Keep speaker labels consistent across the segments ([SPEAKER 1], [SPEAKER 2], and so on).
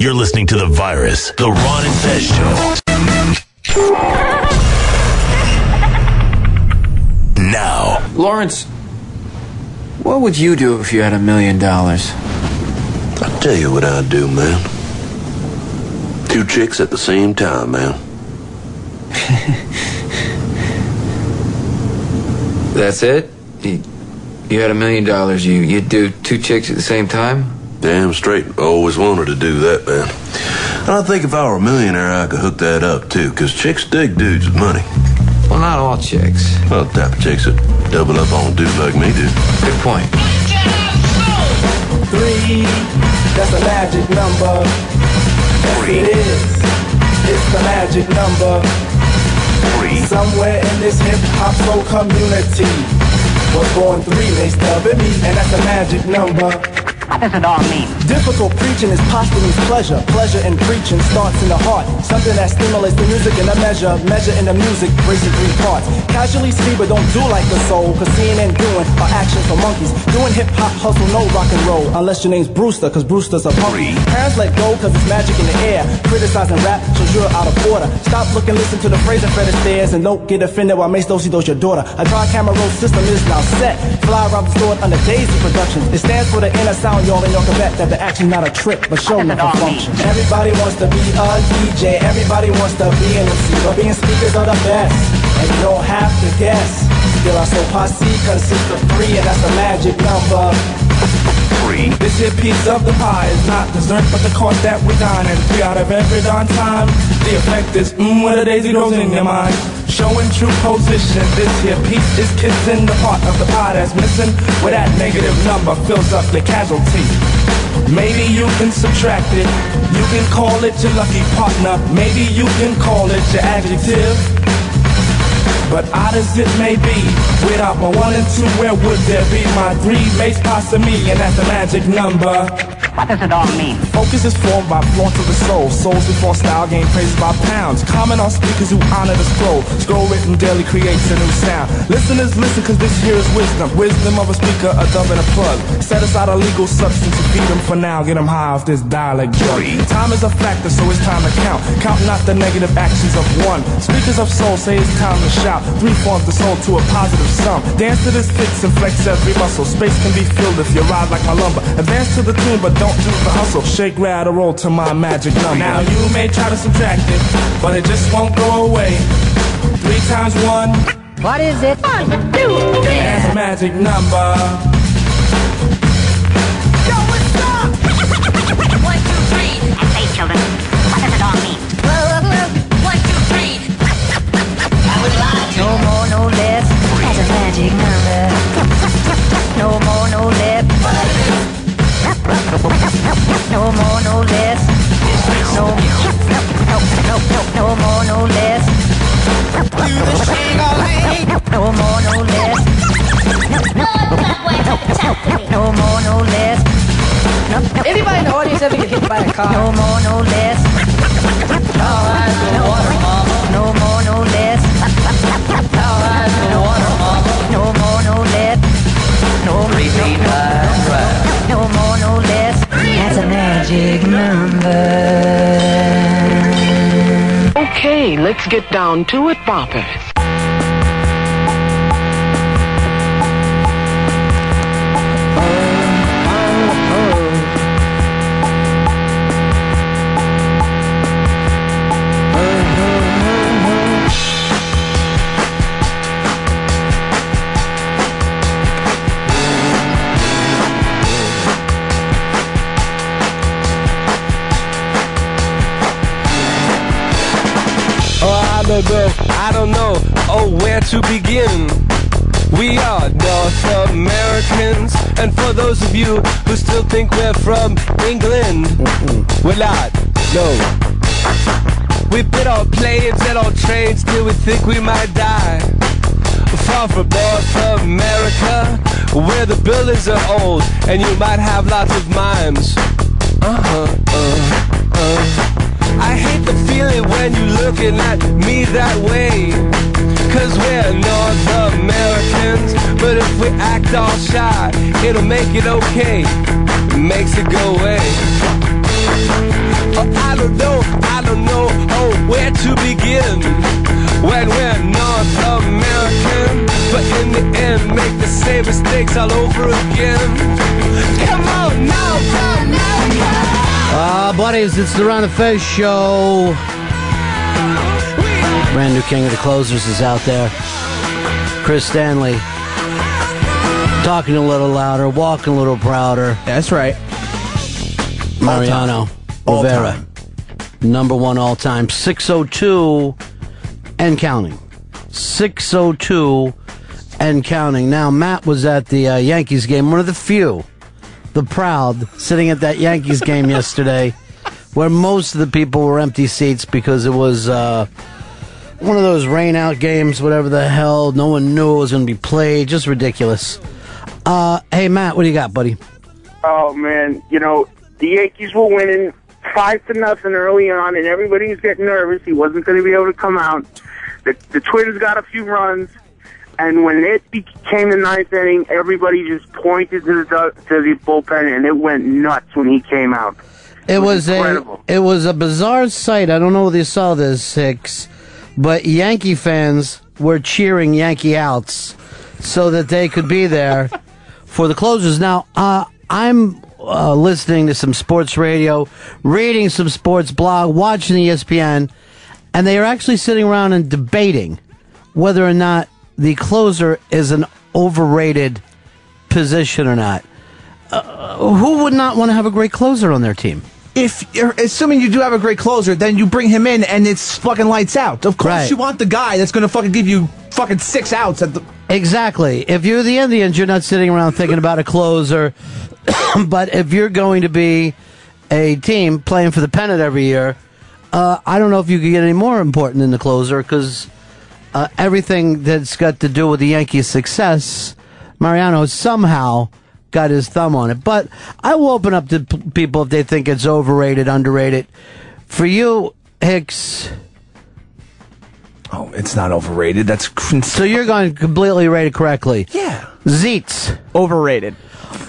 [SPEAKER 1] You're listening to The Virus, The Ron and Fez Show. Now,
[SPEAKER 2] Lawrence, what would you do if you had a million dollars?
[SPEAKER 3] I'll tell you what I'd do, man. Two chicks at the same time, man.
[SPEAKER 2] That's it? You, you had a million dollars, you, you'd do two chicks at the same time?
[SPEAKER 3] Damn straight. I Always wanted to do that, man. And I think if I were a millionaire, I could hook that up, too, 'cause chicks dig dudes with money.
[SPEAKER 2] Well, not all chicks.
[SPEAKER 3] Well, the type of chicks that double up on dudes like me do.
[SPEAKER 2] Good point.
[SPEAKER 4] Three, that's a magic number. Yes, it is. It's the magic number. Somewhere in this hip hop soul community was born three. They stub at me, and that's a magic number.
[SPEAKER 5] What does it all mean?
[SPEAKER 4] Difficult preaching is posthumous pleasure. Pleasure in preaching starts in the heart. Something that stimulates the music in a measure. Measure in the music breaks in three parts. Casually see, but don't do like the soul. Cause seeing and doing are actions for monkeys. Doing hip hop, hustle, no rock and roll. Unless your name's Brewster, cause Brewster's a punk. Parents let go cause it's magic in the air. Criticizing rap shows you're out of order. Stop looking, listen to the phrase and the stairs. And don't get offended while Mace Dosido's your daughter. A dry camera roll system is now set. Fly around the store under Daisy Productions. It stands for the inner sound, y'all, and y'all can bet that the action not a trick, but show
[SPEAKER 5] What does
[SPEAKER 4] me
[SPEAKER 5] it
[SPEAKER 4] the
[SPEAKER 5] all mean?
[SPEAKER 4] function. Everybody wants to be a DJ. Everybody wants to be an MC. But being speakers are the best, and you don't have to guess. Still, our soul posse consists of three, and that's a magic number. Three. This here piece of the pie is not dessert, but the cost that we dine. And three out of every darn time, the effect is mmm, with a daisy grows in your mind. Showing true position, this here piece is kissing the part of the pie that's missing, where that negative number fills up the casualty. Maybe you can subtract it. You can call it your lucky partner. Maybe you can call it your adjective. But odd as it may be, without my one and two, where would there be my three? Mates, pasta, me, and that's the magic number.
[SPEAKER 5] What does it all mean?
[SPEAKER 4] Focus is formed by flaunt of the soul. Souls who form style gain praises by pounds. Comment on speakers who honor the scroll. Scroll written daily creates a new sound. Listeners listen cause this here is wisdom. Wisdom of a speaker, a dove and a plug. Set aside a legal substance to feed them for now. Get them high off this dialect drug. Time is a factor so it's time to count. Count not the negative actions of one. Speakers of soul say it's time to shout. Three forms the soul to a positive sum. Dance to this fix and flex every muscle. Space can be filled if you ride like my lumber. Advance to the tune, but don't do the hustle. Shake, rattle, roll to my magic number. Now you may try to subtract it, but it just won't go away. Three times one,
[SPEAKER 5] What is it? One, two, three.
[SPEAKER 4] that's a magic number.
[SPEAKER 6] Yo, what's up? One, two, three.
[SPEAKER 5] And say, children, what does it all mean?
[SPEAKER 6] One, two, three. I would lie to
[SPEAKER 7] No more, no less. That's a magic number. No more, no less. No more, no less. No, no, no, no, no more, no less. No more, no less. No more, no less.
[SPEAKER 8] Anybody in the audience ever get hit by a car?
[SPEAKER 7] No more, no less. No more, no less. No more, no less. No No more, no less. That's a magic number.
[SPEAKER 9] Okay, let's get down to it, boppers.
[SPEAKER 10] Oh, I don't know, I don't know, oh, where to begin. We are North Americans, and for those of you who still think we're from England, we're not, no. We've been on planes and on trains till we think we might die. Far from North America, where the buildings are old, and you might have lots of mimes. Uh-huh, uh, uh. I hate the feeling when you looking at me that way. Cause we're North Americans, but if we act all shy, it'll make it okay. It makes it go away. begin when we're North American, but in the end make the same mistakes all over again. Come on North America.
[SPEAKER 9] Uh, buddies, it's the Ron and Fez show. Brand new King of the Closers is out there. Chris Stanley. Talking a little louder, walking a little prouder. That's right. Mariano
[SPEAKER 11] All
[SPEAKER 9] Rivera.
[SPEAKER 11] time.
[SPEAKER 9] Number one all time. 602 and counting. 602 and counting. Now, Matt was at the uh, Yankees game, one of the few, the proud, sitting at that Yankees game yesterday, where most of the people were empty seats because it was. Uh, one of those rain out games, whatever the hell. No one knew it was going to be played. Just ridiculous. Uh, hey, Matt, what do you got, buddy?
[SPEAKER 12] Oh man, you know the Yankees were winning five to nothing early on, and everybody was getting nervous. He wasn't going to be able to come out. The, the Twins got a few runs, and when it became the ninth inning, everybody just pointed to the du- to the bullpen, and it went nuts when he came out.
[SPEAKER 9] It was
[SPEAKER 12] incredible.
[SPEAKER 9] a it was a bizarre sight. I don't know whether you saw this, Hicks, but Yankee fans were cheering Yankee outs so that they could be there for the closers. Now uh, I'm uh, listening to some sports radio, reading some sports blog, watching E ESPN, and they are actually sitting around and debating whether or not the closer is an overrated position or not. Uh, who would not want to have a great closer on their team?
[SPEAKER 11] If you're assuming you do have a great closer, then you bring him in and it's fucking lights out. Of course,
[SPEAKER 9] Right.
[SPEAKER 11] you want the guy that's going to fucking give you fucking six outs at the.
[SPEAKER 9] Exactly. If you're the Indians, you're not sitting around thinking about a closer. but if you're going to be a team playing for the pennant every year, uh, I don't know if you could get any more important than the closer because uh, everything that's got to do with the Yankees' success, Mariano somehow got his thumb on it. But I will open up to p- people if they think it's overrated, underrated. For you, Hicks.
[SPEAKER 11] Oh, it's not overrated. That's
[SPEAKER 9] so you're going completely rated correctly.
[SPEAKER 11] Yeah.
[SPEAKER 9] Zeitz
[SPEAKER 13] overrated.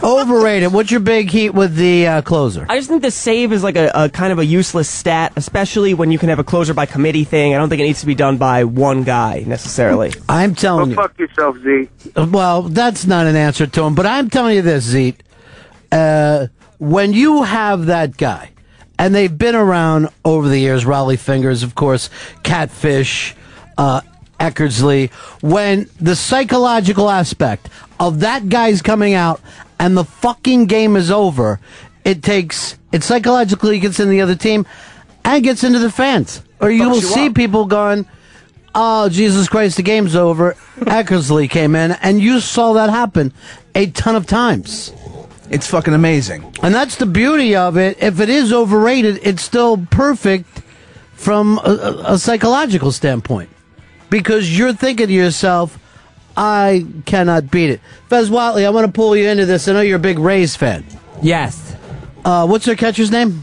[SPEAKER 9] Overrated. What's your big heat with the uh, closer?
[SPEAKER 13] I just think the save is like a, a kind of a useless stat, especially when you can have a closer by committee thing. I don't think it needs to be done by one guy necessarily.
[SPEAKER 9] I'm telling you.
[SPEAKER 12] Fuck yourself, Z.
[SPEAKER 9] Well, that's not an answer to him, but I'm telling you this, Zeet. Uh, when you have that guy, and they've been around over the years, Raleigh Fingers, of course, Catfish, uh, Eckersley, when the psychological aspect of that guy's coming out and the fucking game is over, it takes, it psychologically gets in the other team and gets into the fans. Or you
[SPEAKER 11] Fucks
[SPEAKER 9] will
[SPEAKER 11] you
[SPEAKER 9] see
[SPEAKER 11] up.
[SPEAKER 9] people going, Oh, Jesus Christ, the game's over. Eckersley came in, and you saw that happen a ton of times.
[SPEAKER 11] It's fucking amazing.
[SPEAKER 9] And that's the beauty of it. If it is overrated, it's still perfect from a, a- a psychological standpoint because you're thinking to yourself, I cannot beat it. Fez Watley, I want to pull you into this. I know you're a big Rays fan.
[SPEAKER 14] Yes.
[SPEAKER 9] Uh, what's their catcher's name?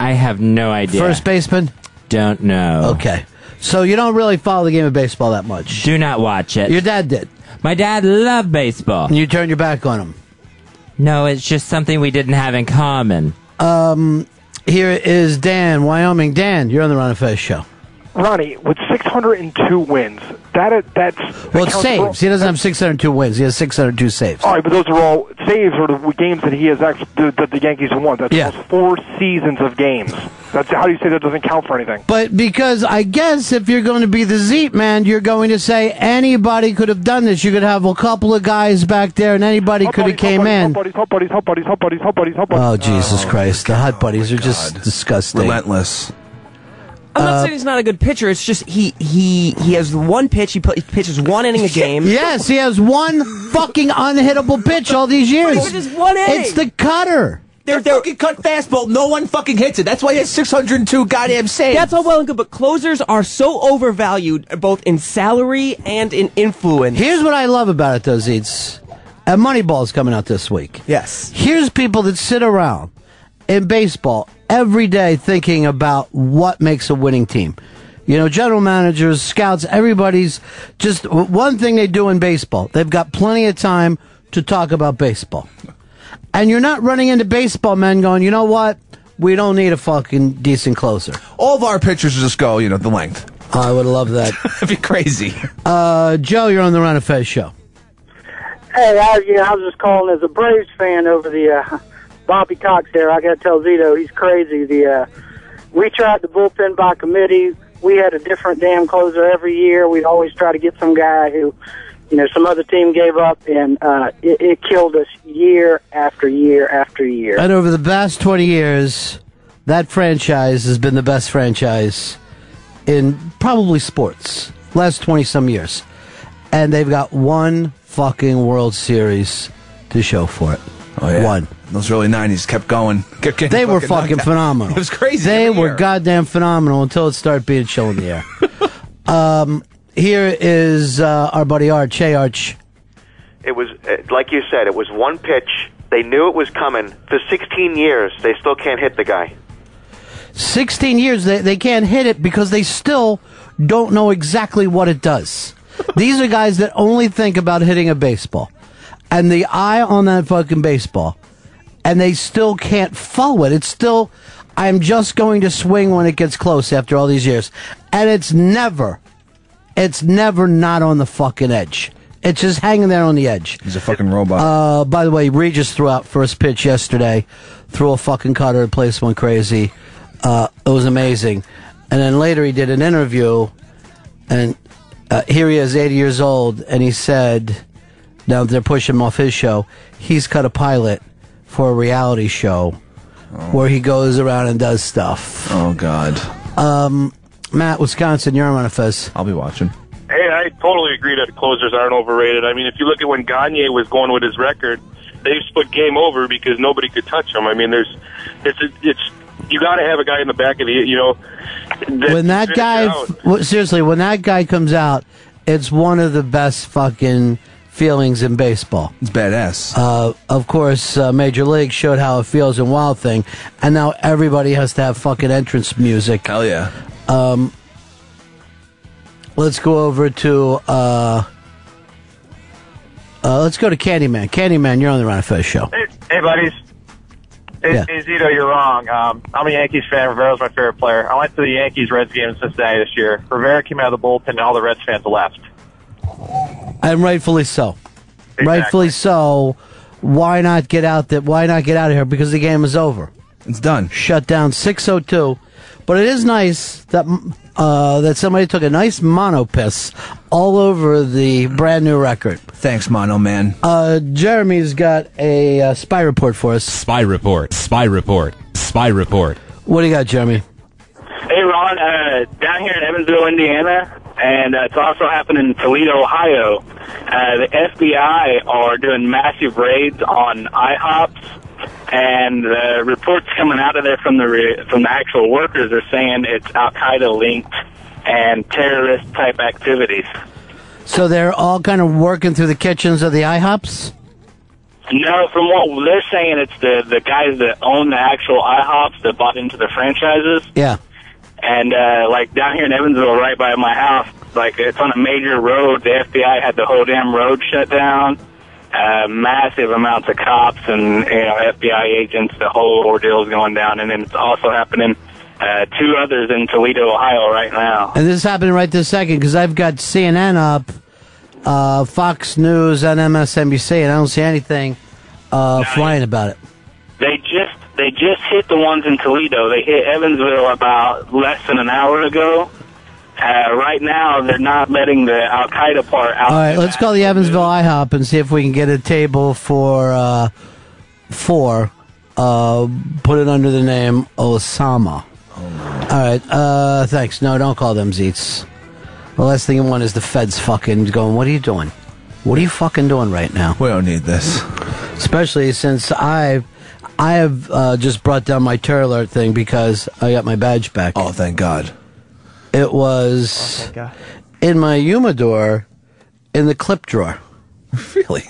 [SPEAKER 14] I have no idea.
[SPEAKER 9] First baseman?
[SPEAKER 14] Don't know.
[SPEAKER 9] Okay. So you don't really follow the game of baseball that much.
[SPEAKER 14] Do not watch it.
[SPEAKER 9] Your dad did.
[SPEAKER 14] My dad loved baseball.
[SPEAKER 9] You turned your back on him.
[SPEAKER 14] No, it's just something we didn't have in common.
[SPEAKER 9] Um, here is Dan, Wyoming. Dan, you're on the Ron and Fez show.
[SPEAKER 15] Ronnie, with 602 wins, that that's
[SPEAKER 9] Well,
[SPEAKER 15] that
[SPEAKER 9] it's
[SPEAKER 15] counts for-
[SPEAKER 9] saves. He doesn't have 602 wins. He has 602 saves.
[SPEAKER 15] All right, but those are all saves or the games that he has actually that the Yankees have won. That's
[SPEAKER 9] Yeah.
[SPEAKER 15] almost four seasons of games. That's how do you say that doesn't count for anything?
[SPEAKER 9] But because I guess if you're going to be the Zeet man, you're going to say anybody could have done this. You could have a couple of guys back there, and anybody could have came in.
[SPEAKER 15] Buddies, help buddies, help buddies, help buddies, help buddies, help
[SPEAKER 9] Oh
[SPEAKER 15] buddies.
[SPEAKER 9] Jesus Christ! The hot buddies are just disgusting.
[SPEAKER 11] Oh, Relentless.
[SPEAKER 13] I'm
[SPEAKER 9] uh,
[SPEAKER 13] not saying he's not a good pitcher. It's just he he he has one pitch. He, pl- he pitches one inning a game.
[SPEAKER 9] Yes, he has one fucking unhittable pitch all these years.
[SPEAKER 13] But it's just one inning.
[SPEAKER 9] It's the cutter.
[SPEAKER 11] They're, they're fucking cut fastball. No one fucking hits it. That's why he has 602 goddamn saves.
[SPEAKER 13] That's all well and good, but closers are so overvalued both in salary and in influence.
[SPEAKER 9] Here's what I love about it, though, Zeeds. And Moneyball's coming out this week.
[SPEAKER 13] Yes.
[SPEAKER 9] Here's people that sit around in baseball every day thinking about what makes a winning team. You know, general managers, scouts, everybody's just w- one thing they do in baseball. They've got plenty of time to talk about baseball. And you're not running into baseball men going, you know what? We don't need a fucking decent closer.
[SPEAKER 11] All of our pitchers just go, you know, the length.
[SPEAKER 9] Oh, I would love that.
[SPEAKER 11] That'd be crazy.
[SPEAKER 9] Uh, Joe, you're on the Ron and Fez show.
[SPEAKER 15] Hey, I, you know, I was just calling as a Braves fan over the uh, Bobby Cox there. I got to tell Zito, he's crazy. The uh, we tried the bullpen by committee. We had a different damn closer every year. We'd always try to get some guy who, you know, some other team gave up, and uh, it, it killed us year after year after year.
[SPEAKER 9] And over the past 20 years, that franchise has been the best franchise in probably sports, last 20 some years. And they've got one fucking World Series to show for it.
[SPEAKER 11] Oh, yeah.
[SPEAKER 9] One.
[SPEAKER 11] Those early '90s kept going. Kept getting
[SPEAKER 9] They were
[SPEAKER 11] knocked
[SPEAKER 9] fucking
[SPEAKER 11] out.
[SPEAKER 9] phenomenal.
[SPEAKER 11] It was crazy.
[SPEAKER 9] They
[SPEAKER 11] every
[SPEAKER 9] were
[SPEAKER 11] year.
[SPEAKER 9] goddamn phenomenal until it started being shown in the air. um, here is uh, our buddy Arch. Hey, Arch.
[SPEAKER 16] It was uh, like you said. It was one pitch. They knew it was coming. For 16 years, they still can't hit the guy.
[SPEAKER 9] 16 years they, they can't hit it because they still don't know exactly what it does these are guys that only think about hitting a baseball and the eye on that fucking baseball and they still can't follow it it's still i'm just going to swing when it gets close after all these years and it's never it's never not on the fucking edge it's just hanging there on the edge
[SPEAKER 11] He's a fucking robot.
[SPEAKER 9] uh, by the way, Regis threw out first pitch yesterday, threw a fucking cutter and placed one crazy. Uh, it was amazing. And then later he did an interview, and uh, here he is, 80 years old, and he said, now they're pushing him off his show, he's cut a pilot for a reality show where he goes around and does stuff.
[SPEAKER 11] Oh, God.
[SPEAKER 9] Um, Matt, Wisconsin, you're on a fez.
[SPEAKER 11] I'll be watching.
[SPEAKER 17] Hey, I totally agree that closers aren't overrated. I mean, if you look at when Gagne was going with his record, they just put game over because nobody could touch him. I mean, there's, it's, it's, you got to have a guy in the back of the, you know, that
[SPEAKER 9] when that
[SPEAKER 17] finish
[SPEAKER 9] guy
[SPEAKER 17] out.
[SPEAKER 9] w- seriously when that guy comes out it's one of the best fucking feelings in baseball
[SPEAKER 11] it's badass
[SPEAKER 9] uh, of course uh, major league showed how it feels in wild thing and now everybody has to have fucking entrance music
[SPEAKER 11] hell yeah
[SPEAKER 9] um, let's go over to uh, uh, let's go to Candyman. Candyman, you're on the Ron and Fez show.
[SPEAKER 18] Hey, hey buddies. Hey,
[SPEAKER 9] Yeah.
[SPEAKER 18] hey, Zito, you're wrong. Um, I'm a Yankees fan. Rivera's my favorite player. I went to the Yankees Reds game in Cincinnati this year. Rivera came out of the bullpen, and all the Reds fans left.
[SPEAKER 9] And rightfully so. Rightfully so. Why not get out that why not get out of here? Because the game is over.
[SPEAKER 11] It's done.
[SPEAKER 9] Shut down six oh two. But it is nice that uh, that somebody took a nice mono piss all over the brand new record.
[SPEAKER 11] Thanks, Mono Man.
[SPEAKER 9] Uh, Jeremy's got a uh, spy report for us.
[SPEAKER 19] Spy report. Spy report. Spy report.
[SPEAKER 9] What do you got, Jeremy?
[SPEAKER 20] Hey, Ron, uh, down here in Evansville, Indiana, and uh, it's also happened in Toledo, Ohio. Uh, the FBI are doing massive raids on IHOPs, and the reports coming out of there from the re- from the actual workers are saying it's Al Qaeda linked and terrorist type activities.
[SPEAKER 9] So they're all kind of working through the kitchens of the IHOPs.
[SPEAKER 20] No, from what they're saying, it's the the guys that own the actual IHOPs that bought into the franchises.
[SPEAKER 9] Yeah.
[SPEAKER 20] And uh, like down here in Evansville, right by my house, like it's on a major road. The FBI had the whole damn road shut down. Uh, massive amounts of cops and you know FBI agents. The whole ordeal is going down, and then it's also happening. Uh, two others in Toledo, Ohio, right now.
[SPEAKER 9] And this is happening right this second because I've got CNN up, uh, Fox News, and MSNBC, and I don't see anything uh, flying about it.
[SPEAKER 20] They just they just hit the ones in Toledo. They hit Evansville about less than an hour ago. Uh, right now, they're not letting the Al Qaeda part out.
[SPEAKER 9] All right, let's call the Evansville IHOP and see if we can get a table for uh, four. Uh, put it under the name Osama.
[SPEAKER 11] Oh,
[SPEAKER 9] All right, uh, thanks. No, don't call them Zeets. The last thing you want is the feds fucking going, what are you doing? What are you fucking doing right now?
[SPEAKER 11] We don't need this.
[SPEAKER 9] Especially since I've. I have uh, just brought down my terror alert thing because I got my badge back. Oh,
[SPEAKER 11] thank God!
[SPEAKER 9] It was in my humidor, in the clip drawer.
[SPEAKER 11] Really?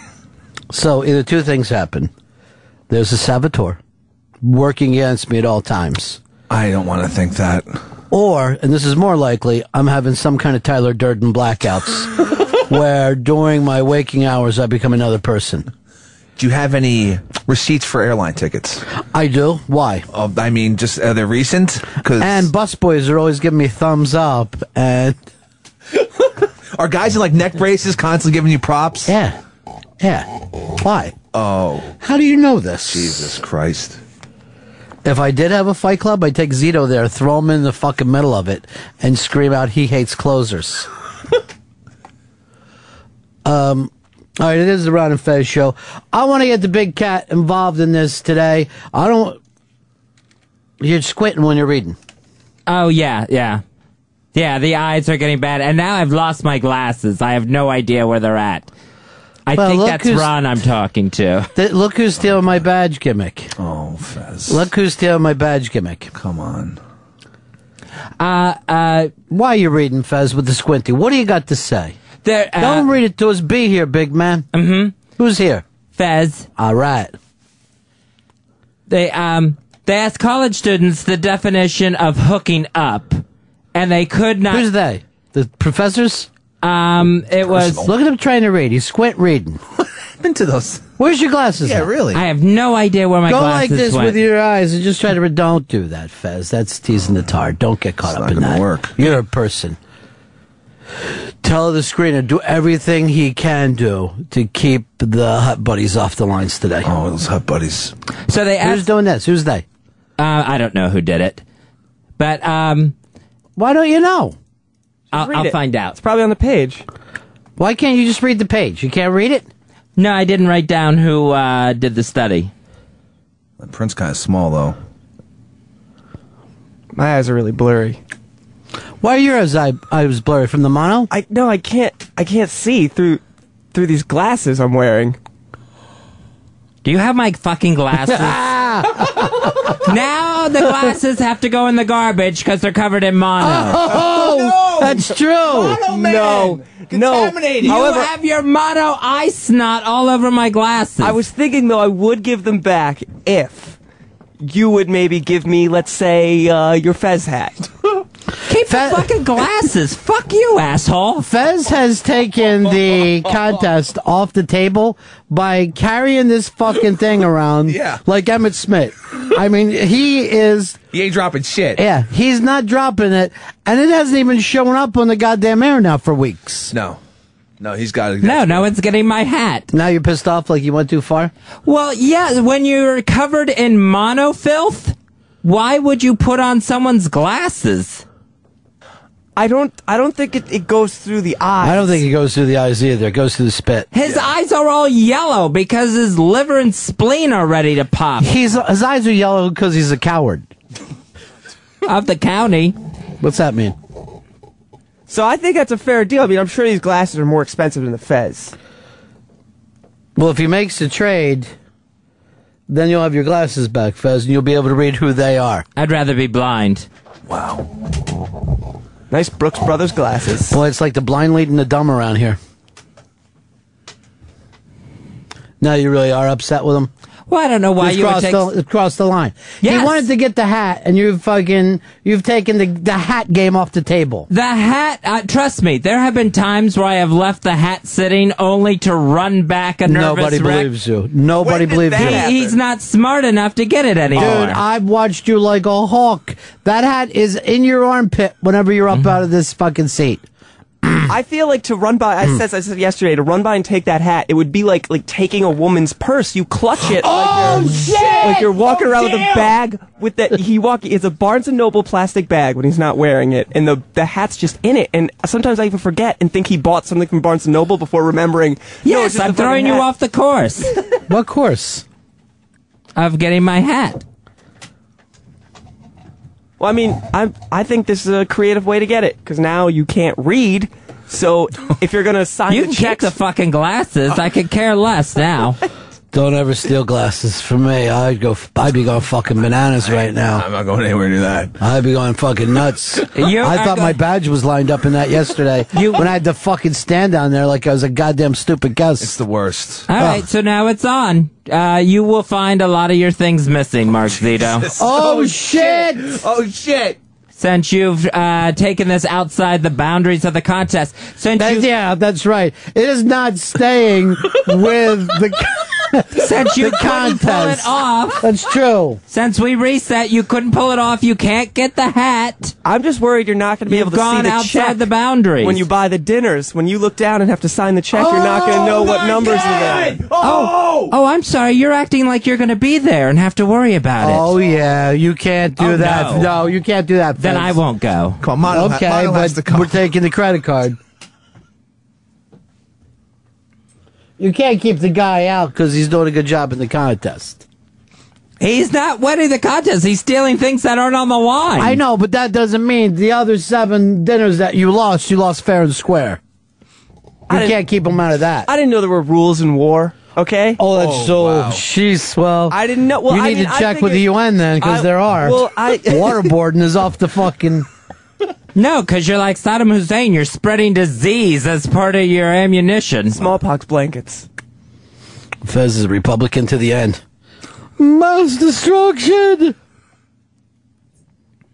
[SPEAKER 9] So either two things happen: there's a saboteur working against me at all times,
[SPEAKER 11] I don't want to think that.
[SPEAKER 9] or, and this is more likely, I'm having some kind of Tyler Durden blackouts, where during my waking hours I become another person.
[SPEAKER 11] Do you have any receipts for airline tickets?
[SPEAKER 9] I do. Why?
[SPEAKER 11] Uh, I mean, just are they recent? 'Cause-
[SPEAKER 9] And busboys are always giving me thumbs up. And
[SPEAKER 11] are guys in like neck braces constantly giving you props?
[SPEAKER 9] Yeah. Yeah. Why?
[SPEAKER 11] Oh.
[SPEAKER 9] How do you know this?
[SPEAKER 11] Jesus Christ.
[SPEAKER 9] If I did have a fight club, I'd take Zito there, throw him in the fucking middle of it, and scream out, he hates closers. um, all right, it is the Ron and Fez show. I want to get the big cat involved in this today. I don't. You're squinting when you're reading.
[SPEAKER 14] Oh yeah, yeah, yeah. The eyes are getting bad, and now I've lost my glasses. I have no idea where they're at. I
[SPEAKER 9] Well,
[SPEAKER 14] think
[SPEAKER 9] look
[SPEAKER 14] that's
[SPEAKER 9] who's-
[SPEAKER 14] Ron I'm talking to.
[SPEAKER 9] Th- look who's stealing my badge gimmick.
[SPEAKER 11] Oh, Fez.
[SPEAKER 9] Look who's stealing my badge gimmick.
[SPEAKER 11] Come on.
[SPEAKER 9] Uh, uh, Why are you reading Fez with the squinty? What do you got to say?
[SPEAKER 14] There, uh,
[SPEAKER 9] Don't read it to us. Be here, big man. Mm-hmm. Who's here?
[SPEAKER 14] Fez.
[SPEAKER 9] All right.
[SPEAKER 14] They um they asked college students the definition of hooking up, and they could not.
[SPEAKER 9] Who's they? The professors?
[SPEAKER 14] Um, it was.
[SPEAKER 9] Look at him trying to read. He's squint reading. what
[SPEAKER 11] happened to those?
[SPEAKER 9] Where's your glasses?
[SPEAKER 14] Yeah,
[SPEAKER 9] at?
[SPEAKER 14] really. I have no idea where Oh, my
[SPEAKER 9] Go
[SPEAKER 14] glasses
[SPEAKER 9] like this
[SPEAKER 14] went.
[SPEAKER 9] with your eyes and just try to. Re- don't do that, Fez. That's teasing the tar. Don't get caught up in that. Work. You're a person. Tell the screener do everything he can do to keep the hut buddies off the lines today.
[SPEAKER 11] Oh, those hut buddies.
[SPEAKER 14] So they
[SPEAKER 9] Who's
[SPEAKER 14] asked.
[SPEAKER 9] doing this? Who's they?
[SPEAKER 14] Uh, I don't know who did it, but um,
[SPEAKER 9] why don't you know?
[SPEAKER 14] I'll,
[SPEAKER 13] read
[SPEAKER 14] I'll
[SPEAKER 13] it.
[SPEAKER 14] find out. It's
[SPEAKER 13] probably on the page.
[SPEAKER 9] Why can't you just read the page? You can't read it.
[SPEAKER 14] No, I didn't write down who uh, did the study.
[SPEAKER 11] The print's kind of small, though.
[SPEAKER 13] My eyes are really blurry.
[SPEAKER 9] Why are your eyes I, was blurry from the mono?
[SPEAKER 13] I no, I can't. I can't see through through these glasses I'm wearing.
[SPEAKER 14] Do you have my fucking glasses? now the glasses have to go in the garbage because they're covered in mono.
[SPEAKER 9] Oh, that's true.
[SPEAKER 13] No, no.
[SPEAKER 14] You
[SPEAKER 13] However,
[SPEAKER 14] have your mono eye Oh, snot all over my glasses.
[SPEAKER 13] I was thinking though I would give them back if you would maybe give me, let's say, uh, your fez hat.
[SPEAKER 14] Keep the fucking glasses. Fuck you, asshole.
[SPEAKER 9] Fez has taken the contest off the table by carrying this fucking thing around
[SPEAKER 11] Yeah.
[SPEAKER 9] like Emmett Smith. I mean, he is,
[SPEAKER 11] He ain't dropping shit.
[SPEAKER 9] yeah, he's not dropping it, and it hasn't even shown up on the goddamn air now for weeks.
[SPEAKER 11] No. No, he's got it.
[SPEAKER 14] No, no one's getting my hat.
[SPEAKER 9] Now you're pissed off like you went too far?
[SPEAKER 14] Well, yeah, when you're covered in mono filth, why would you put on someone's glasses?
[SPEAKER 13] I don't. I don't think it, it goes through the eyes.
[SPEAKER 9] I don't think it goes through the eyes either. It goes through the spit.
[SPEAKER 14] His eyes are all yellow because his liver and spleen are ready to pop.
[SPEAKER 9] He's, his eyes are yellow because he's a coward.
[SPEAKER 14] of the county.
[SPEAKER 9] What's that mean?
[SPEAKER 13] So I think that's a fair deal. I mean, I'm sure these glasses are more expensive than the fez.
[SPEAKER 9] Well, if he makes the trade, then you'll have your glasses back, Fez, and you'll be able to read who they are.
[SPEAKER 14] I'd rather be blind.
[SPEAKER 13] Nice Brooks Brothers glasses.
[SPEAKER 9] Boy, it's like the blind leading the dumb around here. Now you really are upset with him.
[SPEAKER 14] Well, I don't know why
[SPEAKER 9] He's
[SPEAKER 14] you would
[SPEAKER 9] crossed,
[SPEAKER 14] take.
[SPEAKER 9] the, crossed the line.
[SPEAKER 14] Yes.
[SPEAKER 9] He wanted to get the hat, and you've fucking you've taken the the hat game off the table.
[SPEAKER 14] The hat, uh, trust me, there have been times where I have left the hat sitting only to run back a nervous
[SPEAKER 9] Nobody
[SPEAKER 14] wreck.
[SPEAKER 9] believes you. Nobody believes you.
[SPEAKER 14] He, he's not smart enough to get it
[SPEAKER 9] Dude,
[SPEAKER 14] anymore.
[SPEAKER 9] I've watched you like a hawk. That hat is in your armpit whenever you're
[SPEAKER 14] Mm-hmm.
[SPEAKER 9] up out of this fucking seat.
[SPEAKER 13] I feel like to run by. I said. I said yesterday to run by and take that hat. It would be like like taking a woman's purse. You clutch it.
[SPEAKER 14] Oh,
[SPEAKER 13] like you're, Like you're walking around with a bag with that. He walk. It's a Barnes and Noble plastic bag when he's not wearing it, and the the hat's just in it. And sometimes I even forget and think he bought something from Barnes and Noble before remembering. no, it's
[SPEAKER 14] yes,
[SPEAKER 13] just
[SPEAKER 14] I'm
[SPEAKER 13] a fucking
[SPEAKER 14] throwing you
[SPEAKER 13] hat.
[SPEAKER 14] off the course
[SPEAKER 9] what course?
[SPEAKER 14] of getting my hat.
[SPEAKER 13] Well, I mean, I I think this is a creative way to get it because now you can't read. So if you're gonna sign
[SPEAKER 14] You
[SPEAKER 13] the
[SPEAKER 14] can check
[SPEAKER 13] checks,
[SPEAKER 14] the fucking glasses. I could care less now.
[SPEAKER 9] Don't ever steal glasses from me. I'd go. I'd be going fucking bananas right now.
[SPEAKER 11] I'm not going anywhere near that.
[SPEAKER 9] I'd be going fucking nuts.
[SPEAKER 14] You
[SPEAKER 9] I
[SPEAKER 14] are
[SPEAKER 9] thought
[SPEAKER 14] go-
[SPEAKER 9] my badge was lined up in that yesterday when I had to fucking stand down there like I was a goddamn stupid
[SPEAKER 11] It's
[SPEAKER 9] guest.
[SPEAKER 11] the worst.
[SPEAKER 14] All right, so now it's on. Uh, you will find a lot of your things missing, Mark Zito,
[SPEAKER 9] Oh, shit!
[SPEAKER 11] Oh, shit.
[SPEAKER 14] since you've uh, taken this outside the boundaries of the contest. Since
[SPEAKER 9] That-
[SPEAKER 14] you,
[SPEAKER 9] yeah, that's right. It is not staying with the.
[SPEAKER 14] Since you
[SPEAKER 9] The
[SPEAKER 14] couldn't pull it
[SPEAKER 9] contest.
[SPEAKER 14] off.
[SPEAKER 9] That's true.
[SPEAKER 14] Since we reset, you couldn't pull it off. You can't get the hat.
[SPEAKER 13] I'm just worried you're not going to be
[SPEAKER 14] You've
[SPEAKER 13] able to
[SPEAKER 14] gone
[SPEAKER 13] see the
[SPEAKER 14] outside
[SPEAKER 13] check
[SPEAKER 14] the boundaries.
[SPEAKER 13] when you buy the dinners. When you look down and have to sign the check, you're not going to know what numbers are there.
[SPEAKER 14] Oh, oh, I'm sorry. You're acting like you're going to be there and have to worry about it.
[SPEAKER 9] Oh yeah, you can't do
[SPEAKER 14] Oh,
[SPEAKER 9] that.
[SPEAKER 14] no.
[SPEAKER 9] you can't do that.
[SPEAKER 14] Then I won't go.
[SPEAKER 9] Come
[SPEAKER 14] on, Mono ha-
[SPEAKER 9] okay,
[SPEAKER 14] Mono
[SPEAKER 9] but
[SPEAKER 14] has to come.
[SPEAKER 9] we're taking the credit card. You can't keep the guy out because he's doing a good job in the contest.
[SPEAKER 14] He's not winning the contest. He's stealing things that aren't on the line.
[SPEAKER 9] I know, but that doesn't mean the other seven dinners that you lost, you lost fair and square. You can't keep him out of that.
[SPEAKER 13] I didn't know there were rules in war. Okay.
[SPEAKER 9] Oh, that's so. She's well.
[SPEAKER 13] I didn't know. Well,
[SPEAKER 9] you
[SPEAKER 13] I
[SPEAKER 9] need
[SPEAKER 13] mean,
[SPEAKER 9] to
[SPEAKER 13] I
[SPEAKER 9] check with the
[SPEAKER 13] figured-
[SPEAKER 9] UN then, because
[SPEAKER 13] I-
[SPEAKER 9] there are.
[SPEAKER 13] Well, I
[SPEAKER 9] waterboarding is off the fucking.
[SPEAKER 14] No, because you're like Saddam Hussein. You're spreading disease as part of your ammunition.
[SPEAKER 13] Smallpox blankets.
[SPEAKER 9] Fez is a Republican to the end. Mass destruction.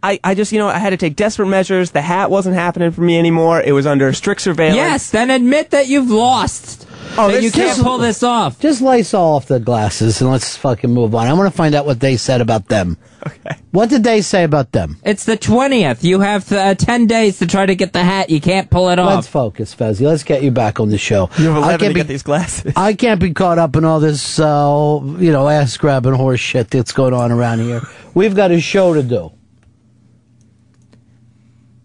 [SPEAKER 13] I, I just, you know, I had to take desperate measures. The hat wasn't happening for me anymore. It was under strict surveillance.
[SPEAKER 14] Yes, then admit that you've lost. Oh, that
[SPEAKER 9] this-
[SPEAKER 14] you can't
[SPEAKER 9] this-
[SPEAKER 14] pull this off.
[SPEAKER 9] Just lace all off the glasses and let's fucking move on. I want to find out what they said about them. Okay. What did they say about them?
[SPEAKER 14] It's the twentieth. You have uh, ten days to try to get the hat. You can't pull it
[SPEAKER 9] Let's
[SPEAKER 14] off.
[SPEAKER 9] focus, Fezzi. Let's get you back on the show.
[SPEAKER 13] You have 11
[SPEAKER 9] I
[SPEAKER 13] to
[SPEAKER 9] can't be,
[SPEAKER 13] get these glasses.
[SPEAKER 9] I can't be caught up in all this, uh, you know, ass grabbing horse shit that's going on around here. We've got a show to do.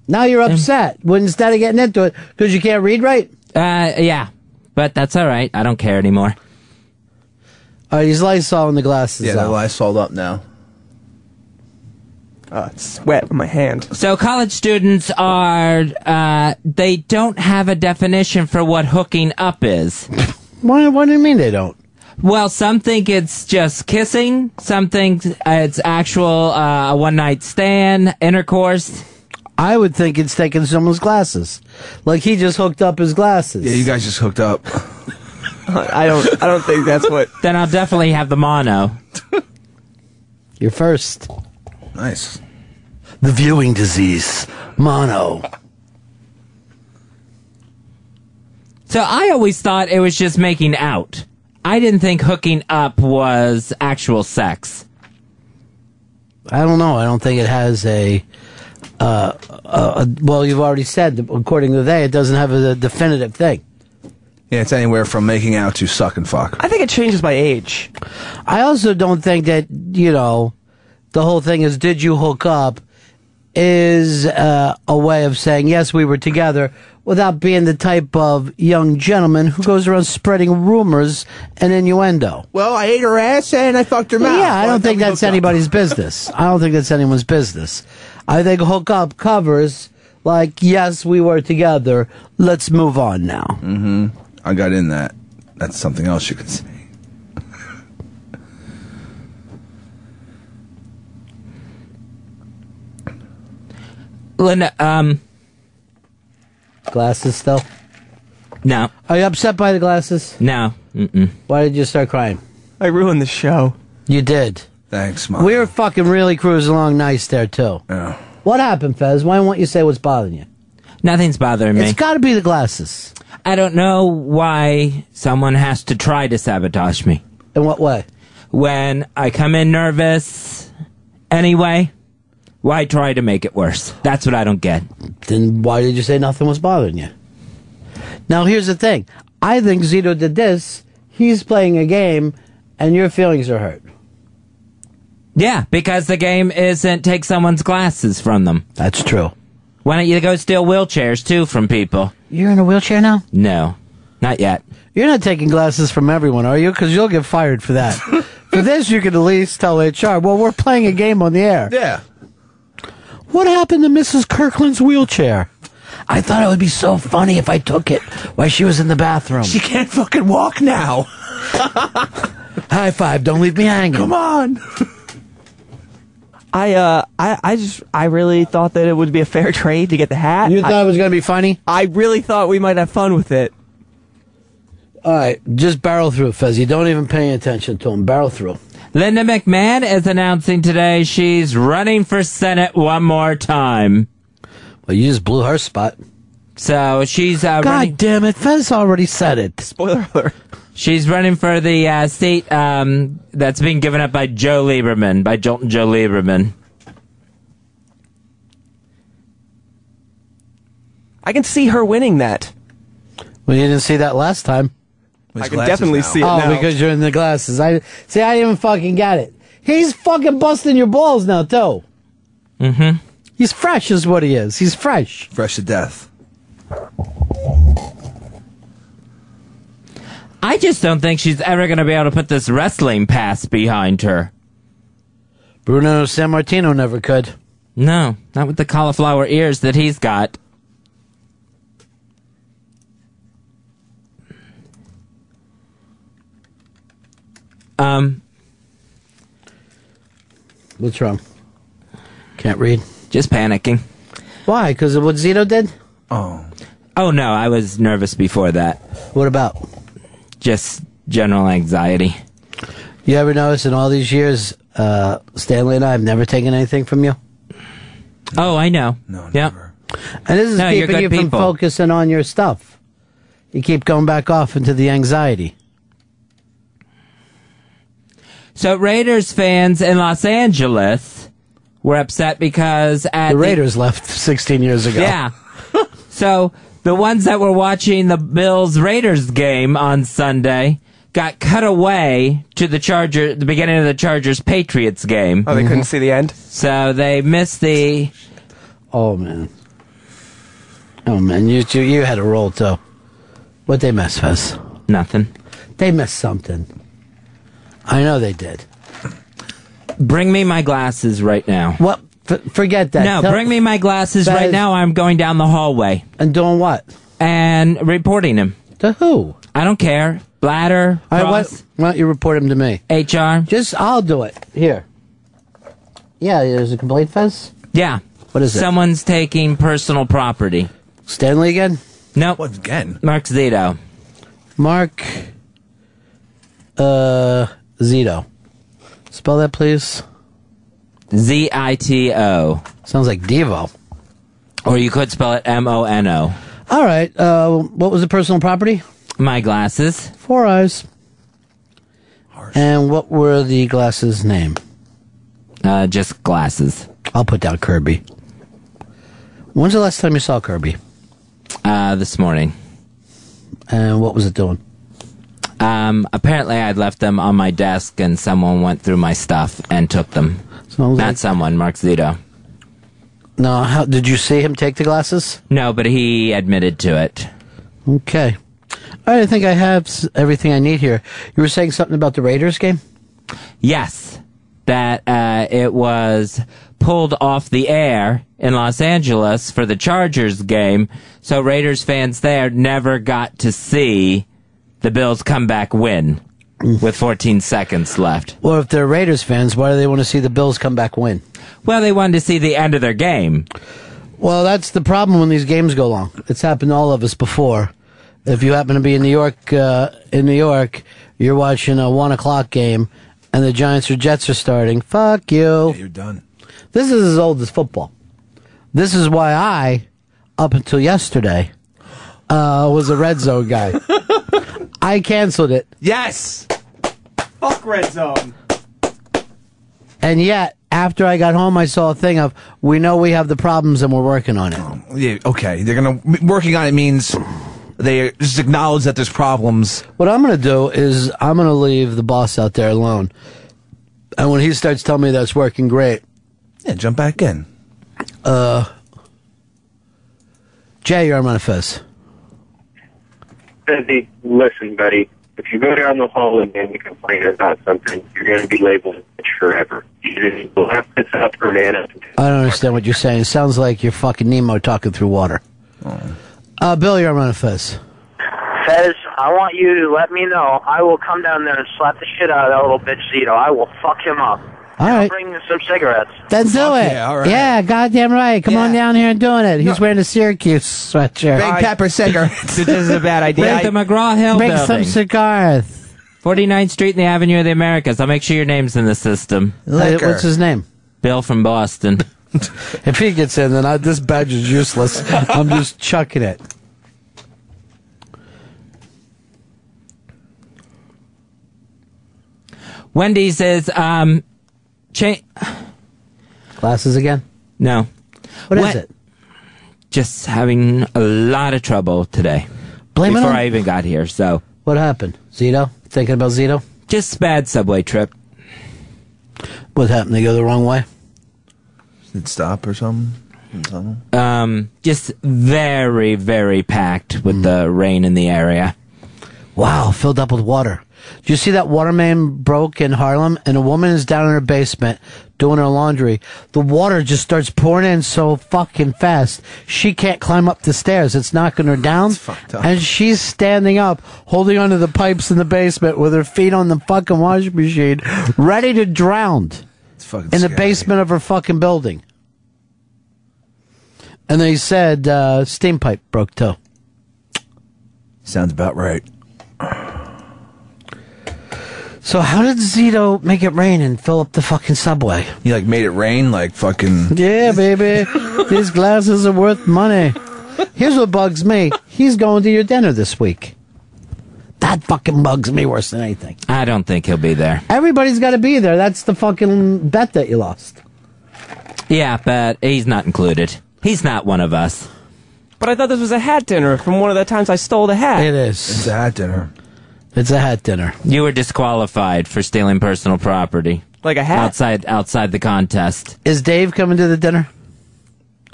[SPEAKER 9] Now you're upset when instead of getting into it because you can't read right.
[SPEAKER 14] Uh, yeah, but that's all right. I don't care anymore.
[SPEAKER 9] All right, he's Lysol in the glasses.
[SPEAKER 11] Yeah,
[SPEAKER 9] off.
[SPEAKER 11] the Lysol'd up now.
[SPEAKER 13] Uh, it's sweat on my hand.
[SPEAKER 14] So college students are uh, they don't have a definition for what hooking up is.
[SPEAKER 9] Why? What do you mean they don't?
[SPEAKER 14] Well, some think it's just kissing. Some think uh, it's actual uh, one night stand, intercourse.
[SPEAKER 9] I would think it's taking someone's glasses. Like he just hooked up his glasses.
[SPEAKER 11] Yeah, you guys just hooked up.
[SPEAKER 13] I don't. I don't think that's what.
[SPEAKER 14] then I'll definitely have the mono.
[SPEAKER 9] You're first.
[SPEAKER 11] Nice.
[SPEAKER 9] The viewing disease, mono.
[SPEAKER 14] So I always thought it was just making out. I didn't think hooking up was actual sex.
[SPEAKER 9] I don't know. I don't think it has a. Uh, uh, well, you've already said, that according to they, it doesn't have a definitive thing.
[SPEAKER 11] Yeah, it's anywhere from making out to suck and fuck.
[SPEAKER 13] I think it changes by age.
[SPEAKER 9] I also don't think that you know the whole thing is did you hook up is uh, a way of saying yes we were together without being the type of young gentleman who goes around spreading rumors and innuendo.
[SPEAKER 11] Well, I ate her ass and I fucked her mouth.
[SPEAKER 9] Yeah, I
[SPEAKER 11] Well,
[SPEAKER 9] don't think
[SPEAKER 11] we
[SPEAKER 9] that's
[SPEAKER 11] hooked up.
[SPEAKER 9] anybody's business. I don't think that's anyone's business. I think hook up covers like yes we were together. Let's move on now.
[SPEAKER 11] Mm-hmm. I got in that. That's something else you could say.
[SPEAKER 14] Linda, um,
[SPEAKER 9] Glasses still?
[SPEAKER 14] No.
[SPEAKER 9] Are you upset by the glasses?
[SPEAKER 14] No. Mm-mm.
[SPEAKER 9] Why did you start crying?
[SPEAKER 13] I ruined the show.
[SPEAKER 9] You did.
[SPEAKER 11] Thanks,
[SPEAKER 9] We were fucking really cruising along nice there too. What happened, Fez? Why won't you say what's bothering you?
[SPEAKER 14] Nothing's bothering me.
[SPEAKER 9] It's got to be the glasses.
[SPEAKER 14] I don't know why someone has to try to sabotage me.
[SPEAKER 9] In what way?
[SPEAKER 14] When I come in nervous. Anyway, why try to make it worse? That's what I don't get.
[SPEAKER 9] Then why did you say nothing was bothering you? Now here's the thing. I think Zito did this. He's playing a game, and your feelings are hurt.
[SPEAKER 14] Yeah, because the game isn't take someone's glasses from them.
[SPEAKER 9] That's true.
[SPEAKER 14] Why don't you go steal wheelchairs too from people?
[SPEAKER 9] You're in a wheelchair now.
[SPEAKER 14] No, not yet.
[SPEAKER 9] You're not taking glasses from everyone, are you? Because you'll get fired for that. for this, you could at least tell HR. Well, we're playing a game on the air.
[SPEAKER 11] Yeah.
[SPEAKER 9] What happened to Mrs. Kirkland's wheelchair? I thought it would be so funny if I took it while she was in the bathroom.
[SPEAKER 11] She can't fucking walk now.
[SPEAKER 9] High five! Don't leave me hanging. Come
[SPEAKER 11] on.
[SPEAKER 13] I uh I, I just I really thought that it would be a fair trade to get the hat.
[SPEAKER 9] You thought it was gonna be funny?
[SPEAKER 13] I really thought we might have fun with it.
[SPEAKER 9] All right, just barrel through, Fezzi. Don't even pay any attention to him. Barrel through.
[SPEAKER 14] Linda McMahon is announcing today she's running for Senate one more time.
[SPEAKER 9] Well, you just blew her spot.
[SPEAKER 14] So she's uh,
[SPEAKER 9] God
[SPEAKER 14] running.
[SPEAKER 9] damn it! Fez already said it.
[SPEAKER 13] Spoiler alert.
[SPEAKER 14] She's running for the uh, seat um, that's being given up by Joe Lieberman, by Jolton Joe Lieberman.
[SPEAKER 13] I can see her winning that.
[SPEAKER 9] Well, you didn't see that last time.
[SPEAKER 13] I can definitely see it
[SPEAKER 9] oh,
[SPEAKER 13] now.
[SPEAKER 9] because you're in the glasses. I see. I even fucking got it. He's fucking busting your balls now, too.
[SPEAKER 14] Mm-hmm.
[SPEAKER 9] He's fresh, is what he is. He's fresh.
[SPEAKER 11] Fresh to death.
[SPEAKER 14] I just don't think she's ever going to be able to put this wrestling past behind her.
[SPEAKER 9] Bruno San Martino never could.
[SPEAKER 14] No, not with the cauliflower ears that he's got. Um,
[SPEAKER 9] What's wrong? Can't read.
[SPEAKER 14] Just panicking.
[SPEAKER 9] Why? Because of what Zito did?
[SPEAKER 14] Oh. Oh no, I was nervous before that.
[SPEAKER 9] What about?
[SPEAKER 14] Just general anxiety.
[SPEAKER 9] You ever notice in all these years, uh, Stanley and I have never taken anything from you?
[SPEAKER 14] Oh, I know. No, yep.
[SPEAKER 9] And this is
[SPEAKER 14] No, you're
[SPEAKER 9] keeping
[SPEAKER 14] good
[SPEAKER 9] you from
[SPEAKER 14] people.
[SPEAKER 9] focusing on your stuff. You keep going back off into the anxiety.
[SPEAKER 14] So Raiders fans in Los Angeles were upset because at
[SPEAKER 9] The Raiders left 16 years ago.
[SPEAKER 14] Yeah. so the ones that were watching the Bills Raiders game on Sunday got cut away to the Charger the beginning of the Chargers Patriots game.
[SPEAKER 13] Oh, they
[SPEAKER 9] Mm-hmm.
[SPEAKER 13] couldn't see the end.
[SPEAKER 14] So they missed the
[SPEAKER 9] Oh man. Oh man, you you, you had a roll too. What they miss us?
[SPEAKER 14] Nothing.
[SPEAKER 9] They missed something. I know they did.
[SPEAKER 14] Bring me my glasses right now.
[SPEAKER 9] What? F- forget that.
[SPEAKER 14] No,
[SPEAKER 9] Tell-
[SPEAKER 14] bring me my glasses right
[SPEAKER 9] Fez-
[SPEAKER 14] now. I'm going down the hallway.
[SPEAKER 9] And doing what?
[SPEAKER 14] And reporting him.
[SPEAKER 9] To who?
[SPEAKER 14] I don't care. Bladder.
[SPEAKER 9] All right,
[SPEAKER 14] Cross,
[SPEAKER 9] what, why don't you report him to me?
[SPEAKER 14] HR.
[SPEAKER 9] Just I'll do it here. Yeah, there's a complaint fez.
[SPEAKER 14] Yeah.
[SPEAKER 9] What is it?
[SPEAKER 14] Someone's taking personal property.
[SPEAKER 9] Stanley again?
[SPEAKER 14] No.
[SPEAKER 11] What again?
[SPEAKER 14] Mark Zito.
[SPEAKER 9] Mark uh Zito. Spell that please.
[SPEAKER 14] Z I T O.
[SPEAKER 9] Sounds like Devo.
[SPEAKER 14] Or you could spell it M O N O.
[SPEAKER 9] All right. Uh, what was the personal property?
[SPEAKER 14] My glasses.
[SPEAKER 9] Four eyes. And what were the glasses' name?
[SPEAKER 14] Uh, just glasses.
[SPEAKER 9] I'll put down Kirby. When's the last time you saw Kirby?
[SPEAKER 14] Uh, this morning.
[SPEAKER 9] And what was it doing?
[SPEAKER 14] Um, apparently I'd left them on my desk and someone went through my stuff and took them.
[SPEAKER 9] Sounds
[SPEAKER 14] Not
[SPEAKER 9] like-
[SPEAKER 14] someone, Mark Zito.
[SPEAKER 9] No, how did you see him take the glasses?
[SPEAKER 14] No, but he admitted to it.
[SPEAKER 9] Okay. All right, I think I have s- everything I need here. You were saying something about the Raiders game?
[SPEAKER 14] Yes, that uh, it was pulled off the air in Los Angeles for the Chargers game, so Raiders fans there never got to see the Bills' comeback win with 14 seconds left.
[SPEAKER 9] Well, if they're Raiders fans, why do they want to see the Bills come back win?
[SPEAKER 14] Well, they wanted to see the end of their game.
[SPEAKER 9] Well, that's the problem when these games go long. It's happened to all of us before. If you happen to be in New York, uh, in New York, you're watching a one o'clock game, and the Giants or Jets are starting. Fuck you. you're done. This is as old as football. This is why I, up until yesterday, uh, was a red zone guy. I canceled it.
[SPEAKER 11] Yes.
[SPEAKER 13] Fuck red zone.
[SPEAKER 9] And yet, after I got home, I saw a thing of, we know we have the problems and we're working on it.
[SPEAKER 11] Yeah, okay. They're gonna m- working on it means they just acknowledge that there's problems.
[SPEAKER 9] What I'm going to do is I'm going to leave the boss out there alone. And when he starts telling me that's working great.
[SPEAKER 11] Yeah, jump back in.
[SPEAKER 9] Uh, Jay, you're on my fez.
[SPEAKER 16] Busy, listen, buddy. If you go down the hall and then you complain about something, you're going to be labeled a bitch forever. You just will have this up or man up.
[SPEAKER 9] I don't understand what you're saying. It sounds like you're fucking Nemo talking through water.
[SPEAKER 11] Oh.
[SPEAKER 9] Uh, Bill, you're on my fez.
[SPEAKER 16] Fez, I want you to let me know. I will come down there and slap the shit out of that little bitch Zito. I will fuck him up.
[SPEAKER 9] All
[SPEAKER 16] I'll
[SPEAKER 9] right.
[SPEAKER 16] bring him some cigarettes.
[SPEAKER 9] Then do
[SPEAKER 16] Fuck
[SPEAKER 9] it.
[SPEAKER 16] yeah, all right.
[SPEAKER 9] yeah, goddamn right. Come on down here and doing it. He's wearing a Syracuse sweatshirt.
[SPEAKER 11] cigarettes.
[SPEAKER 13] this is a bad idea.
[SPEAKER 14] At the McGraw Hill
[SPEAKER 9] Bring some
[SPEAKER 14] building.
[SPEAKER 9] cigars.
[SPEAKER 14] 49th Street and the Avenue of the Americas. I'll make sure your name's in the system.
[SPEAKER 9] Liquor. what's his name?
[SPEAKER 14] Bill from Boston.
[SPEAKER 9] If he gets in, then I, this badge is useless. I'm just chucking it.
[SPEAKER 14] Wendy's is um, cha-
[SPEAKER 9] Glasses again?
[SPEAKER 14] No.
[SPEAKER 9] What is
[SPEAKER 14] Wen-
[SPEAKER 9] it?
[SPEAKER 14] Just having a lot of trouble today.
[SPEAKER 9] Blame it
[SPEAKER 14] before
[SPEAKER 9] on-
[SPEAKER 14] I even got here. So
[SPEAKER 9] What happened? Zito? Thinking about Zito?
[SPEAKER 14] just bad subway trip.
[SPEAKER 9] What happened? They go the wrong way?
[SPEAKER 11] Did it stop or something? something?
[SPEAKER 14] Um, just very very packed
[SPEAKER 9] Hmm.
[SPEAKER 14] with the rain in the area.
[SPEAKER 9] Wow, filled up with water. Do you see that water main broke in Harlem and a woman is down in her basement doing her laundry? The water just starts pouring in so fucking fast. She can't climb up the stairs. It's knocking her down. And she's standing up, holding onto the pipes in the basement with her feet on the fucking washing machine, ready to drown
[SPEAKER 11] It's fucking
[SPEAKER 9] in the
[SPEAKER 11] scary.
[SPEAKER 9] basement of her fucking building. And they said uh, steam pipe broke too.
[SPEAKER 11] Sounds about right.
[SPEAKER 9] So how did Zito make it rain and fill up the fucking subway?
[SPEAKER 11] You like made it rain, like fucking.
[SPEAKER 9] Yeah, baby. These glasses are worth money. Here's what bugs me. He's going to your dinner this week. That fucking bugs me worse than anything.
[SPEAKER 14] I don't think he'll be there.
[SPEAKER 9] Everybody's got to be there. That's the fucking bet that you lost.
[SPEAKER 14] Yeah, but he's not included. He's not one of us.
[SPEAKER 13] But I thought this was a hat dinner from one of the times I stole the hat.
[SPEAKER 9] It is. It's
[SPEAKER 11] a hat dinner.
[SPEAKER 9] It's a hat dinner.
[SPEAKER 14] You were disqualified for stealing personal property.
[SPEAKER 13] Like a hat.
[SPEAKER 14] Outside outside the contest.
[SPEAKER 9] Is Dave coming to the dinner?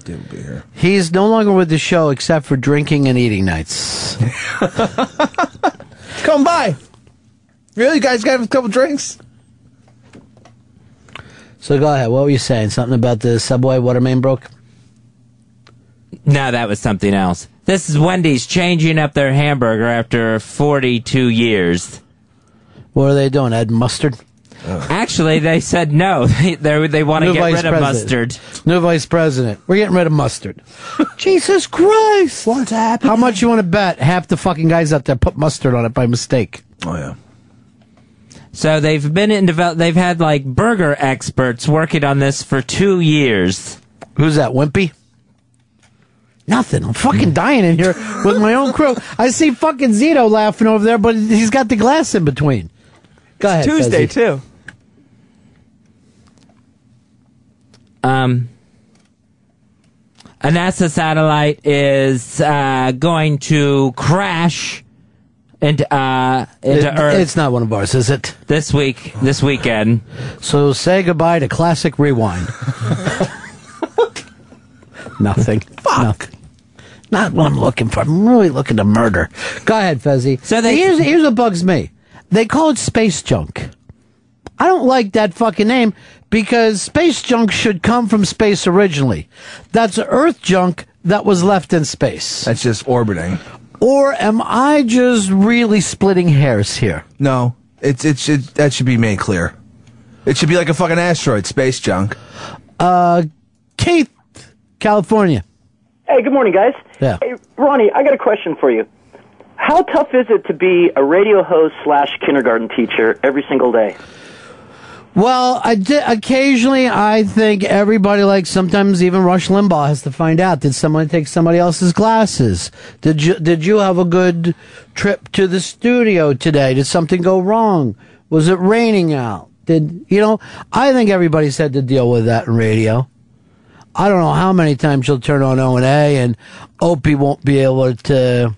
[SPEAKER 11] Dave will be here.
[SPEAKER 9] He's no longer with the show except for drinking and eating nights.
[SPEAKER 11] Come by. Really, you guys got a couple drinks?
[SPEAKER 9] so go ahead. What were you saying? Something about the subway water main broke?
[SPEAKER 14] No, that was something else. This is Wendy's changing up their hamburger after 42 years.
[SPEAKER 9] What are they doing? Add mustard?
[SPEAKER 11] Uh,
[SPEAKER 14] Actually, they said no. They they, they want to
[SPEAKER 9] New
[SPEAKER 14] get
[SPEAKER 9] vice
[SPEAKER 14] rid of
[SPEAKER 9] president.
[SPEAKER 14] mustard.
[SPEAKER 9] New vice president. We're getting rid of mustard. Jesus Christ! What's happening? How much you want to bet? Half the fucking guys out there put mustard on it by mistake.
[SPEAKER 11] Oh yeah.
[SPEAKER 14] So they've been in develop. They've had like burger experts working on this for two years.
[SPEAKER 9] Who's that? Wimpy. Nothing. I'm fucking dying in here with my own crew. I see fucking Zito laughing over there, but he's got the glass in between. Go ahead.
[SPEAKER 13] Tuesday
[SPEAKER 9] Fezzi.
[SPEAKER 13] too.
[SPEAKER 14] Um, a NASA satellite is uh, going to crash into uh, into
[SPEAKER 9] It-
[SPEAKER 14] Earth.
[SPEAKER 9] It's not one of ours, is it?
[SPEAKER 14] This week, this weekend.
[SPEAKER 9] So say goodbye to Classic Rewind. Nothing. Fuck. Not what I'm looking for. I'm really looking to murder. Go ahead, Fezzi. So
[SPEAKER 14] they-
[SPEAKER 9] here's here's what bugs me. They call it space junk. I don't like that fucking name because space junk should come from space originally. That's Earth junk that was left in space.
[SPEAKER 11] That's just orbiting.
[SPEAKER 9] Or am I just really splitting hairs here?
[SPEAKER 11] No, it's it should that should be made clear. It should be like a fucking asteroid, space junk.
[SPEAKER 9] Uh, Keith, California.
[SPEAKER 2] Hey, good morning, guys.
[SPEAKER 9] Yeah.
[SPEAKER 2] Hey, Ronnie, I got a question for you. How tough is it to be a radio host slash kindergarten teacher every single day?
[SPEAKER 9] Well, I di- occasionally I think everybody, like sometimes even Rush Limbaugh, has to find out did someone take somebody else's glasses? Did you did you have a good trip to the studio today? Did something go wrong? Was it raining out? Did you know? I think everybody's had to deal with that in radio. I don't know how many times you'll turn on O and A, and Opie won't be able to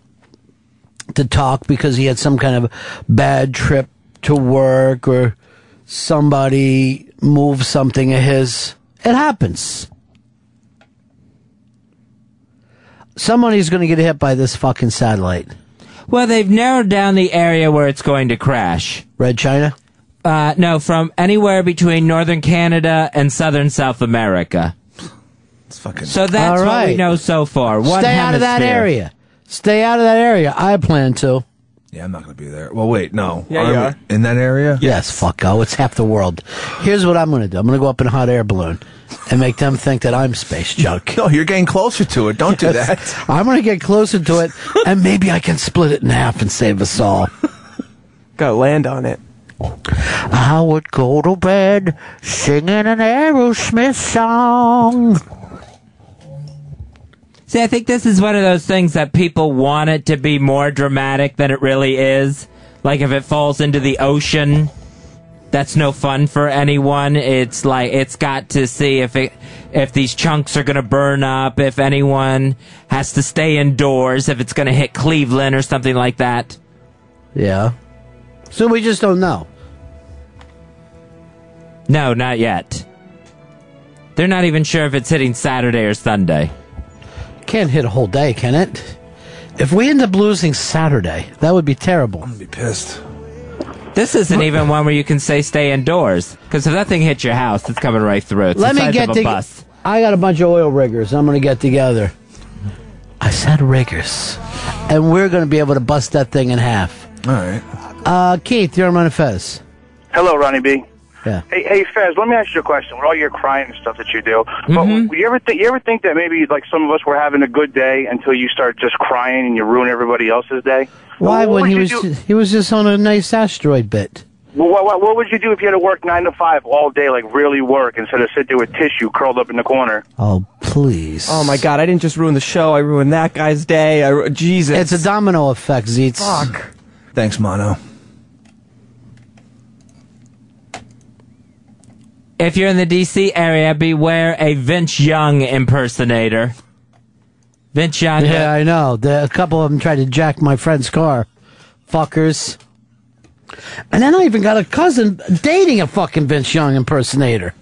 [SPEAKER 9] to talk because he had some kind of bad trip to work or somebody moved something of his. It happens. Somebody's going to get hit by this fucking satellite.
[SPEAKER 14] Well, they've narrowed down the area where it's going to crash.
[SPEAKER 9] Red China?
[SPEAKER 14] Uh, no, from anywhere between northern Canada and southern South America. It's
[SPEAKER 11] fucking.
[SPEAKER 14] So that's
[SPEAKER 9] All
[SPEAKER 14] what we
[SPEAKER 9] right.
[SPEAKER 14] know so far. One
[SPEAKER 9] Stay out of that
[SPEAKER 14] hemisphere.
[SPEAKER 9] area. Stay out of that area. I plan to.
[SPEAKER 11] Yeah, I'm not gonna be there. Well, wait, no.
[SPEAKER 9] Yeah, you
[SPEAKER 11] I'm
[SPEAKER 9] are.
[SPEAKER 11] In that area?
[SPEAKER 9] Yes, fucko. It's half the world. Here's what I'm going to do I'm going to go up in a hot air balloon and make them think that I'm space junk.
[SPEAKER 11] No, you're getting closer to it. Don't do
[SPEAKER 9] Yes.
[SPEAKER 11] that.
[SPEAKER 9] I'm going to get closer to it, and maybe I can split it in half and save us all.
[SPEAKER 13] Gotta land on it.
[SPEAKER 9] I would go to bed singing an Aerosmith song.
[SPEAKER 14] See, I think this is one of those things that people want it to be more dramatic than it really is. Like if it falls into the ocean, that's no fun for anyone. It's like it's got to see if it if these chunks are gonna burn up, if anyone has to stay indoors, if it's gonna hit Cleveland or something like that.
[SPEAKER 9] Yeah. So we just don't know.
[SPEAKER 14] No, not yet. They're not even sure if it's hitting Saturday or Sunday.
[SPEAKER 9] Can't hit a whole day, can it? If we end up losing Saturday, that would be terrible. I'm
[SPEAKER 11] gonna be pissed.
[SPEAKER 14] This isn't even one where you can say stay indoors because if that thing hits your house, it's coming right through. It's
[SPEAKER 9] Let me
[SPEAKER 14] the size
[SPEAKER 9] get
[SPEAKER 14] of a
[SPEAKER 9] to.
[SPEAKER 14] bus.
[SPEAKER 9] I got a bunch of oil riggers. I'm gonna get together. I said riggers, and we're gonna be able to bust that thing in half. All right. Uh, Keith, you're on Run and Fez.
[SPEAKER 21] Hello, Ronnie B.
[SPEAKER 9] Yeah.
[SPEAKER 21] Hey, hey, Fez. Let me ask you a question. With all your crying and stuff that you do,
[SPEAKER 9] Mm-hmm.
[SPEAKER 21] but you ever think you ever think that maybe like some of us were having a good day until you start just crying and you ruin everybody else's day?
[SPEAKER 9] Why?
[SPEAKER 21] What
[SPEAKER 9] When
[SPEAKER 21] would
[SPEAKER 9] he
[SPEAKER 21] you
[SPEAKER 9] was
[SPEAKER 21] do-
[SPEAKER 9] he was just on a nice asteroid bit.
[SPEAKER 21] Well, what, what, what would you do if you had to work nine to five all day, like really work, instead of sit there with tissue curled up in the corner?
[SPEAKER 9] Oh, please.
[SPEAKER 13] Oh, my God. I didn't just ruin the show. I ruined that guy's day. I, ru- Jesus. It's
[SPEAKER 9] a domino effect, Zeets.
[SPEAKER 13] Fuck.
[SPEAKER 11] Thanks, Mono.
[SPEAKER 14] If you're in the D.C. area, beware a Vince Young impersonator. Vince Young. uh,
[SPEAKER 9] Yeah, I know. The, a couple of them tried to jack my friend's car, fuckers. And then I even got a cousin dating a fucking Vince Young impersonator.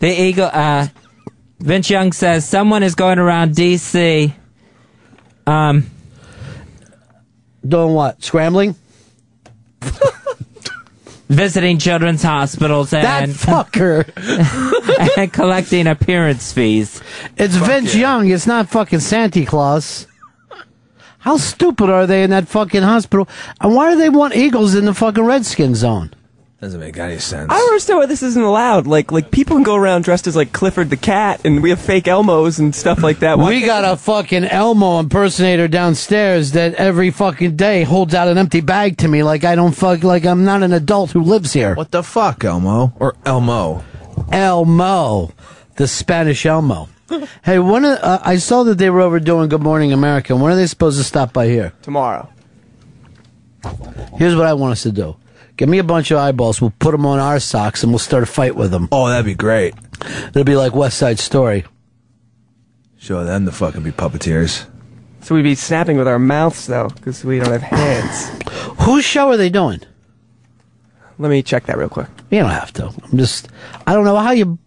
[SPEAKER 14] The Eagle. Uh, Vince Young says someone is going around D.C. Um,
[SPEAKER 9] Doing what? Scrambling?
[SPEAKER 14] visiting children's hospitals and
[SPEAKER 9] That fucker
[SPEAKER 14] and collecting appearance fees.
[SPEAKER 9] It's Vince Young. It's not fucking Santa Claus. How stupid are they in that fucking hospital? And why do they want Eagles in the fucking Redskin zone?
[SPEAKER 11] Doesn't make any sense.
[SPEAKER 13] I don't understand why this isn't allowed. Like, like people can go around dressed as like Clifford the Cat, and we have fake Elmos and stuff like that. Why
[SPEAKER 9] We
[SPEAKER 13] can't-
[SPEAKER 9] got a fucking Elmo impersonator downstairs that every fucking day holds out an empty bag to me like I don't fuck like I'm not an adult who lives here. What
[SPEAKER 11] the fuck, Elmo? Or Elmo?
[SPEAKER 9] Elmo, the Spanish Elmo. hey, one of uh, I saw that they were over doing Good Morning America. When are they supposed to stop by here?
[SPEAKER 13] tomorrow.
[SPEAKER 9] Here's what I want us to do. Give me a bunch of eyeballs. We'll put them on our socks and we'll start a fight with them.
[SPEAKER 11] Oh, that'd be great.
[SPEAKER 9] It'll be like West Side Story.
[SPEAKER 11] Show them the fucking be puppeteers.
[SPEAKER 13] So we'd be snapping with our mouths though, because we don't have hands.
[SPEAKER 9] Whose show are they doing?
[SPEAKER 13] Let me check that real quick.
[SPEAKER 9] You don't have to. I'm just. I don't know how you.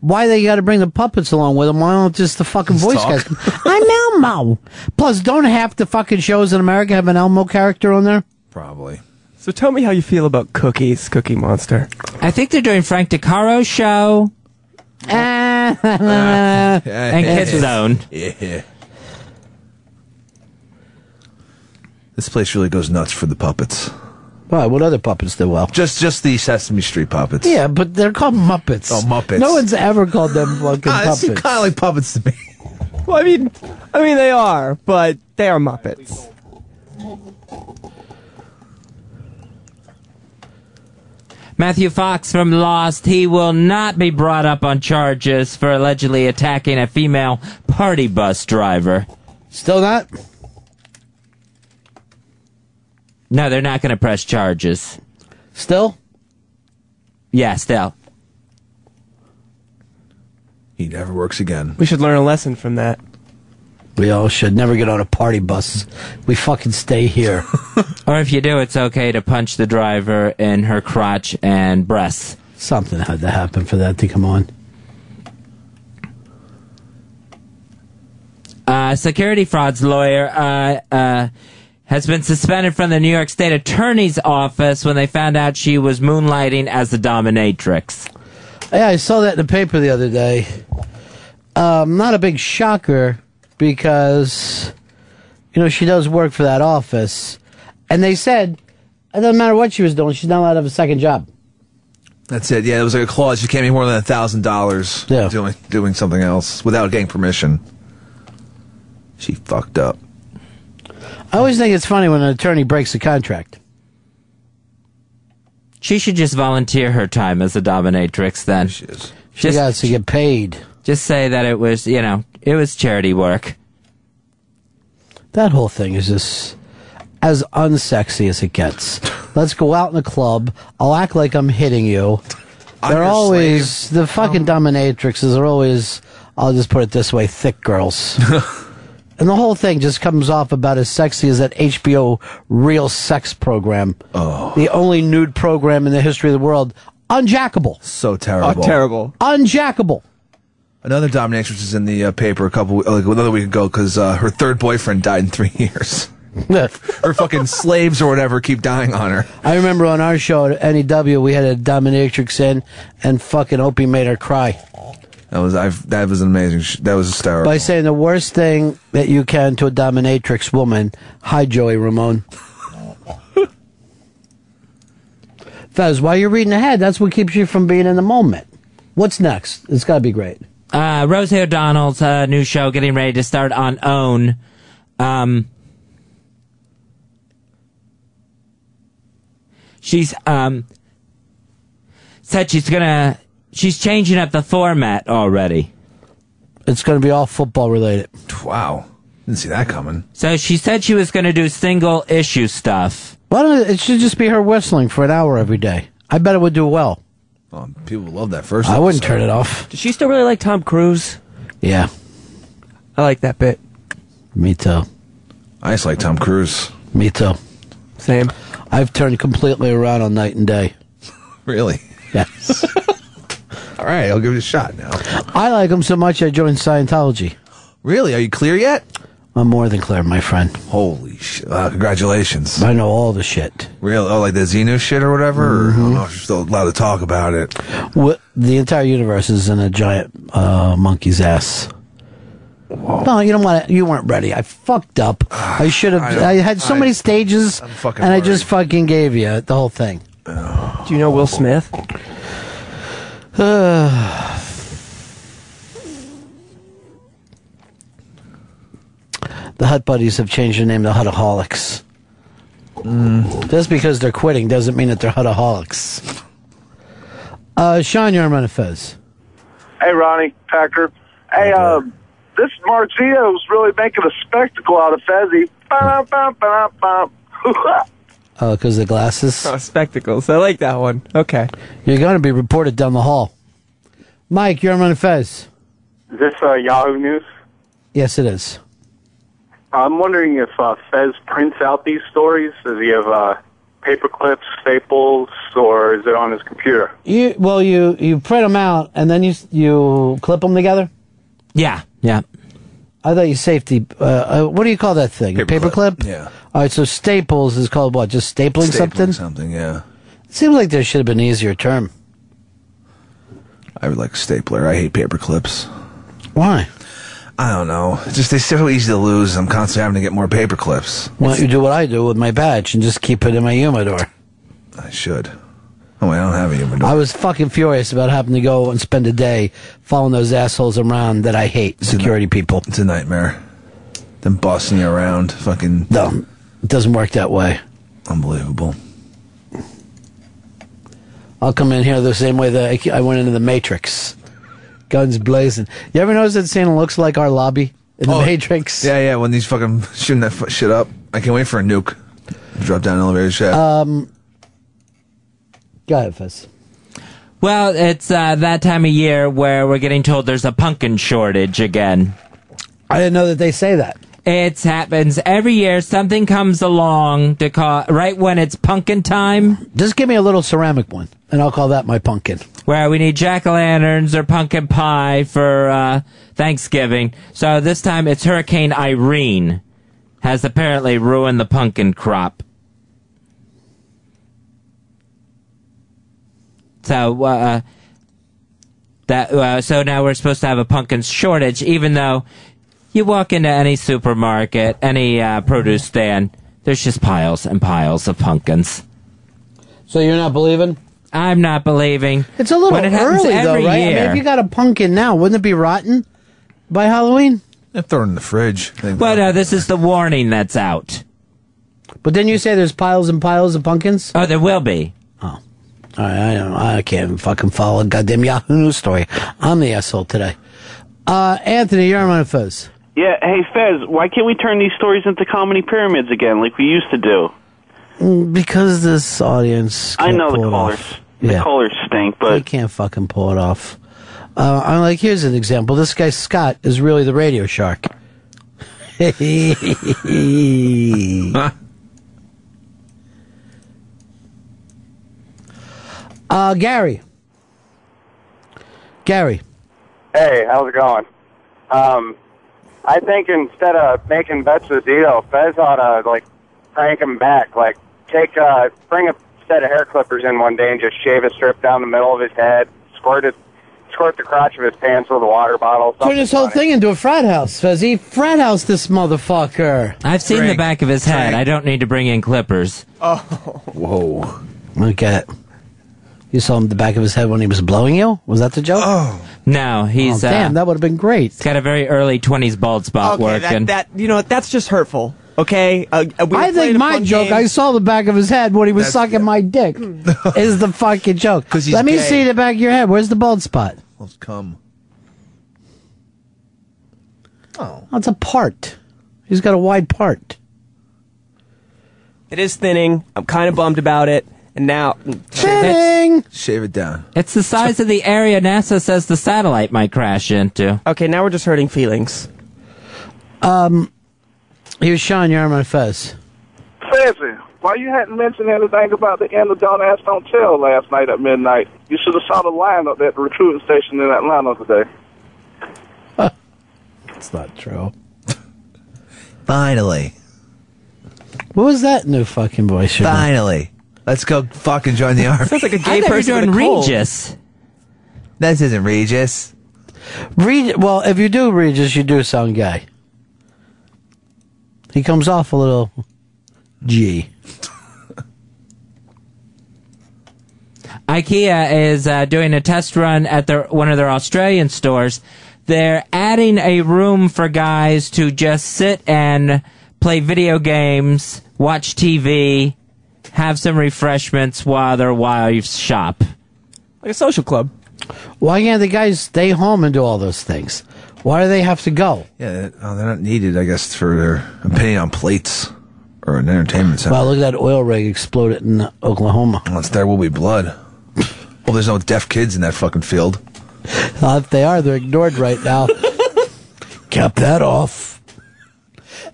[SPEAKER 9] Why they got to bring the puppets along with them? Why don't just the fucking voice
[SPEAKER 11] talk.
[SPEAKER 9] guys? I'm Elmo. Plus, don't half the fucking shows in America have an Elmo character on there?
[SPEAKER 11] Probably.
[SPEAKER 13] So tell me how you feel about cookies, Cookie Monster.
[SPEAKER 14] I think they're doing Frank DeCaro's show.
[SPEAKER 9] Eh.
[SPEAKER 14] and Kids Zone.
[SPEAKER 11] Yeah. This place really goes nuts for the puppets.
[SPEAKER 9] Why? What other puppets do well?
[SPEAKER 11] Just, just the Sesame Street puppets.
[SPEAKER 9] Yeah, but they're called Muppets.
[SPEAKER 11] Oh, Muppets.
[SPEAKER 9] No one's ever called them fucking
[SPEAKER 11] Ah, they
[SPEAKER 9] puppets.
[SPEAKER 11] seem kinda like puppets to me.
[SPEAKER 13] Well, I mean, I mean they are, but they are Muppets.
[SPEAKER 14] Matthew Fox from Lost, he will not be brought up on charges for allegedly attacking a female party bus driver.
[SPEAKER 9] Still not?
[SPEAKER 14] No, they're not going to press charges.
[SPEAKER 9] Still?
[SPEAKER 14] Yeah, still.
[SPEAKER 11] He never works again.
[SPEAKER 13] We should learn a lesson from that.
[SPEAKER 9] We all should never get on a party bus. We fucking stay here.
[SPEAKER 14] Or if you do, it's okay to punch the driver in her crotch and breasts.
[SPEAKER 9] Something had to happen for that to come on.
[SPEAKER 14] Uh, security frauds lawyer uh, uh, has been suspended from the New York State Attorney's Office when they found out she was moonlighting as a dominatrix.
[SPEAKER 9] Yeah, I saw that in the paper the other day. Um, not a big shocker because, you know, she does work for that office. And they said, it doesn't matter what she was doing, she's not allowed to have a second job.
[SPEAKER 11] That's it. Yeah, it was like a clause. You can't make more than a thousand dollars doing doing something else without getting permission. She fucked up.
[SPEAKER 9] I always think it's funny when an attorney breaks a contract.
[SPEAKER 14] She should just volunteer her time as a dominatrix then. She
[SPEAKER 11] is.
[SPEAKER 9] She has to get paid.
[SPEAKER 14] Just say that it was, you know, it was charity work.
[SPEAKER 9] That whole thing is just as unsexy as it gets. Let's go out in a club. I'll act like I'm hitting you.
[SPEAKER 11] I'm
[SPEAKER 9] They're
[SPEAKER 11] your
[SPEAKER 9] always the fucking dominatrixes are always. I'll just put it this way: thick girls. and the whole thing just comes off about as sexy as that HBO real sex program. Oh, the only nude program in the history of the world. Unjackable.
[SPEAKER 11] So terrible.
[SPEAKER 9] Unjackable.
[SPEAKER 11] Another dominatrix was in the uh, paper a couple like another week ago because uh, her third boyfriend died in three years. her fucking slaves or whatever keep dying on her.
[SPEAKER 9] I remember on our show at NEW we had a dominatrix in, and fucking Opie made her cry.
[SPEAKER 11] That was I've that was an amazing. Sh- that was hysterical.
[SPEAKER 9] By saying the worst thing that you can to a dominatrix woman. Hi, Joey Ramone. Fez, while you're reading ahead, that's what keeps you from being in the moment. What's next? It's got to be great.
[SPEAKER 14] Uh, Rosie O'Donnell's uh, new show getting ready to start on OWN. Um, she's um, said she's gonna she's changing up the format already.
[SPEAKER 9] It's going to be all football related.
[SPEAKER 11] Wow, didn't see that coming.
[SPEAKER 14] So she said she was gonna do single issue stuff.
[SPEAKER 9] Why don't it should just be her whistling for an hour every day? I bet it would do well.
[SPEAKER 11] Oh, People love that first.
[SPEAKER 9] I wouldn't
[SPEAKER 11] episode.
[SPEAKER 9] turn it off.
[SPEAKER 13] Does she still really like Tom Cruise?
[SPEAKER 9] Yeah,
[SPEAKER 13] I like that bit.
[SPEAKER 9] me too.
[SPEAKER 11] I just like Tom Cruise.
[SPEAKER 9] Me too.
[SPEAKER 13] Same.
[SPEAKER 9] I've turned completely around on night and day.
[SPEAKER 11] Really?
[SPEAKER 9] Yes.
[SPEAKER 11] All right, I'll give it a shot now.
[SPEAKER 9] I like him so much I joined Scientology.
[SPEAKER 11] Really? Are you clear yet?
[SPEAKER 9] I'm more than clear, my friend.
[SPEAKER 11] Holy shit! Uh, congratulations.
[SPEAKER 9] I know all the shit.
[SPEAKER 11] Real? Oh, like the Xenu shit or whatever. Or, I
[SPEAKER 9] Mm-hmm.
[SPEAKER 11] don't know if you're still allowed to talk about it.
[SPEAKER 9] What, the entire universe is in a giant uh, monkey's ass. No, you don't want to. You weren't ready. I fucked up. I should have.
[SPEAKER 13] I know.
[SPEAKER 9] I, had so
[SPEAKER 13] I-
[SPEAKER 9] many stages, and
[SPEAKER 13] fucking
[SPEAKER 9] I just fucking gave you the whole thing.
[SPEAKER 13] Do you know Will Smith?
[SPEAKER 9] the Hut Buddies have changed their name to Hutaholics. Just because they're quitting doesn't mean that they're Hutaholics. Uh, Sean, you're on Fez.
[SPEAKER 22] Hey, Ronnie Packer. Hey, uh, this Marzito's really making a spectacle out of Fezzi. Ba-dum, ba-dum, ba-dum, ba-dum.
[SPEAKER 9] Oh, because the glasses.
[SPEAKER 13] Oh, spectacles. I like that one. Okay.
[SPEAKER 9] You're going to be reported down the hall. Mike, you're on Fez.
[SPEAKER 4] Is this uh, Yahoo News?
[SPEAKER 9] Yes, it is.
[SPEAKER 4] I'm wondering if uh, Fez prints out these stories. Does he have uh, paper clips, staples, or is it on his computer?
[SPEAKER 9] You well, you you print them out and then you s- you clip them together.
[SPEAKER 14] Yeah, yeah.
[SPEAKER 9] I thought you safety. Uh, uh, what do you call that thing? Paper, clip. Yeah. All right. So staples is called what? Just stapling, something.
[SPEAKER 11] Something. Yeah.
[SPEAKER 9] It seems like there should have been an easier term.
[SPEAKER 11] I would like stapler. I hate paper clips.
[SPEAKER 9] Why?
[SPEAKER 11] I don't know. It's just they're so easy to lose. I'm constantly having to get more paper clips.
[SPEAKER 9] Why don't you do what I do with my badge and just keep it in my humidor?
[SPEAKER 11] I should. Oh, I don't have a humidor.
[SPEAKER 9] I was fucking furious about having to go and spend a day following those assholes around that I hate. Security people.
[SPEAKER 11] It's a nightmare. Them bossing you around, fucking.
[SPEAKER 9] No, it doesn't work that way.
[SPEAKER 11] Unbelievable.
[SPEAKER 9] I'll come in here the same way that I I went into the Matrix. Guns blazing. You ever notice that Santa looks like our lobby in the
[SPEAKER 11] Oh,
[SPEAKER 9] Matrix?
[SPEAKER 11] Yeah, yeah. When these fucking shooting that fu- shit up, I can't wait for a nuke. to Drop down an elevator shaft.
[SPEAKER 9] Um, go ahead, Fez.
[SPEAKER 14] Well, it's uh, that time of year where we're getting told there's a pumpkin shortage again.
[SPEAKER 9] I didn't know that they say that.
[SPEAKER 14] It happens every year. Something comes along to call right when it's pumpkin time,
[SPEAKER 9] Just give me a little ceramic one, and I'll call that my pumpkin.
[SPEAKER 14] where we need jack o' lanterns or pumpkin pie for uh, Thanksgiving. So this time it's Hurricane Irene has apparently ruined the pumpkin crop. So uh, that uh, so now we're supposed to have a pumpkin shortage, even though you walk into any supermarket, any uh,
[SPEAKER 9] Mm-hmm.
[SPEAKER 14] produce stand, there's just piles and piles of pumpkins.
[SPEAKER 9] So you're not believing?
[SPEAKER 14] I'm not believing.
[SPEAKER 9] It's a little
[SPEAKER 14] But it happens
[SPEAKER 9] early, though,
[SPEAKER 14] every
[SPEAKER 9] right? I mean,
[SPEAKER 14] year.
[SPEAKER 9] if you got a pumpkin now, wouldn't it be rotten by Halloween?
[SPEAKER 11] Throw it in the fridge. I think
[SPEAKER 14] Well, no, this is the warning that's out.
[SPEAKER 9] But then you say there's piles and piles of pumpkins.
[SPEAKER 14] Oh, there will be.
[SPEAKER 9] All right, I don't. I can't even fucking follow a goddamn Yahoo News story. I'm the asshole today. Uh, Anthony, you're on Fez.
[SPEAKER 1] Yeah, hey Fez, why can't we turn these stories into comedy pyramids again, like we used to do?
[SPEAKER 9] Mm, Because this audience.
[SPEAKER 1] I
[SPEAKER 9] can't
[SPEAKER 1] know the
[SPEAKER 9] pull it
[SPEAKER 1] callers.
[SPEAKER 9] off.
[SPEAKER 1] The
[SPEAKER 9] Yeah.
[SPEAKER 1] callers stink,
[SPEAKER 9] They
[SPEAKER 1] but
[SPEAKER 9] can't fucking pull it off. Uh, I'm like, here's an example. This guy Scott is really the radio shark. uh, Uh, Gary. Gary.
[SPEAKER 6] Hey, how's it going? Um, I think instead of making bets with Zito, Fez ought to like crank him back. Like, take uh, bring a set of hair clippers in one day and just shave a strip down the middle of his head, squirt it, squirt the crotch of his pants with a water bottle.
[SPEAKER 9] Turn this whole thing into a frat house, Fezzy. Frat house this motherfucker.
[SPEAKER 14] I've seen the back of his head. I don't need to bring in clippers.
[SPEAKER 6] Oh,
[SPEAKER 9] Whoa. Look at it. You saw him the back of his head when he was blowing you? Was that the joke? Oh.
[SPEAKER 14] No, he's uh,
[SPEAKER 9] damn, that would have been great.
[SPEAKER 14] He's got a very early twenties bald spot
[SPEAKER 13] Okay,
[SPEAKER 14] working.
[SPEAKER 13] that, that you know what, that's just hurtful. Okay, uh, uh, we were
[SPEAKER 9] I
[SPEAKER 13] playing
[SPEAKER 9] think
[SPEAKER 13] a
[SPEAKER 9] my
[SPEAKER 13] fun
[SPEAKER 9] joke,
[SPEAKER 13] game.
[SPEAKER 9] I saw the back of his head when he was
[SPEAKER 13] That's-
[SPEAKER 9] sucking my dick, is the fucking joke.
[SPEAKER 11] he's
[SPEAKER 9] Let me
[SPEAKER 11] gay.
[SPEAKER 9] see the back of your head. Where's the bald spot?
[SPEAKER 11] Let's come.
[SPEAKER 9] That's a part. He's got a wide part.
[SPEAKER 13] It is thinning. I'm kind of bummed about it. And now, mm,
[SPEAKER 9] thinning.
[SPEAKER 11] Shave it down.
[SPEAKER 14] It's the size of the area NASA says the satellite might crash into.
[SPEAKER 13] Okay, now we're just hurting feelings.
[SPEAKER 9] Um, here's Sean, you're on my fez.
[SPEAKER 22] Fezzi, why you hadn't mentioned anything about the end of Don't Ask, Don't Tell last night at midnight? You should have saw the lineup at the recruiting station in Atlanta today.
[SPEAKER 9] It's not true.
[SPEAKER 11] Finally.
[SPEAKER 9] What was that new fucking voice? you're doing?
[SPEAKER 11] Finally. Let's go fucking join the army.
[SPEAKER 9] Sounds like a gay I thought you were person doing with a cold. Regis.
[SPEAKER 11] This isn't Regis.
[SPEAKER 9] Reg- well, if you do Regis, you do sound gay. He comes off a little G.
[SPEAKER 14] IKEA is uh, doing a test run at their one of their Australian stores. They're adding a room for guys to just sit and play video games, watch TV, have some refreshments while they're while you shop.
[SPEAKER 13] Like a social club.
[SPEAKER 9] Why can't the guys stay home and do all those things? Why do they have to go?
[SPEAKER 11] Yeah, oh, they're not needed, I guess, for their opinion on plates or an entertainment center.
[SPEAKER 9] Wow, Oh, look at that oil rig exploded in Oklahoma.
[SPEAKER 11] Unless there will be blood. Well, there's no deaf kids in that fucking field.
[SPEAKER 9] Uh, if they are, they're ignored right now. Cap that off.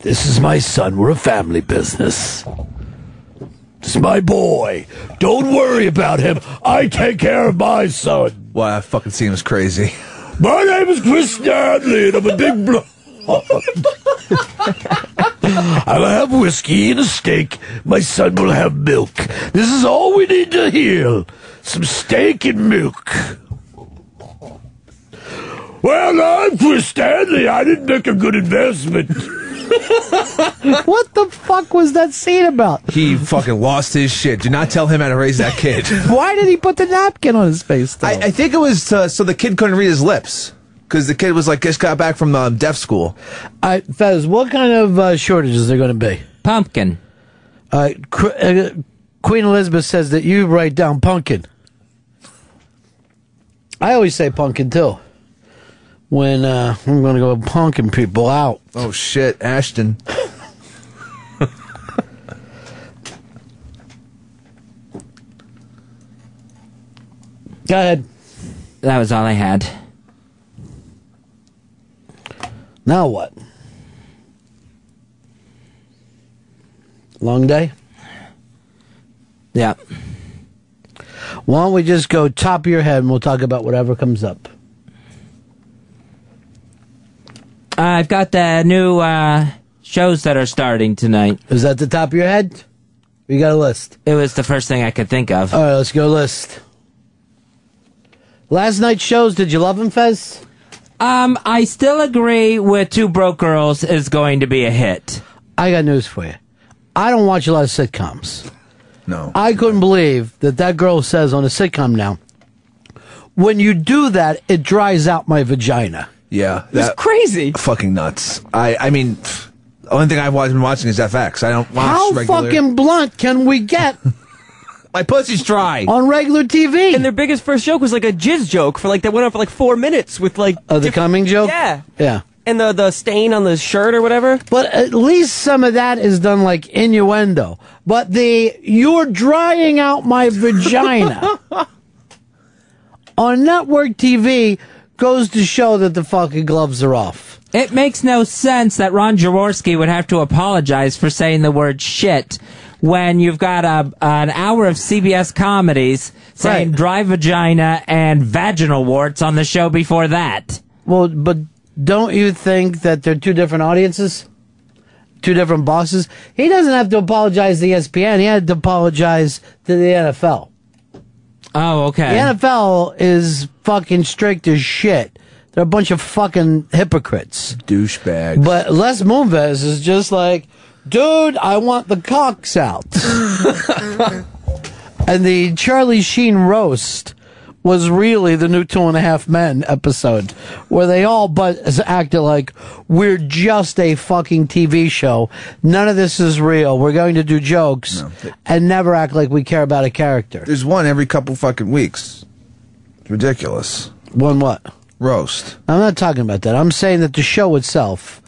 [SPEAKER 9] This is my son. We're a family business. This is my boy. Don't worry about him. I take care of my son.
[SPEAKER 11] Why, that fucking seems crazy.
[SPEAKER 9] My name is Chris Stanley, and I'm a big blood. I'll have whiskey and a steak. My son will have milk. This is all we need to heal. Some steak and milk. Well, I'm Chris Stanley. I didn't make a good investment. what the fuck was that scene about?
[SPEAKER 11] He fucking lost his shit. Do not tell him how to raise that kid.
[SPEAKER 9] Why did he put the napkin on his face? Though?
[SPEAKER 11] I, I think it was uh, so the kid couldn't read his lips because the kid was like just got back from um, deaf school.
[SPEAKER 9] I Fez, what kind of uh, shortages are going to be?
[SPEAKER 14] Pumpkin.
[SPEAKER 9] Uh, Cr- uh, Queen Elizabeth says that you write down pumpkin. I always say pumpkin too. When uh, I'm going to go punking people out.
[SPEAKER 11] Oh shit, Ashton.
[SPEAKER 9] Go ahead.
[SPEAKER 14] That was all I had.
[SPEAKER 9] Now what? Long day?
[SPEAKER 14] Yeah.
[SPEAKER 9] Why don't we just go top of your head and we'll talk about whatever comes up?
[SPEAKER 14] Uh, I've got the new uh, shows that are starting tonight.
[SPEAKER 9] Is that the top of your head? We got a list.
[SPEAKER 14] It was the first thing I could think of.
[SPEAKER 9] All right, let's go list. Last night's shows, did you love them, Fez?
[SPEAKER 14] Um, I still agree with Two Broke Girls is going to be a hit.
[SPEAKER 9] I got news for you. I don't watch a lot of sitcoms.
[SPEAKER 11] No.
[SPEAKER 9] I couldn't believe that that girl says on a sitcom now, when you do that, it dries out my vagina.
[SPEAKER 11] Yeah,
[SPEAKER 9] That's
[SPEAKER 13] crazy.
[SPEAKER 11] Fucking nuts. I I mean, pff, the only thing I've wa- been watching is FX. I don't watch
[SPEAKER 9] How
[SPEAKER 11] regular.
[SPEAKER 9] fucking blunt can we get?
[SPEAKER 11] My pussy's dry.
[SPEAKER 9] on regular TV.
[SPEAKER 13] And their biggest first joke was like a jizz joke for like that went on for like four minutes with like
[SPEAKER 9] Oh, the coming joke?
[SPEAKER 13] Yeah.
[SPEAKER 9] Yeah.
[SPEAKER 13] and the the stain on the shirt or whatever.
[SPEAKER 9] But at least some of that is done like innuendo. But the you're drying out my vagina on network TV goes to show that the fucking gloves are off.
[SPEAKER 14] It makes no sense that Ron Jaworski would have to apologize for saying the word shit when you've got a, an hour of CBS comedies saying dry vagina and vaginal warts on the show before that.
[SPEAKER 9] Well, but don't you think that they're two different audiences? Two different bosses? He doesn't have to apologize to E ESPN. He had to apologize to the NFL.
[SPEAKER 14] Oh, okay.
[SPEAKER 9] The NFL is fucking strict as shit. They're a bunch of fucking hypocrites.
[SPEAKER 11] Douchebags.
[SPEAKER 9] But Les Moonves is just like, dude, I want the cocks out. and the Charlie Sheen roast was really the new Two and a Half Men episode, where they all but acted like we're just a fucking TV show. None of this is real. We're going to do jokes and never act like we care about a character.
[SPEAKER 11] There's one every couple fucking weeks. It's ridiculous.
[SPEAKER 9] One what?
[SPEAKER 11] Roast.
[SPEAKER 9] I'm not talking about that. I'm saying that the show itself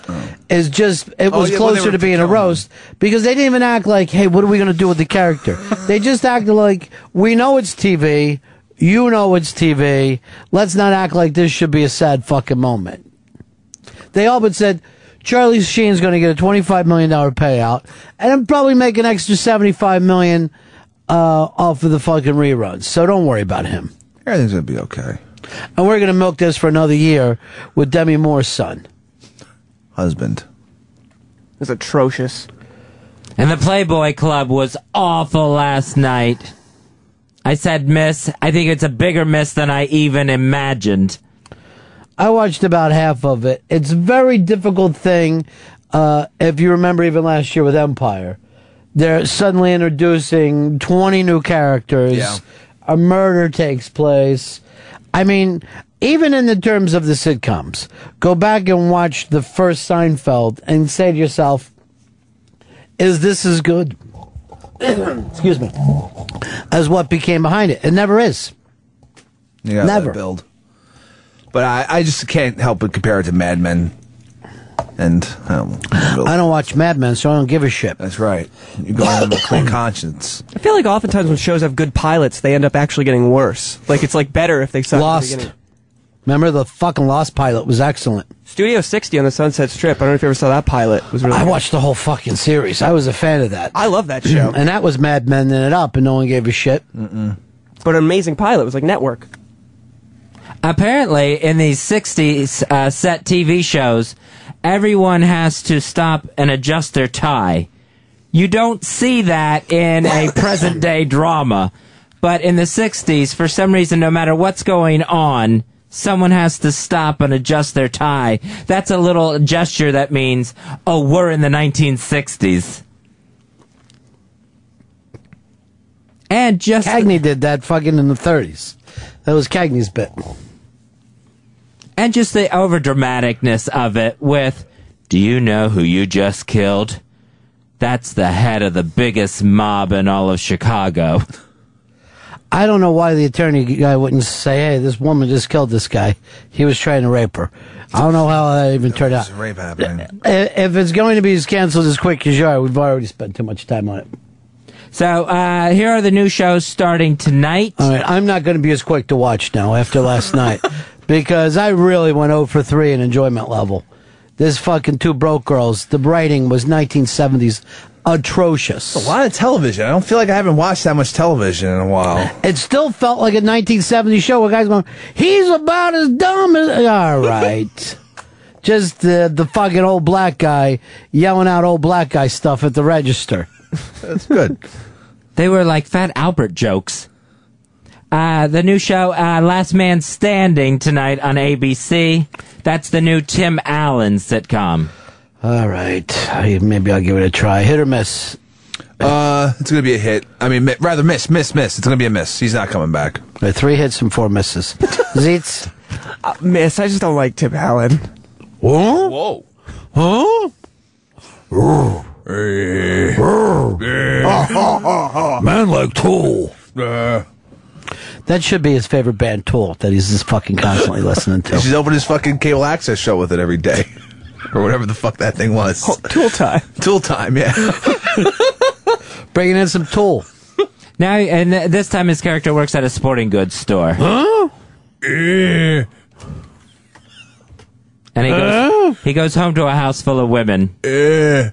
[SPEAKER 9] is just it
[SPEAKER 11] Oh,
[SPEAKER 9] was
[SPEAKER 11] yeah, well, they
[SPEAKER 9] closer
[SPEAKER 11] were
[SPEAKER 9] to being a roast because they didn't even act like, hey, what are we gonna do with the character? they just acted like we know it's TV, you know it's TV. Let's not act like this should be a sad fucking moment. They all but said Charlie Sheen's going to get a twenty-five million dollar payout, and I'm probably make an extra seventy-five million uh, off of the fucking reruns. So don't worry about him.
[SPEAKER 11] Everything's gonna be okay.
[SPEAKER 9] And we're going to milk this for another year with Demi Moore's son.
[SPEAKER 11] Husband.
[SPEAKER 13] It's atrocious.
[SPEAKER 14] And the Playboy Club was awful last night. I said miss. I think it's a bigger miss than I even imagined.
[SPEAKER 9] I watched about half of it. It's a very difficult thing. Uh, if you remember, even last year with Empire, they're suddenly introducing 20 new characters.
[SPEAKER 11] Yeah.
[SPEAKER 9] A murder takes place. I mean, even in the terms of the sitcoms, go back and watch the first Seinfeld and say to yourself, is this as good? Excuse me. As what became behind it. It never is.
[SPEAKER 11] You gotta let
[SPEAKER 9] Never.
[SPEAKER 11] it build. But I, I just can't help but compare it to Mad Men. And I don't, I
[SPEAKER 9] don't watch Mad Men, so I don't give a shit.
[SPEAKER 11] That's right. You go on with a clean conscience.
[SPEAKER 13] I feel like oftentimes when shows have good pilots, they end up actually getting worse. Like it's like better if they suck. at the
[SPEAKER 9] Lost.
[SPEAKER 13] beginning.
[SPEAKER 9] Remember the fucking Lost pilot was excellent.
[SPEAKER 13] Studio 60 on the Sunset Strip. I don't know if you ever saw that pilot. It was really
[SPEAKER 9] I
[SPEAKER 13] good.
[SPEAKER 9] watched the whole fucking series. I was a fan of that.
[SPEAKER 13] I love that show.
[SPEAKER 9] and that was Mad Men in it up, and no one gave a shit. Mm-mm.
[SPEAKER 13] But an amazing pilot. It was like network.
[SPEAKER 14] Apparently, in these 60s uh, set TV shows, everyone has to stop and adjust their tie. You don't see that in a present day drama. But in the 60s, for some reason, no matter what's going on, someone has to stop and adjust their tie. That's a little gesture that means, oh, we're in the 1960s. And just
[SPEAKER 9] Cagney did that fucking in the '30s. That was Cagney's bit.
[SPEAKER 14] and just the overdramaticness of it with do you know who you just killed that's the head of the biggest mob in all of chicago
[SPEAKER 9] I don't know why the attorney guy wouldn't say, "Hey, this woman just killed this guy. He was trying to rape her." I don't know how that even turned out.
[SPEAKER 11] It's a rape happening.
[SPEAKER 9] I- If it's going to be as canceled as quick as you are, we've already spent too much time on it.
[SPEAKER 14] so uh, here are the new shows starting tonight
[SPEAKER 9] All right, I'm not going to be as quick to watch now after last night because I really went 0 for 3 in enjoyment level. This fucking Two Broke Girls, the writing was 1970s atrocious.
[SPEAKER 11] A lot of television. I don't feel like I haven't watched that much television in a while.
[SPEAKER 9] It still felt like a 1970s show where guys going, he's about as dumb as. All right. Just the, the fucking old black guy yelling out old black guy stuff at the register.
[SPEAKER 11] That's good.
[SPEAKER 14] they were like fat albert jokes uh, the new show uh, last man standing tonight on abc that's the new tim allen sitcom
[SPEAKER 9] All right. I- Maybe I'll give it a try. Hit or miss.
[SPEAKER 11] Uh, it's gonna be a hit. I mean, mi- rather miss, miss, miss. It's gonna be a miss. He's not coming back.
[SPEAKER 9] Uh, Three hits and four misses. Zeitz.
[SPEAKER 13] Uh, miss, I just don't like Tim Allen.
[SPEAKER 9] Whoa.
[SPEAKER 11] Whoa.
[SPEAKER 9] Huh?
[SPEAKER 11] Oh.
[SPEAKER 9] Man like Tool. Uh. That should be his favorite band, Tool, that he's just fucking constantly listening to.
[SPEAKER 11] He's open his fucking cable access show with it every day. or whatever the fuck that thing was.
[SPEAKER 13] tool time.
[SPEAKER 11] Tool time, yeah.
[SPEAKER 9] Bringing in some tool.
[SPEAKER 14] Now, and th- this time his character works at a sporting goods store.
[SPEAKER 9] Huh?
[SPEAKER 14] and he goes, he goes home to a house full of women.
[SPEAKER 11] Huh?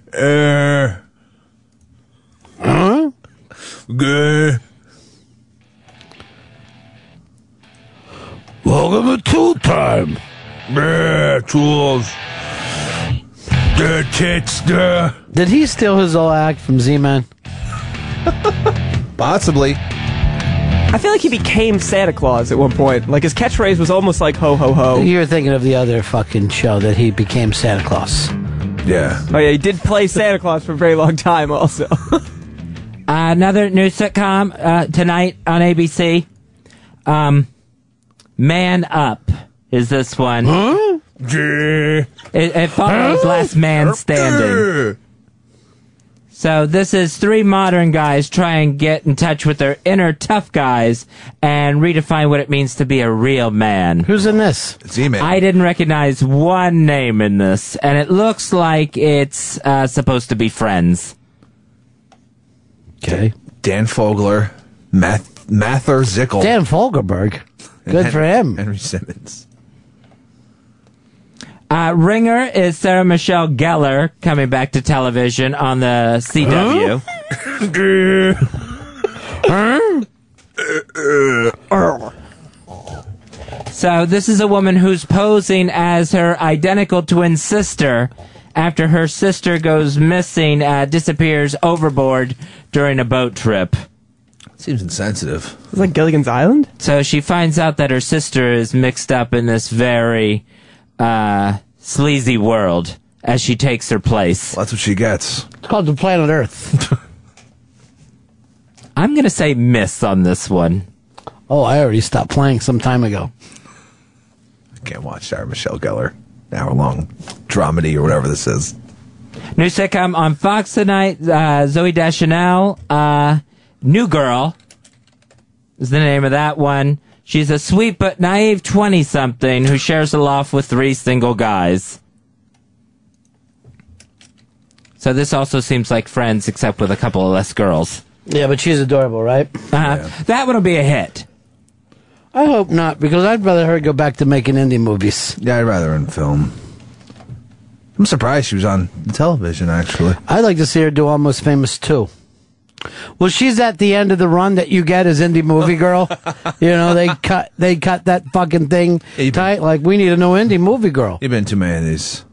[SPEAKER 1] Welcome to Tool Time. Yeah, tools. The tits, the.
[SPEAKER 9] Did he steal his old act from Z-Man?
[SPEAKER 11] Possibly.
[SPEAKER 13] I feel like he became Santa Claus at one point. Like his catchphrase was almost like ho ho
[SPEAKER 11] Oh.
[SPEAKER 13] ho.
[SPEAKER 9] You're thinking of the other fucking show that he became Santa Claus.
[SPEAKER 11] Yeah.
[SPEAKER 13] Oh yeah, he did play Santa Claus for a very long time also.
[SPEAKER 14] another new sitcom uh, tonight on ABC. Um, Man Up is this one. Huh? It, it follows
[SPEAKER 1] Huh?
[SPEAKER 14] Last Man Standing. So this is three modern guys try and get in touch with their inner tough guys and redefine what it means to be a real man.
[SPEAKER 9] Who's in this?
[SPEAKER 11] Z-Man.
[SPEAKER 14] I didn't recognize one name in this, and it looks like it's uh, supposed to be Friends.
[SPEAKER 9] Okay.
[SPEAKER 11] Dan Fogler, Math, Mather Zickel.
[SPEAKER 9] Dan Fogelberg.
[SPEAKER 11] and
[SPEAKER 9] Good
[SPEAKER 11] Hen-
[SPEAKER 9] for him.
[SPEAKER 11] Henry Simmons.
[SPEAKER 14] Uh, Ringer is Sarah Michelle Gellar coming back to television on the CW.
[SPEAKER 11] Uh,
[SPEAKER 14] So this is a woman who's posing as her identical twin sister after her sister goes missing, uh, disappears overboard during a boat trip.
[SPEAKER 11] Seems insensitive.
[SPEAKER 13] It's like Gilligan's Island.
[SPEAKER 14] So she finds out that her sister is mixed up in this very uh, sleazy world as she takes her place.
[SPEAKER 11] that's what she gets.
[SPEAKER 9] It's called the Planet Earth.
[SPEAKER 14] I'm gonna say miss on this one.
[SPEAKER 9] oh, I already stopped playing some time ago.
[SPEAKER 11] Can't watch Sarah Michelle Gellar. Hour long dramedy or whatever this is.
[SPEAKER 14] New sitcom on Fox tonight. Uh, Zoe Deschanel, uh, New Girl is the name of that one. She's a sweet but naive 20 something who shares a loft with three single guys. So this also seems like Friends, except with a couple of less girls.
[SPEAKER 9] Yeah, but she's adorable, right?
[SPEAKER 14] Uh,
[SPEAKER 9] Uh-huh.
[SPEAKER 14] That one will be a hit.
[SPEAKER 9] I hope not, because I'd rather her go back to making indie movies.
[SPEAKER 11] Yeah, I'd rather in film. I'm surprised she was on television, actually.
[SPEAKER 9] I'd like to see her do Almost Famous too. Well, she's at the end of the run that you get as indie movie girl. you know, they cut they cut that fucking thing tight. Like we need a new indie movie girl.
[SPEAKER 11] You've been to many of these.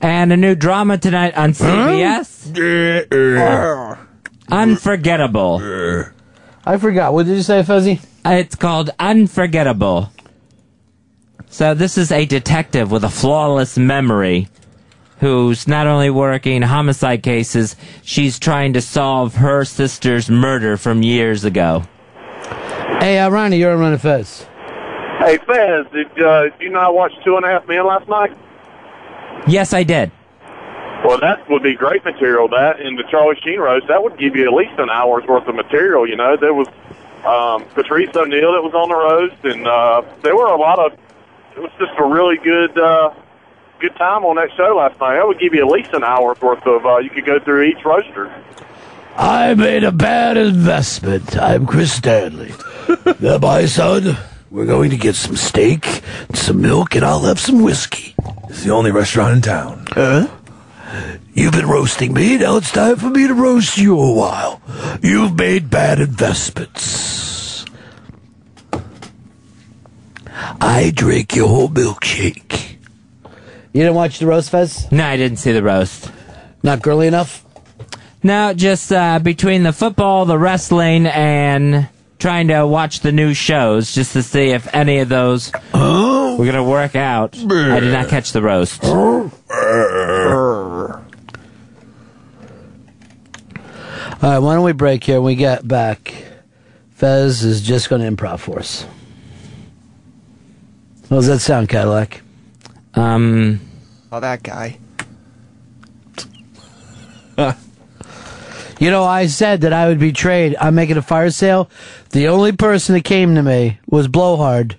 [SPEAKER 14] And a new drama tonight on CBS.
[SPEAKER 13] Hmm.
[SPEAKER 14] Unforgettable. Uh,
[SPEAKER 9] I forgot. What did you say, Fuzzy?
[SPEAKER 14] It's called Unforgettable. So this is a detective with a flawless memory who's not only working homicide cases, she's trying to solve her sister's murder from years ago.
[SPEAKER 9] Hey, uh, Ronnie, you're on Run of Fez.
[SPEAKER 4] Hey, Fez, did uh, you not watch Two and a Half Men last night?
[SPEAKER 14] Yes, I did.
[SPEAKER 4] Well, that would be great material. That and the Charlie Sheen roast, that would give you at least an hour's worth of material. You know, there was um, Patrice O'Neill that was on the roast, and uh, there were a lot of. It was just a really good, uh, good time on that show last night. That would give you at least an hour's worth of. Uh, you could go through each roaster.
[SPEAKER 1] I made a bad investment. I'm Chris Stanley. now, my son, we're going to get some steak, some milk, and I'll have some whiskey.
[SPEAKER 11] It's the only restaurant in town.
[SPEAKER 1] Huh? You've been roasting me. Now it's time for me to roast you a while. You've made bad investments. I drink your whole milkshake.
[SPEAKER 9] You didn't watch the roast fest?
[SPEAKER 14] No, I didn't see the roast.
[SPEAKER 9] Not girly enough?
[SPEAKER 14] No, just uh, between the football, the wrestling, and trying to watch the new shows just to see if any of those were going to work out. I did not catch the roast.
[SPEAKER 9] All right, why don't we break here? When we get back, Fez is just going to improv for us. How does that sound, Cadillac?
[SPEAKER 14] Um,
[SPEAKER 13] Oh, that guy.
[SPEAKER 9] You know, I said that I would be trade. I'm making a fire sale. The only person that came to me was Blowhard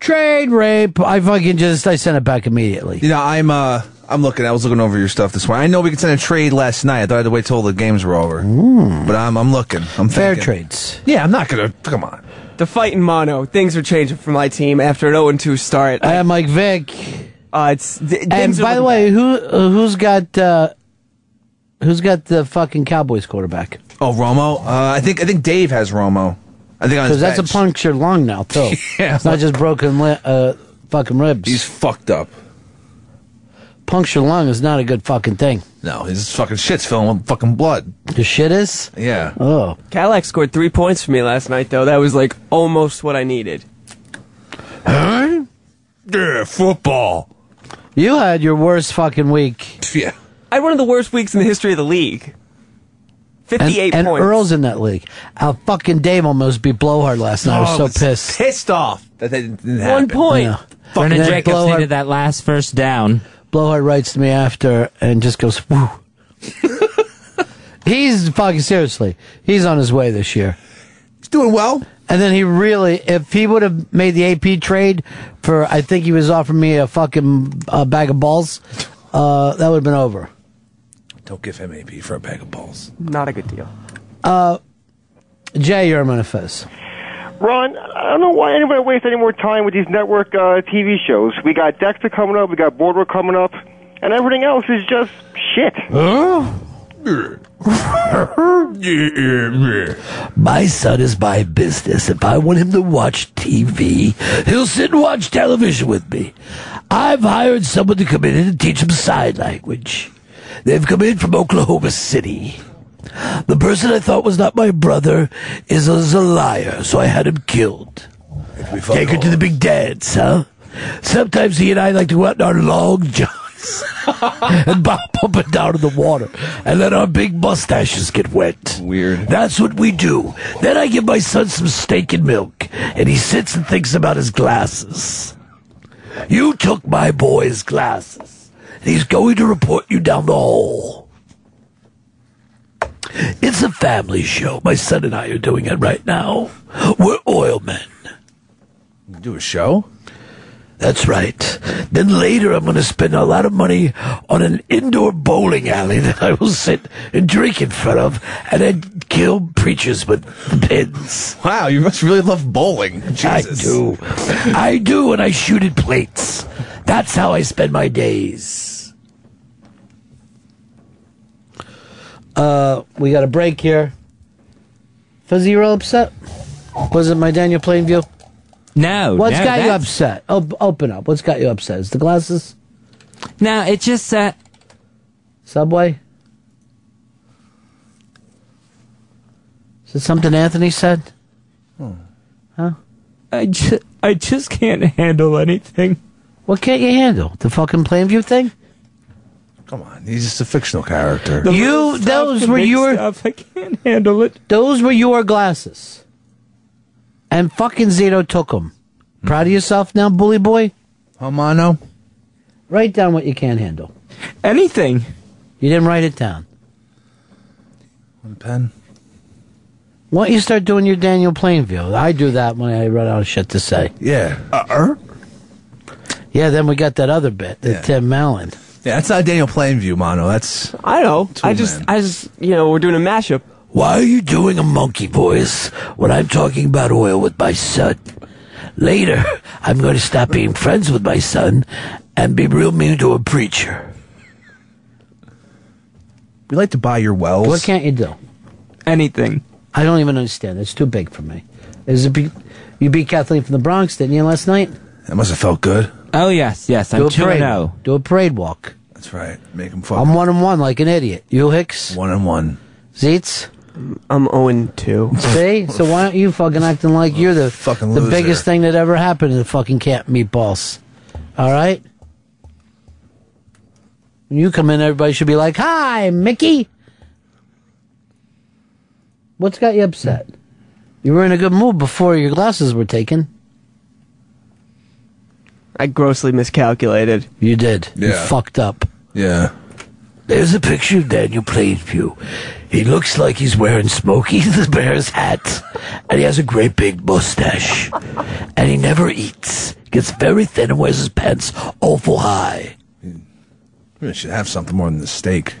[SPEAKER 9] Trade rape. I fucking just I sent it back immediately.
[SPEAKER 11] You know, I'm uh, I'm looking. I was looking over your stuff this morning. I know we could send a trade last night. I thought I had to wait till the games were over. But I'm I'm looking.
[SPEAKER 9] Hmm.
[SPEAKER 11] I'm
[SPEAKER 9] Fair
[SPEAKER 11] thinking.
[SPEAKER 9] trades.
[SPEAKER 11] Yeah, I'm not gonna. Come on.
[SPEAKER 13] The fight in mono. Things are changing for my team after an 0 2 start. I
[SPEAKER 9] am like Vic.
[SPEAKER 13] Uh, it's th-
[SPEAKER 9] And
[SPEAKER 13] things are
[SPEAKER 9] by the
[SPEAKER 13] looking-
[SPEAKER 9] way, who uh, who's got uh, who's got the fucking Cowboys quarterback?
[SPEAKER 11] Oh, Romo. Uh, I think I think Dave has Romo. I think on his
[SPEAKER 9] Because that's
[SPEAKER 11] bench.
[SPEAKER 9] a punctured lung now too.
[SPEAKER 11] Yeah.
[SPEAKER 9] it's not just broken li- uh, fucking ribs.
[SPEAKER 11] He's fucked up.
[SPEAKER 9] Punctured lung is not a good fucking thing.
[SPEAKER 11] No, his fucking shit's filling with fucking blood.
[SPEAKER 9] His shit is.
[SPEAKER 11] Yeah.
[SPEAKER 9] Oh.
[SPEAKER 13] Cadillac scored three points for me last night, though. That was like almost what I needed.
[SPEAKER 9] Huh?
[SPEAKER 11] Yeah, football.
[SPEAKER 9] You had your worst fucking week.
[SPEAKER 11] Yeah.
[SPEAKER 13] I had one of the worst weeks in the history of the league. 58
[SPEAKER 9] and, and
[SPEAKER 13] points.
[SPEAKER 9] Earl's in that league. Our fucking Dave almost beat Blowhard last night. I was so pissed.
[SPEAKER 11] Pissed off that they didn't didn't happen.
[SPEAKER 9] Yeah. And
[SPEAKER 14] Vernon
[SPEAKER 9] then
[SPEAKER 14] Jacobs
[SPEAKER 9] Blowhard-
[SPEAKER 14] needed that last first down.
[SPEAKER 9] Blowhard writes to me after and just goes, "Woo." he's fucking seriously. He's on his way this year. He's
[SPEAKER 11] doing well.
[SPEAKER 9] And then he really, if he would have made the AP trade for, I think he was offering me a fucking uh, bag of balls. Uh, that would have been over.
[SPEAKER 11] Don't give him AP for a bag of balls.
[SPEAKER 13] Not a good deal.
[SPEAKER 9] Uh, Jay, you're a manifest.
[SPEAKER 23] Ron, I don't know why anybody wastes any more time with these network uh, TV shows. We got Dexter coming up, we got Boardwalk coming up, and everything else is just shit.
[SPEAKER 1] My son is my business. If I want him to watch TV, he'll sit and watch television with me. I've hired someone to come in and teach him sign language. They've come in from Oklahoma City. The person I thought was not my brother is a, is a liar, so I had him killed. Take her to the big dance, huh? Sometimes he and I like to go out in our long johns and bop up and down in the water and let our big mustaches get wet. Weird. That's what we do. Then I give my son some steak and milk, and he sits and thinks about his glasses. You took my boy's glasses, and he's going to report you down the hall. It's a family show. My son and I are doing it right now. We're oil men.
[SPEAKER 11] Do a show?
[SPEAKER 1] That's right. Then later, I'm going to spend a lot of money on an indoor bowling alley that I will sit and drink in front of, and then kill preachers with the pins.
[SPEAKER 11] Wow, you must really love bowling.
[SPEAKER 1] I do. I do, and I shoot at plates. That's how I spend my days.
[SPEAKER 9] Uh, we got a break here. Fuzzy, you're all upset? Was it my Daniel Plainview?
[SPEAKER 14] No.
[SPEAKER 9] What's
[SPEAKER 14] Oh, no,
[SPEAKER 9] got you
[SPEAKER 14] that's-
[SPEAKER 9] upset? Op- open up. What's got you upset? Is the glasses?
[SPEAKER 14] No, it just that.
[SPEAKER 9] Subway? Is it something Anthony said? Huh?
[SPEAKER 14] I just, I just can't handle anything.
[SPEAKER 9] What can't you handle? The fucking Plainview thing?
[SPEAKER 11] Come on, he's just a fictional character.
[SPEAKER 9] you those were your
[SPEAKER 14] I can't handle it.
[SPEAKER 9] Those were your glasses. And fucking Zito took them. Proud of yourself now, bully boy?
[SPEAKER 11] Homano.
[SPEAKER 9] Write down what you can't handle.
[SPEAKER 13] Anything.
[SPEAKER 9] You didn't write it down.
[SPEAKER 11] One pen.
[SPEAKER 9] Why don't you start doing your Daniel Plainview? I do that when I run out of shit to say.
[SPEAKER 11] Yeah. Uh-er.
[SPEAKER 9] Yeah, then we got that other bit, the Tim Mallon.
[SPEAKER 11] Yeah, that's not Daniel Plainview, Mono. That's
[SPEAKER 13] I know. I just,
[SPEAKER 11] man.
[SPEAKER 13] I just, you know, we're doing a mashup.
[SPEAKER 1] Why are you doing a monkey voice when I'm talking about oil with my son? Later, I'm going to stop being friends with my son and be real mean to a preacher.
[SPEAKER 11] We like to buy your wells.
[SPEAKER 9] What can't you do?
[SPEAKER 13] Anything.
[SPEAKER 9] I don't even understand. It's too big for me. Is it be- you beat Kathleen from the Bronx, didn't you, last night?
[SPEAKER 11] That must have felt good.
[SPEAKER 14] Oh yes, yes.
[SPEAKER 9] do
[SPEAKER 14] I'm
[SPEAKER 9] a
[SPEAKER 14] two
[SPEAKER 9] parade.
[SPEAKER 14] and oh.
[SPEAKER 9] Do a parade walk.
[SPEAKER 11] That's right. Make him fuck.
[SPEAKER 9] I'm one and one like an idiot. You Hicks?
[SPEAKER 11] One and one.
[SPEAKER 9] Zeitz?
[SPEAKER 13] I'm 0 and 2.
[SPEAKER 9] See? So why aren't you fucking acting like you're the fucking the
[SPEAKER 13] loser.
[SPEAKER 9] biggest thing that ever happened in the fucking camp meatballs? All right? When you come in, everybody should be like, Hi, Mickey. What's got you upset? You were in a good mood before your glasses were taken.
[SPEAKER 13] I grossly miscalculated.
[SPEAKER 9] You did. You fucked up.
[SPEAKER 11] Yeah.
[SPEAKER 1] There's a picture of Daniel Plainview. He looks like he's wearing Smokey the Bear's hat, and he has a great big mustache. And he never eats. Gets very thin and wears his pants awful high.
[SPEAKER 11] We should have something more than the steak.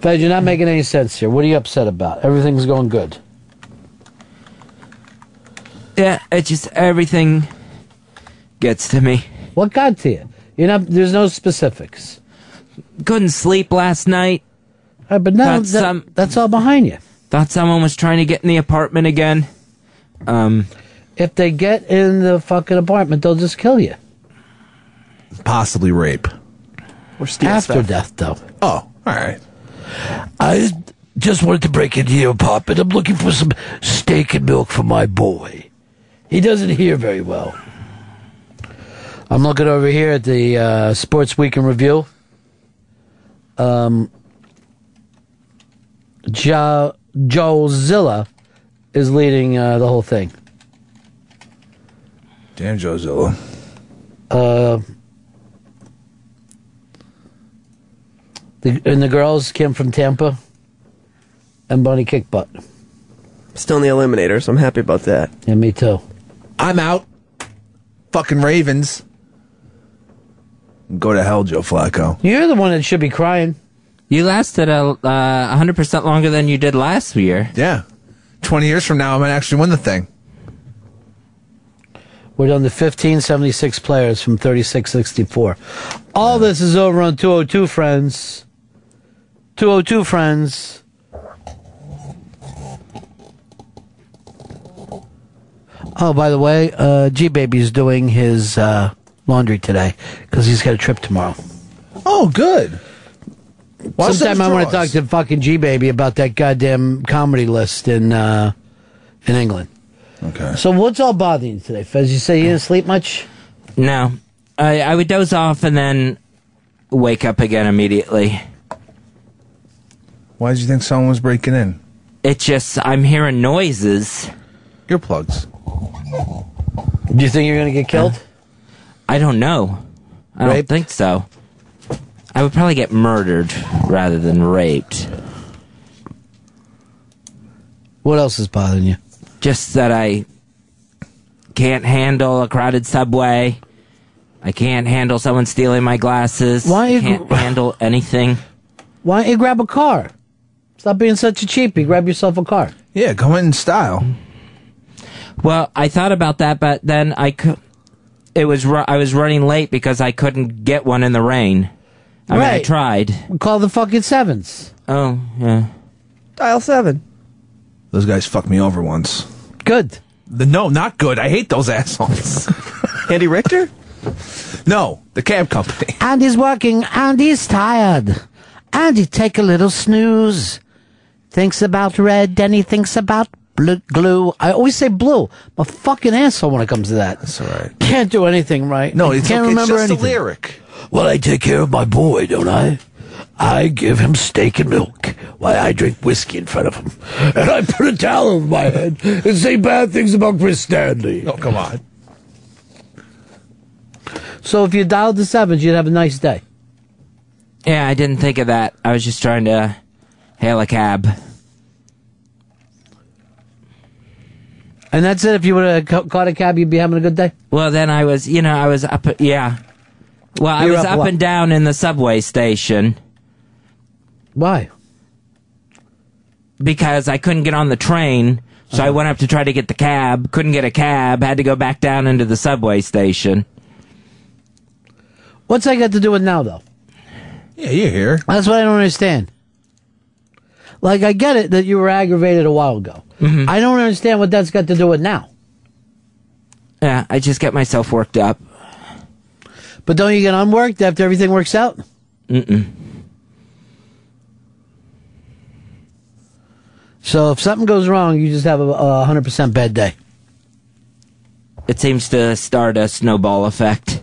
[SPEAKER 9] Fed, you're not making any sense here. What are you upset about? Everything's going good.
[SPEAKER 14] Yeah, it just everything gets to me.
[SPEAKER 9] What got to you? You're not. There's no specifics. Uh,
[SPEAKER 14] Couldn't sleep last night.
[SPEAKER 9] but now
[SPEAKER 14] Thought
[SPEAKER 9] that- that's all behind you.
[SPEAKER 14] Thought someone was trying to get in the apartment again. Um,
[SPEAKER 9] if they get in the fucking apartment, they'll just kill you.
[SPEAKER 11] Possibly rape.
[SPEAKER 9] Or
[SPEAKER 1] After death,
[SPEAKER 9] though.
[SPEAKER 11] Oh, all right.
[SPEAKER 1] I just wanted to break into your apartment. I'm looking for some steak and milk for my boy. He doesn't hear very well.
[SPEAKER 9] I'm looking over here at the uh, Sports Week in Review. Um, jo- Joezilla is leading uh, the whole thing.
[SPEAKER 11] Damn, Jozilla.
[SPEAKER 9] Uh, the, and the girls came from Tampa, and Bunny kicked butt.
[SPEAKER 24] Still in the eliminator, so I'm happy about that.
[SPEAKER 9] Yeah, me too.
[SPEAKER 11] I'm out. Fucking Ravens. Go to hell, Joe Flacco.
[SPEAKER 9] You're the one that should be crying.
[SPEAKER 14] You lasted a uh, 100% longer than you did last year.
[SPEAKER 11] Yeah. 20 years from now, I might actually win the thing.
[SPEAKER 9] We're down to 1576 players from 3664. All this is over on 202 Friends. 202 Friends. Oh, by the way, uh, G Baby's doing his uh, laundry today because he's got a trip tomorrow.
[SPEAKER 11] Oh, good. Wash
[SPEAKER 9] Sometime
[SPEAKER 11] those
[SPEAKER 9] I want to talk
[SPEAKER 11] drawers.
[SPEAKER 9] to fucking G Baby about that goddamn comedy list in uh, in England.
[SPEAKER 11] Okay.
[SPEAKER 9] So what's all bothering you today, Fez? You say you didn't sleep much?
[SPEAKER 14] No. I, I would doze off and then wake up again immediately.
[SPEAKER 11] Why did you think someone was breaking in?
[SPEAKER 14] It just, I'm hearing noises.
[SPEAKER 11] Earplugs.
[SPEAKER 9] Do you think you're going to get killed?
[SPEAKER 14] Uh, I don't know. I
[SPEAKER 9] Raped?
[SPEAKER 14] don't think so. I would probably get murdered rather than raped.
[SPEAKER 9] What else is bothering you?
[SPEAKER 14] Just that I can't handle a crowded subway. I can't handle someone stealing my glasses. Why I can't handle anything.
[SPEAKER 9] Why don't you grab a car? Stop being such a cheapie. Grab yourself a car.
[SPEAKER 11] Yeah, go in style.
[SPEAKER 14] Well, I thought about that, but then I cou- It was ru- I was running late because I couldn't get one in the rain. I mean, I
[SPEAKER 9] Right.
[SPEAKER 14] tried.
[SPEAKER 9] Call the fucking sevens.
[SPEAKER 14] Oh yeah.
[SPEAKER 24] Dial seven.
[SPEAKER 11] Those guys fucked me over once.
[SPEAKER 9] Good.
[SPEAKER 11] The, no, not good. I hate those assholes.
[SPEAKER 24] Andy Richter?
[SPEAKER 11] No, the cab company.
[SPEAKER 9] Andy's working. Andy's tired. Andy, take a little snooze. Thinks about red, then he thinks about blue, glue. I always say blue. I'm a fucking asshole when it comes to that. That's
[SPEAKER 11] all right.
[SPEAKER 9] Can't do anything right.
[SPEAKER 1] No,
[SPEAKER 9] I
[SPEAKER 1] it's
[SPEAKER 9] can't
[SPEAKER 1] okay, it's
[SPEAKER 9] remember
[SPEAKER 1] just a
[SPEAKER 9] anything.
[SPEAKER 11] lyric.
[SPEAKER 1] Well, I take care of my boy, don't I? I give him steak and milk while I drink whiskey in front of him. And I put a towel over my head and say bad things about Chris Stanley.
[SPEAKER 11] Oh, come on.
[SPEAKER 9] So if you dialed the sevens, you'd have a nice day.
[SPEAKER 14] Yeah, I didn't think of that. I was just trying to hail a cab.
[SPEAKER 9] And that's it. If you would have ca- caught a cab, you'd be having a good day.
[SPEAKER 14] Well, then I was, you know, I was up. Yeah. Well, I
[SPEAKER 9] You were
[SPEAKER 14] was
[SPEAKER 9] up
[SPEAKER 14] up,
[SPEAKER 9] what?
[SPEAKER 14] and down in the subway station.
[SPEAKER 9] Why?
[SPEAKER 14] Because I couldn't get on the train, so
[SPEAKER 9] Uh-huh.
[SPEAKER 14] I went up to try to get the cab. Couldn't get a cab. Had to go back down into the subway station.
[SPEAKER 9] What's that got to do with now, though?
[SPEAKER 11] Yeah, you're here.
[SPEAKER 9] That's what I don't understand. Like, I get it that you were aggravated a while ago. I don't understand what that's got to do with now.
[SPEAKER 14] Yeah, I just get myself worked up.
[SPEAKER 9] But don't you get unworked after everything works out?
[SPEAKER 14] Mm-mm.
[SPEAKER 9] So if something goes wrong, you just have a, a 100% bad day.
[SPEAKER 14] It seems to start a snowball effect.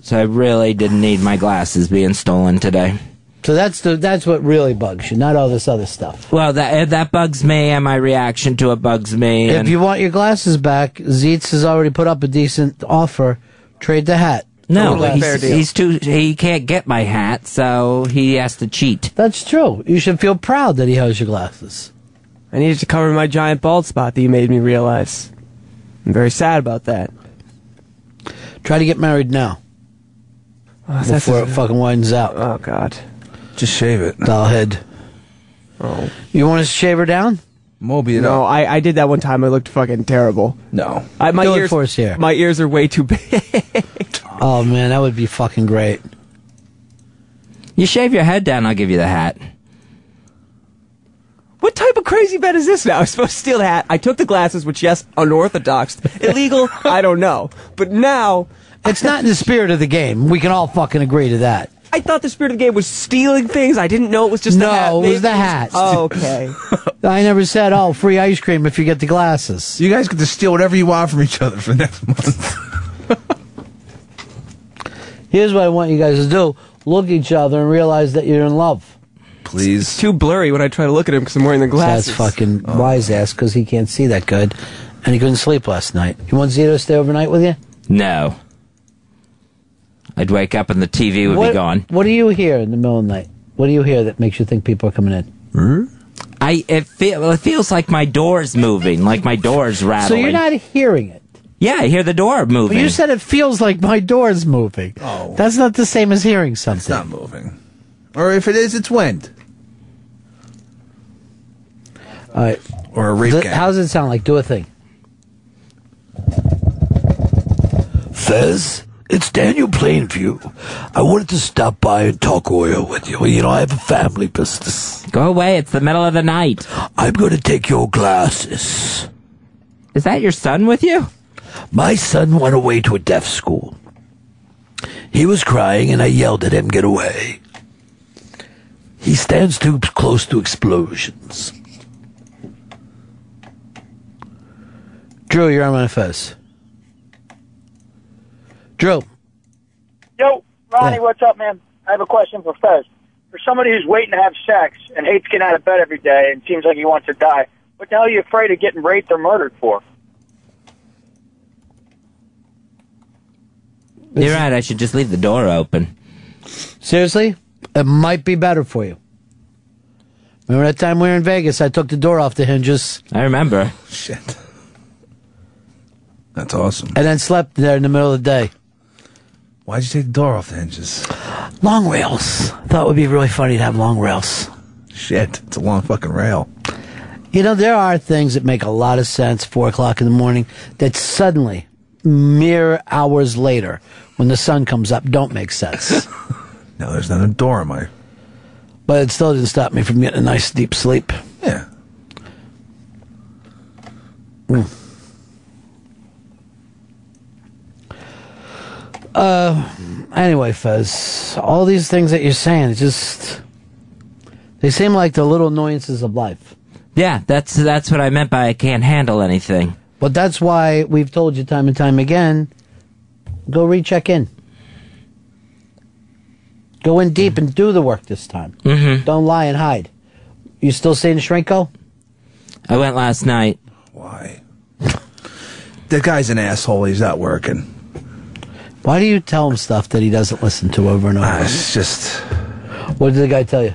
[SPEAKER 14] So I really didn't need my glasses being stolen today.
[SPEAKER 9] So that's the that's what really bugs you, not all this other stuff.
[SPEAKER 14] Well, that that bugs me, and my reaction to it bugs me.
[SPEAKER 9] If
[SPEAKER 14] and-
[SPEAKER 9] you want your glasses back, Zeitz has already put up a decent offer. Trade the hat.
[SPEAKER 14] no,
[SPEAKER 9] Totally fair
[SPEAKER 14] he's,
[SPEAKER 9] deal.
[SPEAKER 14] he's too. He can't get my hat, so he has to cheat.
[SPEAKER 9] That's true. You should feel proud that he has your glasses.
[SPEAKER 25] I needed to cover my giant bald spot that you made me realize. I'm very sad about that.
[SPEAKER 9] Try to get married now.
[SPEAKER 13] Oh,
[SPEAKER 25] that's
[SPEAKER 9] before
[SPEAKER 25] a-
[SPEAKER 9] it fucking widens out. Oh
[SPEAKER 25] God.
[SPEAKER 11] Just shave it.
[SPEAKER 9] Doll head. Oh. You want to shave her down?
[SPEAKER 11] Moby
[SPEAKER 25] no, I, I did that one time. I looked fucking terrible.
[SPEAKER 11] No.
[SPEAKER 25] I, my
[SPEAKER 9] Do it
[SPEAKER 25] ears,
[SPEAKER 9] for us here.
[SPEAKER 25] My ears are way too big.
[SPEAKER 9] Oh man, that would be fucking great.
[SPEAKER 14] You shave your head down, I'll give you the hat.
[SPEAKER 13] What type of crazy bet is this now? I was supposed to steal the hat. I took the glasses, which, yes, unorthodox. Illegal? I don't know. But now.
[SPEAKER 9] It's not in the spirit of the game. We can all fucking agree to that.
[SPEAKER 13] I thought the spirit of the game was stealing things. I didn't know it was just
[SPEAKER 9] No,
[SPEAKER 13] the hat.
[SPEAKER 9] it was
[SPEAKER 13] Maybe
[SPEAKER 9] the hat.
[SPEAKER 13] Oh, okay.
[SPEAKER 9] I never said, "Oh, free ice cream if you get the glasses."
[SPEAKER 11] You guys get to steal whatever you want from each other for the next month.
[SPEAKER 9] Here's what I want you guys to do: look at each other and realize that you're in love.
[SPEAKER 11] Please.
[SPEAKER 25] It's too blurry when I try to look at him because I'm wearing the glasses.
[SPEAKER 9] That's fucking wise ass because he can't see that good, and he couldn't sleep last night. You want Zito to stay overnight with you?
[SPEAKER 14] No. I'd wake up and the TV would
[SPEAKER 9] what,
[SPEAKER 14] be gone.
[SPEAKER 9] What do you hear in the middle of the night? What do you hear that makes you think people are coming in?
[SPEAKER 11] Hmm?
[SPEAKER 14] I it, feel, it feels like my door's moving, like my door's
[SPEAKER 9] So
[SPEAKER 14] rattling.
[SPEAKER 9] you're not hearing it.
[SPEAKER 14] yeah, I hear the door
[SPEAKER 9] But
[SPEAKER 14] moving.
[SPEAKER 9] you said it feels like my door's moving. Oh. That's not the same as hearing something. It's not
[SPEAKER 11] moving. Or if it is, it's wind.
[SPEAKER 9] All right.
[SPEAKER 11] Or a rape
[SPEAKER 9] Th-
[SPEAKER 11] gang.
[SPEAKER 9] How does it sound like? Do a thing.
[SPEAKER 1] Fez, it's Daniel Plainview. I wanted to stop by and talk oil with you. You know, I have a family business.
[SPEAKER 14] Go away, it's the middle of the night.
[SPEAKER 1] I'm going to take your glasses.
[SPEAKER 14] Is that your son with you?
[SPEAKER 1] My son went away to a deaf school. He was crying, and I yelled at him, Get away. He stands too close to explosions.
[SPEAKER 9] Drew, you're on my face. Drew.
[SPEAKER 10] Yo, Ronnie, what's up, man? I have a question for Fez. For somebody who's waiting to have sex and hates getting out of bed every day and seems like he wants to die, what the hell are you afraid of getting raped or murdered for?
[SPEAKER 14] You're right, I should just leave the door open.
[SPEAKER 9] Seriously? It might be better for you. Remember that time we were in Vegas? I took the door off the hinges.
[SPEAKER 14] I remember.
[SPEAKER 11] Shit. That's awesome.
[SPEAKER 9] And then slept there in the middle of the day.
[SPEAKER 11] Why'd you take the door off the hinges?
[SPEAKER 9] Long rails. Thought it would be really funny to have long rails.
[SPEAKER 11] Shit, it's a long fucking rail.
[SPEAKER 9] You know, there are things that make a lot of sense four o'clock in the morning that suddenly, mere hours later, when the sun comes up, don't make sense.
[SPEAKER 11] No, there's not a door in my.
[SPEAKER 9] but it still didn't stop me from getting a nice deep sleep.
[SPEAKER 11] Yeah.
[SPEAKER 9] Uh, anyway, Fez, all these things that you're saying, it just. They seem like the little annoyances of life.
[SPEAKER 14] Yeah, that's that's what I meant by I can't handle anything.
[SPEAKER 9] But that's why we've told you time and time again go recheck in. Go in deep and do the work this time.
[SPEAKER 11] Mm-hmm.
[SPEAKER 14] Mhm.
[SPEAKER 9] Don't lie and hide. You still seeing Shrinko?
[SPEAKER 14] I went last night.
[SPEAKER 11] That guy's an asshole. He's not working.
[SPEAKER 9] Why do you tell him stuff that he doesn't listen to over and over?
[SPEAKER 11] Ah, it's just.
[SPEAKER 9] What did the guy tell you?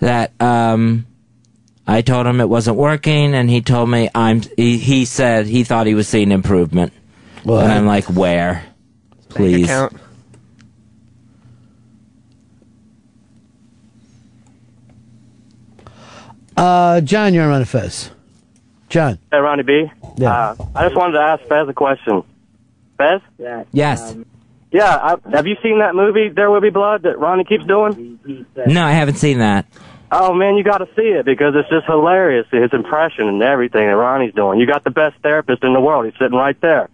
[SPEAKER 14] that um I told him it wasn't working and he told me I'm he, he said he thought he was seeing improvement. and I'm like, "Where?" Please.
[SPEAKER 25] account.
[SPEAKER 9] Uh, John, you're on the Fez. John.
[SPEAKER 26] Hey, Ronnie B.
[SPEAKER 9] Yeah.
[SPEAKER 26] Uh, I just wanted to ask Fez a question. Fez? Yeah.
[SPEAKER 14] Yes.
[SPEAKER 26] Yeah. I, have you seen that movie, There Will Be Blood, that Ronnie keeps doing?
[SPEAKER 14] No, I haven't seen that.
[SPEAKER 26] Oh, man, you got to see it because it's just hilarious, his impression and everything that Ronnie's doing. You got the best therapist in the world. He's sitting right there.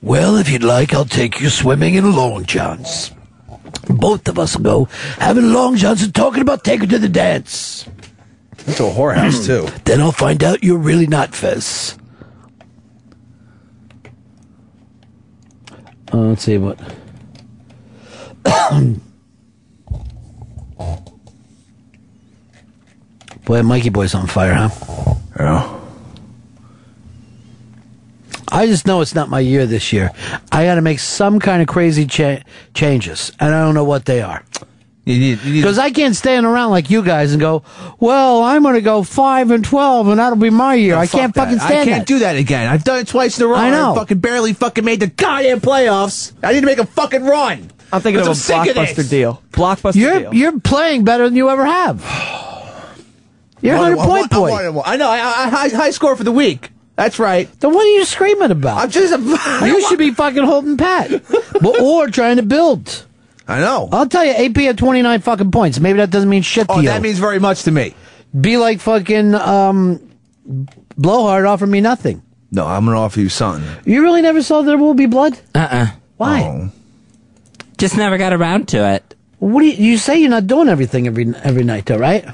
[SPEAKER 1] Well, if you'd like, I'll take you swimming in long johns. Both of us will go having long johns and talking about taking to the dance.
[SPEAKER 11] Into a whorehouse, too.
[SPEAKER 1] Then I'll find out you're really not Fez.
[SPEAKER 9] Uh, let's see what. Boy, Mikey Boy's on fire, huh?
[SPEAKER 11] Yeah.
[SPEAKER 9] I just know it's not my year this year. I got to make some kind of crazy cha- changes, and I don't know what they are. Because I can't stand around like you guys and go, well, I'm going to go 5 and 12 and that'll be my year. I can't
[SPEAKER 11] Fuck
[SPEAKER 9] fucking
[SPEAKER 11] that.
[SPEAKER 9] stand
[SPEAKER 11] I can't
[SPEAKER 9] that.
[SPEAKER 11] do that again. I've done it twice in a row.
[SPEAKER 9] I know.
[SPEAKER 11] I fucking barely fucking made the goddamn playoffs. I need to make a fucking run.
[SPEAKER 13] I'm thinking of a blockbuster deal. Blockbuster
[SPEAKER 9] you're,
[SPEAKER 13] deal.
[SPEAKER 9] You're playing better than you ever have. You're a 100
[SPEAKER 11] One- one-
[SPEAKER 9] point
[SPEAKER 11] one-
[SPEAKER 9] boy.
[SPEAKER 11] one- one- I know. I, I, high, high score for the week. That's right.
[SPEAKER 9] Then what are you screaming about?
[SPEAKER 11] I'm just.
[SPEAKER 9] you should be fucking holding pat, but, or trying to build.
[SPEAKER 11] I know.
[SPEAKER 9] I'll tell you, AP had 29 fucking points. Maybe that doesn't mean shit to
[SPEAKER 11] Oh,
[SPEAKER 9] you.
[SPEAKER 11] that means very much to me.
[SPEAKER 9] Be like fucking um, Blowhard offered me nothing.
[SPEAKER 11] No, I'm gonna offer you something. Oh.
[SPEAKER 9] You really never saw There Will Be Blood?
[SPEAKER 14] Uh-uh.
[SPEAKER 9] Why?
[SPEAKER 14] Just never got around to it.
[SPEAKER 9] What do you, you say? You're not doing everything every every night, though, right?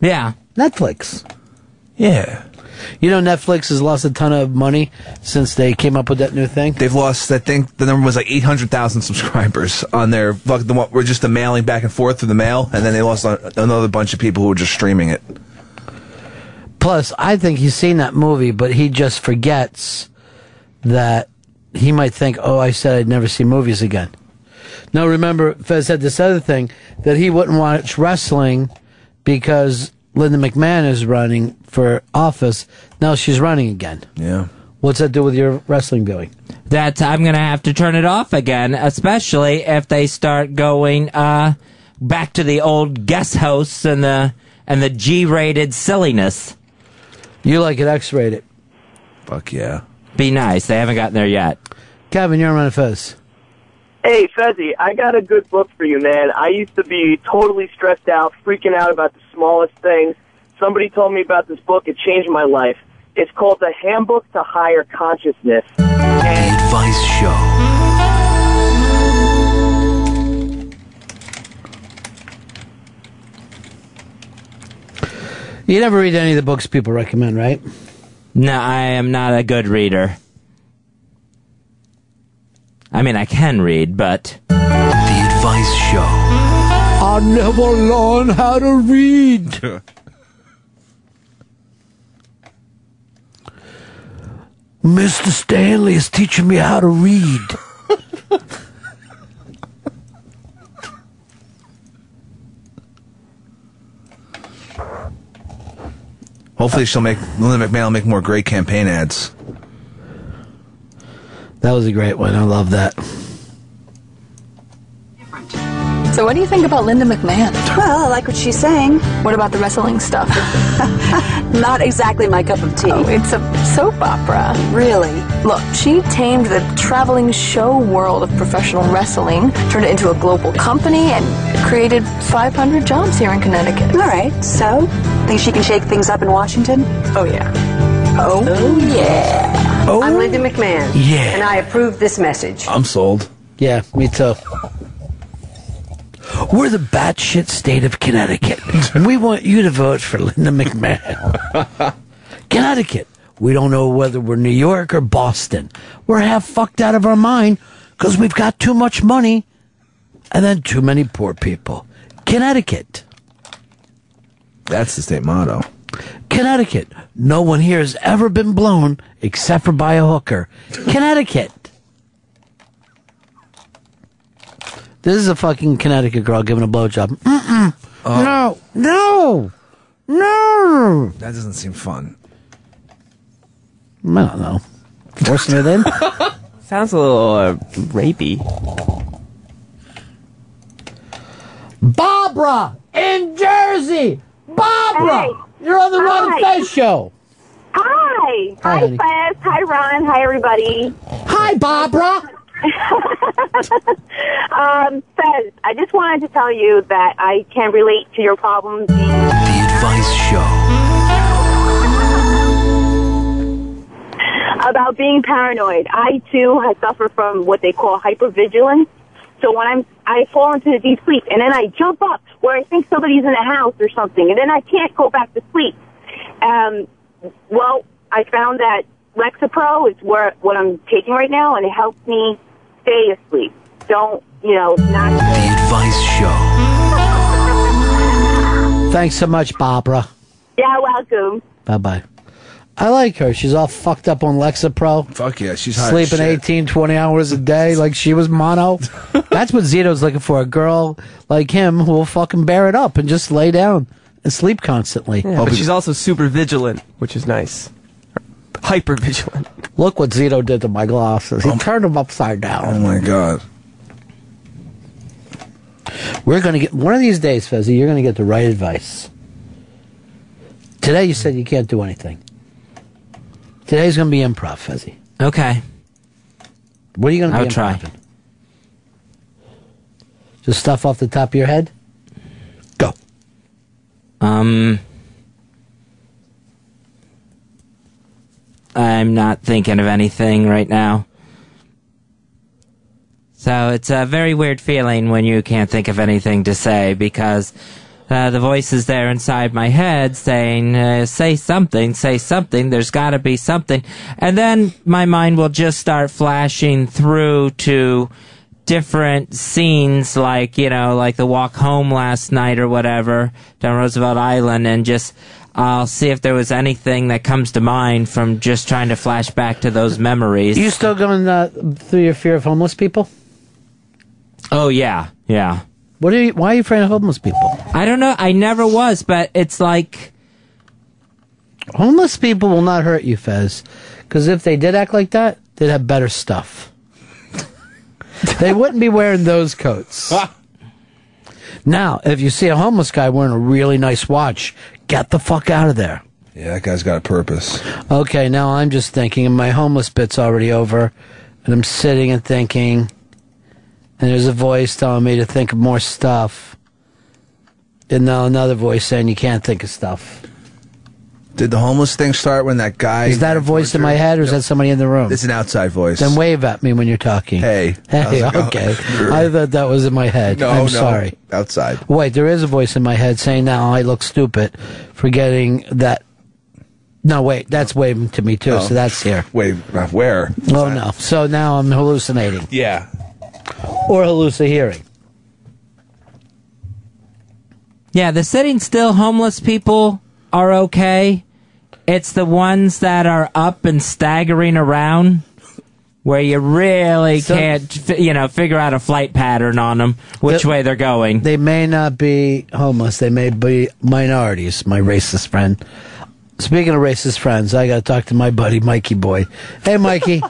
[SPEAKER 14] Yeah.
[SPEAKER 9] Netflix.
[SPEAKER 11] Yeah.
[SPEAKER 9] You know, Netflix has lost a ton of money since they came up with that new thing.
[SPEAKER 11] They've lost. I think the number was like 800,000 subscribers on their fuck the one. We're just the mailing back and forth through the mail, and then they lost a- another bunch of people who were just streaming it.
[SPEAKER 9] Plus, I think he's seen that movie, but he just forgets that he might think, "Oh, I said I'd never see movies again." Now, remember, Fez had this other thing that he wouldn't watch wrestling because Linda McMahon is running for office. Now she's running again.
[SPEAKER 11] Yeah.
[SPEAKER 9] What's that do with your wrestling viewing?
[SPEAKER 14] That I'm gonna have to turn it off again, especially if they start going uh back to the old guest hosts and the and the G-rated silliness.
[SPEAKER 9] You like it X-rated?
[SPEAKER 11] Fuck yeah.
[SPEAKER 14] Be nice. They haven't gotten there yet.
[SPEAKER 9] Kevin, you're on a Fez.
[SPEAKER 12] Hey, Fezzi, I got a good book for you, man. I used to be totally stressed out, freaking out about the smallest things. Somebody told me about this book. It changed my life. It's called The Handbook to Higher Consciousness.
[SPEAKER 15] Advice Show.
[SPEAKER 9] You never read any of the books people recommend, right?
[SPEAKER 14] No, I am not a good reader. I mean, I can read, but
[SPEAKER 15] The Advice Show.
[SPEAKER 9] I never learned how to read.
[SPEAKER 1] Mr. Stanley is teaching me how to read.
[SPEAKER 11] Hopefully, she'll make Linda McMahon will make more great campaign ads.
[SPEAKER 9] That was a great one. I love that.
[SPEAKER 7] So, what do you think about Linda McMahon? Well, I like what she's saying. What about the wrestling stuff? Not exactly my cup of tea. Oh, it's a soap opera. Really? Look, she tamed the traveling show world of professional wrestling, turned it into a global company, and created 500 jobs here in Connecticut. All right, so? Think she can shake things up in Washington? Oh, yeah.
[SPEAKER 27] Oh, yeah. I'm Linda McMahon.
[SPEAKER 9] Yeah.
[SPEAKER 27] And I approve this message.
[SPEAKER 11] I'm sold.
[SPEAKER 9] Yeah, me too.
[SPEAKER 1] We're the batshit state of Connecticut. and we want you to vote for Linda McMahon. Connecticut. We don't know whether we're New York or Boston. We're half fucked out of our mind because we've got too much money and then too many poor people. Connecticut.
[SPEAKER 11] That's the state motto.
[SPEAKER 1] Connecticut. No one here has ever been blown except for by a hooker. Connecticut.
[SPEAKER 9] This is a fucking Connecticut girl giving a blowjob. Mm-mm.
[SPEAKER 11] Oh,
[SPEAKER 9] No, no, no.
[SPEAKER 11] That doesn't seem fun.
[SPEAKER 9] I don't know. Forcing it in?
[SPEAKER 13] Sounds a little uh, rapey.
[SPEAKER 9] Barbara in Jersey. Barbara, you're on the Ron and
[SPEAKER 28] Hi.
[SPEAKER 9] Fez show.
[SPEAKER 28] Hi.
[SPEAKER 9] Hi,
[SPEAKER 28] Hi,
[SPEAKER 9] honey.
[SPEAKER 28] Fez. Hi, Ron. Hi, everybody.
[SPEAKER 9] Hi, Barbara.
[SPEAKER 28] um, Fez, I just wanted to tell you that I can relate to your problems.
[SPEAKER 15] Advice Show.
[SPEAKER 28] about being paranoid. I too I suffer from what they call hypervigilance. So when I'm I fall into a deep sleep and then I jump up where I think somebody's in the house or something, and then I can't go back to sleep. Um, well, I found that Lexapro is where what I'm taking right now, and it helps me stay asleep. Don't you know? Not
[SPEAKER 15] Advice Show.
[SPEAKER 9] Thanks so much, Barbara.
[SPEAKER 28] yeah, welcome.
[SPEAKER 9] Bye bye. I like her. She's all fucked up on Lexapro.
[SPEAKER 11] Fuck yeah, she's hot. as
[SPEAKER 9] Sleeping
[SPEAKER 11] shit.
[SPEAKER 9] 18, 20 hours a day like she was mono. That's what Zito's looking for. A girl like him who will fucking bear it up and just lay down and sleep constantly.
[SPEAKER 25] but she's also super vigilant, which is nice. Hyper vigilant.
[SPEAKER 9] Look what Zito did to my glasses. He turned them upside down. Oh
[SPEAKER 11] Um, my god.
[SPEAKER 9] We're gonna get one of these days, Fezzi, you're gonna get the right advice. Today you said you can't do anything. Today's gonna be improv, Fezzi.
[SPEAKER 14] Okay.
[SPEAKER 9] What are you gonna
[SPEAKER 14] I'll
[SPEAKER 9] be
[SPEAKER 14] try.
[SPEAKER 9] improv-ing? Just stuff off the top of your head?
[SPEAKER 14] Um, I'm not thinking of anything right now. So it's a very weird feeling when you can't think of anything to say because uh, the voice is there inside my head saying, uh, say something, say something, there's gotta be something. And then my mind will just start flashing through to different scenes like, you know, like the walk home last night or whatever down Roosevelt Island and just, I'll see if there was anything that comes to mind from just trying to flash back to those memories.
[SPEAKER 9] You still going uh, through your fear of homeless people?
[SPEAKER 14] oh yeah, yeah.
[SPEAKER 9] What are you? Why are you afraid of homeless people?
[SPEAKER 14] I don't know. I never was, but it's like
[SPEAKER 9] Homeless people will not hurt you, Fez, because if they did act like that, they'd have better stuff. they wouldn't be wearing those coats. now, if you see a homeless guy wearing a really nice watch, get the fuck out of there.
[SPEAKER 11] Yeah, that guy's got a purpose.
[SPEAKER 9] Okay, now I'm just thinking, and my homeless bit's already over, and I'm sitting and thinking, and there's a voice telling me to think of more stuff, and now another voice saying you can't think of stuff.
[SPEAKER 11] Did the homeless thing start when that guy?
[SPEAKER 9] Is that a voice in my head, or is that somebody in the room?
[SPEAKER 11] It's an outside voice.
[SPEAKER 9] Then wave at me when you're talking. Hey.
[SPEAKER 11] how's
[SPEAKER 9] Hey,
[SPEAKER 11] it going?
[SPEAKER 9] okay. I thought that was in my head.
[SPEAKER 11] No,
[SPEAKER 9] I'm
[SPEAKER 11] no,
[SPEAKER 9] sorry.
[SPEAKER 11] Outside.
[SPEAKER 9] Wait, there is a voice in my head saying now I look stupid for getting that. No, wait, that's waving to me too,
[SPEAKER 11] Oh.
[SPEAKER 9] so that's here.
[SPEAKER 11] Wave. uh, Where?
[SPEAKER 9] Oh, no. So now I'm hallucinating
[SPEAKER 11] Yeah.
[SPEAKER 9] or hallucinating.
[SPEAKER 14] Yeah, the sitting still homeless people are okay. It's the ones that are up and staggering around where you really can't, fi- you know, figure out a flight pattern on them, which way they're going.
[SPEAKER 9] They may not be homeless, they may be minorities, my racist friend. Speaking of racist friends, I got to talk to my buddy, Mikey Boy. Hey, Mikey.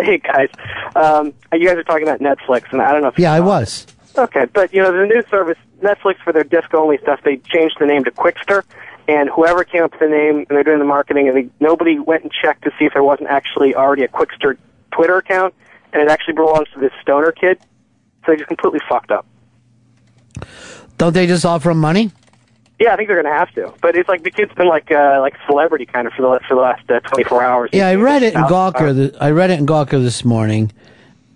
[SPEAKER 16] Hey guys, um, you guys are talking about Netflix, and I don't know if
[SPEAKER 9] yeah, I was.
[SPEAKER 16] okay, but you know the new service Netflix for their disc only stuff they changed the name to Quickster, and whoever came up with the name and they're doing the marketing and they, nobody went and checked to see if there wasn't actually already a Quickster Twitter account, and it actually belongs to this stoner kid, so they just completely fucked up.
[SPEAKER 9] Don't they just offer 'em money?
[SPEAKER 16] Yeah, I think they're gonna have to, but it's like the kid's been like uh, like a celebrity kind of for the for the last uh, 24 hours.
[SPEAKER 9] Yeah, I read it in
[SPEAKER 16] Thousand
[SPEAKER 9] Gawker. th I read it in Gawker this morning,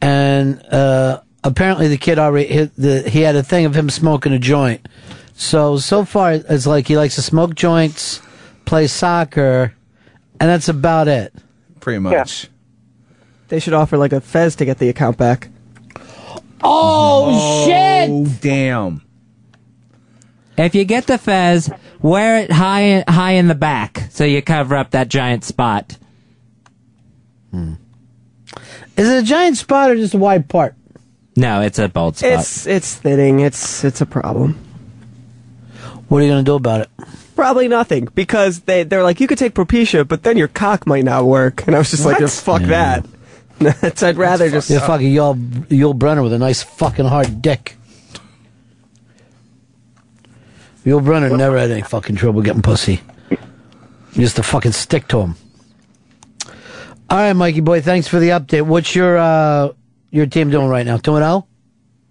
[SPEAKER 9] and uh, apparently the kid already hit the, he had a thing of him smoking a joint. So so far it's like he likes to smoke joints, play soccer, and that's about it.
[SPEAKER 11] Pretty much.
[SPEAKER 25] They should offer like a fez to get the account back.
[SPEAKER 14] Oh,
[SPEAKER 11] shit! Damn.
[SPEAKER 14] If you get the fez, wear it high, high in the back so you cover up that giant spot.
[SPEAKER 9] Hmm. Is it a giant spot or just a wide part?
[SPEAKER 14] No, it's a bald spot.
[SPEAKER 25] It's it's thinning. It's it's a problem.
[SPEAKER 9] What are you gonna do about it?
[SPEAKER 25] Probably nothing because they they're like you could take Propecia, but then your cock might not work. And I was just like,
[SPEAKER 9] What?
[SPEAKER 25] just fuck that. That's- I'd rather just
[SPEAKER 9] You're fucking Yul, Yul Brenner with a nice fucking hard dick. Yul Brenner never had any fucking trouble getting pussy. You Just to fucking stick to him. All right, Mikey boy, thanks for the update. What's your uh, your team doing right now? Two and zero.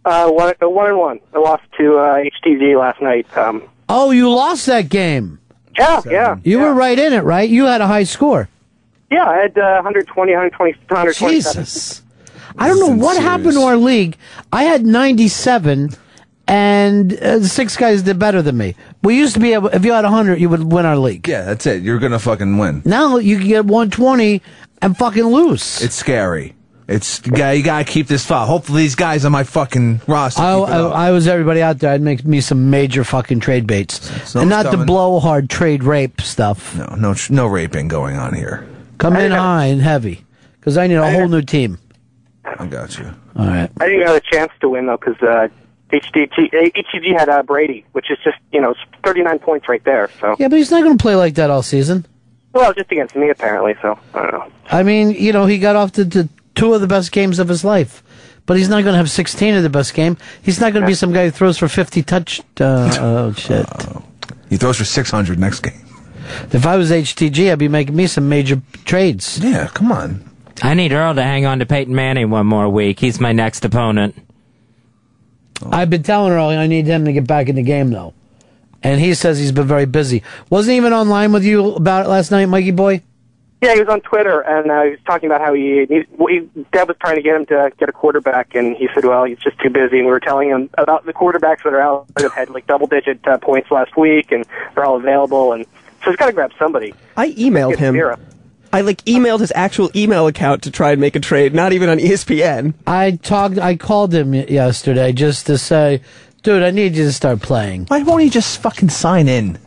[SPEAKER 16] Uh, one, uh, one and one. I lost to uh, HTG last night. Um,
[SPEAKER 9] Oh, you lost that game.
[SPEAKER 16] yeah, yeah,
[SPEAKER 9] You were right in it, right? You had a high score.
[SPEAKER 16] yeah. I had uh, 120, 120, 127.
[SPEAKER 9] Jesus. I don't know what happened to our league. I had 97, and uh, six guys did better than me. We used to be able, if you had 100, you would win our league.
[SPEAKER 11] Yeah, that's it. You're gonna fucking win.
[SPEAKER 9] Now you can get 120 and fucking lose.
[SPEAKER 11] It's scary. It's It's you gotta, you gotta keep this file. Hopefully, these guys on my fucking roster.
[SPEAKER 9] I,
[SPEAKER 11] keep it up.
[SPEAKER 9] I, I was everybody out there. I'd make me some major fucking trade baits, and not the
[SPEAKER 11] coming.
[SPEAKER 9] blowhard trade rape stuff.
[SPEAKER 11] no, no, tr- no raping going on here.
[SPEAKER 9] Come in high and heavy, because I need a whole new team.
[SPEAKER 11] I got you.
[SPEAKER 9] All right.
[SPEAKER 16] I didn't have a chance to win though because uh, HDT uh, HDG had uh, Brady, which is just you know it's 39 points right there. So
[SPEAKER 9] Yeah, but he's not going to play like that all season.
[SPEAKER 16] well, just against me apparently. So I don't know.
[SPEAKER 9] I mean, you know, he got off to, to two of the best games of his life, but he's not going to have 16 of the best game. He's not going to be some guy who throws for 50 touch. Uh, oh, shit.
[SPEAKER 11] He throws for six hundred next game.
[SPEAKER 9] If I was HTG, I'd be making me some major trades.
[SPEAKER 11] Yeah, come on.
[SPEAKER 14] I need Earl to hang on to Peyton Manning one more week. He's my next opponent.
[SPEAKER 9] I've been telling Earl I need him to get back in the game, though. And he says he's been very busy. Wasn't he even online with you about it last night, Mikey boy?
[SPEAKER 16] Yeah, he was on Twitter and uh, he was talking about how he, he, he Deb was trying to get him to get a quarterback, and he said, "Well, he's just too busy." And we were telling him about the quarterbacks that are out that have had like double-digit uh, points last week, and they're all available, and so he's got to grab somebody.
[SPEAKER 13] I emailed
[SPEAKER 16] Get
[SPEAKER 13] him.
[SPEAKER 16] Vera.
[SPEAKER 13] I like emailed his actual email account to try and make a trade. Not even on
[SPEAKER 11] E
[SPEAKER 13] ESPN.
[SPEAKER 9] I talked. I called him y- yesterday just to say, dude, I need you to start playing.
[SPEAKER 11] Why won't he just fucking sign in?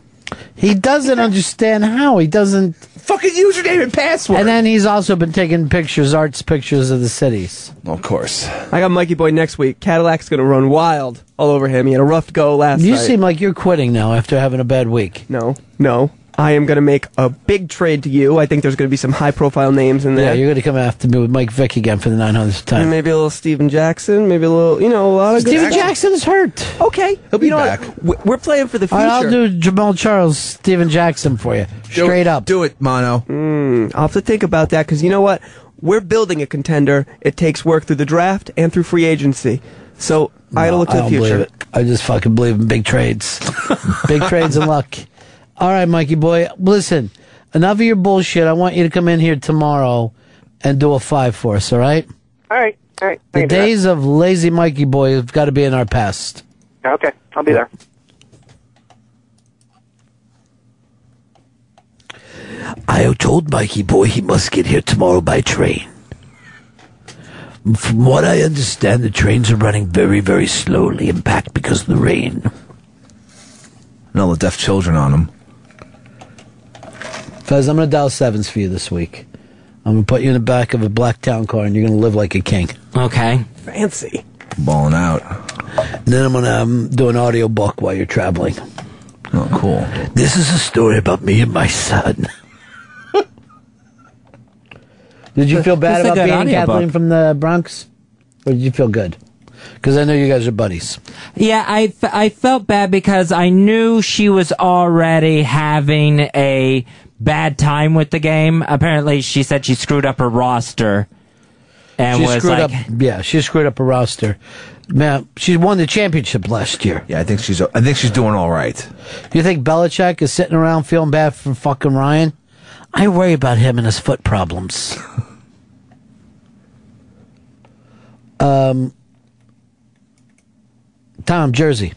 [SPEAKER 9] He doesn't understand how. He doesn't.
[SPEAKER 11] Fucking username and password.
[SPEAKER 9] And then he's also been taking pictures, arts pictures of the cities.
[SPEAKER 11] Of course.
[SPEAKER 13] I got Mikey Boy next week. Cadillac's going to run wild all over him. He had a rough go last
[SPEAKER 9] You
[SPEAKER 13] night.
[SPEAKER 9] seem like you're quitting now after having a bad week.
[SPEAKER 13] No, no. I am going to make a big trade to you. I think there's going to be some high profile names in
[SPEAKER 9] Yeah,
[SPEAKER 13] there.
[SPEAKER 9] you're going to come after me with Mike Vick again for the 900th
[SPEAKER 13] And
[SPEAKER 9] time.
[SPEAKER 13] maybe a little Steven Jackson, maybe a little, you know, a lot of good-
[SPEAKER 9] Steven Jackson's hurt.
[SPEAKER 13] Okay, he'll
[SPEAKER 9] be
[SPEAKER 13] We're playing for the
[SPEAKER 9] All
[SPEAKER 13] future.
[SPEAKER 9] right, I'll do Jamal Charles, Steven Jackson for you. Straight up.
[SPEAKER 11] Do it, Mono.
[SPEAKER 13] Mm, I'll have to think about that because you know what? We're building a contender. It takes work through the draft and through free agency. So I gotta look to
[SPEAKER 9] I
[SPEAKER 13] the
[SPEAKER 9] don't
[SPEAKER 13] future.
[SPEAKER 9] believe it. I just fucking believe in big trades. big trades and luck. All right, Mikey boy. Listen, enough of your bullshit. I want you to come in here tomorrow and do a five for us, all right?
[SPEAKER 16] All right, all right. I
[SPEAKER 9] The
[SPEAKER 16] can do that.
[SPEAKER 9] days of lazy Mikey boy have got to be in our past.
[SPEAKER 16] Okay, I'll be there.
[SPEAKER 1] I told Mikey boy he must get here tomorrow by train. From what I understand, the trains are running very, very slowly and packed because of the rain.
[SPEAKER 11] And all the deaf children on him.
[SPEAKER 9] Fez, I'm going to dial sevens for you this week. I'm going to put you in the back of a black town car and you're going to live like a king.
[SPEAKER 14] Okay.
[SPEAKER 13] Fancy.
[SPEAKER 11] Balling out.
[SPEAKER 9] Then I'm going to um, do an audio book while you're traveling.
[SPEAKER 11] Oh, cool.
[SPEAKER 1] This is a story about me and my son.
[SPEAKER 9] Did you feel bad
[SPEAKER 1] That's a
[SPEAKER 9] about
[SPEAKER 1] good
[SPEAKER 9] being
[SPEAKER 1] audiobook.
[SPEAKER 9] Kathleen from the Bronx? Or did you feel good? Because I know you guys are buddies.
[SPEAKER 14] Yeah, I, f- I felt bad because I knew she was already having a bad time with the game. Apparently, she said she screwed up her roster and
[SPEAKER 9] she
[SPEAKER 14] was
[SPEAKER 9] screwed
[SPEAKER 14] like,
[SPEAKER 9] up. Yeah, she screwed up her roster. Man, she won the championship last year.
[SPEAKER 11] Yeah, I think she's. I think she's doing all right.
[SPEAKER 9] You think Belichick is sitting around feeling bad for fucking Ryan? I worry about him and his foot problems. um, Tom Jersey.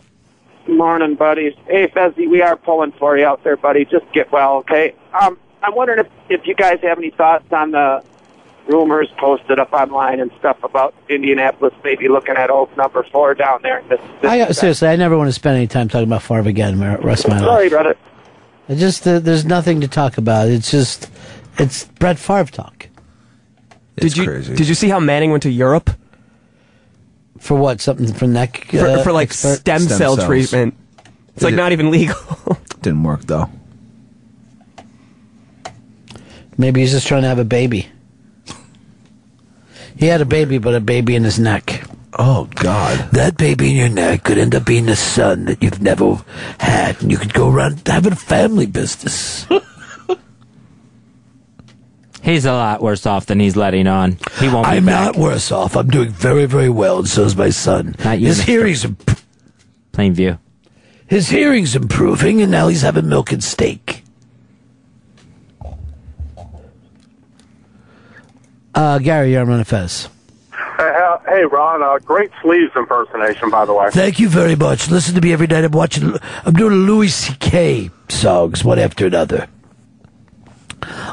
[SPEAKER 20] Morning, buddies. Hey, Fezzi, we are pulling for you out there, buddy. Just get well, okay? Um, I'm wondering if, if you guys have any thoughts on the rumors posted up online and stuff about Indianapolis maybe looking at old number four down there. This, this
[SPEAKER 1] uh,
[SPEAKER 9] I uh, seriously, I never want to spend any time talking about Favre again. The rest of my life.
[SPEAKER 20] Sorry, brother.
[SPEAKER 9] I just uh, there's nothing to talk about. It's just it's Brett Favre talk.
[SPEAKER 13] Did you did you see how Manning went to Europe
[SPEAKER 9] For what? Something from neck
[SPEAKER 13] for,
[SPEAKER 9] uh,
[SPEAKER 13] for like
[SPEAKER 9] expert?
[SPEAKER 13] stem, cell treatment? It's like
[SPEAKER 11] Did it-
[SPEAKER 13] not even legal.
[SPEAKER 11] Didn't work though.
[SPEAKER 9] Maybe he's just trying to have a baby. He had a baby, but a baby in his neck.
[SPEAKER 11] Oh God!
[SPEAKER 1] That baby in your neck could end up being a son that you've never had, and you could go around having a family business.
[SPEAKER 14] he's a lot worse off than he's letting on. He won't be
[SPEAKER 1] I'm
[SPEAKER 14] back.
[SPEAKER 1] not worse off. I'm doing very, very well, and so is my son.
[SPEAKER 14] you,
[SPEAKER 1] his
[SPEAKER 14] Mr.
[SPEAKER 1] hearing's imp-
[SPEAKER 14] plain view.
[SPEAKER 1] His hearing's improving, and now he's having milk and steak.
[SPEAKER 9] Uh, Gary, you're on Fez.
[SPEAKER 29] Hey, uh, hey Ron, uh, great sleeves impersonation, by the way.
[SPEAKER 1] Thank you very much. Listen to me every night. I'm watching. I'm doing Louis C.K. songs one after another.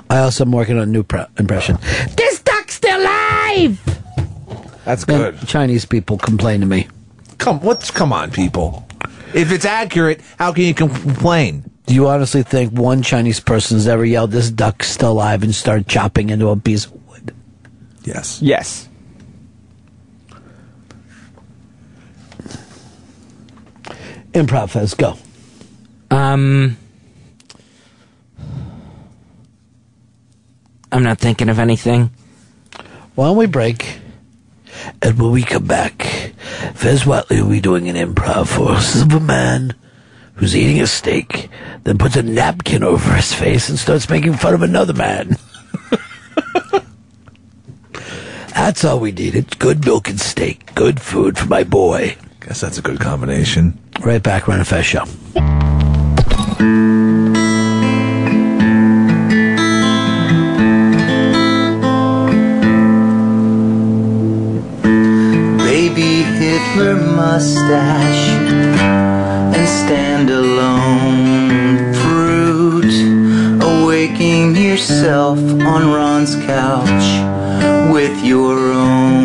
[SPEAKER 9] I also am working on a new pro- impression.
[SPEAKER 1] This duck's still alive.
[SPEAKER 11] That's
[SPEAKER 9] Then
[SPEAKER 11] good.
[SPEAKER 9] Chinese people complain to me.
[SPEAKER 11] Come, what's come on, people? If it's accurate, how can you complain?
[SPEAKER 9] Do you honestly think one Chinese person's ever yelled, "This duck's still alive," and start chopping into a piece of wood?
[SPEAKER 11] Yes.
[SPEAKER 13] Yes.
[SPEAKER 9] Improv Fest, go.
[SPEAKER 14] Um, I'm not thinking of anything.
[SPEAKER 9] Why don't we break?
[SPEAKER 1] And when we come back, Fez Watley will be doing an improv for us of a man who's eating a steak, then puts a napkin over his face and starts making fun of another man. that's all we needed. Good milk and steak. Good food for my boy.
[SPEAKER 11] Guess that's a good combination.
[SPEAKER 1] Right back, Run a Fez Show.
[SPEAKER 21] baby Hitler mustache and standalone fruit. Awaking yourself on Ron's couch with your own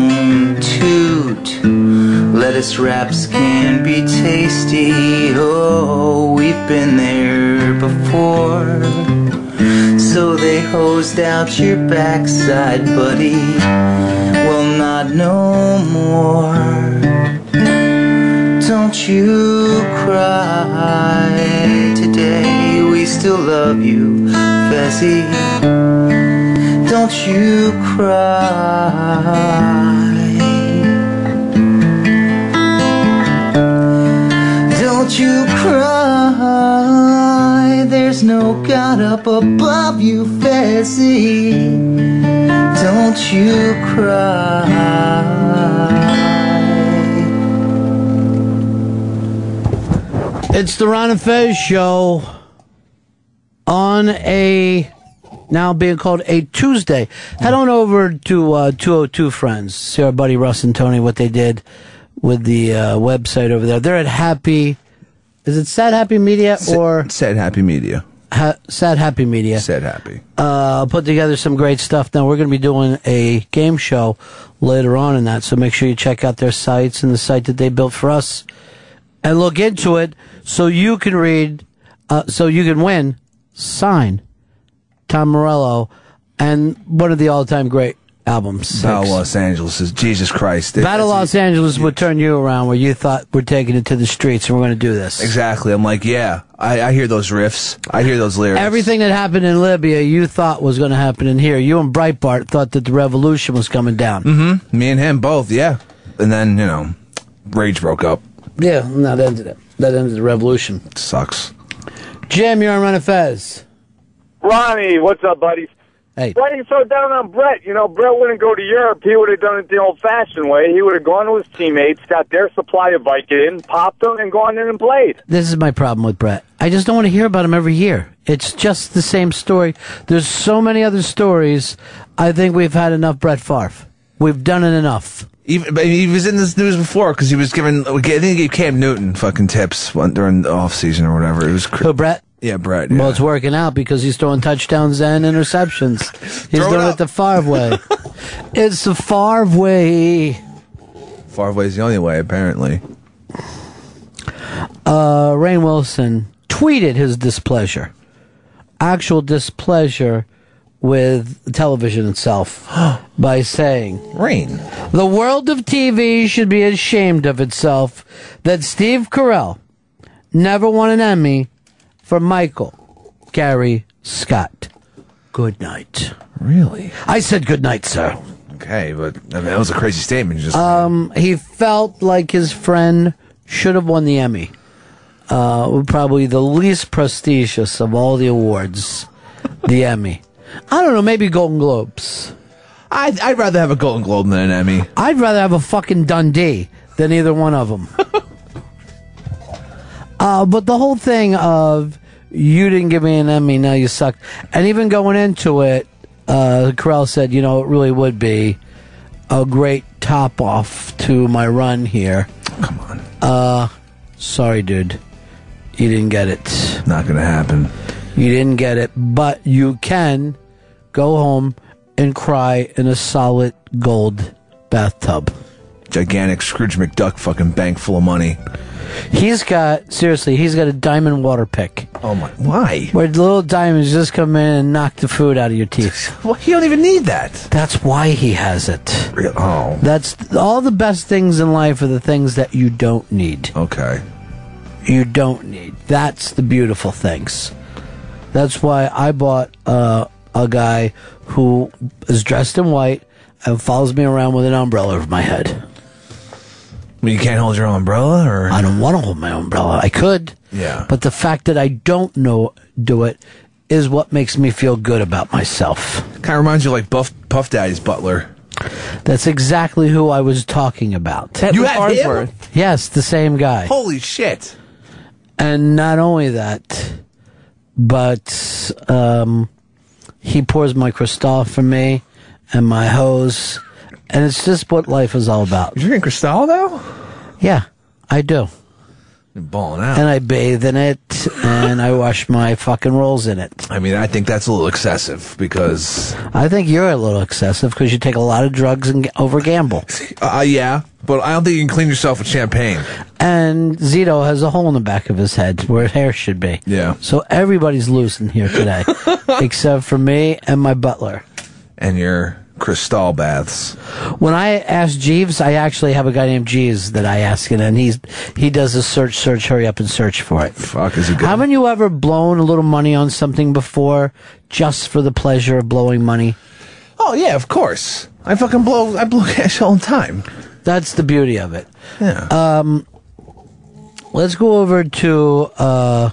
[SPEAKER 21] toot. Lettuce wraps can be tasty. Oh, we've been there before. So they hosed out your backside, buddy. Well, not no more. Don't you cry today. We still love you, Fessy. Don't you cry. Don't you cry. There's no God up above you, Fessy. Don't you cry.
[SPEAKER 9] It's the Ron and Fez show on a now being called a Tuesday. Head on over to uh, 202 Friends. See our buddy Russ and Tony what they did with the uh, website over there. They're at Happy. Is it Sad Happy Media or
[SPEAKER 11] Sad Happy Media?
[SPEAKER 9] Ha- Sad Happy Media.
[SPEAKER 11] Sad Happy.
[SPEAKER 9] Uh, put together some great stuff. Now we're going to be doing a game show later on in that, so make sure you check out their sites and the site that they built for us, and look into it so you can read, uh, so you can win. Sign, Tom Morello, and one of the all-time great albums.
[SPEAKER 11] Battle
[SPEAKER 9] Six.
[SPEAKER 11] Los Angeles is Jesus Christ. It- e-
[SPEAKER 9] Battle Los Angeles would turn you around where you thought we're taking it to the streets and we're going to do this.
[SPEAKER 11] Exactly. I'm like, yeah, I, I hear those riffs. I hear those lyrics.
[SPEAKER 9] Everything that happened in Libya, you thought was going to happen in here. You and Breitbart thought that the revolution was coming down.
[SPEAKER 11] Mm-hmm. Me and him both, yeah. And then, you know, Rage broke up.
[SPEAKER 9] Yeah, and that ended it. That ended the revolution.
[SPEAKER 11] sucks.
[SPEAKER 9] Jim, you're on Run and Fez.
[SPEAKER 6] Ronnie, what's up, buddy?
[SPEAKER 9] Hey.
[SPEAKER 6] Why are you so down on Brett? You know, Brett wouldn't go to Europe. He would have done it the old-fashioned way. He would have gone to his teammates, got their supply of Vicodin, popped them, and gone in and played.
[SPEAKER 9] This is my problem with Brett. I just don't want to hear about him every year. It's just the same story. There's so many other stories. I think we've had enough Brett Favre. We've done it enough.
[SPEAKER 11] Even, but he was in this news before because he was given, I think he gave Cam Newton fucking tips one, during the off season or whatever. It was cr-
[SPEAKER 9] Who, Brett?
[SPEAKER 11] Yeah, Brett.
[SPEAKER 9] Well, it's working out because he's throwing touchdowns and interceptions. He's
[SPEAKER 11] Throw it
[SPEAKER 9] doing it,
[SPEAKER 11] up.
[SPEAKER 9] the Favre way. it's the Favre way.
[SPEAKER 11] Far away's the only way, apparently.
[SPEAKER 9] uh, Rain Wilson tweeted his displeasure, actual displeasure with television itself, by saying,
[SPEAKER 11] Rain.
[SPEAKER 9] The world of TV should be ashamed of itself that Steve Carell never won an Emmy for Michael Gary Scott. Good night.
[SPEAKER 11] Really?
[SPEAKER 9] I said good night, sir.
[SPEAKER 11] Okay, but I mean, that was a crazy statement. You just
[SPEAKER 9] Um, he felt like his friend should have won the Emmy. Uh, probably the least prestigious of all the awards, the Emmy. I don't know, maybe Golden Globes.
[SPEAKER 11] I'd, I'd rather have a Golden Globe than an Emmy.
[SPEAKER 9] I'd rather have a fucking Dundee than either one of them. uh, but the whole thing of you didn't give me an Emmy, now you suck. And even going into it, uh, Carell said, you know, it really would be a great top off to my run here. Come on. Uh, sorry, dude. You didn't get it.
[SPEAKER 11] Not gonna happen.
[SPEAKER 9] You didn't get it, but you can go home and cry in a solid gold bathtub.
[SPEAKER 11] gigantic Scrooge McDuck fucking bank full of money.
[SPEAKER 9] He's got seriously. He's got a diamond water pick.
[SPEAKER 11] Oh my! Why?
[SPEAKER 9] Where the little diamonds just come in and knock the food out of your teeth.
[SPEAKER 11] well, he don't even need that.
[SPEAKER 9] That's why he has it.
[SPEAKER 11] Oh.
[SPEAKER 9] That's all the best things in life are the things that you don't need.
[SPEAKER 11] Okay.
[SPEAKER 9] You don't need. That's the beautiful things. That's why I bought uh, a guy who is dressed in white and follows me around with an umbrella over my head.
[SPEAKER 11] You can't hold your umbrella, or
[SPEAKER 9] I don't want to hold my umbrella. I could.
[SPEAKER 11] Yeah.
[SPEAKER 9] But the fact that I don't know do it is what makes me feel good about myself.
[SPEAKER 11] Kind of reminds you like Buff Puff Daddy's butler.
[SPEAKER 9] That's exactly who I was talking about.
[SPEAKER 11] That You was had him? Farnsworth.
[SPEAKER 9] Yes, the same guy.
[SPEAKER 11] Holy shit!
[SPEAKER 9] And not only that, but um, he pours my Cristal for me and my hose, and it's just what life is all about. You
[SPEAKER 11] drinking Cristal though?
[SPEAKER 9] Yeah, I do.
[SPEAKER 11] You're balling out.
[SPEAKER 9] And I bathe in it, and I wash my fucking rolls in it.
[SPEAKER 11] I mean, I think that's a little excessive because
[SPEAKER 9] I think you're a little excessive because you take a lot of drugs and over gamble.
[SPEAKER 11] Uh, yeah, but I don't think you can clean yourself with champagne.
[SPEAKER 9] And Zito has a hole in the back of his head where hair should be.
[SPEAKER 11] Yeah.
[SPEAKER 9] So everybody's loose in here today, except for me and my butler.
[SPEAKER 11] And your crystal baths.
[SPEAKER 9] When I ask Jeeves, I actually have a guy named Jeeves that I ask it, and he's he does a search, search, hurry up and search for it.
[SPEAKER 11] Fuck, is it good?
[SPEAKER 9] Haven't you ever blown a little money on something before, just for the pleasure of blowing money?
[SPEAKER 11] Oh yeah, of course. I fucking blow. I blow cash all the time.
[SPEAKER 9] That's the beauty of it.
[SPEAKER 11] Yeah.
[SPEAKER 9] Um, let's go over to uh,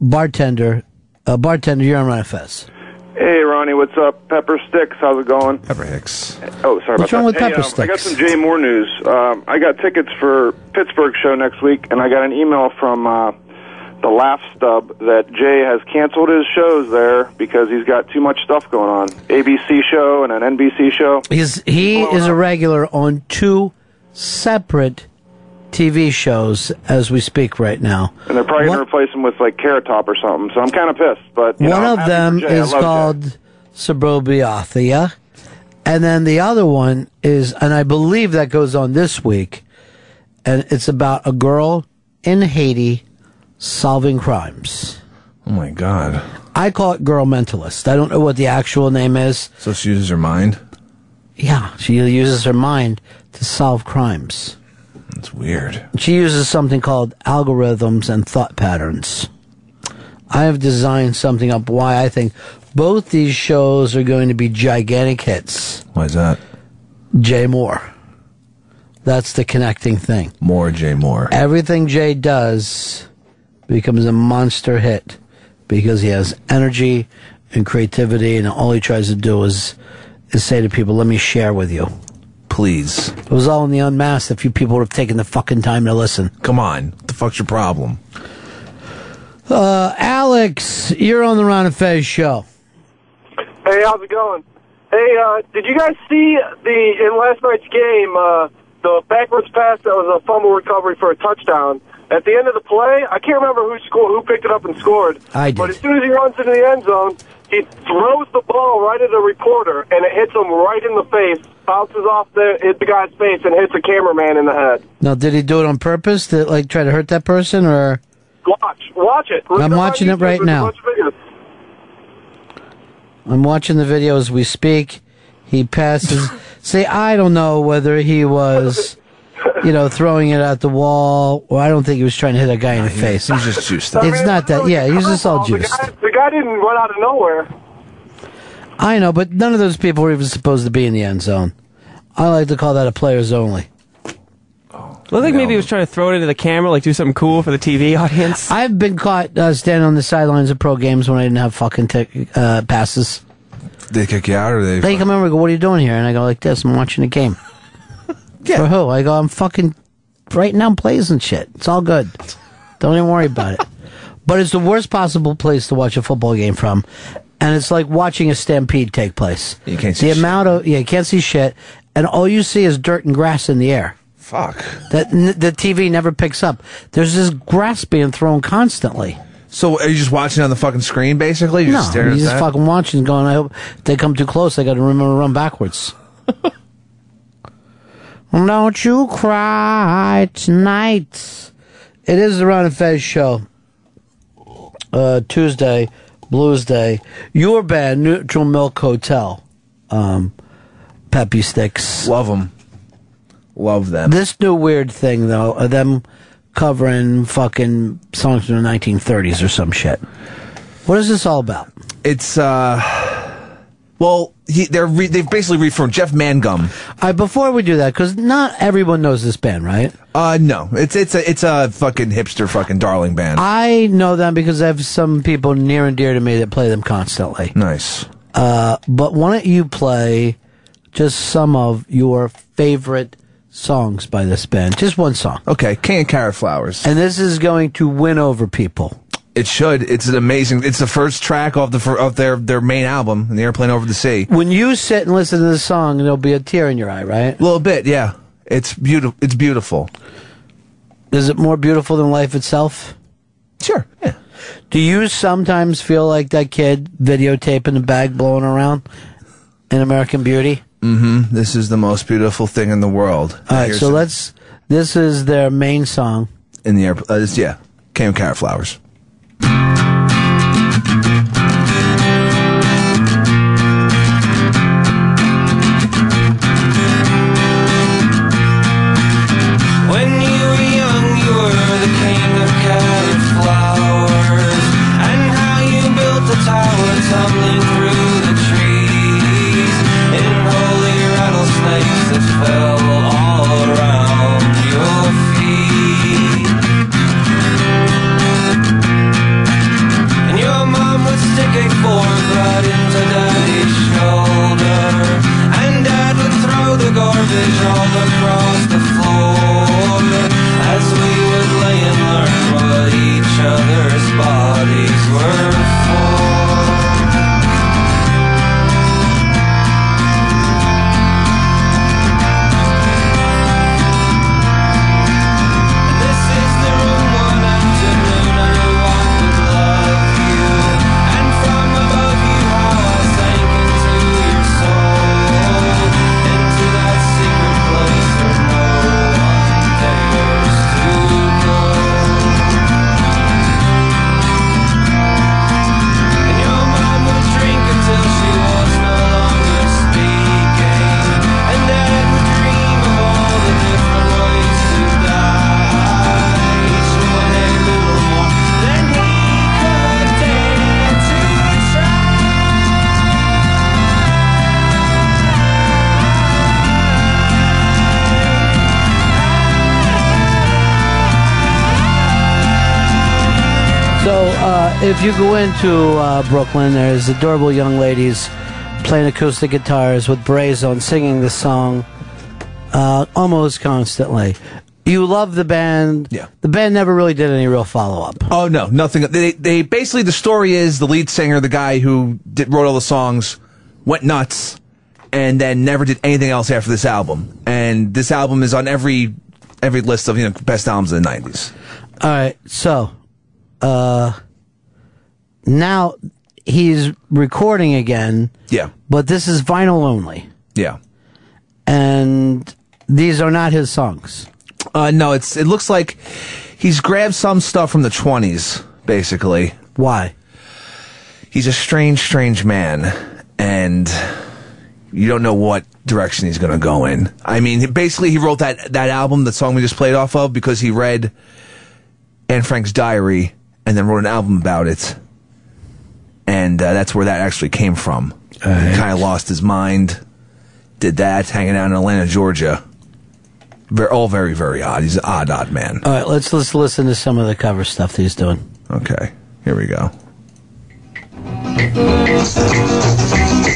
[SPEAKER 9] bartender. Uh, bartender, you're on Manifest.
[SPEAKER 4] Hey, Ronnie, what's up? Pepper Sticks, how's it going?
[SPEAKER 11] Pepper Hicks.
[SPEAKER 4] Oh, sorry
[SPEAKER 9] What's
[SPEAKER 4] about
[SPEAKER 9] wrong
[SPEAKER 4] that.
[SPEAKER 9] with Pepper
[SPEAKER 4] Hey, um, I got some Jay Moore news. Um, I got tickets for Pittsburgh show next week, and I got an email from uh, the Laugh Stub that Jay has canceled his shows there because he's got too much stuff going on. ABC show and an NBC show.
[SPEAKER 9] He's, he is a regular on two separate TV shows as we speak right now.
[SPEAKER 4] And they're probably going to replace him with like Carrot Top or something. So I'm kind of pissed. But you
[SPEAKER 9] One
[SPEAKER 4] know, I'm
[SPEAKER 9] of
[SPEAKER 4] happy for
[SPEAKER 9] them
[SPEAKER 4] Jay. I
[SPEAKER 9] is
[SPEAKER 4] love Jay.
[SPEAKER 9] called Suburbiothia, and then the other one is, and I believe that goes on this week, and it's about a girl in Haiti solving crimes.
[SPEAKER 11] Oh my god.
[SPEAKER 9] I call it Girl Mentalist. I don't know what the actual name is.
[SPEAKER 11] So she uses her mind.
[SPEAKER 9] Yeah, she uses her mind to solve crimes.
[SPEAKER 11] That's weird.
[SPEAKER 9] She uses something called algorithms and thought patterns. I have designed something up why I think both these shows are going to be gigantic hits.
[SPEAKER 11] Why is that?
[SPEAKER 9] Jay Moore. That's the connecting thing.
[SPEAKER 11] More Jay Moore.
[SPEAKER 9] Everything Jay does becomes a monster hit because he has energy and creativity, and all he tries to do is, is say to people, Let me share with you.
[SPEAKER 11] Please.
[SPEAKER 9] It was all in the unmasked. A few people would have taken the fucking time to listen.
[SPEAKER 11] Come on. What the fuck's your problem?
[SPEAKER 9] Uh, Alex, you're on the Ron and Fez show.
[SPEAKER 30] Hey, how's it going? Hey, uh, did you guys see the in last night's game uh, the backwards pass that was a fumble recovery for a touchdown? At the end of the play, I can't remember who scored, who picked it up and scored.
[SPEAKER 9] I did.
[SPEAKER 30] But as soon as he runs into the end zone, he throws the ball right at the reporter, and it hits him right in the face, bounces off the hit the guy's face, and hits a cameraman in the head.
[SPEAKER 9] Now, did he do it on purpose to like try to hurt that person, or
[SPEAKER 30] Watch, watch it. Look
[SPEAKER 9] I'm
[SPEAKER 30] up on
[SPEAKER 9] watching it
[SPEAKER 30] YouTube.
[SPEAKER 9] right
[SPEAKER 30] There's a
[SPEAKER 9] now.
[SPEAKER 30] bunch of videos.
[SPEAKER 9] I'm watching the video as we speak. He passes. See, I don't know whether he was, you know, throwing it at the wall, or I don't think he was trying to hit a guy in the face.
[SPEAKER 11] He's just juiced
[SPEAKER 9] It's not that. Yeah, he's just all
[SPEAKER 30] The
[SPEAKER 9] juiced.
[SPEAKER 30] guy, the guy didn't run out of nowhere.
[SPEAKER 9] I know, but none of those people were even supposed to be in the end zone. I like to call that a players only.
[SPEAKER 13] Looked like maybe he was trying to throw it into the camera, like do something cool for the TV audience.
[SPEAKER 9] I've been caught uh, standing on the sidelines of pro games when I didn't have fucking t- uh, passes.
[SPEAKER 11] They kick you out or they.
[SPEAKER 9] They come over and go, "What are you doing here?" And I go like this: "I'm watching a game." For who? I go, "I'm fucking right now. I'm plays and shit. It's all good. Don't even worry about it." But it's the worst possible place to watch a football game from, and it's like watching a stampede take place. You can't see the amount of yeah, you can't see shit, and all you see is dirt and grass in the air.
[SPEAKER 11] Fuck.
[SPEAKER 9] That n- the TV never picks up. There's this grass being thrown constantly.
[SPEAKER 11] So are you just watching on the fucking screen basically? You're
[SPEAKER 9] no,
[SPEAKER 11] just staring
[SPEAKER 9] you
[SPEAKER 11] at
[SPEAKER 9] just
[SPEAKER 11] that?
[SPEAKER 9] fucking watching, going. I hope if they come too close. I got to remember to run backwards. Don't you cry tonight. It is the Ron and Fez show. Uh, Tuesday, Blues Day. Your band, Neutral Milk Hotel. Um, Peppy Sticks.
[SPEAKER 11] Love them. Love them.
[SPEAKER 9] This new weird thing, though, of them covering fucking songs from the 1930s or some shit. What is this all about?
[SPEAKER 11] It's uh, well, he, they're re- they've basically reformed Jeff Mangum.
[SPEAKER 9] I before we do that, because not everyone knows this band, right?
[SPEAKER 11] Uh, no, it's it's a it's a fucking hipster fucking darling band.
[SPEAKER 9] I know them because I have some people near and dear to me that play them constantly.
[SPEAKER 11] Nice.
[SPEAKER 9] Uh, but why don't you play just some of your favorite songs by this band? Just one song.
[SPEAKER 11] Okay, King of Carrot Flowers.
[SPEAKER 9] And this is going to win over people.
[SPEAKER 11] It should. It's an amazing. It's the first track off the fir- of their their main album, "The Airplane Over the Sea."
[SPEAKER 9] When you sit and listen to this song, there'll be a tear in your eye, right? A
[SPEAKER 11] little bit, yeah. It's beautiful. It's beautiful.
[SPEAKER 9] Is it more beautiful than life itself?
[SPEAKER 11] Sure. Yeah.
[SPEAKER 9] Do you sometimes feel like that kid videotaping the bag blowing around in American Beauty?
[SPEAKER 11] Mm-hmm. This is the most beautiful thing in the world.
[SPEAKER 9] All right,
[SPEAKER 11] Here's
[SPEAKER 9] so
[SPEAKER 11] it.
[SPEAKER 9] let's. This is their main song.
[SPEAKER 11] in the airplane. Uh, it's- yeah, King of Carrot Flowers.
[SPEAKER 10] When you were young, you were the king of carrot flowers, and how you built a tower tumbling through the trees, in holy rattlesnakes that fell all around your feet. And your mom would stick a fork right into daddy's shoulder. And dad would throw the garbage all across the floor. As we would lay and learn what each other's bodies were for. And this is the room one afternoon I knew I would love you. And from above you how I sank into your soul, into that secret place where no one dares to go. And your mom would drink until she was no longer speaking, and dad would dream of all the different ways to die. Each one a little more than he could dare to try.
[SPEAKER 9] So uh, if you go into uh, Brooklyn, there's adorable young ladies playing acoustic guitars with brays on, singing the song uh, almost constantly. You love the band. Yeah. The band never really did any real follow up.
[SPEAKER 11] Oh no, nothing. They they basically the story is the lead singer, the guy who did, wrote all the songs, went nuts, and then never did anything else after this album. And this album is on every every list of you know best albums of the nineties.
[SPEAKER 9] All right, so uh, now he's recording again.
[SPEAKER 11] Yeah.
[SPEAKER 9] But this is vinyl only,
[SPEAKER 11] Yeah.
[SPEAKER 9] and these are not his songs.
[SPEAKER 11] Uh, no, it's it looks like he's grabbed some stuff from the twenties, basically.
[SPEAKER 9] Why?
[SPEAKER 11] He's a strange, strange man, and you don't know what direction he's going to go in. I mean, basically, he wrote that that album, the song we just played off of, because he read Anne Frank's diary and then wrote an album about it, and uh, that's where that actually came from. He kind of lost his mind, did that, hanging out in Atlanta, Georgia. Ver all very, very odd. He's an odd, odd man.
[SPEAKER 9] All right, let's let's listen to some of the cover stuff that he's doing.
[SPEAKER 11] Okay, here we go.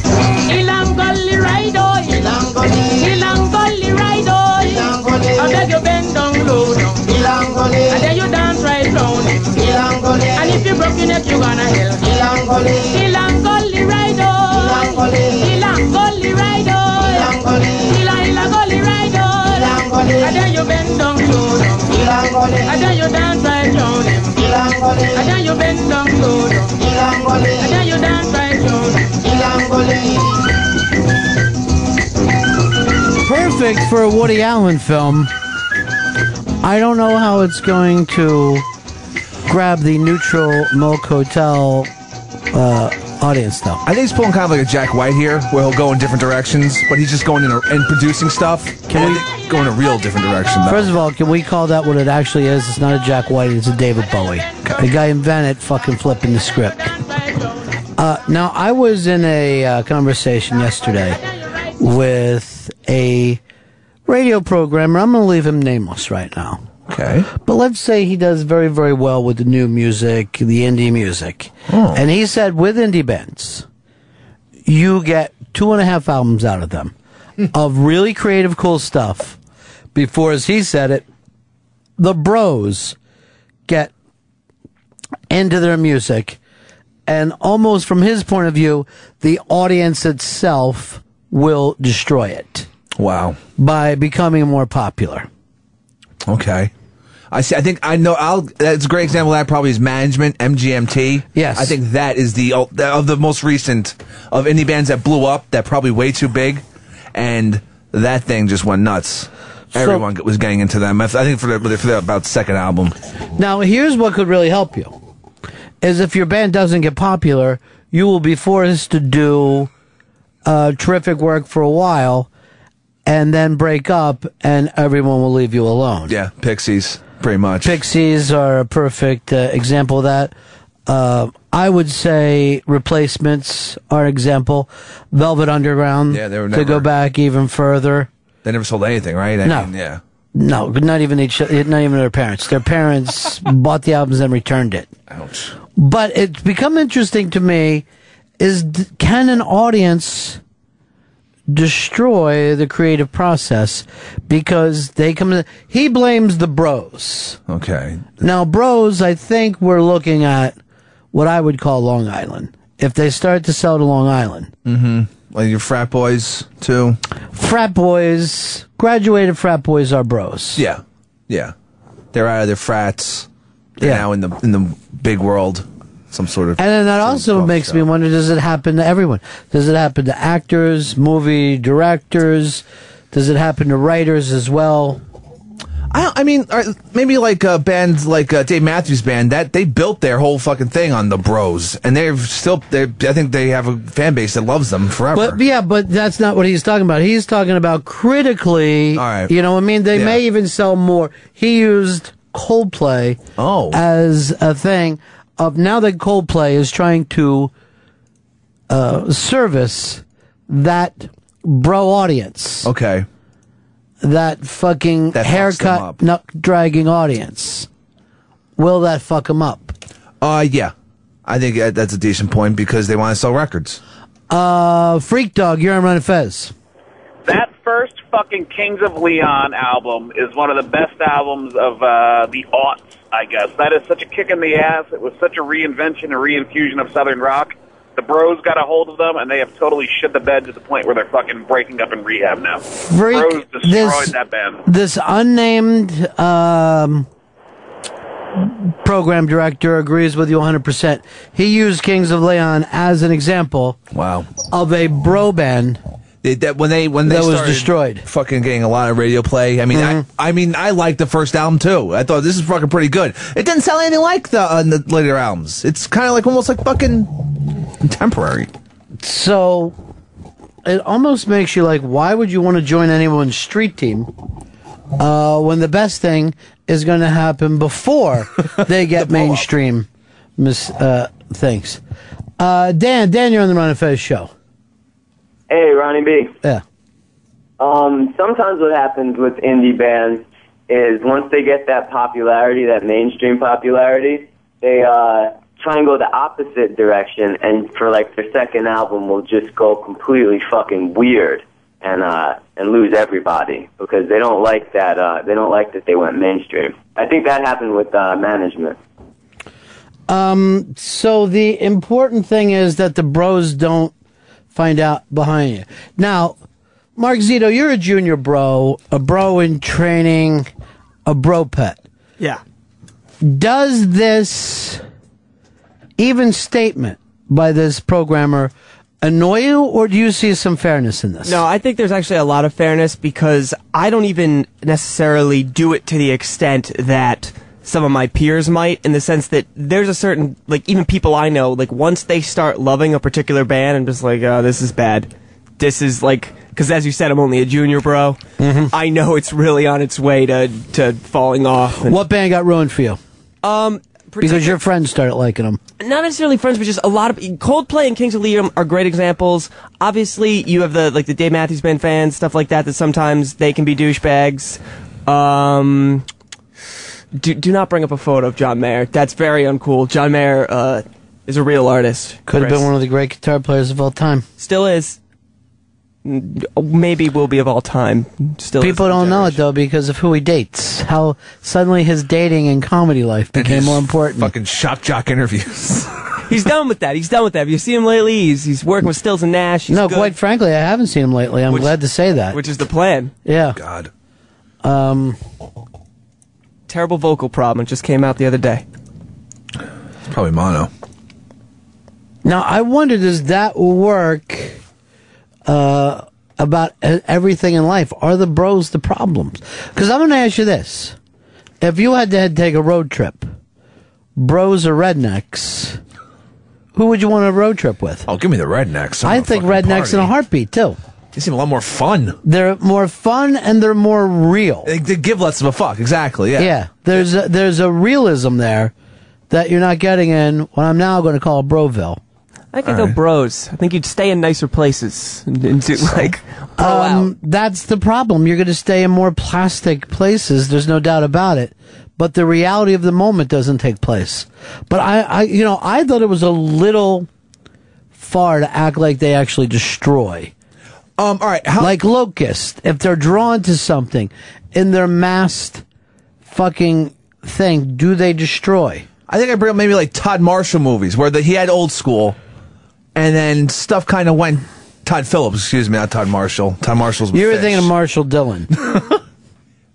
[SPEAKER 10] Ilangoli ride oh, Ilangoli, Ilangoli ride oh, Ilangoli. I beg you bend down low down, Ilangoli. And then you dance right round him, Ilangoli. And if you broke your neck, you gonna hell, Ilangoli. Ilangoli ride oh, Ilangoli, Ilangoli ride oh, Ilangoli. Ila Ilangoli ride oh, Ilangoli. And then you bend down low down, Ilangoli. And then you dance right round him, Ilangoli. And then you bend down low down, Ilangoli. And then you dance oh. right round him, Ilangoli.
[SPEAKER 9] Perfect. perfect for a Woody Allen film. I don't know how it's going to grab the neutral Moke Hotel uh, audience, though.
[SPEAKER 11] I think he's pulling kind of like a Jack White here, where he'll go in different directions, but he's just going in a, and producing stuff. Can we go in a real different direction? Though.
[SPEAKER 9] First of all, can we call that what it actually is? It's not a Jack White, it's a David Bowie. The guy invented fucking flipping the script. Uh, now, I was in a uh, conversation yesterday with a radio programmer. I'm going to leave him nameless right now.
[SPEAKER 11] Okay.
[SPEAKER 9] But let's say he does very, very well with the new music, the indie music. And he said with indie bands, you get two and a half albums out of them of really creative, cool stuff. Before, as he said it, the bros get into their music. And almost from his point of view, the audience itself will destroy it.
[SPEAKER 11] Wow.
[SPEAKER 9] By becoming more popular.
[SPEAKER 11] Okay. I see. I think I know. I'll. That's a great example. Of that probably is management MGMT.
[SPEAKER 9] Yes.
[SPEAKER 11] I think that is the oh, the- of the most recent of indie bands that blew up. That probably way too big, and that thing just went nuts. Everyone was getting into them. I think for the, for the about second album.
[SPEAKER 9] Now, here's what could really help you. Is if your band doesn't get popular, you will be forced to do uh, terrific work for a while and then break up and everyone will leave you alone.
[SPEAKER 11] Yeah, Pixies, pretty much.
[SPEAKER 9] Pixies are a perfect uh, example of that. Uh, I would say replacements are an example. Velvet Underground.
[SPEAKER 11] Yeah, they were
[SPEAKER 9] to go
[SPEAKER 11] never-
[SPEAKER 9] back even further.
[SPEAKER 11] They never sold anything, right? I
[SPEAKER 9] No.
[SPEAKER 11] mean, yeah.
[SPEAKER 9] No, not even each, eh, not even their parents. Their parents bought the albums and returned it.
[SPEAKER 11] Ouch.
[SPEAKER 9] But it's become interesting to me: is d- can an audience destroy the creative process because they come? To, he blames the bros.
[SPEAKER 11] Okay.
[SPEAKER 9] Now, bros, I think we're looking at what I would call Long Island. If they start to sell to Long Island,
[SPEAKER 11] Mm-hmm. Like your frat boys too.
[SPEAKER 9] frat boys, graduated frat boys are bros.
[SPEAKER 11] Yeah. Yeah. They're out of their frats. They're now in the in the big world. Some sort of
[SPEAKER 9] And then that also makes me wonder: Does it happen to everyone? Does it happen to actors, movie directors? Does it happen to writers as well?
[SPEAKER 11] I, don't- I mean, all right, maybe like a band like uh, Dave Matthews Band that they built their whole fucking thing on the Bros, and they're still. They I think they have a fan base that loves them forever.
[SPEAKER 9] But yeah, but that's not what he's talking about. He's talking about critically. All right. You know, what I mean, they may even sell more. He used Coldplay
[SPEAKER 11] oh.
[SPEAKER 9] as a thing of now that Coldplay is trying to uh, service that bro audience.
[SPEAKER 11] Okay.
[SPEAKER 9] That fucking haircut nut dragging audience. Will that fuck him up?
[SPEAKER 11] uh, yeah, I think that- that's a decent point because they want to sell records.
[SPEAKER 9] Uh, Freak Dog, you're on Run and Fez.
[SPEAKER 24] That first fucking Kings of Leon album is one of the best albums of uh, the aughts, I guess. That is such a kick in the ass. It was such a reinvention, a reinfusion of Southern rock. The bros got a hold of them, and they have totally shit the bed to the point where they're fucking breaking up in rehab now. bros
[SPEAKER 9] Freak,
[SPEAKER 24] destroyed
[SPEAKER 9] this,
[SPEAKER 24] that band.
[SPEAKER 9] this unnamed um, program director agrees with you 100%. He used Kings of Leon as an example
[SPEAKER 11] Wow.
[SPEAKER 9] of a bro band.
[SPEAKER 11] They, that when they when they
[SPEAKER 9] That was
[SPEAKER 11] started
[SPEAKER 9] destroyed. Mm-hmm.
[SPEAKER 11] fucking getting a lot of radio play. I mean, I, I mean, I liked the first album too. I thought this is fucking pretty good. It didn't sound anything like the, uh, the later albums. It's kind of like almost like fucking contemporary.
[SPEAKER 9] So it almost makes you like, why would you want to join anyone's street team uh, when the best thing is going to happen before they get mainstream mis- uh, things? Uh, Dan, Dan, you're on the Run and Fez show.
[SPEAKER 10] Hey, Ronnie B.
[SPEAKER 9] Yeah.
[SPEAKER 10] Um, sometimes what happens with indie bands is once they get that popularity, that mainstream popularity, they uh, try and go the opposite direction, and for like their second album, will just go completely fucking weird and uh, and lose everybody because they don't like that. Uh, they don't like that they went mainstream. I think that happened with uh, management.
[SPEAKER 9] Um, so the important thing is that the bros don't find out behind you. Now, Mark Zito, you're a junior bro, a bro in training, a bro pet.
[SPEAKER 13] Yeah.
[SPEAKER 9] Does this even statement by this programmer annoy you, or do you see some fairness in this?
[SPEAKER 13] No, I think there's actually a lot of fairness because I don't even necessarily do it to the extent that some of my peers might in the sense that there's a certain like even people I know like once they start loving a particular band I'm just like oh this is bad this is like because as you said I'm only a junior bro I know it's really on its way to to falling off and,
[SPEAKER 9] What band got ruined for you?
[SPEAKER 13] um
[SPEAKER 9] Because your friends started liking them.
[SPEAKER 13] not necessarily friends, but just a lot of Coldplay and Kings of Leon are great examples. Obviously, you have the like the Dave Matthews Band fans, stuff like that. That sometimes they can be douchebags. Um, do do not bring up a photo of John Mayer. That's very uncool. John Mayer uh, is a real artist.
[SPEAKER 9] Could have
[SPEAKER 13] Chris.
[SPEAKER 9] been one of the great guitar players of all time.
[SPEAKER 13] Still is. N- Maybe will be of all time. Still. is.
[SPEAKER 9] People don't know it though because of who he dates. How suddenly his dating and comedy life became more important.
[SPEAKER 11] Fucking shock jock interviews.
[SPEAKER 13] He's done with that. He's done with that. Have you seen him lately? He's he's working with Stills and Nash. He's
[SPEAKER 9] no,
[SPEAKER 13] good, Oh,
[SPEAKER 9] quite frankly, I haven't seen him lately. I'm glad to say that.
[SPEAKER 13] which is the plan.
[SPEAKER 9] yeah.
[SPEAKER 11] God.
[SPEAKER 9] Um,
[SPEAKER 13] Terrible vocal problem. It Just came out the other day.
[SPEAKER 11] It's probably mono.
[SPEAKER 9] now I wonder, does that work uh, about e- everything in life? Are the bros the problems? Because I'm going to ask you this: If you had to take a road trip, bros or rednecks, who would you want to road trip with?
[SPEAKER 11] Oh, give me the rednecks.
[SPEAKER 9] I think rednecks in a heartbeat too.
[SPEAKER 11] They seem a lot more fun.
[SPEAKER 9] They're more fun and they're more real.
[SPEAKER 11] They, they give less of a fuck. Exactly. Yeah.
[SPEAKER 9] There's a, there's a realism there that you're not getting in what I'm now going to call Broville.
[SPEAKER 13] I think they're bros. I think you'd stay in nicer places and, and do like.
[SPEAKER 11] Oh,
[SPEAKER 9] Um, that's the problem. You're going to stay in more plastic places. There's no doubt about it. But the reality of the moment doesn't take place. But I, I, you know, I thought it was a little far to act like they actually destroy.
[SPEAKER 11] Um, all right.
[SPEAKER 9] like locust, if they're drawn to something in their massed fucking thing, do they destroy?
[SPEAKER 11] I think I bring up maybe like Todd Marshall movies where the, he had old school, and then stuff kind of went. Todd Phillips, excuse me, not Todd Marshall. Todd Marshall's. with
[SPEAKER 9] You were
[SPEAKER 11] fish.
[SPEAKER 9] thinking of Marshall Dillon.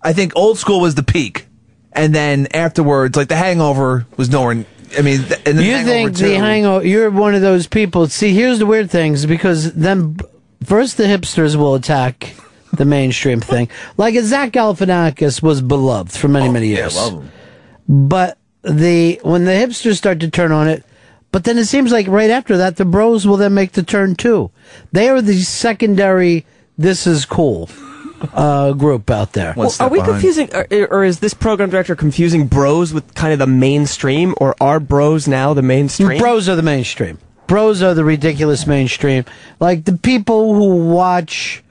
[SPEAKER 11] I think old school was the peak, and then afterwards, like The Hangover was nowhere. I mean, th- and then
[SPEAKER 9] you
[SPEAKER 11] Hangover
[SPEAKER 9] think
[SPEAKER 11] 2.
[SPEAKER 9] the hangover you're one of those people see here's the weird things because then b- first the hipsters will attack the mainstream thing like zach galifianakis was beloved for many many years
[SPEAKER 11] Oh, love him.
[SPEAKER 9] but the when the hipsters start to turn on it but then it seems like right after that the bros will then make the turn too they are the secondary this is cool uh, group out there
[SPEAKER 13] Well, are we confusing, or, or is this program director confusing bros with kind of the mainstream, or are bros now the mainstream?
[SPEAKER 9] Bros are the mainstream. Bros are the ridiculous mainstream. Like the people who watch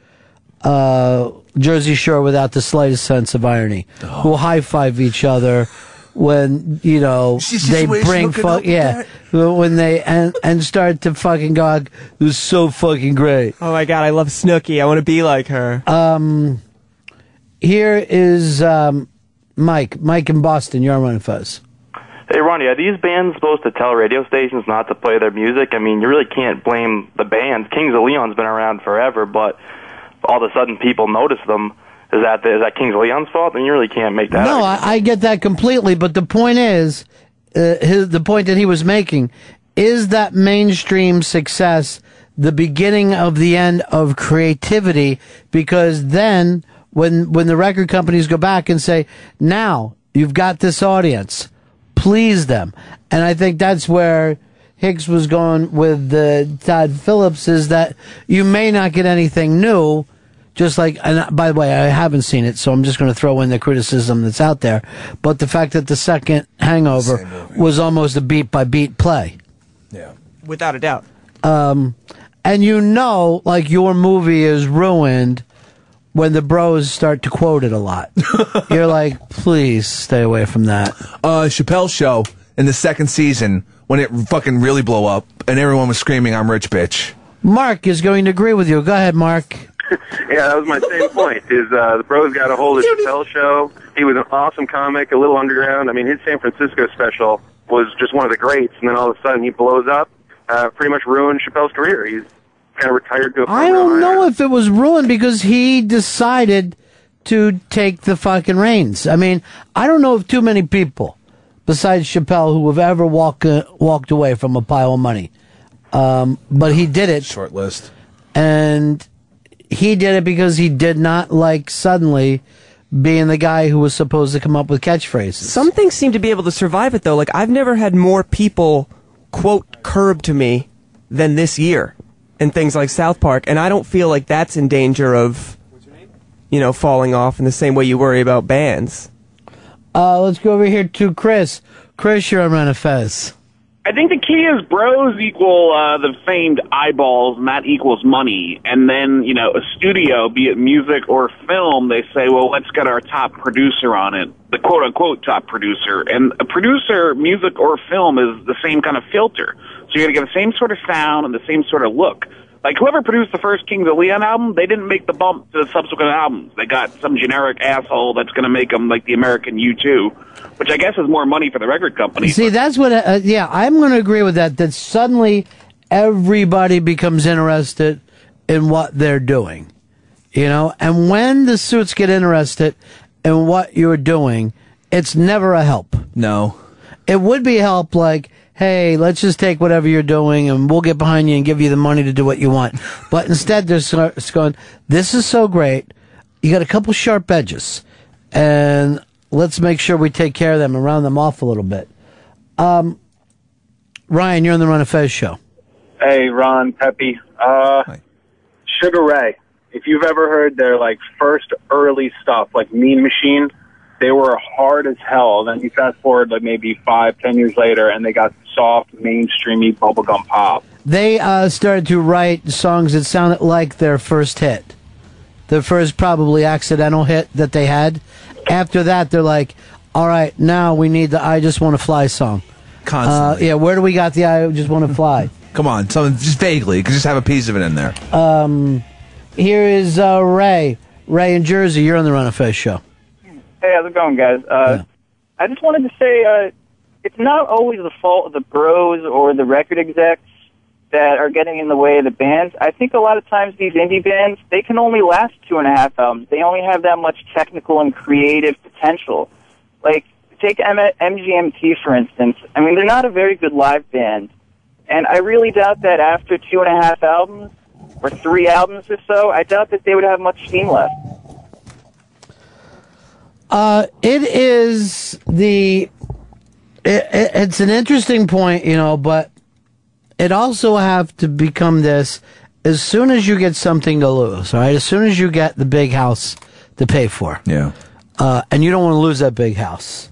[SPEAKER 9] uh, Jersey Shore without the slightest sense of irony,
[SPEAKER 11] Oh.
[SPEAKER 9] who high five each other when you know
[SPEAKER 11] just
[SPEAKER 9] they
[SPEAKER 11] ways
[SPEAKER 9] bring
[SPEAKER 11] looking
[SPEAKER 9] fuck
[SPEAKER 11] up at
[SPEAKER 9] yeah when they and and start to fucking go "It was so fucking great
[SPEAKER 13] Oh my god, I love Snooki. I want to be like her.
[SPEAKER 9] um here is um mike mike in boston you're on running fuzz
[SPEAKER 12] Hey, Ronnie, are these bands supposed to tell radio stations not to play their music? I mean, you really can't blame the bands. Kings of Leon's been around forever, but all of a sudden people notice them. Is that is that Kings of Leon's fault? And you really can't make that.
[SPEAKER 9] No, I, I get that completely, but the point is, uh, his, the point that he was making is that mainstream success the beginning of the end of creativity because then when when the record companies go back and say, "Now you've got this audience, please them," and I think that's where. Hicks was going with the Todd Phillips is that you may not get anything new, just like and by the way, I haven't seen it, so I'm just going to throw in the criticism that's out there. But the fact that the second Hangover was almost a beat by beat play,
[SPEAKER 13] Without a doubt.
[SPEAKER 9] um, and you know, like your movie is ruined when the bros start to quote it a lot. You're like, please stay away from that.
[SPEAKER 11] uh, Chappelle show in the second season when it fucking really blew up and everyone was screaming, "I'm rich, bitch."
[SPEAKER 9] Mark is going to agree with you. Go ahead, Mark.
[SPEAKER 20] Yeah, that was my same point. Is uh, the bros got a hold of Chappelle show? He was an awesome comic, a little underground. I mean, his San Francisco special was just one of the greats, and then all of a sudden he blows up, uh, pretty much ruined Chappelle's career. He's kind of retired to a
[SPEAKER 9] I don't know if it was ruined because he decided to take the fucking reins. I mean, I don't know of too many people besides Chappelle who have ever walk, uh, walked away from a pile of money. Um, but he did it.
[SPEAKER 11] Short list.
[SPEAKER 9] And he did it because he did not like suddenly being the guy who was supposed to come up with catchphrases.
[SPEAKER 13] Some things seem to be able to survive it though. Like I've never had more people quote curb to me than this year and things like South Park and I don't feel like that's in danger of you know falling off in the same way you worry about bands.
[SPEAKER 9] Uh, let's go over here to Chris. Chris, you're on Manifest.
[SPEAKER 24] I think the key is bros equal uh, the famed eyeballs, and that equals money. And then, you know, a studio, be it music or film, they say, well, let's get our top producer on it, the quote unquote top producer. And a producer, music or film, is the same kind of filter. So you're going to get the same sort of sound and the same sort of look. Like whoever produced the first Kings of Leon album, they didn't make the bump to the subsequent albums. They got some generic asshole that's going to make them like the American U2, which I guess is more money for the record company.
[SPEAKER 9] See, that's what. Uh, yeah, I'm going to agree with that. That suddenly everybody becomes interested in what they're doing, you know. And when the suits get interested in what you're doing, it's never a help.
[SPEAKER 11] No.
[SPEAKER 9] It would be help, like, hey, let's just take whatever you're doing and we'll get behind you and give you the money to do what you want. But instead, they're sor- it's going, this is so great. You got a couple sharp edges, and let's make sure we take care of them and round them off a little bit. Um, Ryan, you're on the Run of Fez show.
[SPEAKER 7] Hey, Ron, Peppy. Uh, Sugar Ray. If you've ever heard their like first early stuff, like Mean Machine, they were hard as hell. Then you fast forward like maybe five, ten years later, and they got soft, mainstreamy bubblegum pop.
[SPEAKER 9] They uh, started to write songs that sounded like their first hit, their first probably accidental hit that they had. After that, they're like, "All right, now we need the I Just Want to Fly song." Uh,
[SPEAKER 11] Constantly.
[SPEAKER 9] yeah, where do we got the I Just Want to Fly?
[SPEAKER 11] Come on, something just vaguely. You could just have a piece of it in there.
[SPEAKER 9] Um, here is uh, Ray. Ray in Jersey, you're on the Run of Fest show.
[SPEAKER 22] Hey, how's it going, guys? Uh, I just wanted to say uh, it's not always the fault of the bros or the record execs that are getting in the way of the bands. I think a lot of times these indie bands they can only last two and a half albums. Um, They only have that much technical and creative potential. Like take M- MGMT for instance. I mean, they're not a very good live band, and I really doubt that after two and a half albums or three albums or so, I doubt that they would have much steam left.
[SPEAKER 9] Uh, it is the. It, it, it's an interesting point, you know, but it also have to become this as soon as you get something to lose, all right? As soon as you get the big house to pay for.
[SPEAKER 11] Yeah.
[SPEAKER 9] Uh, and you don't want to lose that big house.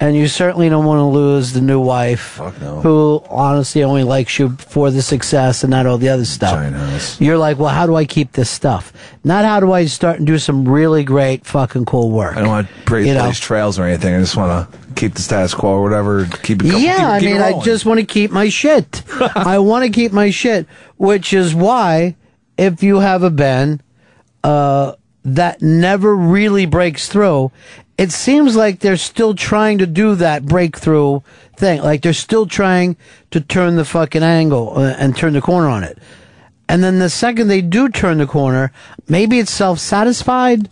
[SPEAKER 9] And you certainly don't want to lose the new wife who honestly only likes you for the success and not all the other stuff. You're like, well, how do I keep this stuff? Not how do I start and do some really great fucking cool work.
[SPEAKER 11] I don't want to break
[SPEAKER 9] You know.
[SPEAKER 11] these trails or anything. I just want to keep the status quo or whatever. Keep it going.
[SPEAKER 9] Yeah, I
[SPEAKER 11] keep, keep
[SPEAKER 9] mean,
[SPEAKER 11] it
[SPEAKER 9] I
[SPEAKER 11] rolling.
[SPEAKER 9] just want to keep my shit. I want to keep my shit, which is why if you have a band uh, that never really breaks through, it seems like they're still trying to do that breakthrough thing. Like they're still trying to turn the fucking angle uh, and turn the corner on it. And then the second they do turn the corner, maybe it's self satisfied,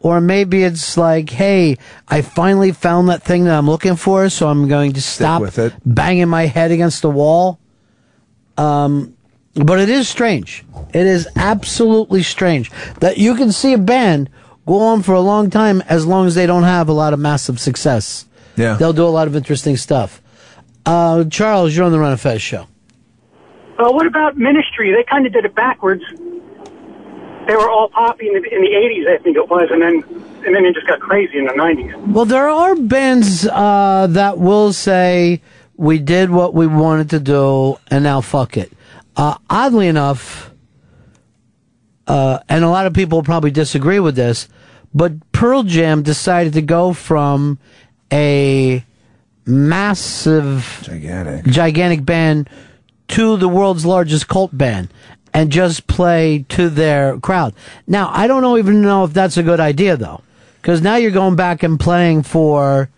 [SPEAKER 9] or maybe it's like, hey, I finally found that thing that I'm looking for, so I'm going to stop
[SPEAKER 11] with it.
[SPEAKER 9] banging my head against the wall. Um, but it is strange. It is absolutely strange that you can see a band go on for a long time as long as they don't have a lot of massive success.
[SPEAKER 11] Yeah.
[SPEAKER 9] They'll do a lot of interesting stuff. Uh, Charles, you're on the Run of Fez show.
[SPEAKER 31] Well, what about Ministry? They kind of did it backwards. They were all poppy in the, in the 80s, I think it was, and then and then it just got crazy in the 90s.
[SPEAKER 9] Well, there are bands uh, that will say we did what we wanted to do, and now fuck it. Uh, oddly enough, uh, and a lot of people probably disagree with this, but Pearl Jam decided to go from a massive,
[SPEAKER 11] gigantic,
[SPEAKER 9] gigantic band to the world's largest cult band and just play to their crowd. Now, I don't know, even know if that's a good idea though, because now you're going back and playing for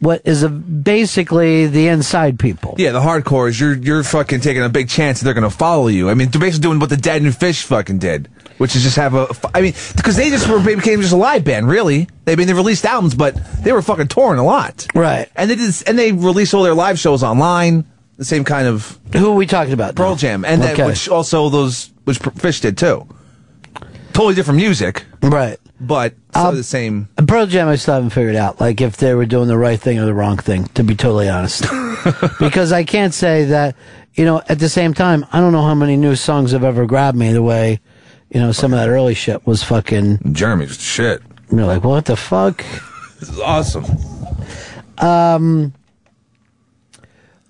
[SPEAKER 9] what is a, basically the inside people.
[SPEAKER 11] Yeah, the hardcore is you're you're fucking taking a big chance that they're gonna follow you. I mean, they're basically doing what the Dead and Fish fucking did, which is just have a. f- I mean, because they just were they became just a live band. Really, they I mean they released albums, but they were fucking touring a lot.
[SPEAKER 9] Right,
[SPEAKER 11] and they did, and they released all their live shows online. The same kind of.
[SPEAKER 9] Who are we talking about?
[SPEAKER 11] Pearl Jam, and
[SPEAKER 9] Okay.
[SPEAKER 11] that, which also those which Fish did too. Totally different music,
[SPEAKER 9] right? Um,
[SPEAKER 11] But still the same.
[SPEAKER 9] And Pearl Jam, I still haven't figured out, like, if they were doing the right thing or the wrong thing, to be totally honest. because I can't say that, you know, at the same time, I don't know how many new songs have ever grabbed me the way, you know, some of that early shit was fucking.
[SPEAKER 11] Jeremy's shit.
[SPEAKER 9] You're like, what the fuck?
[SPEAKER 11] This is awesome.
[SPEAKER 9] Um,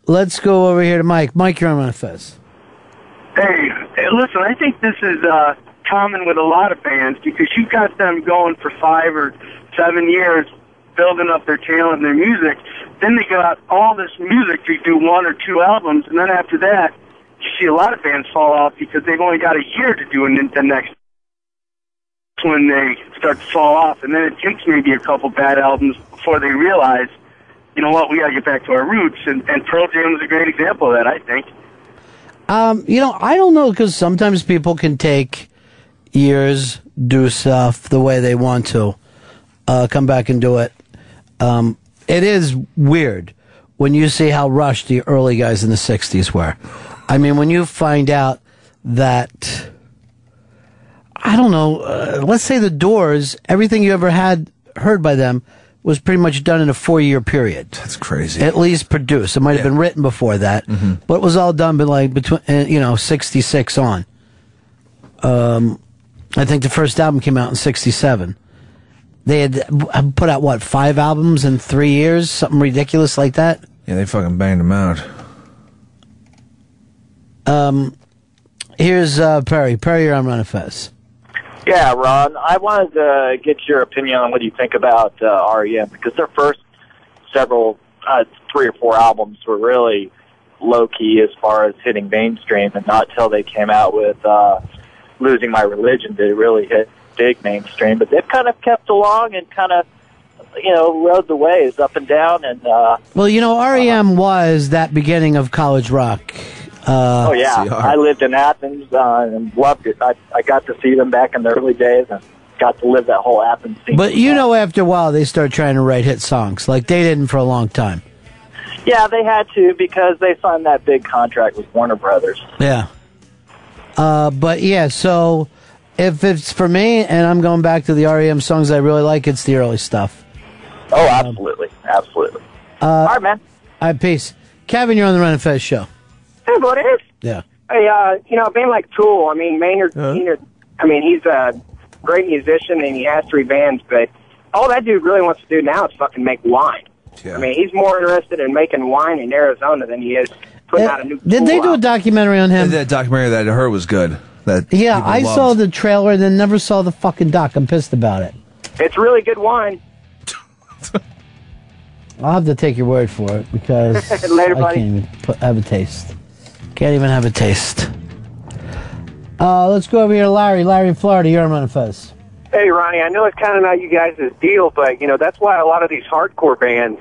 [SPEAKER 9] let's go over here to Mike. Mike, you're on my fez.
[SPEAKER 15] Hey, hey, listen, I think this is uh, common with a lot of bands because you've got them going for five or seven years, building up their talent and their music. Then they got all this music to do one or two albums, and then after that, you see a lot of bands fall off because they've only got a year to do an, the next when they start to fall off, and then it takes maybe a couple bad albums before they realize, you know what, we got to get back to our roots, and, and Pearl Jam is a great example of that, I think.
[SPEAKER 9] Um, you know, I don't know because sometimes people can take years, do stuff the way they want to, uh, come back and do it. Um, it is weird when you see how rushed the early guys in the '60s were. I mean, when you find out that I don't know, uh, let's say the Doors, everything you ever had heard by them was pretty much done in a four-year period. That's
[SPEAKER 11] crazy.
[SPEAKER 9] At least produced. It might have been written before that, but it was all done, but like between uh, you know '66 on. Um, I think the first album came out in '67. They had uh, put out what five albums in three years, something ridiculous like that.
[SPEAKER 11] Yeah, they fucking banged them out.
[SPEAKER 9] Um, here's uh, Perry. Perry, you're on Runafest.
[SPEAKER 32] Yeah, Ron, I wanted to get your opinion on what you think about uh, REM because their first several, uh, three or four albums were really low key as far as hitting mainstream, and not till they came out with uh, "Losing My Religion" did it really hit big mainstream. But they've kind of kept along and kind of, you know, rode the waves up and down, and uh,
[SPEAKER 9] Well, you know, REM was that beginning of college rock. Uh,
[SPEAKER 32] oh yeah, I lived in Athens uh, and loved it. I I got to see them back in the early days and got to live that whole Athens scene.
[SPEAKER 9] But you know, after a while, they start trying to write hit songs like they didn't for a long time.
[SPEAKER 32] Yeah, they had to because they signed that big contract with Warner Brothers.
[SPEAKER 9] Yeah. Uh, but yeah, so if it's for me, and I'm going back to the REM songs I really like, it's the early stuff.
[SPEAKER 32] Oh,
[SPEAKER 9] Um,
[SPEAKER 32] absolutely, absolutely.
[SPEAKER 9] Uh, all right, man. All right, peace. Kevin, you're on the Run and Fez show.
[SPEAKER 26] Hey, buddies.
[SPEAKER 9] Yeah. Uh-huh.
[SPEAKER 26] Hey, uh, you know, a band like Tool, I mean, Maynard, Maynard, I mean, he's a great musician and he has three bands, but all that dude really wants to do now is fucking make wine. I mean, he's more interested in making wine in Arizona than he is putting out a new.
[SPEAKER 9] Did they do a documentary on him?
[SPEAKER 11] That documentary that I heard was good. That
[SPEAKER 9] Yeah,
[SPEAKER 11] people
[SPEAKER 9] I
[SPEAKER 11] loved.
[SPEAKER 9] saw the trailer, then never saw the fucking doc. I'm pissed about it.
[SPEAKER 26] It's really good wine.
[SPEAKER 9] I'll have to take your word for it because
[SPEAKER 26] Later,
[SPEAKER 9] I
[SPEAKER 26] buddy.
[SPEAKER 9] can't even put, have a taste. Can't even have a taste. Uh, let's go over here to Larry. Larry in Florida, you're on Run and Fez.
[SPEAKER 27] Hey, Ronnie, I know it's kind of not you guys' deal, but, you know, that's why a lot of these hardcore bands,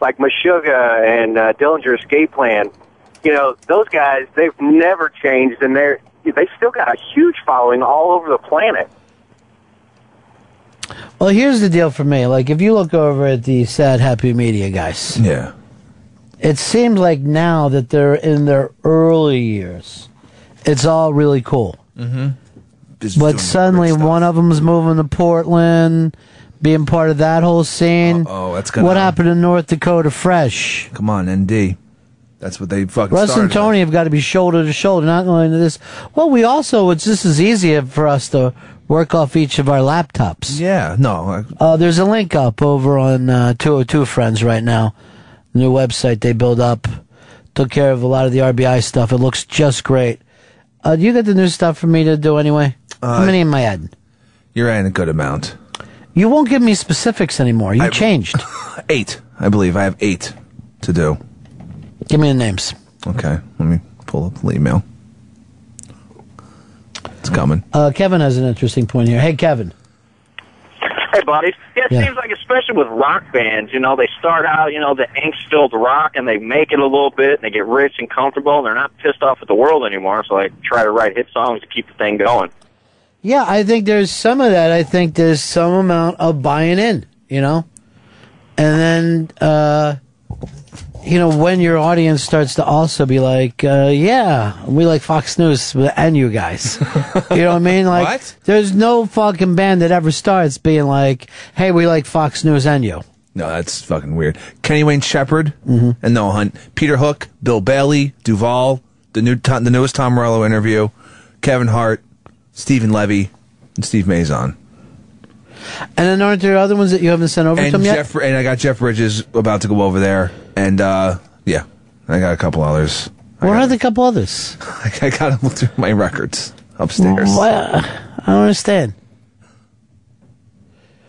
[SPEAKER 27] like Meshuggah and uh, Dillinger Escape Plan, you know, those guys, they've never changed, and they're, they've still got a huge following all over the planet.
[SPEAKER 9] Well, here's the deal for me. Like, if you look over at the sad, happy media guys,
[SPEAKER 11] yeah,
[SPEAKER 9] it seems like now that they're in their early years, it's all really cool.
[SPEAKER 11] Mm-hmm.
[SPEAKER 9] but suddenly, one of them's moving to Portland, being part of that whole scene.
[SPEAKER 11] Oh, that's gonna-
[SPEAKER 9] What happened to North Dakota Fresh?
[SPEAKER 11] Come on, ND. That's what they fucking
[SPEAKER 9] Russ and
[SPEAKER 11] started.
[SPEAKER 9] Tony have got to be shoulder to shoulder, not only this. Well, we also, it's just as easy for us to work off each of our laptops.
[SPEAKER 11] Yeah, no.
[SPEAKER 9] Uh, there's a link up over on uh, 202 Friends right now. New website they build up. Took care of a lot of the RBI stuff. It looks just great. Uh, do you get the new stuff for me to do anyway? How many am I adding?
[SPEAKER 11] Uh, You're in a good amount.
[SPEAKER 9] You won't give me specifics anymore. You changed.
[SPEAKER 11] Eight, I believe. I have eight to do.
[SPEAKER 9] Give me the names.
[SPEAKER 11] Okay, let me pull up the email. It's coming.
[SPEAKER 9] Uh, Kevin has an interesting point here. Hey, Kevin.
[SPEAKER 32] Hey, buddies. Yeah, it
[SPEAKER 9] Yeah.
[SPEAKER 32] seems like especially with rock bands, you know, they start out, you know, the angst-filled rock, and they make it a little bit, and they get rich and comfortable, and they're not pissed off at the world anymore. So they try to write hit songs to keep the thing going.
[SPEAKER 9] Yeah, I think there's some of that. I think there's some amount of buying in, you know? And then, uh, you know, when your audience starts to also be like, uh, yeah, we like Fox News and you guys. you know what I mean? Like, there's no fucking band that ever starts being like, hey, we like Fox News and you.
[SPEAKER 11] No, that's fucking weird. Kenny Wayne Shepherd
[SPEAKER 9] Mm-hmm.
[SPEAKER 11] and Noah Hunt, Peter Hook, Bill Bailey, Duvall, the new Tom, the newest Tom Morello interview, Kevin Hart, Stephen Levy, and Steve Mazon,
[SPEAKER 9] And then aren't there other ones that you haven't sent over to
[SPEAKER 11] and
[SPEAKER 9] them yet?
[SPEAKER 11] Jeff. And I got Jeff Bridges about to go over there, and uh, yeah, I got a couple others.
[SPEAKER 9] What are the couple others?
[SPEAKER 11] I got to look through my records upstairs.
[SPEAKER 9] Why- I don't understand.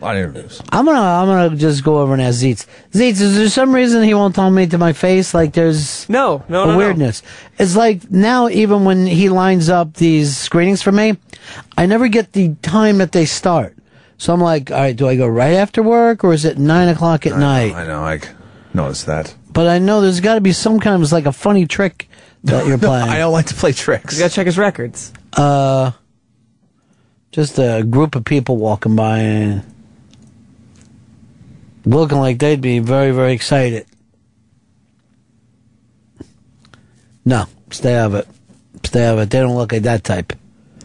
[SPEAKER 11] A lot of interviews.
[SPEAKER 9] I'm gonna I'm gonna just go over and ask Zeitz. Zeitz, is there some reason he won't tell me to my face? Like there's
[SPEAKER 13] no no
[SPEAKER 9] a
[SPEAKER 13] no, no.
[SPEAKER 9] weirdness. It's like now even when he lines up these screenings for me, I never get the time that they start. So I'm like, all right, do I go right after work or is it nine o'clock at night?
[SPEAKER 11] I know. I noticed that.
[SPEAKER 9] But I know there's got to be some kind of it's like a funny trick that you're playing.
[SPEAKER 11] I don't like to play tricks.
[SPEAKER 13] You gotta check his records.
[SPEAKER 9] Uh, just a group of people walking by and looking like they'd be very, very excited. No, stay out of it. Stay out of it. They don't look like that type.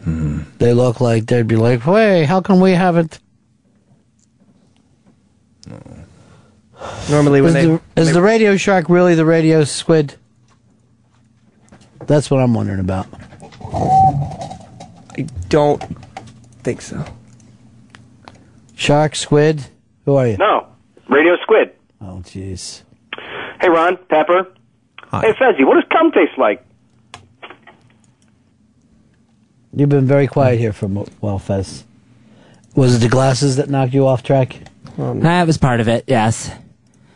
[SPEAKER 9] They look like they'd be like, "Hey, how come we haven't?"
[SPEAKER 13] Normally,
[SPEAKER 9] is,
[SPEAKER 13] when they,
[SPEAKER 9] the, is the Radio Shark really the Radio Squid? That's what I'm wondering about.
[SPEAKER 13] I don't think so.
[SPEAKER 9] Shark, squid, who are you?
[SPEAKER 32] No. Radio Squid.
[SPEAKER 9] Oh, jeez.
[SPEAKER 32] Hey, Ron, Pepper. Hey, Fezzi, what does cum taste like?
[SPEAKER 9] You've been very quiet here for a while, Fez. Was it the glasses that knocked you off track?
[SPEAKER 13] Um,
[SPEAKER 14] That was part of it, yes.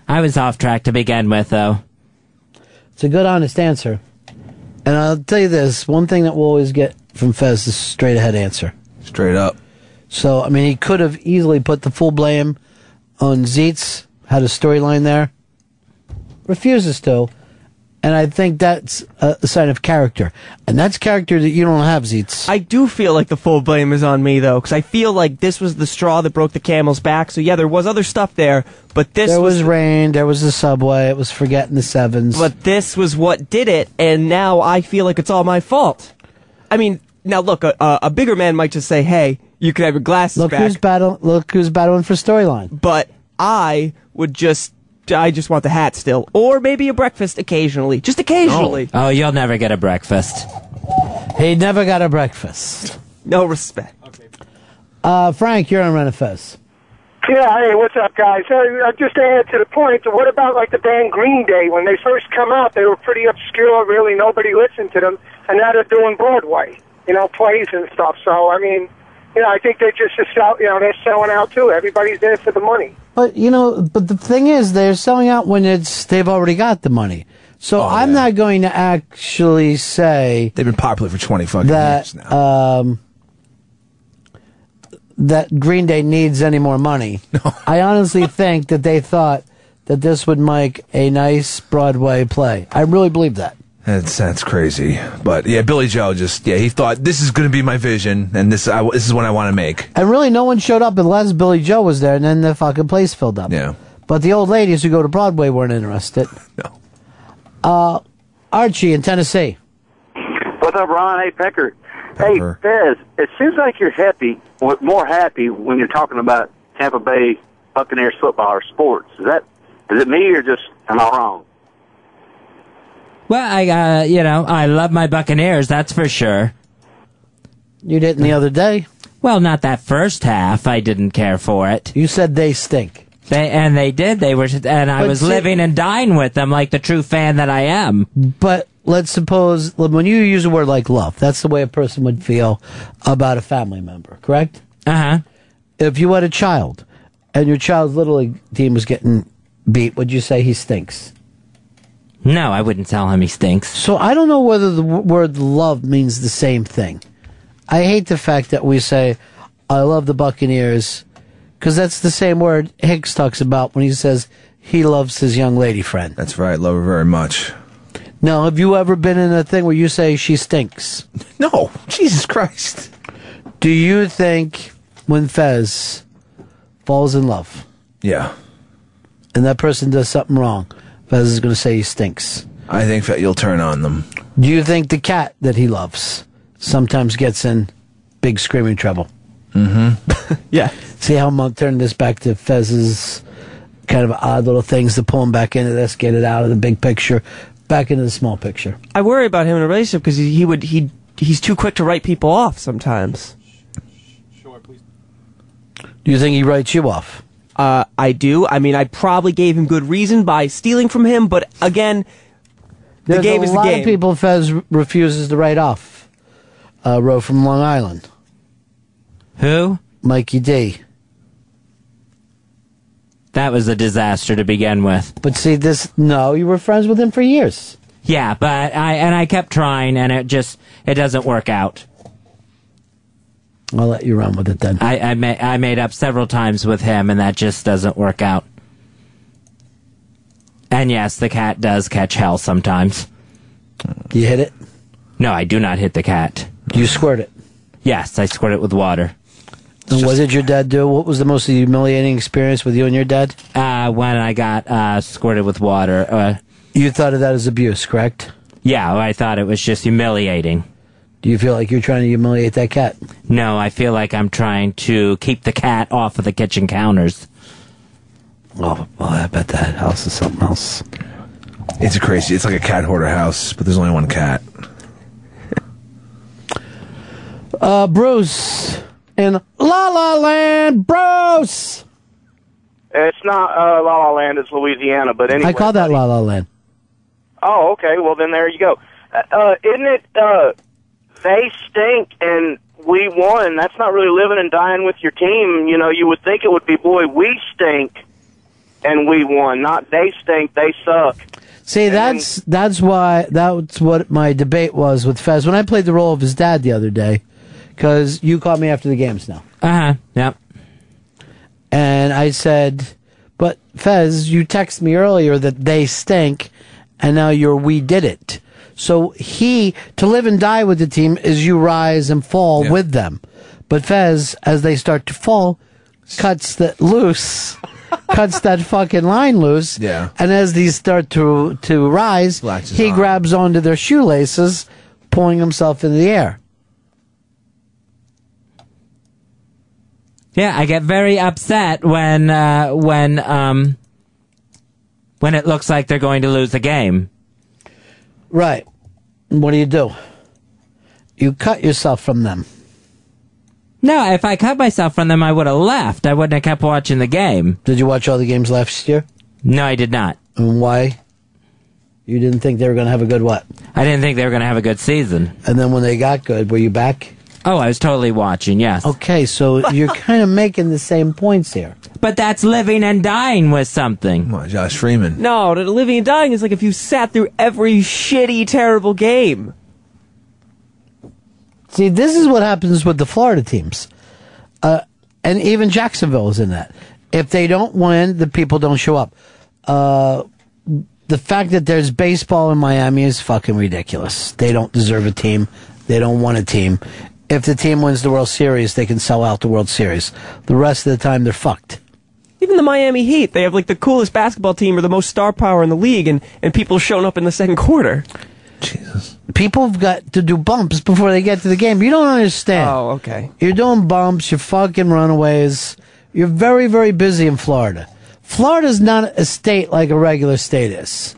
[SPEAKER 14] I was off track to begin with, though.
[SPEAKER 9] It's a good, honest answer. And I'll tell you this one thing that we'll always get from Fez is straight ahead answer.
[SPEAKER 11] Straight up.
[SPEAKER 9] So, I mean, he could have easily put the full blame on Zeitz, had a storyline there. Refuses to. And I think that's a a sign of character. And that's character that you don't have, Zeitz.
[SPEAKER 13] I do feel like the full blame is on me though, because I feel like this was the straw that broke the camel's back. So yeah, there was other stuff there, but this
[SPEAKER 9] there
[SPEAKER 13] was,
[SPEAKER 9] was, rain, there was the subway, it was forgetting the sevens.
[SPEAKER 13] but this was what did it, and now I feel like it's all my fault. I mean, now look, a, a a bigger man might just say, "Hey, you can have your glasses
[SPEAKER 9] look
[SPEAKER 13] back,"
[SPEAKER 9] who's battle look who's battling for storyline.
[SPEAKER 13] but I would just, I just want the hat still, or maybe a breakfast occasionally, just occasionally.
[SPEAKER 14] Oh, you'll never get a breakfast.
[SPEAKER 9] He never got a breakfast.
[SPEAKER 13] No respect.
[SPEAKER 9] Uh, Frank, you're on Renifest.
[SPEAKER 30] Yeah, hey, what's up, guys? Hey, uh, just to add to the point, what about like the band Green Day? When they first come out, they were pretty obscure. Really, nobody listened to them, and now they're doing Broadway, you know, plays and stuff. So, I mean, you know, I think they're just a sell, you know, they're selling out too. Everybody's there for the money.
[SPEAKER 9] But you know, but the thing is they're selling out when it's they've already got the money. So I'm not going to actually say
[SPEAKER 11] Oh, They've been popular for 20 fucking years
[SPEAKER 9] that
[SPEAKER 11] now.
[SPEAKER 9] um that Green Day needs any more money. I honestly think that they thought that this would make a nice Broadway play. I really believe that.
[SPEAKER 11] That's that's crazy, but yeah, Billy Joe just yeah he thought this is gonna be my vision and this I, this is what I want to make.
[SPEAKER 9] And really, no one showed up unless Billy Joe was there, and then the fucking place filled up.
[SPEAKER 11] Yeah.
[SPEAKER 9] But the old ladies who go to Broadway weren't interested.
[SPEAKER 11] no.
[SPEAKER 9] Uh, Archie in Tennessee.
[SPEAKER 20] What's up, Ron? Hey, Pecker. Hey, Fez, it seems like you're happy, well, more happy when you're talking about Tampa Bay Buccaneers football or sports. Is that, is it me or just, am I wrong?
[SPEAKER 14] Well, I, uh, you know, I love my Buccaneers, that's for sure.
[SPEAKER 9] You didn't the other day.
[SPEAKER 14] Well, not that first half. I didn't care for it.
[SPEAKER 9] You said they stink.
[SPEAKER 14] They and they did. They were, and I
[SPEAKER 9] But
[SPEAKER 14] was
[SPEAKER 9] see-
[SPEAKER 14] living and dying with them like the true fan that I am.
[SPEAKER 9] But let's suppose when you use a word like love, that's the way a person would feel about a family member, correct?
[SPEAKER 14] Uh huh.
[SPEAKER 9] If you had a child and your child's little league team was getting beat, would you say he stinks?
[SPEAKER 14] No, I wouldn't tell him he stinks.
[SPEAKER 9] So I don't know whether the w- word love means the same thing. I hate the fact that we say, I love the Buccaneers, because that's the same word Hicks talks about when he says he loves his young lady friend.
[SPEAKER 11] That's right, love her very much.
[SPEAKER 9] Now, have you ever been in a thing where you say she stinks?
[SPEAKER 11] No, Jesus Christ.
[SPEAKER 9] Do you think when Fez falls in love
[SPEAKER 11] Yeah,
[SPEAKER 9] and that person does something wrong, Fez is going to say he stinks.
[SPEAKER 11] I think that you'll turn on them.
[SPEAKER 9] Do you think the cat that he loves sometimes gets in big screaming trouble? Mm-hmm.
[SPEAKER 13] yeah.
[SPEAKER 9] See how I'm turning this back to Fez's kind of odd little things to pull him back into this, get it out of the big picture, back into the small picture.
[SPEAKER 13] I worry about him in a relationship because he, he would he he's too quick to write people off sometimes.
[SPEAKER 9] Do you think he writes you off?
[SPEAKER 13] Uh, I do. I mean, I probably gave him good reason by stealing from him, but again, the
[SPEAKER 9] There's
[SPEAKER 13] game
[SPEAKER 9] a
[SPEAKER 13] is the
[SPEAKER 9] lot
[SPEAKER 13] game.
[SPEAKER 9] of people Fez r- refuses to write off. Uh, Roe from Long Island.
[SPEAKER 14] Who?
[SPEAKER 9] Mikey D.
[SPEAKER 14] That was a disaster to begin with.
[SPEAKER 9] But see, this no, you were friends with him for years.
[SPEAKER 14] Yeah, but I and I kept trying, and it just it doesn't work out.
[SPEAKER 9] I'll let you run with it then.
[SPEAKER 14] I I, ma- I made up several times with him, and that just doesn't work out. And yes, the cat does catch hell sometimes.
[SPEAKER 9] You hit it?
[SPEAKER 14] No, I do not hit the cat.
[SPEAKER 9] You squirt it?
[SPEAKER 14] Yes, I squirt it with water.
[SPEAKER 9] And what did your dad do? What was the most humiliating experience with you and your dad?
[SPEAKER 14] Uh, when I got uh, squirted with water. Uh,
[SPEAKER 9] you thought of that as abuse, correct?
[SPEAKER 14] Yeah, I thought it was just humiliating.
[SPEAKER 9] Do you feel like you're trying to humiliate that cat?
[SPEAKER 14] No, I feel like I'm trying to keep the cat off of the kitchen counters.
[SPEAKER 9] Oh, well, I bet that house is something else.
[SPEAKER 11] It's crazy. It's like a cat hoarder house, but there's only one cat.
[SPEAKER 9] Uh, Bruce in La La Land, Bruce.
[SPEAKER 16] It's not uh, La La Land. It's Louisiana. But anyway.
[SPEAKER 9] I call that La La Land.
[SPEAKER 16] Oh, okay. Well, then there you go. Uh, Uh, isn't it? Uh, they stink and we won. That's not really living and dying with your team. You know, you would think it would be, boy, we stink and we won. Not they stink. They suck.
[SPEAKER 9] See, that's that's why that's what my debate was with Fez when I played the role of his dad the other day, because you called me after the games now.
[SPEAKER 14] Uh huh. Yep.
[SPEAKER 9] And I said, but Fez, you texted me earlier that they stink, and now you're we did it. So he to live and die with the team is you rise and fall with them, but Fez, as they start to fall, cuts that loose. Cuts that fucking line loose,
[SPEAKER 11] Yeah.
[SPEAKER 9] and as these start to to rise, he
[SPEAKER 11] on.
[SPEAKER 9] grabs onto their shoelaces, pulling himself in the air.
[SPEAKER 14] Yeah, I get very upset when uh, when um when it looks like they're going to lose the game.
[SPEAKER 9] Right. What do you do? You cut yourself from them.
[SPEAKER 14] No, if I cut myself from them, I would have left. I wouldn't have kept watching the game.
[SPEAKER 9] Did you watch all the games last year?
[SPEAKER 14] No, I did not.
[SPEAKER 9] And why? You didn't think they were going to have a good what?
[SPEAKER 14] I didn't think they were going to have a good season.
[SPEAKER 9] And then when they got good, were you back?
[SPEAKER 14] Oh, I was totally watching. Yes.
[SPEAKER 9] Okay, so you're kind of making the same points here.
[SPEAKER 14] But that's living and dying with something. Come
[SPEAKER 11] on, Josh Freeman.
[SPEAKER 13] No, the living and dying is like if you sat through every shitty, terrible game.
[SPEAKER 9] See, this is what happens with the Florida teams. Uh, and even Jacksonville is in that. If they don't win, the people don't show up. Uh, the fact that there's baseball in Miami is fucking ridiculous. They don't deserve a team. They don't want a team. If the team wins the World Series, they can sell out the World Series. The rest of the time, they're fucked.
[SPEAKER 13] Even the Miami Heat, they have like the coolest basketball team or the most star power in the league, and, and people showing up in the second quarter.
[SPEAKER 9] People have got to do bumps before they get to the game. You don't understand.
[SPEAKER 13] Oh, okay.
[SPEAKER 9] You're doing bumps. You're fucking runaways. You're very, very busy in Florida. Florida's not a state like a regular state is.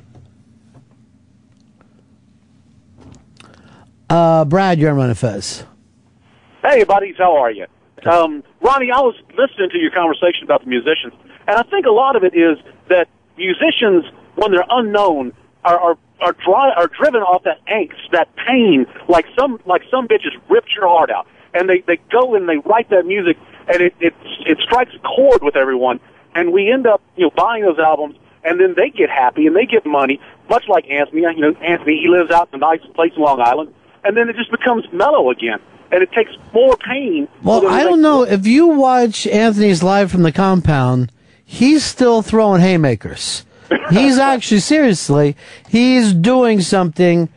[SPEAKER 9] Uh, Brad, you're on Fez.
[SPEAKER 20] Hey, buddies, how are you? Um, Ronnie, I was listening to your conversation about the musicians, and I think a lot of it is that musicians, when they're unknown, are are are, dry, are driven off that angst, that pain, like some like some bitches ripped your heart out, and they they go and they write that music, and it it it strikes a chord with everyone, and we end up you know buying those albums, and then they get happy and they get money, much like Anthony. You know, Anthony he lives out in a nice place in Long Island, and then it just becomes mellow again, and it takes more pain.
[SPEAKER 9] Well, I don't know. If you watch Anthony's live from the compound, he's still throwing haymakers. He's actually, seriously, he's doing something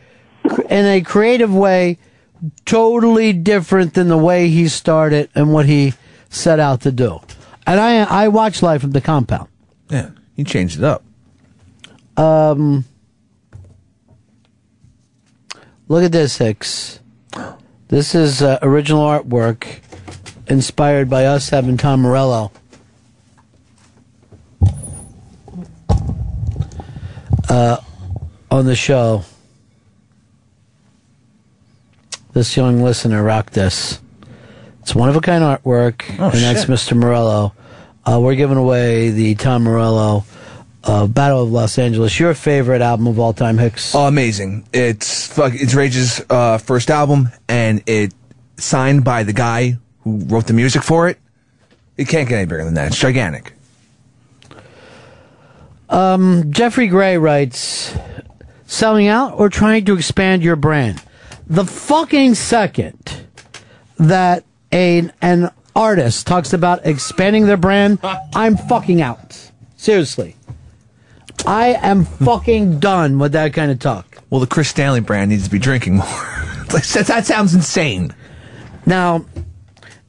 [SPEAKER 9] cr- in a creative way totally different than the way he started and what he set out to do. And I, I watch live from the compound.
[SPEAKER 11] Yeah, you changed it up.
[SPEAKER 9] Um, look at this, Hicks. This is uh, original artwork inspired by us having Tom Morello. Uh, on the show, this young listener rocked this. It's one of a kind artwork,
[SPEAKER 1] Oh,
[SPEAKER 9] and that's
[SPEAKER 1] shit.
[SPEAKER 9] Mr. Morello. Uh, we're giving away the Tom Morello uh, Battle of Los Angeles, your favorite album of all time, Hicks.
[SPEAKER 11] Oh, amazing! It's fuck. It's Rage's uh, first album, and it signed by the guy who wrote the music for it. It can't get any bigger than that. It's gigantic.
[SPEAKER 9] Um, Jeffrey Gray writes, selling out or trying to expand your brand. The fucking second that a, an artist talks about expanding their brand, I'm fucking out. Seriously. I am fucking done with that kind of talk.
[SPEAKER 11] Well, the Chris Stanley brand needs to be drinking more. Like, that, that sounds insane.
[SPEAKER 9] Now,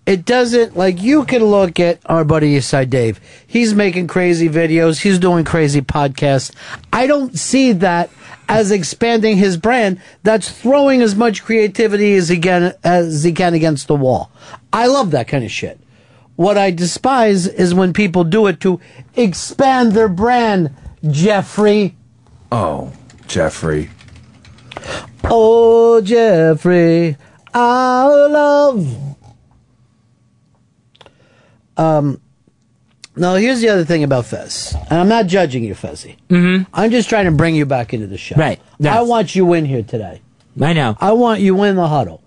[SPEAKER 9] it doesn't like you can look at our buddy Side Dave. He's making crazy videos. He's doing crazy podcasts. I don't see that as expanding his brand. That's throwing as much creativity as he can as he can against the wall. I love that kind of shit. What I despise is when people do it to expand their brand, Jeffrey.
[SPEAKER 11] Oh, Jeffrey.
[SPEAKER 9] Oh, Jeffrey, I love. Um, no, here's the other thing about Fez, and I'm not judging you, Fezzy. Mm-hmm. I'm just trying to bring you back into the show. Right. I want you in here today.
[SPEAKER 2] I know.
[SPEAKER 9] I want you in the huddle.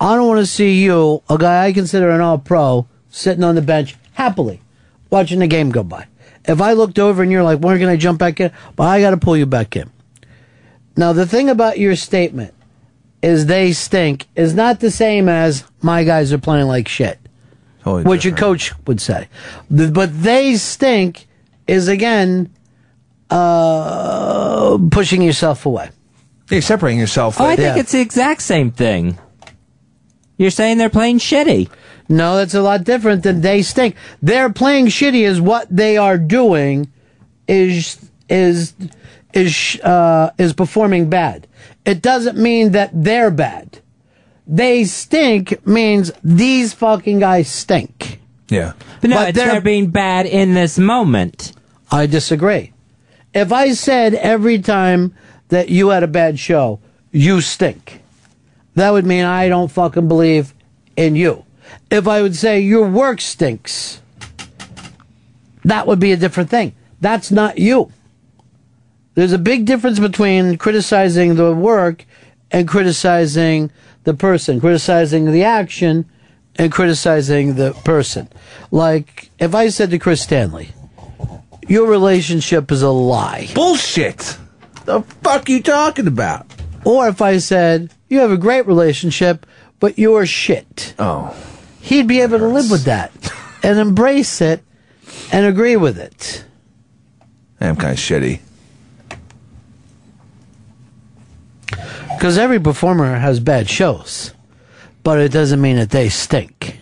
[SPEAKER 9] I don't want to see you, a guy I consider an all pro, sitting on the bench happily watching the game go by. If I looked over and you're like, when can I jump back in? But I got to pull you back in. Now, the thing about your statement is they stink is not the same as my guys are playing like shit,
[SPEAKER 11] Totally
[SPEAKER 9] which your coach would say. The- But they stink is again uh, pushing yourself away.
[SPEAKER 11] You're separating yourself.
[SPEAKER 2] Oh, I think
[SPEAKER 9] Yeah.
[SPEAKER 2] it's the exact same thing. You're saying they're playing shitty.
[SPEAKER 9] No, that's a lot different than they stink. They're playing shitty is what they are doing is is is uh, is performing bad. It doesn't mean that they're bad. They stink means these fucking guys stink.
[SPEAKER 11] Yeah.
[SPEAKER 2] But no, it's they're, being bad in this moment.
[SPEAKER 9] I disagree. If I said every time that you had a bad show, you stink, that would mean I don't fucking believe in you. If I would say your work stinks, that would be a different thing. That's not you. There's a big difference between criticizing the work and criticizing the person, criticizing the action and criticizing the person. Like, if I said to Chris Stanley, your relationship is a lie.
[SPEAKER 11] Bullshit. The fuck you talking about?
[SPEAKER 9] Or if I said, you have a great relationship, but you're shit.
[SPEAKER 11] Oh.
[SPEAKER 9] He'd be able to live with that and embrace it and agree with it.
[SPEAKER 11] I am kind of shitty.
[SPEAKER 9] Because every performer has bad shows, but it doesn't mean that they stink.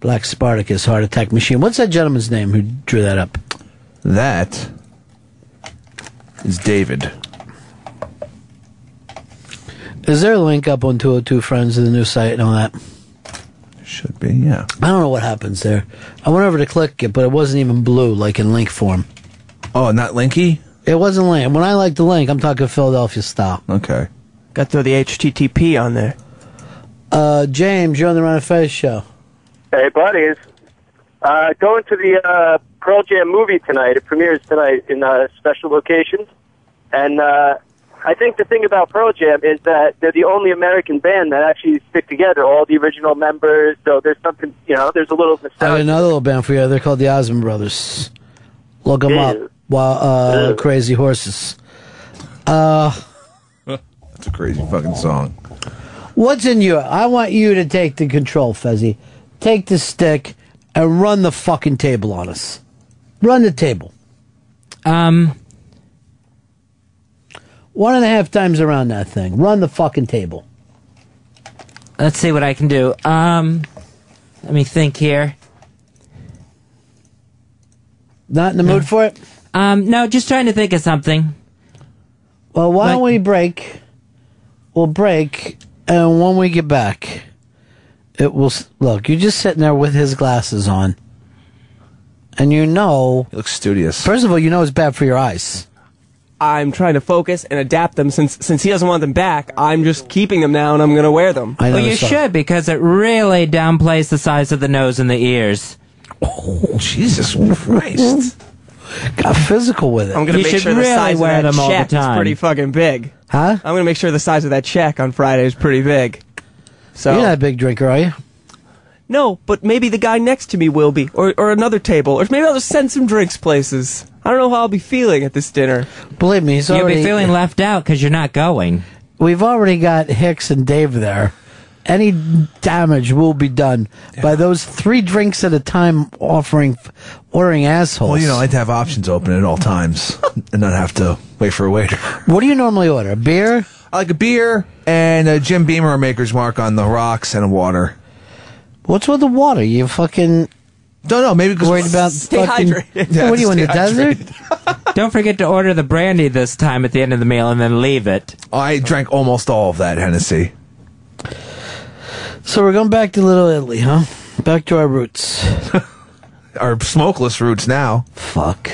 [SPEAKER 9] Black Spartacus Heart Attack Machine. What's that gentleman's name who drew that up?
[SPEAKER 11] That is David.
[SPEAKER 9] Is there a link up on 202 Friends to the new site and all that?
[SPEAKER 11] Should be, yeah.
[SPEAKER 9] I don't know what happens there. I went over to click it, but it wasn't even blue, like in link form.
[SPEAKER 11] Oh, not linky?
[SPEAKER 9] It wasn't link. When I like the link, I'm talking Philadelphia style.
[SPEAKER 11] Okay.
[SPEAKER 13] Got to throw the HTTP on there.
[SPEAKER 9] Uh, James, you're on the Ron and Fez show.
[SPEAKER 6] Hey, buddies. Uh, going to the uh, Pearl Jam movie tonight. It premieres tonight in uh, special locations. And uh, I think the thing about Pearl Jam is that they're the only American band that actually stick together, all the original members. So there's something, you know, there's a little
[SPEAKER 9] I have another little band for you. They're called the Osmond Brothers. Look them up. Wow, uh, Crazy Horses. Uh,
[SPEAKER 11] That's a crazy fucking song.
[SPEAKER 9] what's in your? I want you to take the control, Fezzi. Take the stick and run the fucking table on us. Run the table.
[SPEAKER 2] Um,
[SPEAKER 9] one and a half times around that thing. Run the fucking table.
[SPEAKER 2] Let's see what I can do. Um, let me think here.
[SPEAKER 9] Not in the mood for it?
[SPEAKER 2] Um, no, just trying to think of something.
[SPEAKER 9] Well, why don't we break? We'll break, and when we get back, it will s- look. You're just sitting there with his glasses on, and you know he
[SPEAKER 11] looks studious.
[SPEAKER 9] First of all, you know it's bad for your eyes.
[SPEAKER 13] I'm trying to focus and adapt them since since he doesn't want them back. I'm just keeping them now and I'm gonna wear them.
[SPEAKER 2] well, you should because it really downplays the size of the nose and the ears.
[SPEAKER 11] Oh, Jesus Christ!
[SPEAKER 9] Got physical with it.
[SPEAKER 13] I'm gonna
[SPEAKER 2] You
[SPEAKER 13] make
[SPEAKER 2] should
[SPEAKER 13] sure the
[SPEAKER 2] really
[SPEAKER 13] size
[SPEAKER 2] wear
[SPEAKER 13] of that
[SPEAKER 2] them all the
[SPEAKER 13] check
[SPEAKER 2] time.
[SPEAKER 13] is pretty fucking big.
[SPEAKER 9] Huh?
[SPEAKER 13] I'm gonna make sure the size of that check on Friday is pretty big. So
[SPEAKER 9] You're not a big drinker, are you?
[SPEAKER 13] No, but maybe the guy next to me will be, or or another table, or maybe I'll just send some drinks places. I don't know how I'll be feeling at this dinner.
[SPEAKER 9] Believe me, he's
[SPEAKER 2] You'll
[SPEAKER 9] already
[SPEAKER 2] be feeling left out because you're not going.
[SPEAKER 9] We've already got Hicks and Dave there. Any damage will be done by those three drinks at a time offering, ordering assholes.
[SPEAKER 11] Well, you know, I like to have options open at all times and not have to wait for a waiter.
[SPEAKER 9] What do you normally order? A beer?
[SPEAKER 11] I like a beer and a Jim Beamer or Maker's Mark on the rocks and a water.
[SPEAKER 9] What's with the water? You fucking.
[SPEAKER 11] Don't know. Maybe because
[SPEAKER 9] worried about
[SPEAKER 11] Stay
[SPEAKER 9] fucking-
[SPEAKER 11] hydrated.
[SPEAKER 9] Yeah, what are you in
[SPEAKER 11] stay
[SPEAKER 9] the desert?
[SPEAKER 2] Don't forget to order the brandy this time at the end of the meal and then leave it.
[SPEAKER 11] I drank almost all of that Hennessy.
[SPEAKER 9] So we're going back to Little Italy, huh? Back to our roots.
[SPEAKER 11] Our smokeless roots now.
[SPEAKER 9] Fuck.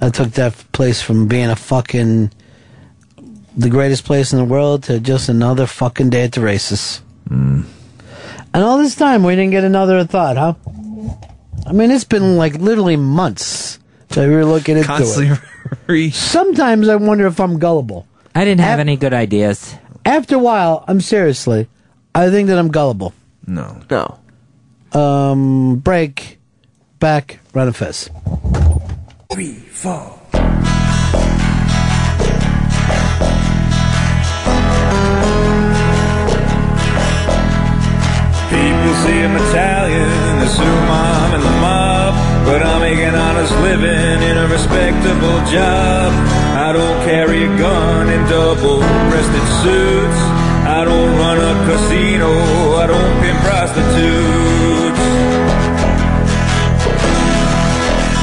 [SPEAKER 9] I took that place from being a fucking the greatest place in the world to just another fucking day at the races.
[SPEAKER 11] Mm.
[SPEAKER 9] And all this time we didn't get another thought, huh? I mean, it's been like literally months that we were looking into
[SPEAKER 11] Constantly
[SPEAKER 9] it. Sometimes I wonder if I'm gullible.
[SPEAKER 2] I didn't have any good ideas.
[SPEAKER 9] After a while, I'm seriously, I think that I'm gullible.
[SPEAKER 11] No.
[SPEAKER 13] No.
[SPEAKER 9] Um, break, back, run a fizz.
[SPEAKER 1] Three, four.
[SPEAKER 23] People see I'm Italian, assume I'm in the mob, but I make an honest living in a respectable job. I don't carry a gun in double-breasted suits. I don't run a casino. I don't pin prostitutes.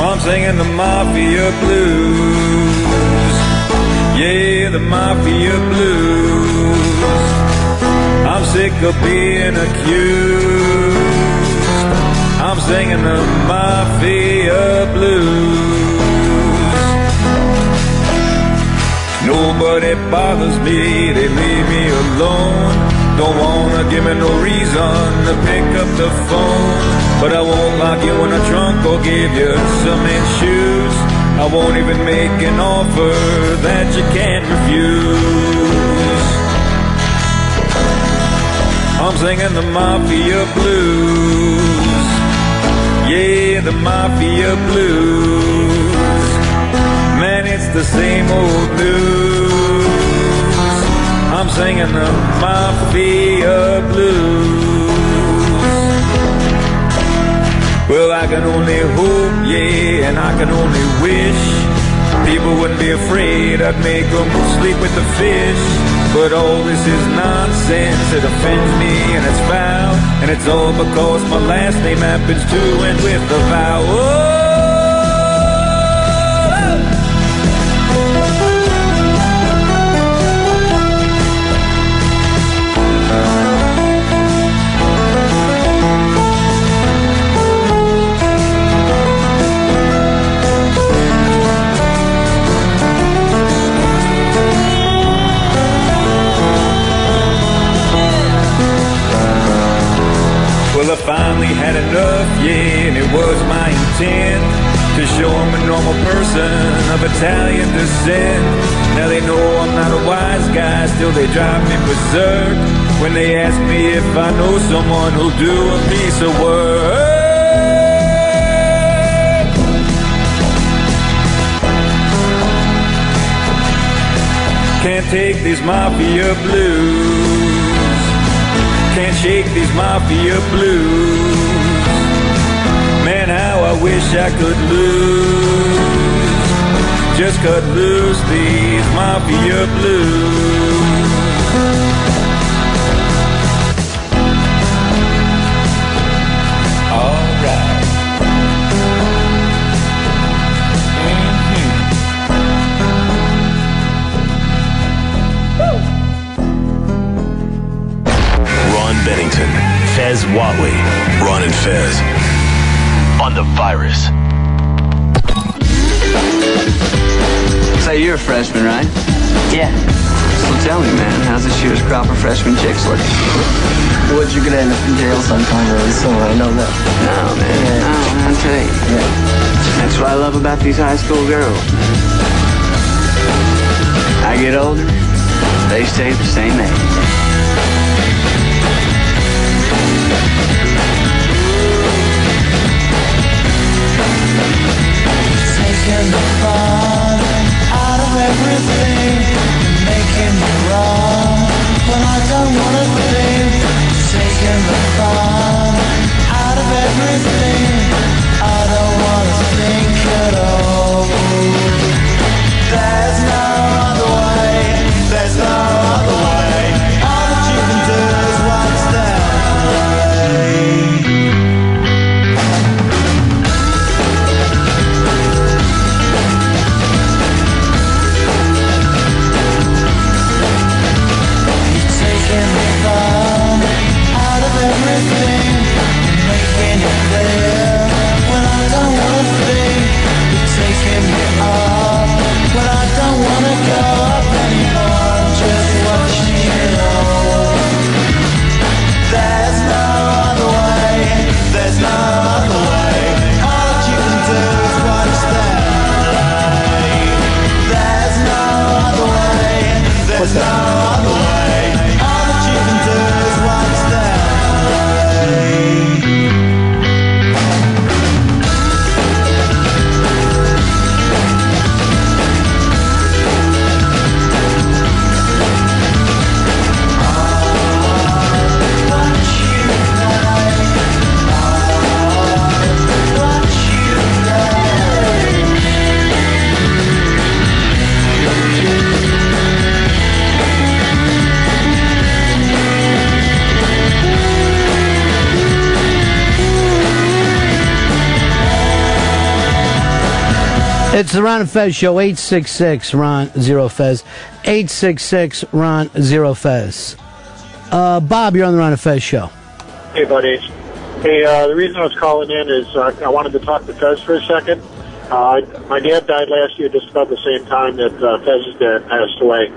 [SPEAKER 23] I'm singing the mafia blues. Yeah, the mafia blues. I'm sick of being accused. I'm singing the mafia blues. Nobody bothers me, they leave me alone. Don't wanna give me no reason to pick up the phone. But I won't lock you in a trunk or give you some shoes. I won't even make an offer that you can't refuse. I'm singing the mafia blues. Yeah, the mafia blues. Man, it's the same old news. I'm singing the mafia blues. Well, I can only hope, yeah, and I can only wish people wouldn't be afraid. I'd make them sleep with the fish. But all this is nonsense. It offends me and it's foul. And it's all because my last name happens to end with the vowel. Well, I finally had enough, yeah, and it was my intent to show them a normal person of Italian descent. Now they know I'm not a wise guy, still they drive me berserk when they ask me if I know someone who'll do a piece of work. Can't take these mafia blues. Can't shake these mafia blues. Man, how I wish I could lose. Just cut loose these mafia blues. Alright.
[SPEAKER 10] Bennington, Fez Watley, Ron and Fez on the virus.
[SPEAKER 12] So you're a freshman, right? Yeah. So tell me, man, how's this year's crop of freshman chicks looking? What you're gonna end up in jail sometime really soon. I know that. No, Oh, man. Yeah. No, man, I'll tell you. Yeah. That's what I love about these high school girls. I get older, they stay the same age.
[SPEAKER 1] Taking the fun out of everything, making me wrong when I don't wanna think. Taking the fun out of everything, I don't wanna think at all. There's no other way. There's no other way. All that you can do is what's that way. Taking the fun out of everything, making it clear when I don't wanna think. You're taking me up when I don't wanna go up anymore. I'm just watching you roll. There's no other way. There's no other way. All that you can do is watch that way. There's no other way. There's no other way. All that you can do is watch that way.
[SPEAKER 9] It's the Ron and Fez Show, 866 Ron Zero Fez. 866 Ron Zero Fez. Uh, Bob, you're on the Ron and Fez Show.
[SPEAKER 20] Hey, buddies. Hey, uh, the reason I was calling in is uh, I wanted to talk to Fez for a second. Uh, my dad died last year just about the same time that uh, Fez's dad passed away.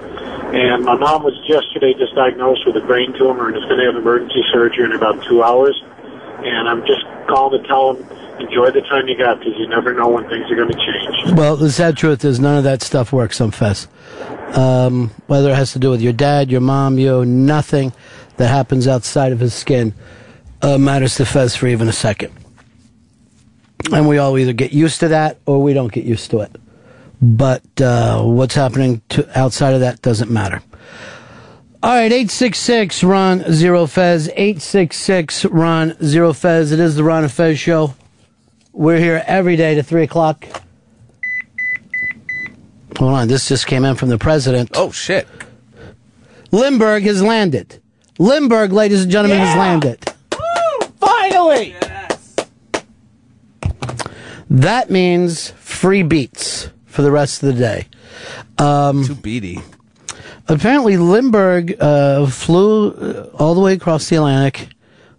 [SPEAKER 20] And my mom was yesterday just diagnosed with a brain tumor and is going to have emergency surgery in about two hours. And I'm just calling to tell him enjoy the time you got because you never know when things are going to change.
[SPEAKER 9] Well, the sad truth is none of that stuff works on Fez. Um, whether it has to do with your dad, your mom, you, nothing that happens outside of his skin uh, matters to Fez for even a second. And we all either get used to that or we don't get used to it. But uh, what's happening to outside of that doesn't matter. All right, 866 Ron Zero Fez. 866 Ron Zero Fez. It is the Ron and Fez show. We're here every day to 3 o'clock. Hold on, this just came in from the president.
[SPEAKER 11] Oh, shit.
[SPEAKER 9] Lindbergh has landed. Lindbergh, ladies and gentlemen, has landed.
[SPEAKER 2] Finally!
[SPEAKER 9] That means free beats for the rest of the day. Um, Too
[SPEAKER 11] beady.
[SPEAKER 9] Apparently, Lindbergh uh, flew uh, all the way across the Atlantic.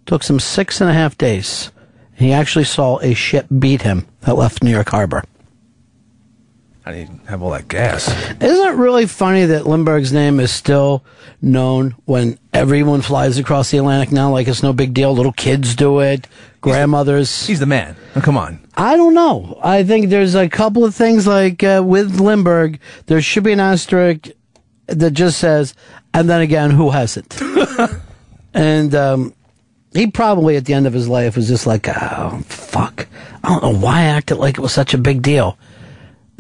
[SPEAKER 9] Took some six and a half days. He actually saw a ship beat him that left New York Harbor.
[SPEAKER 11] I didn't have all that gas.
[SPEAKER 9] Isn't it really funny that Lindbergh's name is still known when everyone flies across the Atlantic now? Like it's no big deal. Little kids do it. Grandmothers.
[SPEAKER 11] He's the man. Oh, come on.
[SPEAKER 9] I don't know. I think there's a couple of things like uh, with Lindbergh, there should be an asterisk that just says, and then again, who hasn't? and um, he probably at the end of his life was just like, oh, fuck. I don't know why I acted like it was such a big deal.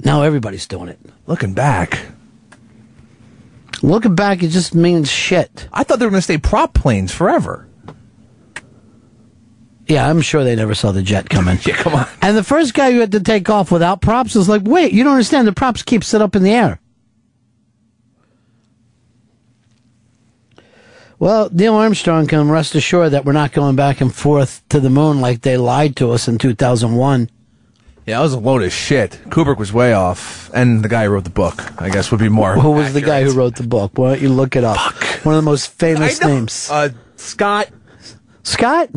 [SPEAKER 9] Now everybody's doing it.
[SPEAKER 11] Looking back.
[SPEAKER 9] Looking back, it just means shit.
[SPEAKER 11] I thought they were going to stay prop planes forever.
[SPEAKER 9] Yeah, I'm sure they never saw the jet coming.
[SPEAKER 11] yeah, come on.
[SPEAKER 9] And the first guy who had to take off without props was like, wait, you don't understand. The props keeps it up in the air. Well, Neil Armstrong can rest assured that we're not going back and forth to the moon like they lied to us in 2001.
[SPEAKER 11] Yeah, that was a load of shit. Kubrick was way off, and the guy who wrote the book, I guess, would be more.
[SPEAKER 9] Who was the guy who wrote the book? Why don't you look it up? One of the most famous names.
[SPEAKER 11] Uh, Scott
[SPEAKER 9] Scott?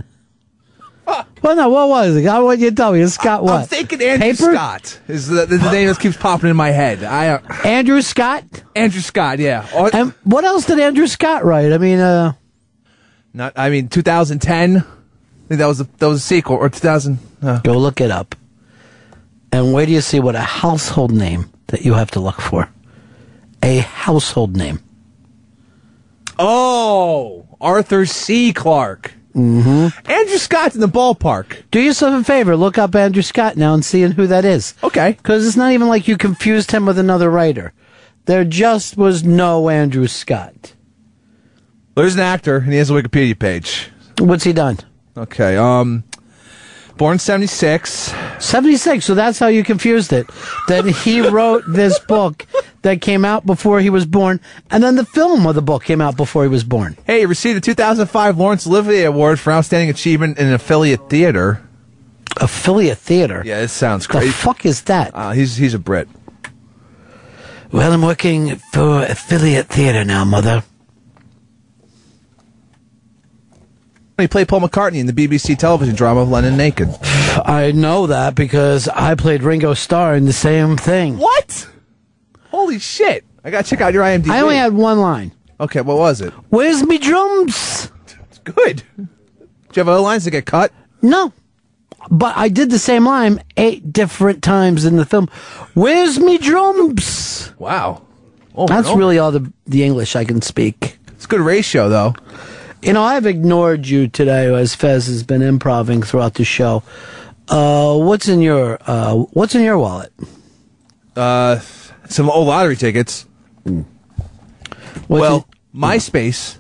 [SPEAKER 9] Well, no, what was it? I want you to tell me. It's Scott what?
[SPEAKER 11] I'm thinking Andrew
[SPEAKER 9] Paper?
[SPEAKER 11] Scott is the, the, the name that keeps popping in my head. I uh,
[SPEAKER 9] Andrew Scott. Um,
[SPEAKER 11] Andrew Scott, yeah. Or-
[SPEAKER 9] And what else did Andrew Scott write? I mean, uh,
[SPEAKER 11] Not, I mean, 2010. I think that was the, that was a sequel, or 2000. Uh,
[SPEAKER 9] Go look it up. and where do you see what a household name that you have to look for? A household name.
[SPEAKER 11] Oh, Arthur C. Clarke.
[SPEAKER 9] Mm-hmm.
[SPEAKER 11] Andrew Scott's in the ballpark.
[SPEAKER 9] Do yourself a favor. Look up Andrew Scott now and see who that is.
[SPEAKER 11] Okay.
[SPEAKER 9] Because it's not even like you confused him with another writer. There just was no Andrew Scott.
[SPEAKER 11] There's an actor, and he has a Wikipedia page.
[SPEAKER 9] What's he done?
[SPEAKER 11] Okay. Um, born 76.
[SPEAKER 9] 76, so that's how you confused it. That he wrote this book that came out before he was born, and then the film of the book came out before he was born.
[SPEAKER 11] Hey, he received the 2005 Lawrence Olivier Award for Outstanding Achievement in an Affiliate Theater.
[SPEAKER 9] Affiliate Theater?
[SPEAKER 11] Yeah, this sounds
[SPEAKER 9] The
[SPEAKER 11] crazy.
[SPEAKER 9] fuck is that?
[SPEAKER 11] Uh, he's, he's a Brit.
[SPEAKER 9] Well, I'm working for affiliate theater now, mother.
[SPEAKER 11] He played Paul McCartney in the BBC television drama London Naked.
[SPEAKER 9] I know that because I played Ringo Starr in the same thing.
[SPEAKER 11] What? Holy shit. I gotta check out your IMDb.
[SPEAKER 9] I only had one line.
[SPEAKER 11] Okay, what was it?
[SPEAKER 9] Where's me drums?
[SPEAKER 11] It's good. Do you have other lines that get cut?
[SPEAKER 9] No. But I did the same line eight different times in the film. Where's me drums?
[SPEAKER 11] Wow. Over
[SPEAKER 9] That's
[SPEAKER 11] and over.
[SPEAKER 9] really all the, the English I can speak.
[SPEAKER 11] It's a good ratio, though.
[SPEAKER 9] You know, I've ignored you today as Fez has been improving throughout the show. Uh, what's in your uh, What's in your wallet?
[SPEAKER 11] Uh, some old lottery tickets. well, MySpace.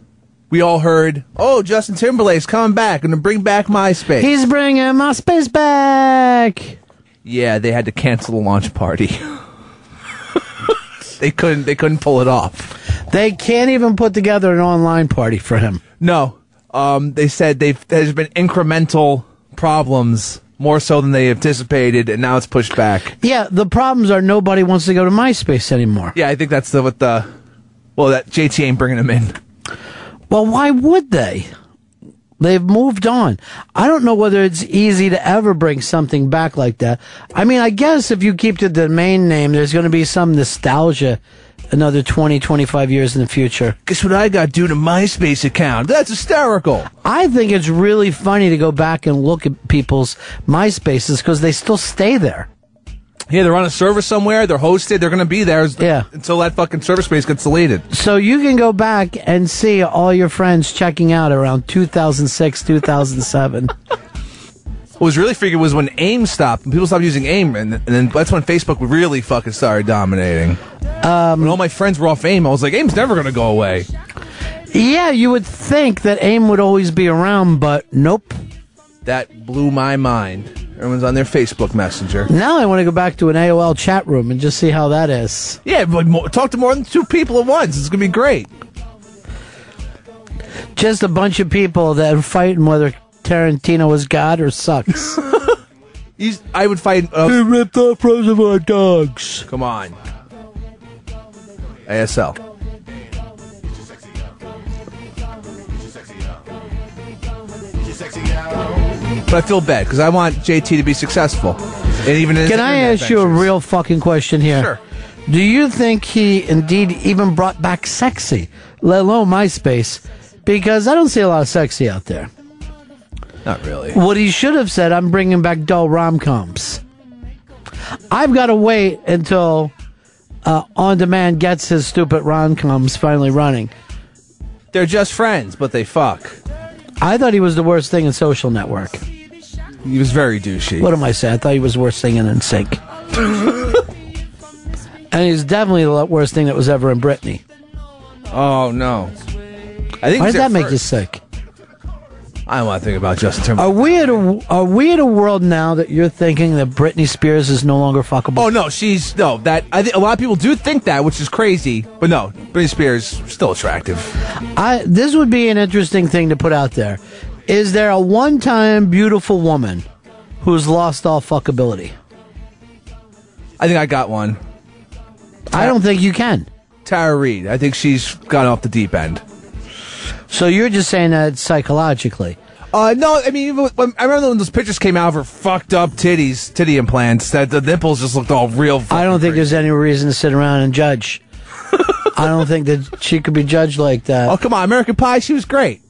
[SPEAKER 11] We all heard, oh, Justin Timberlake's coming back. Gonna bring back MySpace.
[SPEAKER 9] He's bringing my space back.
[SPEAKER 11] yeah, they had to cancel the launch party. they couldn't. They couldn't pull it off.
[SPEAKER 9] They can't even put together an online party for him.
[SPEAKER 11] No. Um, they said they've there's been incremental problems more so than they anticipated, and now it's pushed back.
[SPEAKER 9] Yeah, the problems are nobody wants to go to MySpace anymore.
[SPEAKER 11] Yeah, I think that's the what the. Well, that JT ain't bringing them in.
[SPEAKER 9] Well, why would they? They've moved on. I don't know whether it's easy to ever bring something back like that. I mean, I guess if you keep the domain name, there's going to be some nostalgia another 20, 25 years in the future.
[SPEAKER 11] Guess what I got due to MySpace account? That's hysterical.
[SPEAKER 9] I think it's really funny to go back and look at people's MySpaces because they still stay there.
[SPEAKER 11] Yeah, they're on a server somewhere. They're hosted. They're going to be there as- until that fucking server space gets deleted.
[SPEAKER 9] So you can go back and see all your friends checking out around 2006, 2007.
[SPEAKER 11] What was really freaky was when AIM stopped. and People stopped using AIM, and, and then that's when Facebook really fucking started dominating. Um, when all my friends were off AIM, I was like, AIM's never going to go away.
[SPEAKER 9] yeah, you would think that AIM would always be around, but nope.
[SPEAKER 11] That blew my mind. Everyone's on their Facebook Messenger.
[SPEAKER 9] Now I want to go back to an AOL chat room and just see how that is.
[SPEAKER 11] Yeah, but mo talk to more than two people at once. It's going to be great.
[SPEAKER 9] Just a bunch of people that are fighting whether Tarantino is God or sucks.
[SPEAKER 11] He's, I would fight. Uh,
[SPEAKER 9] he ripped off Reservoir Dogs.
[SPEAKER 11] Come on. ASL. But I feel bad because I want JT to be successful. And even in his
[SPEAKER 9] Can I
[SPEAKER 11] internet
[SPEAKER 9] ask you a real fucking question here?
[SPEAKER 11] Sure.
[SPEAKER 9] Do you think he indeed even brought back sexy, let alone MySpace? Because I don't see a lot of sexy out there.
[SPEAKER 11] venture. Not really.
[SPEAKER 9] What he should have said, I'm bringing back dull rom coms. I've got to wait until uh, On Demand gets his stupid rom coms finally running.
[SPEAKER 11] They're just friends, but they fuck.
[SPEAKER 9] I thought he was the worst thing in Social Network.
[SPEAKER 11] He was very douchey.
[SPEAKER 9] What am I saying? I thought he was the worst thing in NSYNC. and he's definitely the worst thing that was ever in Britney.
[SPEAKER 11] Oh no. I think
[SPEAKER 9] Why
[SPEAKER 11] it's
[SPEAKER 9] does
[SPEAKER 11] their
[SPEAKER 9] that make you
[SPEAKER 11] first.
[SPEAKER 9] sick?
[SPEAKER 11] I don't want to think about Justin Timberlake.
[SPEAKER 9] Are we at a are we at a world now that you're thinking that Britney Spears is no longer fuckable?
[SPEAKER 11] Oh no, she's no. That I think a lot of people do think that, which is crazy. But no, Britney Spears still attractive.
[SPEAKER 9] I this would be an interesting thing to put out there. Is there a one-time beautiful woman who's lost all fuckability?
[SPEAKER 11] I think I got one.
[SPEAKER 9] I don't think you can.
[SPEAKER 11] Tara Reid. I think she's gone off the deep end.
[SPEAKER 9] So you're just saying that psychologically.
[SPEAKER 11] Uh, no, I mean, even when, I remember when those pictures came out of her fucked up titties, titty implants, that the nipples just looked all real.
[SPEAKER 9] I don't think there's any reason to sit around and judge. I don't think that she could be judged like that. Oh
[SPEAKER 11] come on, American Pie, she was great.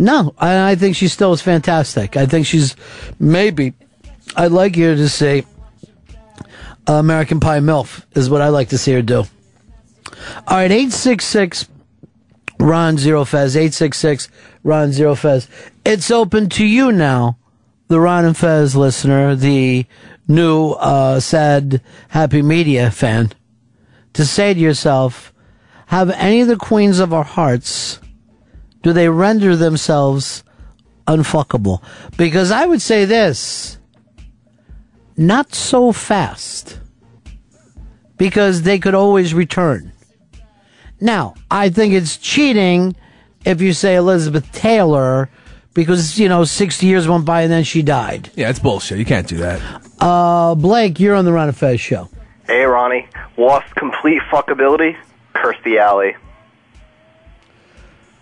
[SPEAKER 9] No, I, I think she still is fantastic. I think she's maybe. I'd like you to say American Pie MILF is what I like to see her do. All right, 866 Ron Zero Fez, 866 Ron Zero Fez. It's open to you now, the Ron and Fez listener, the new uh, sad happy media fan, to say to yourself, have any of the queens of our hearts, do they render themselves unfuckable? Because I would say this, not so fast, because they could always return. Now, I think it's cheating if you say Elizabeth Taylor because, you know, 60 years went by and then she died.
[SPEAKER 11] Yeah, it's bullshit. You can't do that.
[SPEAKER 9] Uh, Blake, you're on the Ron and Fez show.
[SPEAKER 24] Hey, Ronnie. Lost complete fuckability? Curse the alley.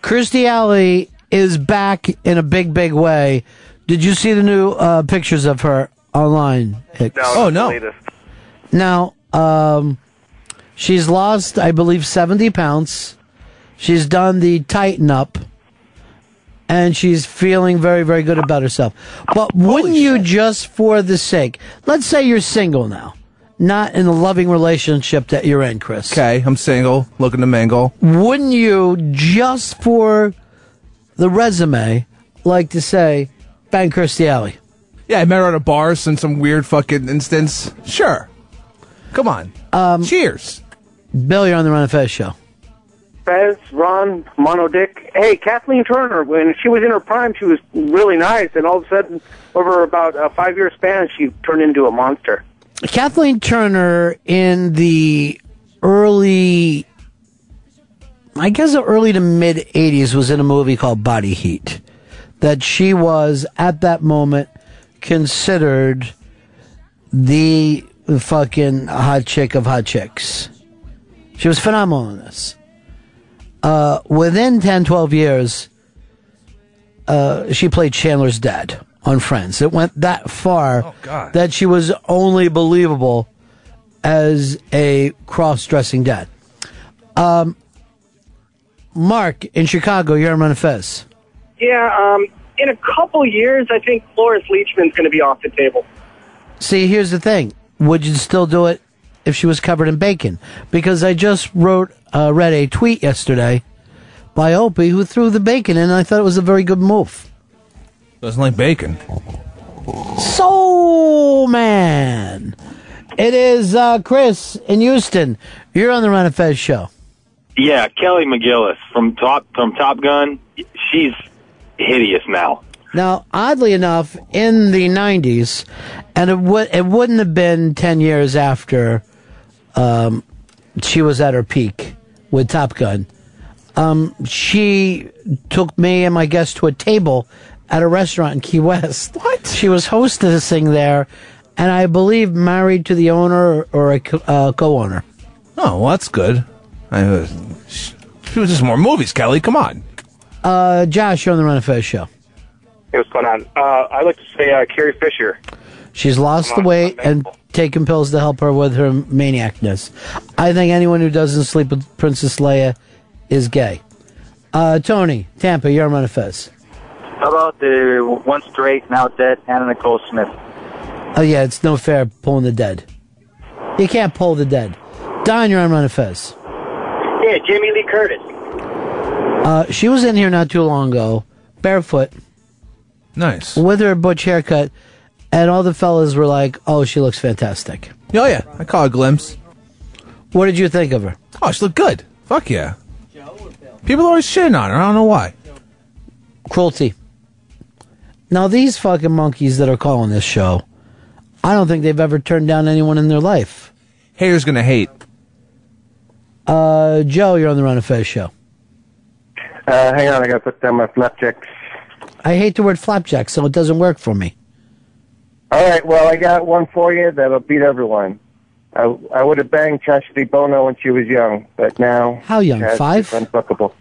[SPEAKER 9] Kirstie Alley is back in a big, big way. Did you see the new uh, pictures of her online? Hicks?
[SPEAKER 24] No, no. Latest.
[SPEAKER 9] Now, um, she's lost, I believe, 70 pounds. She's done the tighten up. And she's feeling very, very good about herself. But wouldn't you just for the sake, let's say you're single now, not in the loving relationship that you're in, Chris.
[SPEAKER 11] Okay, I'm single, looking to mingle.
[SPEAKER 9] Wouldn't you just for the resume like to say, bang Kirstie Alley?
[SPEAKER 11] Yeah, I met her at a bar in some weird fucking instance. Sure. Come on. Um, Cheers.
[SPEAKER 9] Bill, you're on the Run of Fez show.
[SPEAKER 27] Fez, Ron, Mono Dick. Hey, Kathleen Turner, when she was in her prime, she was really nice, and all of a sudden, over about a five year span, she turned into a monster.
[SPEAKER 9] Kathleen Turner in the early, I guess the early to mid 80s was in a movie called Body Heat that she was at that moment considered the fucking hot chick of hot chicks. She was phenomenal in this. Uh, within 10, 12 years, uh, she played Chandler's dad on Friends. It went that far
[SPEAKER 1] God.
[SPEAKER 9] that she was only believable as a cross-dressing dad. Um, Mark in Chicago, you're on Run of Fez.
[SPEAKER 7] Yeah, um, in a couple years, I think Floris Leachman's going to be off the table.
[SPEAKER 9] See, here's the thing: would you still do it if she was covered in bacon? Because I just wrote uh, read a tweet yesterday by Opie who threw the bacon in, and I thought it was a very good move.
[SPEAKER 11] Doesn't like bacon. Oh,
[SPEAKER 9] Soul Man. It is uh, Chris in Houston. You're on the Run and Fez show.
[SPEAKER 30] Yeah, Kelly McGillis from Top from Top Gun. She's hideous now.
[SPEAKER 9] Now, oddly enough, in the '90s, and it would it wouldn't have been ten years after um, she was at her peak with Top Gun. Um, she took me and my guest to a table at a restaurant in Key West. What? She was hostessing there, and I believe married to the owner or a co- uh, co-owner.
[SPEAKER 11] Oh, well, that's good. I uh, sh- she was just more movies, Kelly. Come on.
[SPEAKER 9] Uh, Josh, you're on the Run of Fez show.
[SPEAKER 7] Hey, what's going on? Uh, I'd like to say uh, Carrie Fisher.
[SPEAKER 9] She's lost the weight and taken pills to help her with her maniacness. I think anyone who doesn't sleep with Princess Leia is gay. Uh, Tony, Tampa, you're on a fez.
[SPEAKER 24] How about the once straight, now dead Anna Nicole Smith?
[SPEAKER 9] Oh, yeah, it's no fair pulling the dead. You can't pull the dead. Don, you're on a fez.
[SPEAKER 7] Yeah, Jamie Lee Curtis.
[SPEAKER 9] Uh, she was in here not too long ago, barefoot.
[SPEAKER 11] Nice.
[SPEAKER 9] With her butch haircut, and all the fellas were like, oh, she looks fantastic.
[SPEAKER 11] Oh yeah, I caught a glimpse.
[SPEAKER 9] What did you think of her?
[SPEAKER 11] Oh, she looked good. Fuck yeah. People are always shitting on her. I don't know why.
[SPEAKER 9] Cruelty. Now, these fucking monkeys that are calling this show, I don't think they've ever turned down anyone in their life.
[SPEAKER 11] Haters gonna hate.
[SPEAKER 9] Uh, Joe, you're on the Run of Fez show.
[SPEAKER 22] Uh, hang on, I gotta put down my flapjacks.
[SPEAKER 9] I hate the word flapjack, so it doesn't work for me.
[SPEAKER 22] All right, well, I got one for you that'll beat everyone. I, I would have banged Chastity Bono when she was young, but now
[SPEAKER 9] How young?
[SPEAKER 22] Chastity's
[SPEAKER 9] Five?
[SPEAKER 22] Unfuckable.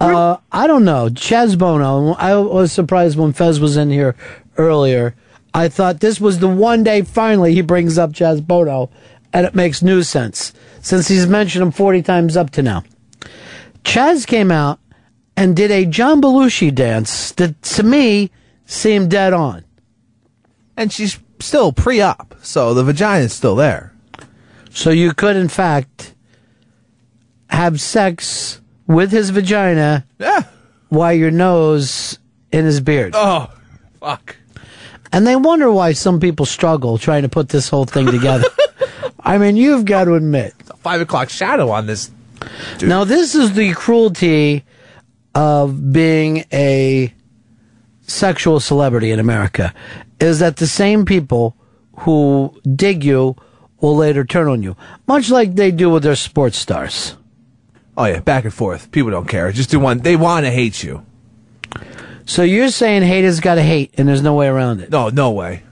[SPEAKER 9] Uh, I don't know. Chaz Bono. I was surprised when Fez was in here earlier. I thought this was the one day finally he brings up Chaz Bono and it makes new sense since he's mentioned him 40 times up to now. Chaz came out and did a John Belushi dance that to me seemed dead on.
[SPEAKER 11] And she's still pre op, so the vagina's still there.
[SPEAKER 9] So you could, in fact, have sex with his vagina yeah. while your nose in his beard.
[SPEAKER 11] Oh, fuck.
[SPEAKER 9] And they wonder why some people struggle trying to put this whole thing together. I mean, you've got to admit.
[SPEAKER 11] Five o'clock shadow on this.
[SPEAKER 9] Now, this is the cruelty of being a sexual celebrity in America is that the same people who dig you will later turn on you, much like they do with their sports stars.
[SPEAKER 11] Oh, yeah, back and forth. People don't care. Just do one. They want to hate you.
[SPEAKER 9] So you're saying haters got to hate, and there's no way around it.
[SPEAKER 11] No, no way.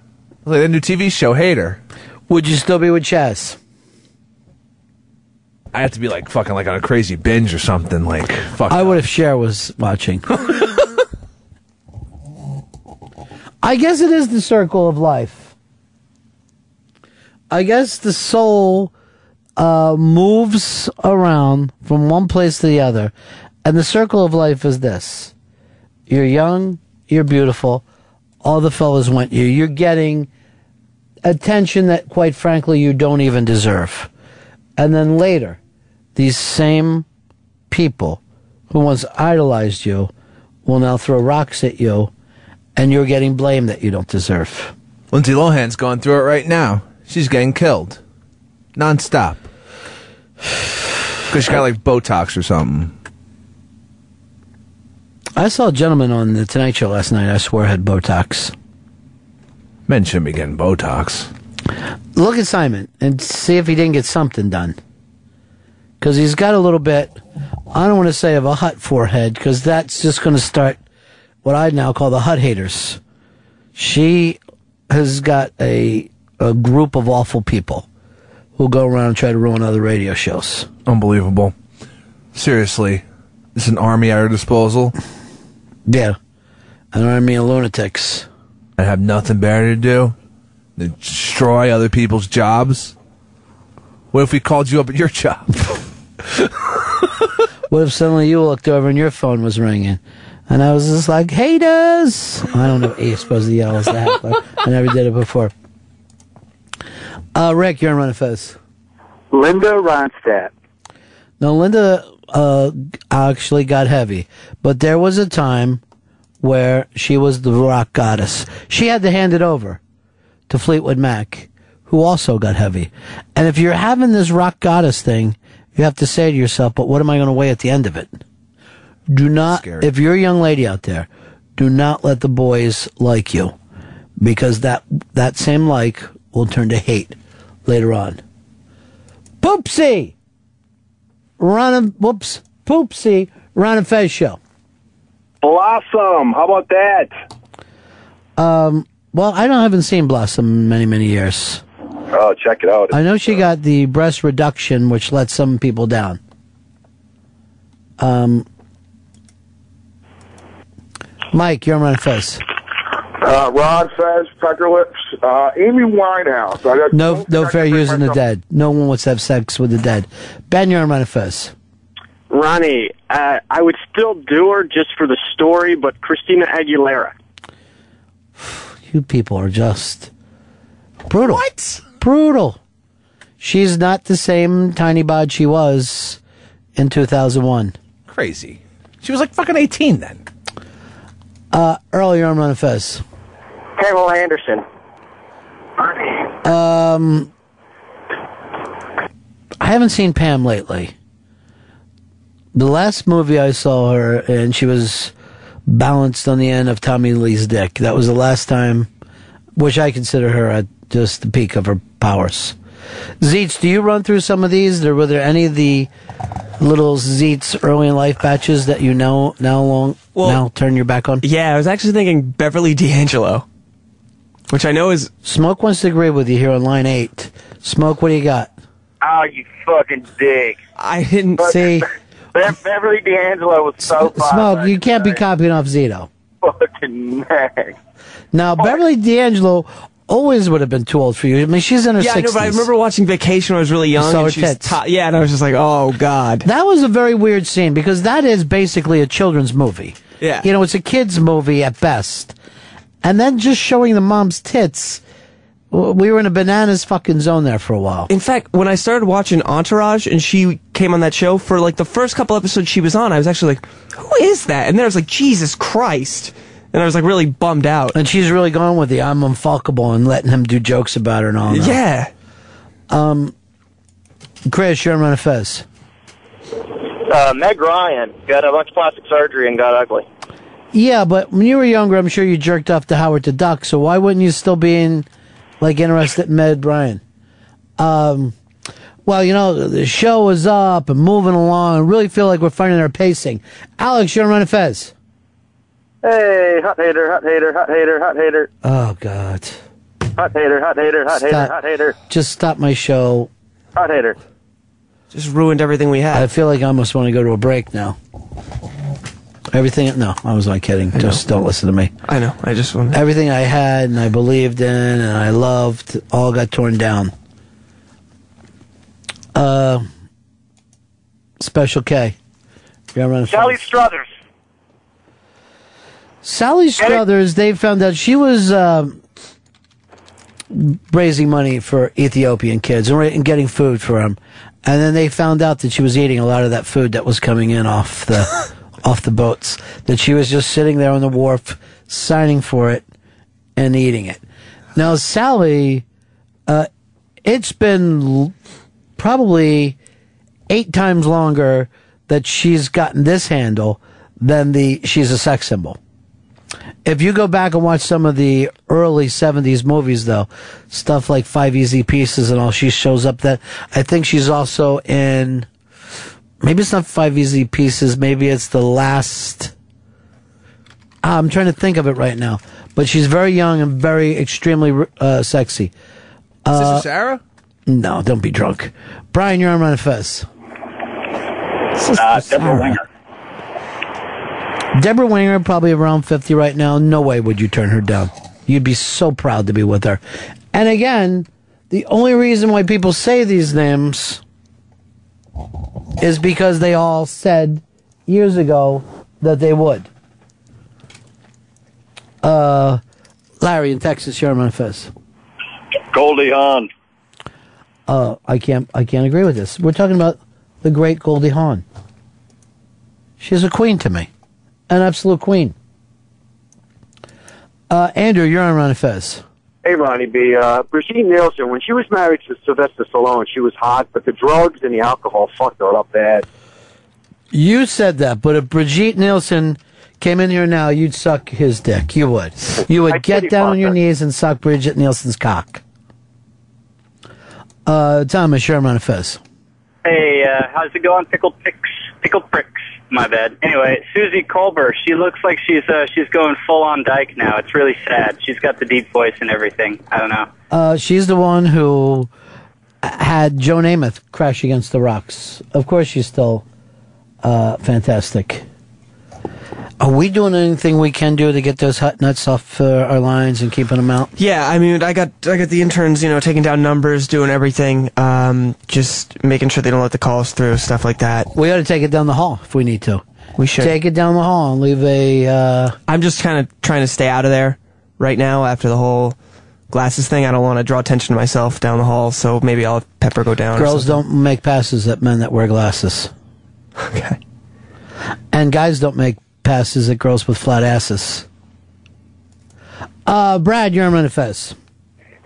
[SPEAKER 11] Like that new TV show, Hater.
[SPEAKER 9] Would you still be with Chaz?
[SPEAKER 11] I have to be like fucking like on a crazy binge or something. Like, fuck.
[SPEAKER 9] I would if Cher was watching. I guess it is the circle of life. I guess the soul uh, moves around from one place to the other. And the circle of life is this you're young, you're beautiful, all the fellas want you. You're getting attention that, quite frankly, you don't even deserve. And then later, these same people who once idolized you will now throw rocks at you, and you're getting blame that you don't deserve.
[SPEAKER 11] Lindsay Lohan's going through it right now. She's getting killed nonstop because she got like Botox or something.
[SPEAKER 9] I saw a gentleman on the Tonight Show last night. I swear had Botox.
[SPEAKER 11] Men shouldn't be getting Botox.
[SPEAKER 9] Look at Simon and see if he didn't get something done. Because he's got a little bit, I don't want to say of a hut forehead, because that's just going to start what I now call the hut haters. She has got a, a group of awful people who go around and try to ruin other radio shows.
[SPEAKER 11] Unbelievable. Seriously, it's an army at our disposal.
[SPEAKER 9] Yeah, an army of lunatics.
[SPEAKER 11] I have nothing better to do than destroy other people's jobs. What if we called you up at your job?
[SPEAKER 9] What if suddenly you looked over and your phone was ringing? And I was just like, haters! I don't know what you're supposed to yell as that, but I never did it before. Uh, Rick, you're on Run of Fez.
[SPEAKER 15] Linda Ronstadt.
[SPEAKER 9] Now, Linda uh, actually got heavy, but there was a time where she was the rock goddess. She had to hand it over to Fleetwood Mac, who also got heavy. And if you're having this rock goddess thing, you have to say to yourself, but what am I going to weigh at the end of it? Do not, if you're a young lady out there, do not let the boys like you because that, that same like will turn to hate later on. Poopsie! Ron, and- whoops, Poopsie, Ron and Fez show.
[SPEAKER 31] Blossom, how about that?
[SPEAKER 9] Um, well, I don't haven't seen Blossom in many many years.
[SPEAKER 31] Oh, check it out.
[SPEAKER 9] I know she got the breast reduction, which let some people down. Um, Mike, you're on my face.
[SPEAKER 32] Uh, Rod Fez, Peckerlips, uh, Amy Winehouse. I got
[SPEAKER 9] No, no fair using the dead. No one wants to have sex with the dead. Ben, you're on my face.
[SPEAKER 26] Ronnie, uh, I would still do her just for the story, but Christina Aguilera.
[SPEAKER 9] You people are just brutal. What? Brutal. She's not the same tiny bod she was in 2001.
[SPEAKER 11] Crazy. She was like fucking 18 then.
[SPEAKER 9] Uh, Earl, you're on Run and Fez.
[SPEAKER 27] Pamela Anderson.
[SPEAKER 9] Um, I haven't seen Pam lately. The last movie I saw her, and she was balanced on the end of Tommy Lee's dick. That was the last time, which I consider her at just the peak of her powers. Zeets, do you run through some of these? There were there any of the little Zeets early in life batches that you now now long now turn your back on?
[SPEAKER 13] Yeah, I was actually thinking Beverly D'Angelo, which I know is
[SPEAKER 9] Smoke wants to agree with you here on line eight. Smoke, what do you got?
[SPEAKER 32] Oh, you fucking dick.
[SPEAKER 13] I didn't
[SPEAKER 9] see.
[SPEAKER 22] Bev- Beverly D'Angelo was so
[SPEAKER 9] Smoke, you can't be copying off Zito.
[SPEAKER 22] fucking mad.
[SPEAKER 9] Now, Beverly D'Angelo always would have been too old for you. I mean, she's in her
[SPEAKER 13] yeah,
[SPEAKER 9] 60s.
[SPEAKER 13] I know, but I remember watching Vacation when I was really young.
[SPEAKER 9] Saw
[SPEAKER 13] and
[SPEAKER 9] her
[SPEAKER 13] she was
[SPEAKER 9] tits.
[SPEAKER 13] ti- yeah, and I was just like, oh, God.
[SPEAKER 9] That was a very weird scene because that is basically a children's movie.
[SPEAKER 13] Yeah.
[SPEAKER 9] You know, it's a kid's movie at best. And then just showing the mom's tits, w- we were in a bananas fucking zone there for a while.
[SPEAKER 13] In fact, when I started watching Entourage and she came on that show for like the first couple episodes she was on, I was actually like, who is that? And then I was like, Jesus Christ. And I was like really bummed out.
[SPEAKER 9] And she's really going with the I'm unfuckable and letting him do jokes about her and all that.
[SPEAKER 13] Yeah.
[SPEAKER 9] Um, Chris, you're on Run a Fez.
[SPEAKER 6] Uh, Meg Ryan got a bunch of plastic surgery and got ugly.
[SPEAKER 9] Yeah, but when you were younger, I'm sure you jerked off to Howard the Duck. So why wouldn't you still be in, like, interested in Med Bryan? Um, well, you know, the show is up and moving along. and really feel like we're finding our pacing. Alex, you're on Run a Fez.
[SPEAKER 6] Hey, hot hater, hot hater, hot hater, hot hater,
[SPEAKER 9] Oh God!
[SPEAKER 6] hot hater, hot hater, hot hater,
[SPEAKER 9] Stop.
[SPEAKER 6] hot hater,
[SPEAKER 9] Just stop my show.
[SPEAKER 6] hot hater.
[SPEAKER 13] Just ruined everything we had.
[SPEAKER 9] I feel like I almost want to go to a break now. Everything? No, I was not kidding. Just don't listen to me.
[SPEAKER 13] I know. I just want
[SPEAKER 9] Everything I had and I believed in and I loved all got torn down. Uh, Special K. You're on Run a Fez.
[SPEAKER 1] Sally Struthers.
[SPEAKER 9] Sally Struthers, they found out she was um raising money for Ethiopian kids and, ra- and getting food for them. And then they found out that she was eating a lot of that food that was coming in off the off the boats. That she was just sitting there on the wharf signing for it and eating it. Now Sally, uh, it's been l- probably eight times longer that she's gotten this handle than the she's a sex symbol. If you go back and watch some of the early '70s movies, though, stuff like Five Easy Pieces and all, she shows up. That I think she's also in. Maybe it's not Five Easy Pieces. Maybe it's the last. Ah, I'm trying to think of it right now, but she's very young and very extremely uh, sexy. Uh,
[SPEAKER 11] Sister Sarah?
[SPEAKER 9] No, don't be drunk, Brian. You're on Run Fest.
[SPEAKER 1] Uh, Deborah Winger.
[SPEAKER 9] Deborah Winger, probably around 50 right now. No way would you turn her down. You'd be so proud to be with her. And again, the only reason why people say these names is because they all said years ago that they would. Uh, Larry in Texas, you're on my fist.
[SPEAKER 16] Goldie Hawn.
[SPEAKER 9] Uh, I can't. I can't agree with this. We're talking about the great Goldie Hawn. She's a queen to me, an absolute queen. Uh, Andrew, you're on Ron Fez.
[SPEAKER 15] Hey, Ronnie B. Uh, Brigitte Nielsen, when she was married to Sylvester Stallone, she was hot, but the drugs and the alcohol fucked her up bad.
[SPEAKER 9] You said that, but if Brigitte Nielsen came in here now, you'd suck his dick. You would. You would get down on your knees and suck Brigitte Nielsen's cock. Uh, Thomas, you're on Ron Fez.
[SPEAKER 16] Hey, uh, how's it going, pickled picks? Pickled pricks. My bad. Anyway, Susie Colbert. She looks like she's uh, she's going full on Dyke now. It's really sad. She's got the deep voice and everything. I don't know.
[SPEAKER 9] Uh, she's the one who had Joe Namath crash against the rocks. Of course, she's still uh, fantastic. Are we doing anything we can do to get those hot nuts off uh, our lines and keeping them out?
[SPEAKER 13] Yeah, I mean, I got I got the interns, you know, taking down numbers, doing everything, um, just making sure they don't let the calls through, stuff like that.
[SPEAKER 9] We ought to take it down the hall if we need to.
[SPEAKER 13] We should.
[SPEAKER 9] Take it down the hall and leave a. Uh,
[SPEAKER 13] I'm just kind of trying to stay out of there right now after the whole glasses thing. I don't want to draw attention to myself down the hall, so maybe I'll have Pepper go down. or
[SPEAKER 9] Girls
[SPEAKER 13] something.
[SPEAKER 9] don't make passes at men that wear glasses. Okay. And guys don't make passes at girls with flat asses. Uh, Brad, you're on manifest.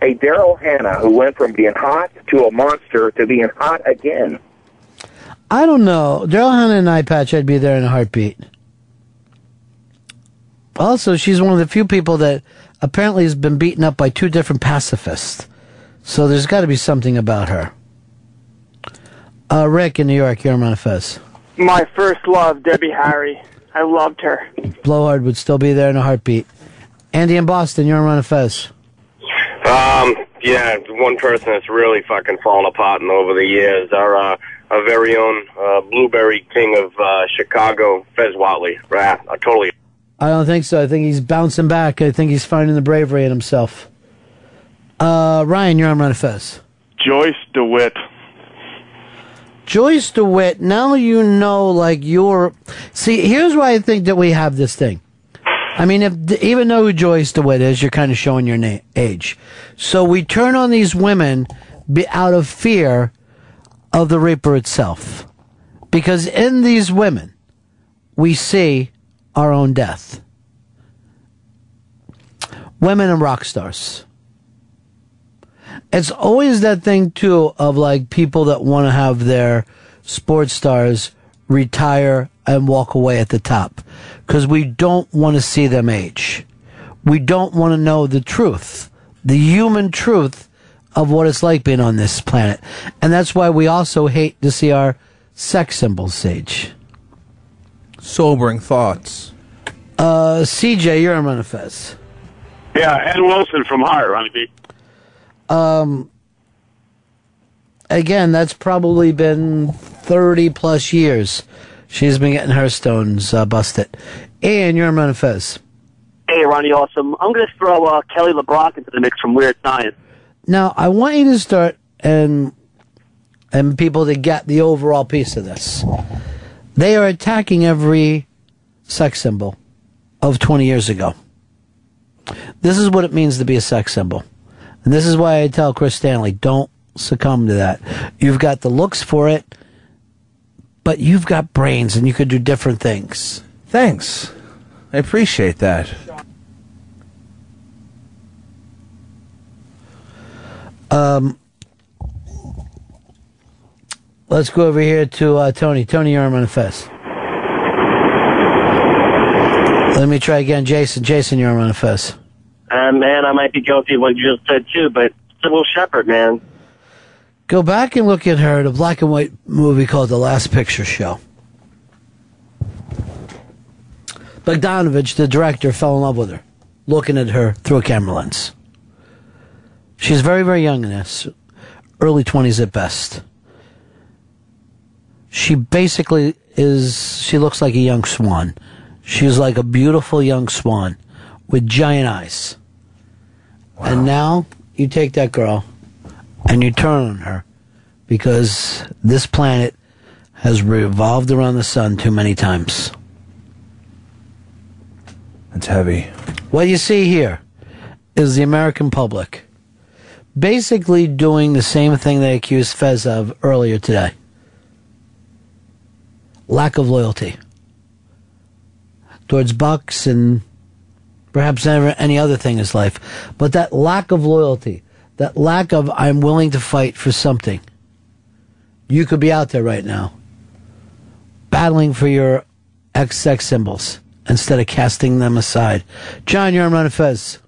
[SPEAKER 32] Hey, Daryl Hannah, who went from being hot to a monster to being hot again.
[SPEAKER 9] I don't know. Daryl Hannah and I patch, I'd be there in a heartbeat. Also, she's one of the few people that apparently has been beaten up by two different pacifists. So there's got to be something about her. Uh, Rick in New York, you're on manifest.
[SPEAKER 21] My first love, Debbie Harry. I loved her.
[SPEAKER 9] Blowhard would still be there in a heartbeat. Andy in Boston, you're on manifest.
[SPEAKER 25] Um, yeah, one person that's really fucking fallen apart in over the years are uh,
[SPEAKER 31] our very own uh, blueberry king of uh, Chicago, Fez Watley. Right, I totally.
[SPEAKER 9] I don't think so. I think he's bouncing back. I think he's finding the bravery in himself. Uh, Ryan, you're on Run Fez.
[SPEAKER 4] Joyce DeWitt.
[SPEAKER 9] Joyce DeWitt, now you know, like, you're. See, here's why I think that we have this thing. I mean, if even though who Joyce DeWitt is, you're kind of showing your na- age. So we turn on these women be, out of fear of the Reaper itself. Because in these women, we see our own death. Women and rock stars it's always that thing too of like people that want to have their sports stars retire and walk away at the top because we don't want to see them age. We don't want to know the truth, the human truth of what it's like being on this planet. And that's why we also hate to see our sex symbols age.
[SPEAKER 11] Sobering thoughts.
[SPEAKER 9] Uh, CJ, you're on Manifest.
[SPEAKER 4] Yeah, Ed Wilson from Higher, Ronnie B.
[SPEAKER 9] um, again, that's probably been 30 plus years. She's been getting her stones uh, busted. And you're on Fez.
[SPEAKER 23] Hey, Ronnie Awesome. I'm going to throw uh, Kelly LeBrock into the mix from Weird Science.
[SPEAKER 9] Now, I want you to start and and people to get the overall piece of this. They are attacking every sex symbol of 20 years ago. This is what it means to be a sex symbol. And this is why I tell Chris Stanley, don't succumb to that. You've got the looks for it, but you've got brains and you could do different things.
[SPEAKER 11] Thanks. I appreciate that.
[SPEAKER 9] Um, let's go over here to uh, Tony. Tony, you're on manifest. Let me try again, Jason. Jason, you're on manifest.
[SPEAKER 26] Uh, man, I might be guilty of what you just said too, but Sybil Shepherd, man.
[SPEAKER 9] Go back and look at her in a black and white movie called The Last Picture Show. Bogdanovich, the director, fell in love with her, looking at her through a camera lens. She's very, very young in this, early 20s at best. She basically is, she looks like a young swan. She's like a beautiful young swan with giant eyes. And now you take that girl and you turn on her because this planet has revolved around the sun too many times.
[SPEAKER 11] That's heavy.
[SPEAKER 9] What you see here is the American public basically doing the same thing they accused Fez of earlier today lack of loyalty towards Bucks and perhaps never any other thing is life. But that lack of loyalty, that lack of I'm willing to fight for something. You could be out there right now battling for your ex sex symbols instead of casting them aside. John, you're on Run Fez.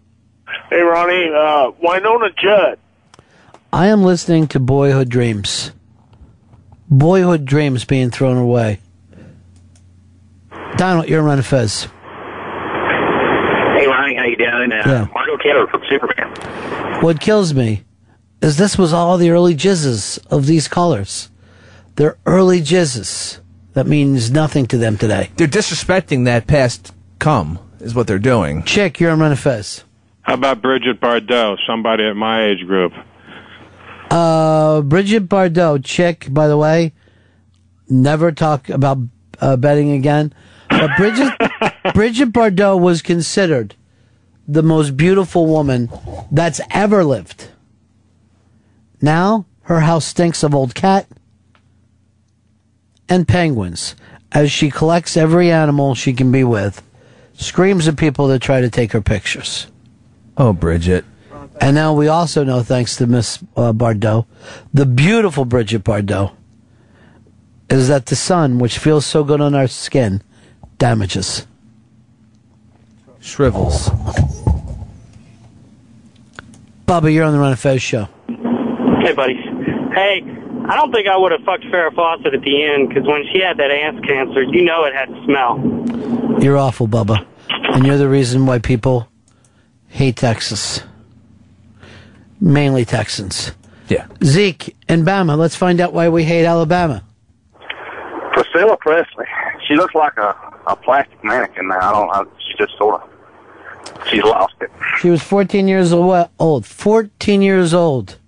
[SPEAKER 4] Hey, Ronnie. Uh, Winona Judd.
[SPEAKER 9] I am listening to Boyhood Dreams. Boyhood Dreams being thrown away. Donald, you're on Run Fez.
[SPEAKER 25] Hey, Ronnie, how you doing? Uh,
[SPEAKER 9] Yeah.
[SPEAKER 25] Marco Keller from Superman.
[SPEAKER 9] What kills me is this was all the early jizzes of these callers. They're early jizzes. That means nothing to them today.
[SPEAKER 11] They're disrespecting that past come, is what they're doing.
[SPEAKER 9] Chick, you're on manifest.
[SPEAKER 4] How about Bridget Bardot? Somebody at my age group.
[SPEAKER 9] Uh, Bridget Bardot, Chick, by the way, never talk about uh, betting again. But Bridget, Bridget Bardot was considered the most beautiful woman that's ever lived. Now her house stinks of old cat and penguins as she collects every animal she can be with, screams at people that try to take her pictures.
[SPEAKER 11] Oh, Bridget.
[SPEAKER 9] And now we also know, thanks to Miss uh, Bardot, the beautiful Bridget Bardot, is that the sun, which feels so good on our skin, damages.
[SPEAKER 11] Shrivels.
[SPEAKER 9] Bubba, you're on the Run of Fez show.
[SPEAKER 14] Hey, buddies. Hey, I don't think I would have fucked Farrah Fawcett at the end because when she had that ass cancer, you know it had smell.
[SPEAKER 9] You're awful, Bubba. And you're the reason why people hate Texas. Mainly Texans.
[SPEAKER 11] Yeah.
[SPEAKER 9] Zeke and Bama, let's find out why we hate Alabama.
[SPEAKER 20] Priscilla Presley. She looks like a, a plastic mannequin now. I don't know. She just sort of, she's lost it.
[SPEAKER 9] She was 14 years old- old. 14 years old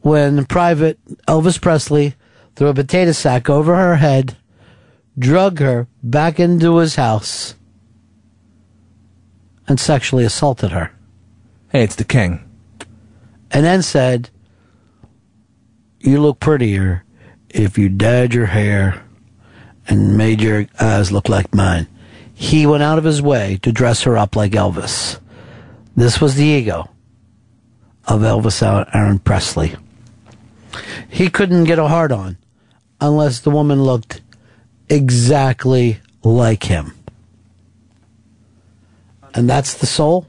[SPEAKER 9] when Private Elvis Presley threw a potato sack over her head, drug her back into his house, and sexually assaulted her.
[SPEAKER 11] Hey, it's the king.
[SPEAKER 9] And then said, You look prettier if you dyed your hair and made your eyes look like mine. He went out of his way to dress her up like Elvis. This was the ego of Elvis Aaron Presley. He couldn't get a hard on unless the woman looked exactly like him. And that's the soul?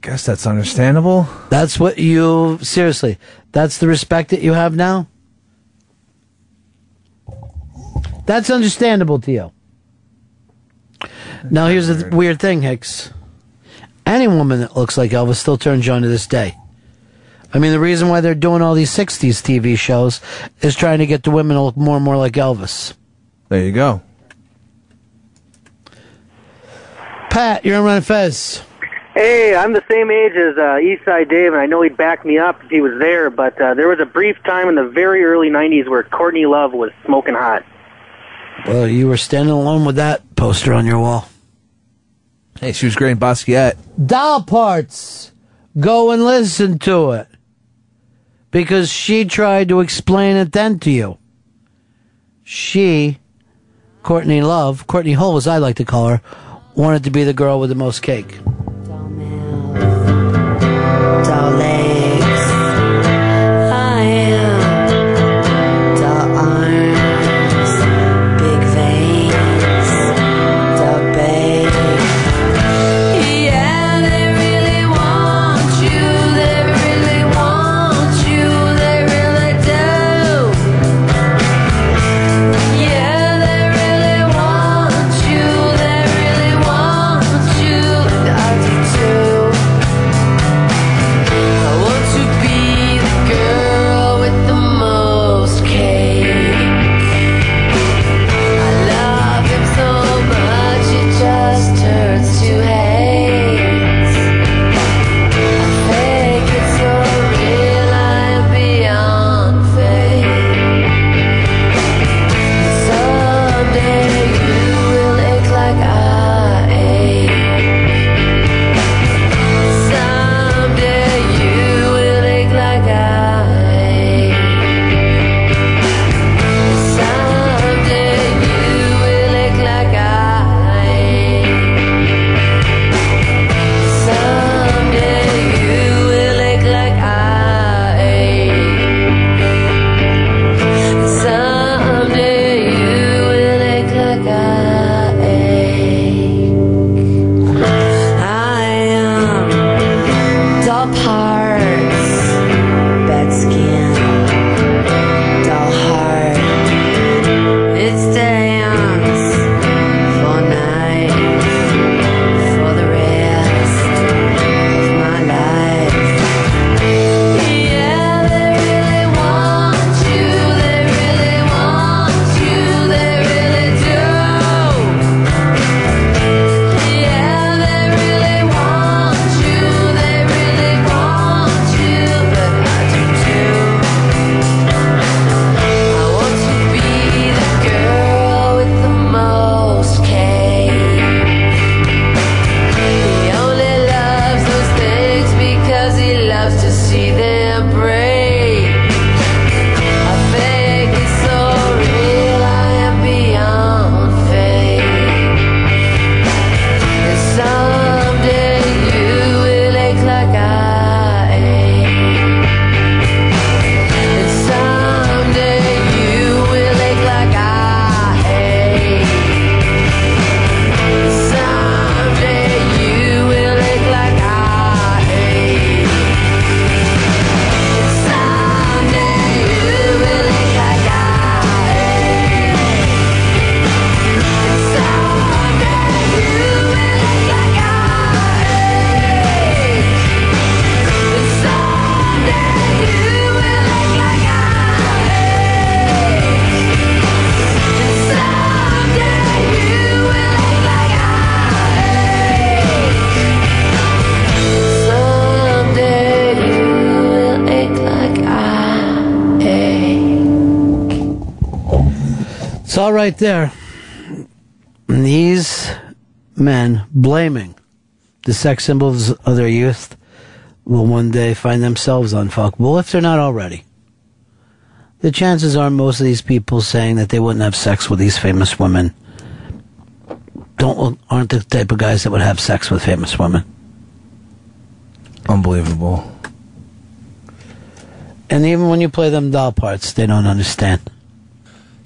[SPEAKER 11] Guess that's understandable.
[SPEAKER 9] That's what you, seriously, that's the respect that you have now? That's understandable to you. Now, here's the th- weird thing, Hicks. Any woman that looks like Elvis still turns you on to this day. I mean, the reason why they're doing all these 60s TV shows is trying to get the women to look more and more like Elvis.
[SPEAKER 11] There you go.
[SPEAKER 9] Pat, you're on Run Fez.
[SPEAKER 16] Hey, I'm the same age as uh, Eastside Dave, and I know he'd back me up if he was there, but uh, there was a brief time in the very early 90s where Courtney Love was smoking hot.
[SPEAKER 9] Well, you were standing alone with that poster on your wall.
[SPEAKER 11] Hey, she was great in Basquiat.
[SPEAKER 9] Doll parts. Go and listen to it. Because she tried to explain it then to you. She, Courtney Love, Courtney Hull, as I like to call her, wanted to be the girl with the most cake.
[SPEAKER 7] Doll legs. I am. Doll arms. Big veins. Doll babe. Yeah, they really want you. They really want you. They really do. Yeah, they really want you. They really want you. I
[SPEAKER 9] It's all right there. These men blaming the sex symbols of their youth will one day find themselves unfuckable if they're not already. The chances are most of these people saying that they wouldn't have sex with these famous women don't aren't the type of guys that would have sex with famous women.
[SPEAKER 11] Unbelievable.
[SPEAKER 9] And even when you play them doll parts, they don't understand.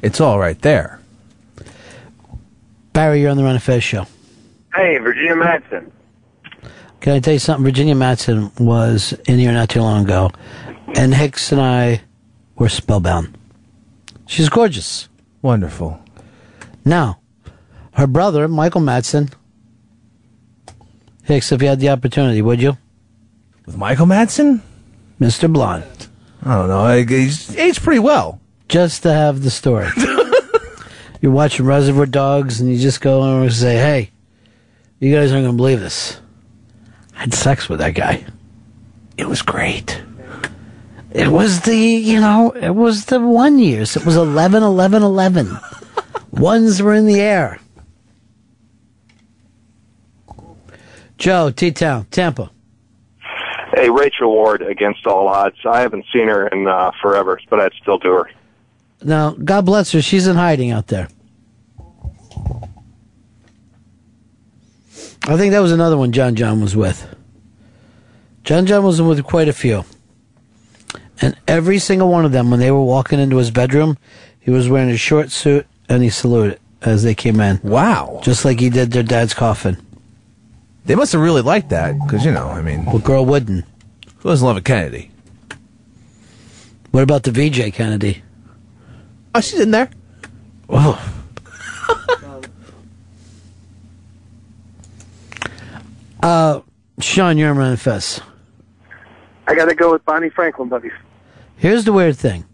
[SPEAKER 11] It's all right there.
[SPEAKER 9] Barry, you're on the Run of Fez show.
[SPEAKER 33] Hey, Virginia Madsen.
[SPEAKER 9] Can I tell you something? Virginia Matson was in here not too long ago, and Hicks and I were spellbound. She's gorgeous.
[SPEAKER 11] Wonderful.
[SPEAKER 9] Now, her brother, Michael Matson. Hicks, if you had the opportunity, would you?
[SPEAKER 11] With Michael Matson?
[SPEAKER 9] Mr. Blonde.
[SPEAKER 11] I don't know. I- He's aged pretty well.
[SPEAKER 9] Just to have the story. You're watching Reservoir Dogs, and you just go over and say, hey, you guys aren't going to believe this. I had sex with that guy. It was great. It was the, you know, it was the one years. It was 11, 11, 11. Ones were in the air. Joe, T Town, Tampa.
[SPEAKER 34] Hey, Rachel Ward, Against All Odds. I haven't seen her in uh, forever, but I'd still do her.
[SPEAKER 9] Now, God bless her. She's in hiding out there. I think that was another one John John was with. John John was with quite a few. And every single one of them, when they were walking into his bedroom, he was wearing a short suit and he saluted as they came in.
[SPEAKER 11] Wow.
[SPEAKER 9] Just like he did their dad's coffin.
[SPEAKER 11] They must have really liked that, because, you know, I mean.
[SPEAKER 9] Well, girl wouldn't.
[SPEAKER 11] Who doesn't love a Kennedy?
[SPEAKER 9] What about the VJ Kennedy?
[SPEAKER 11] Oh, she's in there.
[SPEAKER 9] Whoa. uh, Sean, you're on Fest.
[SPEAKER 35] I got to go with Bonnie Franklin, buddies.
[SPEAKER 9] Here's the weird thing.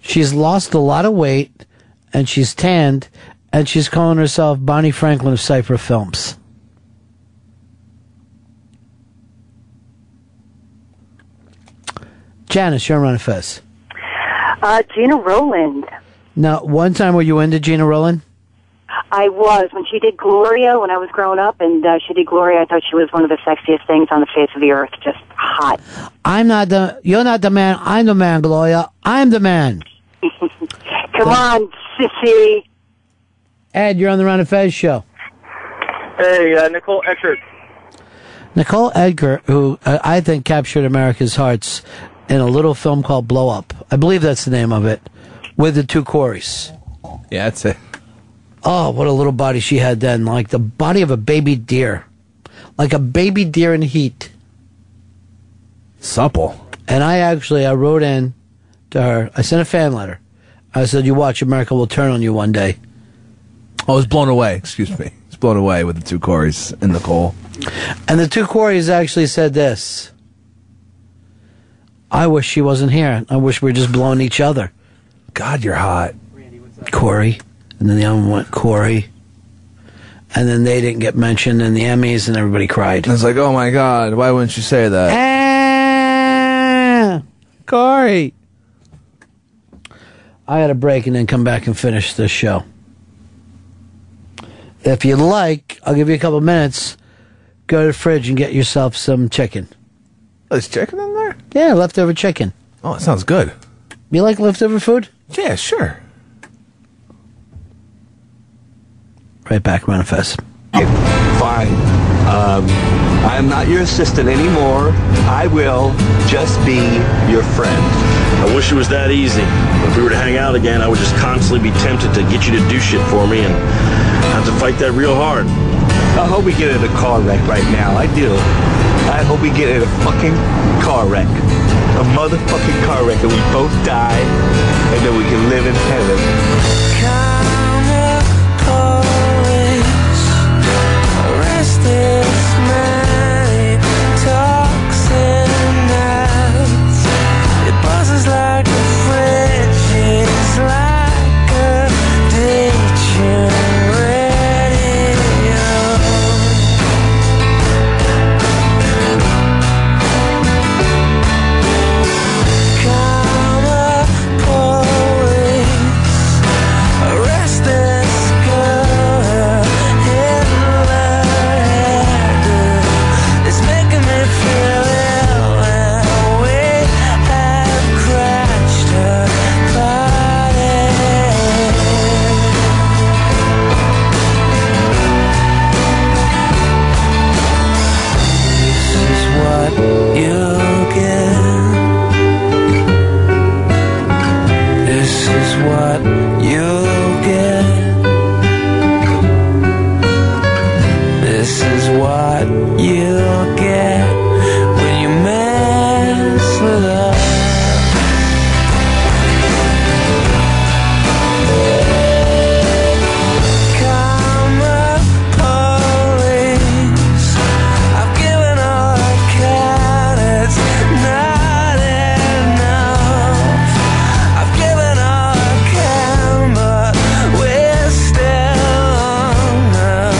[SPEAKER 9] She's lost a lot of weight and she's tanned and she's calling herself Bonnie Franklin of Cypher Films. Janice, you're on Fest.
[SPEAKER 28] Uh, Gina Rowland.
[SPEAKER 9] Now, one time were you into Gina Rowland?
[SPEAKER 28] I was when she did Gloria when I was growing up, and uh, she did Gloria. I thought she was one of the sexiest things on the face of the earth. Just hot.
[SPEAKER 9] I'm not the, you're not the man, I'm the man, Gloria. I'm the man.
[SPEAKER 28] Come on, sissy.
[SPEAKER 9] Ed, you're on the Ron and Fez show.
[SPEAKER 36] Hey, uh, Nicole Eckert.
[SPEAKER 9] Nicole Edgar, who uh, I think captured America's hearts in a little film called Blow Up. I believe that's the name of it, with the two Corys.
[SPEAKER 11] Yeah, that's it.
[SPEAKER 9] Oh, what a little body she had then, like the body of a baby deer, like a baby deer in heat.
[SPEAKER 11] Supple.
[SPEAKER 9] And I actually, I wrote in to her. I sent a fan letter. I said, "You watch, America will turn on you one day."
[SPEAKER 11] I was blown away. Excuse me. It's blown away with the two Corys and Nicole.
[SPEAKER 9] And the two Corys actually said this. I wish she wasn't here. I wish we were just blowing each other.
[SPEAKER 11] God, you're hot.
[SPEAKER 9] Corey. And then the other one went Corey. And then they didn't get mentioned in the Emmys and everybody cried.
[SPEAKER 11] And it's like, oh my God, why wouldn't you say
[SPEAKER 9] Ah,
[SPEAKER 11] that?
[SPEAKER 9] Corey. I had a break and then come back and finish this show. If you'd like, I'll give you a couple minutes. Go to the fridge and get yourself some chicken.
[SPEAKER 11] Oh, There's chicken in there?
[SPEAKER 9] Yeah, leftover chicken.
[SPEAKER 11] Oh, it sounds good.
[SPEAKER 9] You like leftover food?
[SPEAKER 11] Yeah, sure.
[SPEAKER 9] Right back, manifest.
[SPEAKER 20] Fine.
[SPEAKER 11] Uh,
[SPEAKER 20] Um, I am not your assistant anymore. I will just be your friend.
[SPEAKER 32] I wish it was that easy. If we were to hang out again, I would just constantly be tempted to get you to do shit for me and have to fight that real hard.
[SPEAKER 20] I hope we get in a car wreck right now. I do. I hope we get in a fucking car wreck. A motherfucking car wreck and we both die and then we can live in heaven.
[SPEAKER 10] Karma always
[SPEAKER 1] what you get. This is what you get. This is what you get when you mess with us. Come up, police. I've given all I can. It's not enough. I've given all I can, but we're still on the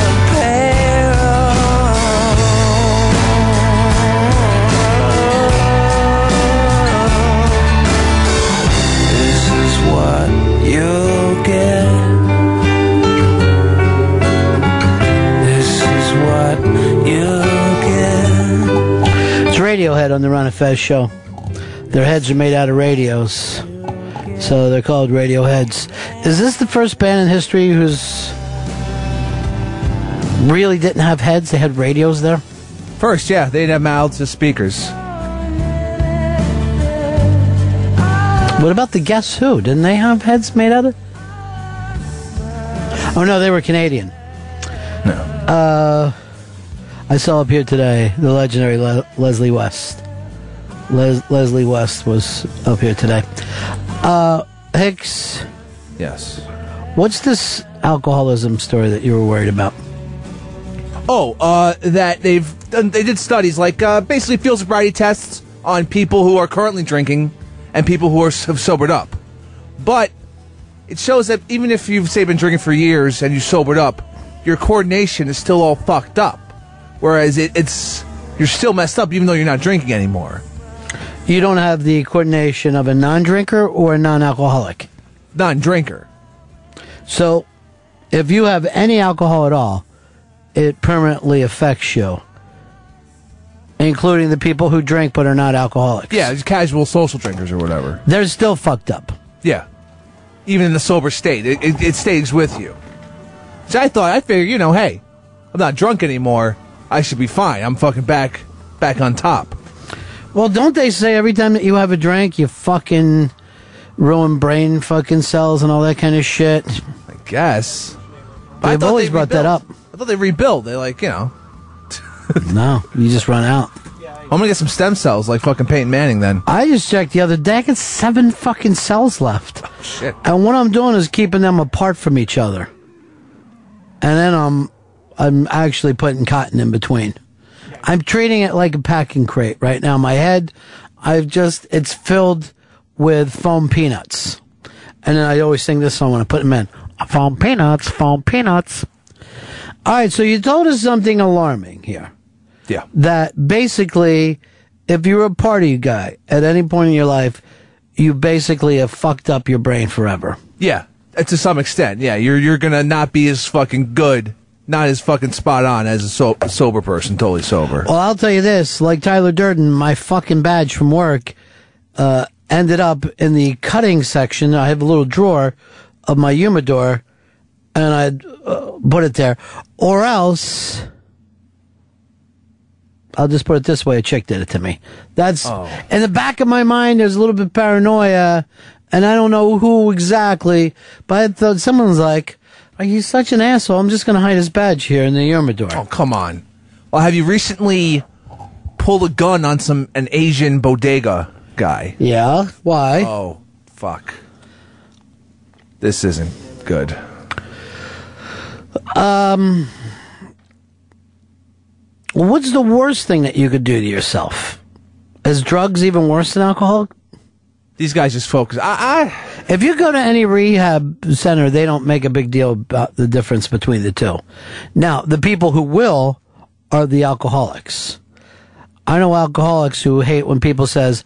[SPEAKER 1] payroll. This is what you get. This is what you get.
[SPEAKER 9] It's Radiohead on the Ron and Fez show. Their heads are made out of radios, so they're called Radioheads. Is this the first band in history who's really didn't have heads? They had radios there.
[SPEAKER 11] First, yeah, they didn't have mouths, just speakers.
[SPEAKER 9] What about the Guess Who? Didn't they have heads made out of? Oh no, they were Canadian.
[SPEAKER 11] No.
[SPEAKER 9] Uh, I saw up here today the legendary Le- Leslie West. Les- Leslie West was up here today. Uh, Hicks.
[SPEAKER 11] Yes.
[SPEAKER 9] What's this alcoholism story that you were worried about?
[SPEAKER 11] Oh, uh, that they've done, they did studies like uh, basically field sobriety tests on people who are currently drinking and people who are s- have sobered up. But it shows that even if you've say been drinking for years and you sobered up, your coordination is still all fucked up. Whereas it, it's you're still messed up even though you're not drinking anymore.
[SPEAKER 9] You don't have the coordination of a non-drinker or a non-alcoholic.
[SPEAKER 11] Non-drinker.
[SPEAKER 9] So, if you have any alcohol at all, it permanently affects you, including the people who drink but are not alcoholics.
[SPEAKER 11] Yeah, just casual social drinkers or whatever.
[SPEAKER 9] They're still fucked up.
[SPEAKER 11] Yeah. Even in the sober state, it, it, it stays with you. So I thought, I figured, you know, hey, I'm not drunk anymore. I should be fine. I'm fucking back, back on top.
[SPEAKER 9] Well, don't they say every time that you have a drink, you fucking ruin brain fucking cells and all that kind of shit? I
[SPEAKER 11] guess. I
[SPEAKER 9] They've
[SPEAKER 11] thought
[SPEAKER 9] always
[SPEAKER 11] they
[SPEAKER 9] brought that up.
[SPEAKER 11] rebuilt. I thought they rebuilt. They like, you know,
[SPEAKER 9] no, you just run out.
[SPEAKER 11] I'm gonna get some stem cells like fucking Peyton Manning then.
[SPEAKER 9] I just checked the other day. I got seven fucking cells left.
[SPEAKER 11] Shit.
[SPEAKER 9] And what I'm doing is keeping them apart from each other. And then I'm I'm actually putting cotton in between. I'm treating it like a packing crate right now. My head, I've just it's filled with foam peanuts. And then I always sing this song when I put them in. Foam peanuts, foam peanuts. All right, so you told us something alarming here
[SPEAKER 11] Yeah.
[SPEAKER 9] that basically, if you're a party guy at any point in your life, you basically have fucked up your brain forever.
[SPEAKER 11] Yeah. uh, To some extent, yeah. You're you're gonna not be as fucking good, not as fucking spot on as a so- sober person, totally sober.
[SPEAKER 9] Well, I'll tell you this: like Tyler Durden, my fucking badge from work uh, ended up in the cutting section. I have a little drawer of my humidor, and I uh, put it there. Or else, I'll just put it this way: a chick did it to me. That's
[SPEAKER 1] Oh.
[SPEAKER 9] in the back of my mind. There's a little bit of paranoia, and I don't know who exactly, but I thought someone's like. "Oh, He's such an asshole. I'm just going to hide his badge here in the humidor. Oh,
[SPEAKER 11] come on. Well, Oh, have you recently pulled a gun on some an Asian bodega guy?
[SPEAKER 9] Yeah. Why?
[SPEAKER 11] Oh, fuck. This isn't good.
[SPEAKER 9] Um, what's the worst thing that you could do to yourself? Is drugs even worse than alcohol?
[SPEAKER 11] These guys just focus. I,
[SPEAKER 9] I if you go to any rehab center, they don't make a big deal about the difference between the two. Now, the people who will are the alcoholics. I know alcoholics who hate when people says,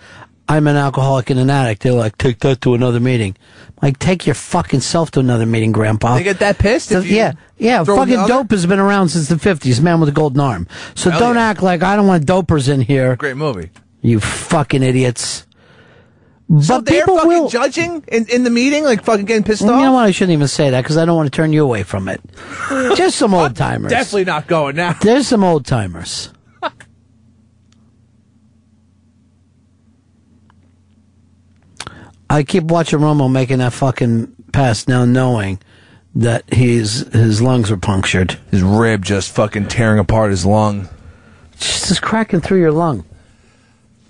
[SPEAKER 9] "I'm an alcoholic and an addict." They're like, "Take that to another meeting." like, take your fucking self to another meeting, Grandpa.
[SPEAKER 11] They get that pissed if you
[SPEAKER 9] yeah, yeah.
[SPEAKER 11] throw
[SPEAKER 9] Fucking
[SPEAKER 11] another-
[SPEAKER 9] dope has been around since the '50s. Man with a golden arm. So
[SPEAKER 11] Hell
[SPEAKER 9] don't
[SPEAKER 11] yeah.
[SPEAKER 9] act like I don't want dopers in here.
[SPEAKER 11] Great movie.
[SPEAKER 9] You fucking idiots.
[SPEAKER 11] So they're fucking judging in, in the meeting, like fucking getting pissed
[SPEAKER 9] You know
[SPEAKER 11] off.
[SPEAKER 9] what? I shouldn't even say that because I don't want to turn you away from it. Just some old timers.
[SPEAKER 11] Definitely not going now.
[SPEAKER 9] There's some old timers. I keep watching Romo making that fucking pass now, knowing that he's his lungs were punctured.
[SPEAKER 11] His rib just fucking tearing apart his lung.
[SPEAKER 9] It's just cracking through your lung.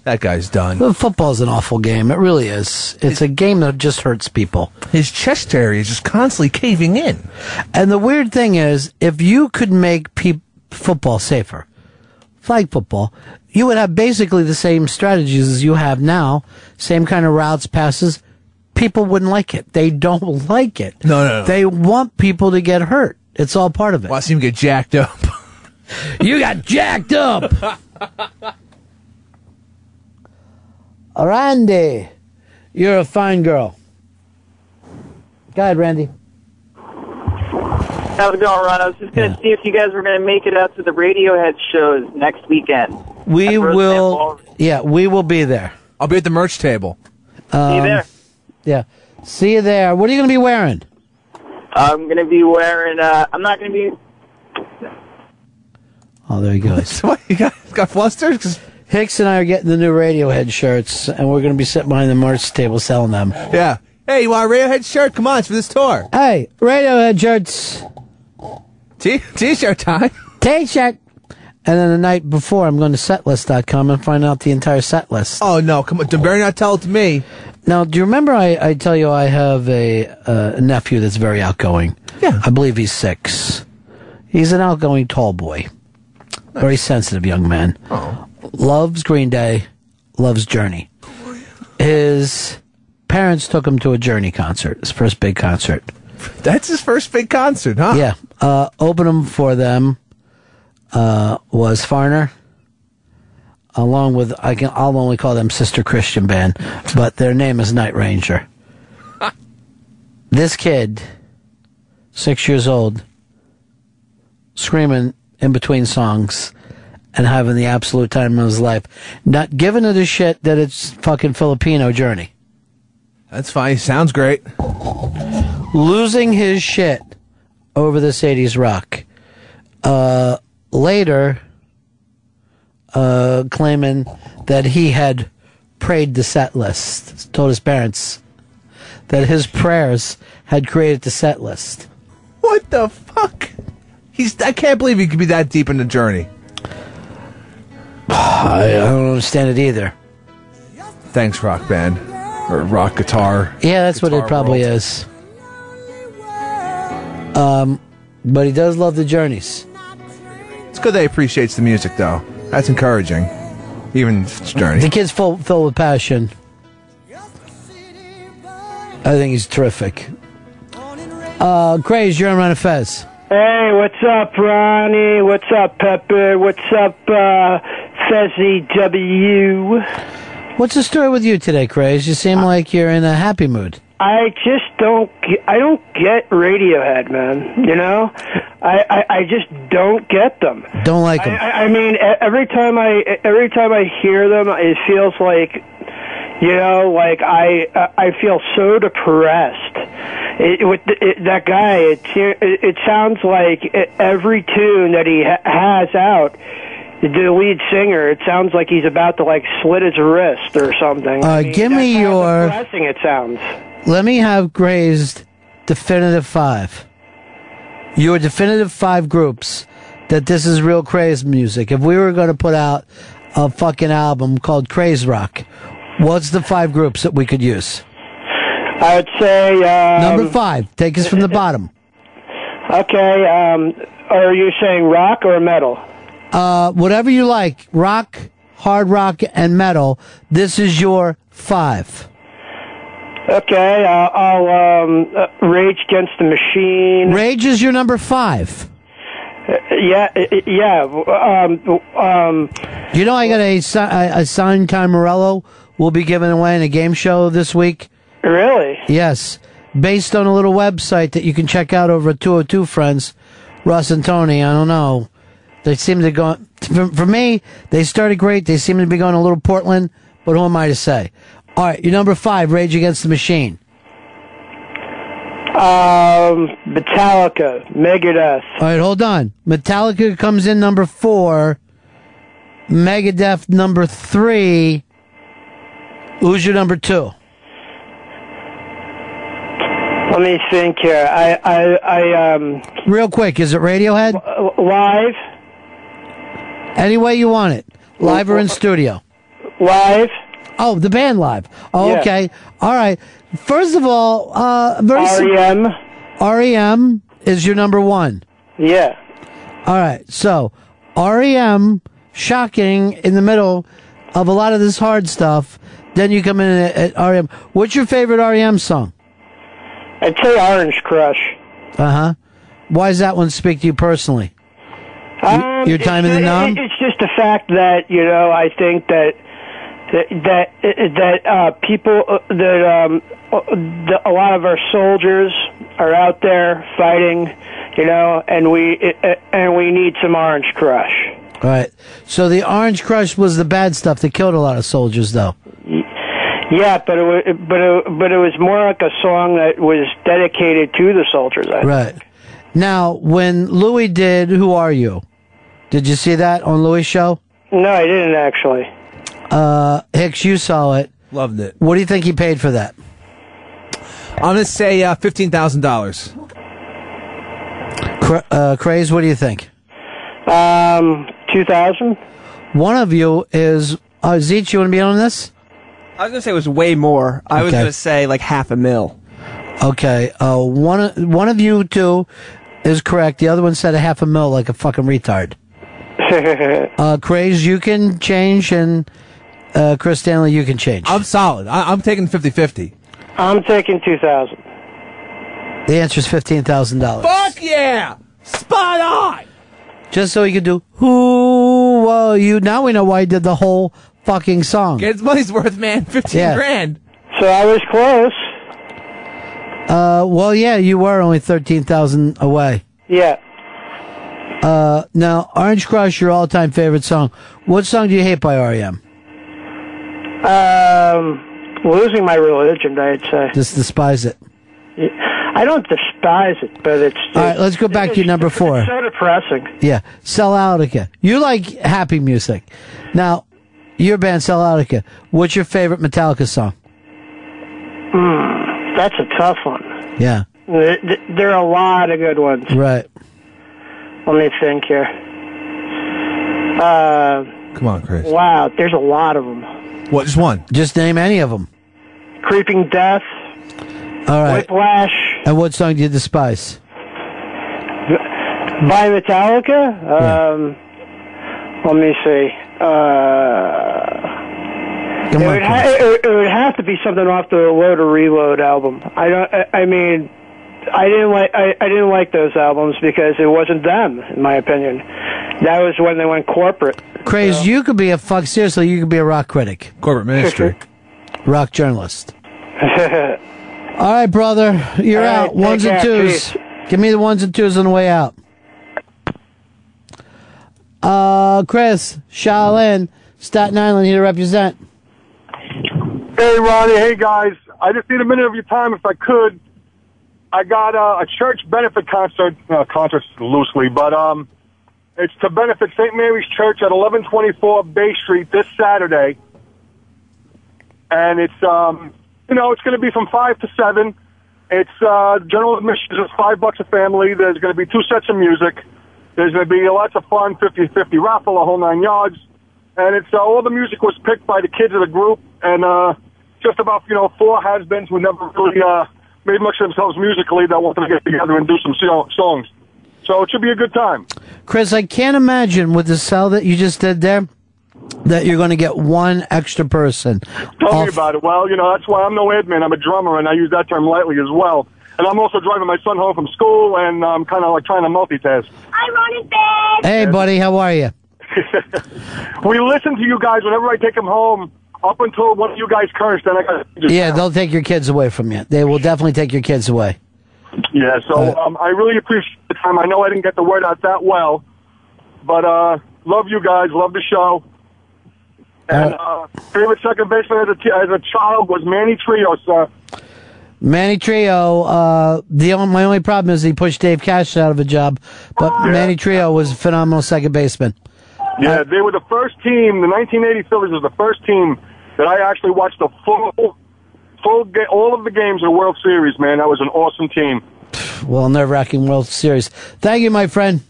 [SPEAKER 11] That guy's done.
[SPEAKER 9] Well, football's an awful game. It really is. It's a game that just hurts people.
[SPEAKER 11] His chest area is just constantly caving in.
[SPEAKER 9] And the weird thing is, if you could make peop football safer, flag football, you would have basically the same strategies as you have now, same kind of routes, passes. People wouldn't like it. They don't like it.
[SPEAKER 11] No, no, no.
[SPEAKER 9] They want people to get hurt. It's all part of it.
[SPEAKER 11] I see him get jacked up.
[SPEAKER 9] you got jacked up. Randy, you're a fine girl. Go ahead, Randy.
[SPEAKER 24] How's it going, Ron? I was just going to see if you guys were going to make it out to the Radiohead shows next weekend.
[SPEAKER 9] We will. Yeah, we will be there.
[SPEAKER 11] I'll be at the merch table.
[SPEAKER 9] Um,
[SPEAKER 24] there.
[SPEAKER 9] Yeah. See you there. What are you going to be wearing?
[SPEAKER 24] I'm going to be wearing. Uh, I'm not going to be.
[SPEAKER 9] Oh, there he goes.
[SPEAKER 11] what, you got, got flustered?
[SPEAKER 9] Hicks and I are getting the new Radiohead shirts, and we're going to be sitting behind the merch table selling them.
[SPEAKER 11] Yeah. Hey, you want a Radiohead shirt? Come on, it's for this tour.
[SPEAKER 9] Hey, Radiohead shirts.
[SPEAKER 11] T t-shirt time.
[SPEAKER 9] T-shirt. And then the night before, I'm going to setlist.com and find out the entire set list.
[SPEAKER 11] Oh no! Come on, better not tell it to me.
[SPEAKER 9] Now, do you remember I, I tell you I have a uh, nephew that's very outgoing? Yeah. I believe he's six. He's an outgoing tall boy, very sensitive young man. Oh. Loves Green Day, loves Journey. His parents took him to a Journey concert, his first big concert.
[SPEAKER 11] That's his first big concert, huh?
[SPEAKER 9] Yeah. Uh, opening for them uh, was Farner, along with I can I'll only call them Sister Christian Band, but their name is Night Ranger. this kid, six years old, screaming in between songs. And having the absolute time of his life, not giving it a shit that it's fucking Filipino journey.
[SPEAKER 11] That's fine. Sounds great.
[SPEAKER 9] losing his shit over this 80s rock. Uh, later, uh, claiming that he had prayed the set list, told his parents that his prayers had created the set list.
[SPEAKER 11] What the fuck? He's. I can't believe he could be that deep in the journey.
[SPEAKER 9] I, I don't understand it either.
[SPEAKER 11] Thanks, rock band or rock guitar.
[SPEAKER 9] Yeah, that's what it
[SPEAKER 11] Guitar
[SPEAKER 9] probably
[SPEAKER 11] World.
[SPEAKER 9] is. Um, but he does love the journeys.
[SPEAKER 11] It's good they appreciates the music though. That's encouraging. Even if it's
[SPEAKER 9] The
[SPEAKER 11] journey.
[SPEAKER 9] kid's full, filled with passion. I think he's terrific. Uh, Grays, you're on Run of Fez.
[SPEAKER 15] Hey, what's up, Ronnie? What's up, Pepper? What's up, uh, Fezzy W?
[SPEAKER 9] What's the story with you today, Grays? You seem like you're in a happy mood.
[SPEAKER 15] I just don't. ge- I don't get Radiohead, man. You know, I I, I just don't get them.
[SPEAKER 9] Don't like
[SPEAKER 15] I,
[SPEAKER 9] him.
[SPEAKER 15] I I mean, e- every time I e-, every time I hear them, it feels like, you know, like I uh, I feel so depressed. It, with the, it, that guy, it, it sounds like e-, every tune that he ha- has out, the lead singer, it sounds like he's about to like slit his wrist or something. I
[SPEAKER 9] Uh,
[SPEAKER 15] mean,
[SPEAKER 9] give me your.
[SPEAKER 15] depressing it sounds.
[SPEAKER 9] Let me have Gray's definitive five. Your definitive five groups that this is real craze music. If we were going to put out a fucking album called Craze Rock, what's the five groups that we could use?
[SPEAKER 15] I would say um,
[SPEAKER 9] Number five. Take us from the bottom.
[SPEAKER 15] Okay, um, are you saying rock or metal?
[SPEAKER 9] Uh, whatever you like, rock, hard rock, and metal. This is your five.
[SPEAKER 15] Okay, uh, I'll um, uh, Rage Against the Machine.
[SPEAKER 9] Rage is your number five.
[SPEAKER 15] yeah, uh, yeah. Um, um,
[SPEAKER 9] You know, I got a, si- a, a signed Time Morello we'll be giving away in a game show this week.
[SPEAKER 15] Really?
[SPEAKER 9] Yes. Based on a little website that you can check out over at 202 Friends, Russ and Tony. I don't know. They seem to go, for, for me, they started great. They seem to be going a little Portland, but who am I to say? All right, your number five, Rage Against the Machine.
[SPEAKER 15] um, Metallica, Megadeth.
[SPEAKER 9] All right, hold on. Metallica comes in number four. Megadeth number three. Who's your number two?
[SPEAKER 15] Let me think here. I, I, I, um,
[SPEAKER 9] Real quick, is it Radiohead?
[SPEAKER 15] uh, live.
[SPEAKER 9] Any way you want it, live or in studio.
[SPEAKER 15] Live.
[SPEAKER 9] Oh, the band live. Oh,
[SPEAKER 15] Yeah.
[SPEAKER 9] okay. All right. First of all, uh, very sim-
[SPEAKER 15] REM.
[SPEAKER 9] REM is your number one.
[SPEAKER 15] Yeah.
[SPEAKER 9] All right. So REM, shocking in the middle of a lot of this hard stuff. Then you come in at, at REM. What's your favorite REM song?
[SPEAKER 15] I'd say Orange Crush.
[SPEAKER 9] Uh huh. Why does that one speak to you personally?
[SPEAKER 15] Um,
[SPEAKER 9] your time in
[SPEAKER 15] it's-
[SPEAKER 9] the numb?
[SPEAKER 15] it- It's just the fact that you know. I think that that that, that uh, people uh, that um, uh, the, a lot of our soldiers are out there fighting, you know, and we it, uh, and we need some Orange Crush.
[SPEAKER 9] All right. So the Orange Crush was the bad stuff that killed a lot of soldiers, though.
[SPEAKER 15] Yeah, but it was but it, but it was more like a song that was dedicated to the soldiers. I
[SPEAKER 9] Right. Now, when Louis did "Who Are You," did you see that on Louis' show?
[SPEAKER 15] No, I didn't actually.
[SPEAKER 9] Uh, Hicks, you saw it.
[SPEAKER 11] Loved it.
[SPEAKER 9] What do you think he paid for that?
[SPEAKER 11] I'm gonna say uh, fifteen thousand dollars.
[SPEAKER 9] Cra- uh, Craze, what do you think?
[SPEAKER 15] Um, two thousand.
[SPEAKER 9] One of you is uh, Zeech. You want to be on this?
[SPEAKER 13] I was gonna say it was way more. I was
[SPEAKER 9] Okay.
[SPEAKER 13] gonna say like half a mil.
[SPEAKER 9] Okay. Uh, one of- one of you two is correct. The other one said a half a mil, like a fucking retard. uh, Craze, you can change, and uh, Chris Stanley, you can change.
[SPEAKER 11] I'm solid. I- I'm taking 50-50.
[SPEAKER 15] I'm taking two thousand.
[SPEAKER 9] The answer is fifteen thousand dollars.
[SPEAKER 11] Fuck yeah! Spot on.
[SPEAKER 9] Just so he could do who are you? Now we know why he did the whole fucking song.
[SPEAKER 11] Get his money's worth, man. Fifteen
[SPEAKER 9] Um. Yeah.
[SPEAKER 11] grand.
[SPEAKER 15] So I was close.
[SPEAKER 9] Uh, well, yeah, you were only thirteen thousand away.
[SPEAKER 15] Yeah.
[SPEAKER 9] Uh, now Orange Crush, your all-time favorite song. What song do you hate by E REM?
[SPEAKER 15] Um, losing my religion, I'd say.
[SPEAKER 9] Just despise it.
[SPEAKER 15] I don't despise it, but it's.
[SPEAKER 9] All right, let's go back to your number four.
[SPEAKER 15] It's so depressing.
[SPEAKER 9] Yeah, Celautica. You like happy music. Now, your band Celautica. What's your favorite Metallica song?
[SPEAKER 15] Hmm, that's a tough one.
[SPEAKER 9] Yeah,
[SPEAKER 15] There, there are a lot of good ones.
[SPEAKER 9] right.
[SPEAKER 15] Let me think here. Uh,
[SPEAKER 11] Come on, Chris.
[SPEAKER 15] wow, there's a lot of them.
[SPEAKER 11] What? Just one.
[SPEAKER 9] Just name any of them.
[SPEAKER 15] Creeping Death,
[SPEAKER 9] All right.
[SPEAKER 15] Whiplash,
[SPEAKER 9] And what song do you despise?
[SPEAKER 15] by Metallica. Um, Let me see. Uh,
[SPEAKER 9] Come
[SPEAKER 15] it,
[SPEAKER 9] on,
[SPEAKER 15] would ha- it, it would have to be something off the Load or Reload album. I don't. I, I mean, I didn't like. I, I didn't like those albums because it wasn't them, in my opinion. That was when they went corporate.
[SPEAKER 9] Craze, you could be a fuck. Seriously, you could be a rock critic,
[SPEAKER 11] corporate ministry,
[SPEAKER 9] rock journalist.
[SPEAKER 15] All
[SPEAKER 9] All right, brother, you're
[SPEAKER 28] All right,
[SPEAKER 9] out. Ones
[SPEAKER 28] take
[SPEAKER 9] and
[SPEAKER 28] care.
[SPEAKER 9] twos. Give me the ones and twos on the way out. Uh, Chris, Shaolin, Staten Island here to represent.
[SPEAKER 30] Hey, Ronnie. Hey, guys. I just need a minute of your time if I could. I got uh, a church benefit concert, uh, concert loosely, but um, it's to benefit St. Mary's Church at 1124 Bay Street this Saturday. And it's, um, you know, it's going to be from 5 to 7. It's uh, general admission is 5 bucks a family. There's going to be two sets of music. There's going to be lots of fun, 50-50 raffle, a whole nine yards and it's uh, all the music was picked by the kids of the group, and uh, just about you know four has-beens who never really uh, made much of themselves musically that wanted to get together and do some so- songs. So it should be a good time.
[SPEAKER 9] Chris, I can't imagine with the sell that you just did there that you're going to get one extra person.
[SPEAKER 30] Tell me about it. Well, you know that's why I'm no admin. I'm a drummer, and I use that term lightly as well. And I'm also driving my son home from school, and I'm kind of like trying to multitask.
[SPEAKER 28] I run in bed.
[SPEAKER 9] Hey, buddy, how are you?
[SPEAKER 30] We listen to you guys whenever I take him home, up until one of you guys cursed, and I got
[SPEAKER 9] Yeah, they'll take your kids away from you. They will definitely take your kids away.
[SPEAKER 30] Yeah, so um, I really appreciate the time. I know I didn't get the word out that well, but uh, love you guys, love the show. And uh, favorite second baseman as a, t- as a child was Manny uh, Trio, sir.
[SPEAKER 9] Manny Trio, uh, the only, my only problem is he pushed Dave Cash out of a job, but Manny Trio was a phenomenal second baseman.
[SPEAKER 30] Yeah, they were the first team. The 1980 Phillies was the first team that I actually watched the full
[SPEAKER 13] full ga- all of the games of the World Series, man. That was an awesome team.
[SPEAKER 9] Well, nerve wracking World Series. Thank you, my friend.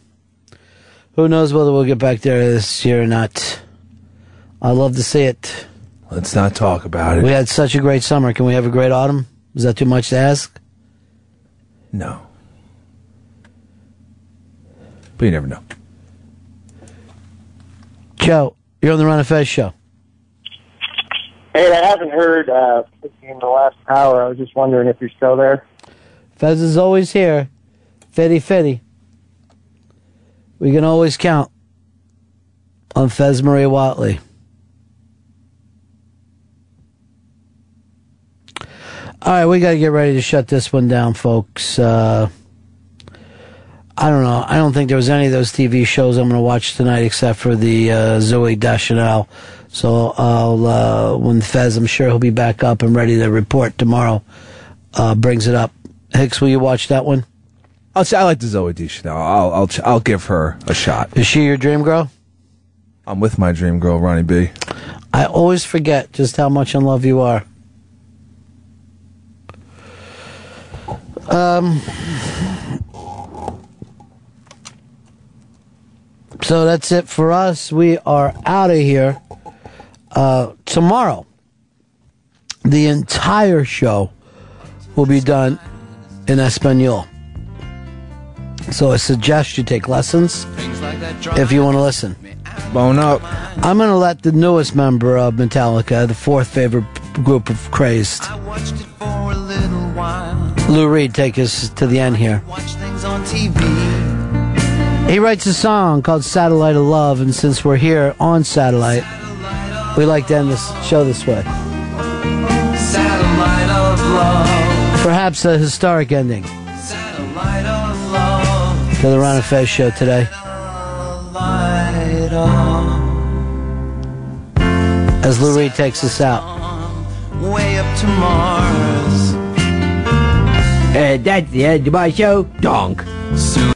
[SPEAKER 9] Who knows whether we'll get back there this year or not? I love to see it.
[SPEAKER 11] Let's not talk about it.
[SPEAKER 9] We had such a great summer. Can we have a great autumn? Is that too much to ask?
[SPEAKER 11] No. But you never know.
[SPEAKER 9] Joe, you're on the Run of Fez show.
[SPEAKER 21] Hey, I haven't heard uh, in the last hour. I was just wondering if you're still there.
[SPEAKER 9] Fez is always here. Fitty Fitty. We can always count on Fez Marie Watley. All right, we got to get ready to shut this one down, folks. Uh, I don't know. I don't think there was any of those TV shows I'm going to watch tonight except for the uh, Zoe Deschanel. So I'll, uh, when Fez, I'm sure he'll be back up and ready to report tomorrow, uh, brings it up. Hicks, will you watch that one?
[SPEAKER 11] I'll say I like the Zoe Deschanel. I'll I'll I'll give her a shot.
[SPEAKER 9] Is she your dream girl?
[SPEAKER 11] I'm with my dream girl, Ronnie B.
[SPEAKER 9] I always forget just how much in love you are. Um, so that's it for us. We are out of here. Uh, tomorrow, the entire show will be done in Espanol. So I suggest you take lessons if you want to listen.
[SPEAKER 11] Bone up.
[SPEAKER 9] I'm going to let the newest member of Metallica, the fourth favorite group of Crazed, Lou Reed, take us to the end here.
[SPEAKER 1] Things on TV.
[SPEAKER 9] He writes a song called Satellite of Love, and since we're here on Satellite, we like to end this show this way.
[SPEAKER 1] Satellite of love.
[SPEAKER 9] Perhaps a historic ending
[SPEAKER 1] Satellite of love.
[SPEAKER 9] to the Ron and Fez show today.
[SPEAKER 1] Light on.
[SPEAKER 9] As Lou Reed takes us out.
[SPEAKER 1] Way up to Mars.
[SPEAKER 7] Uh, that's the end of my show. Donk.
[SPEAKER 1] Soon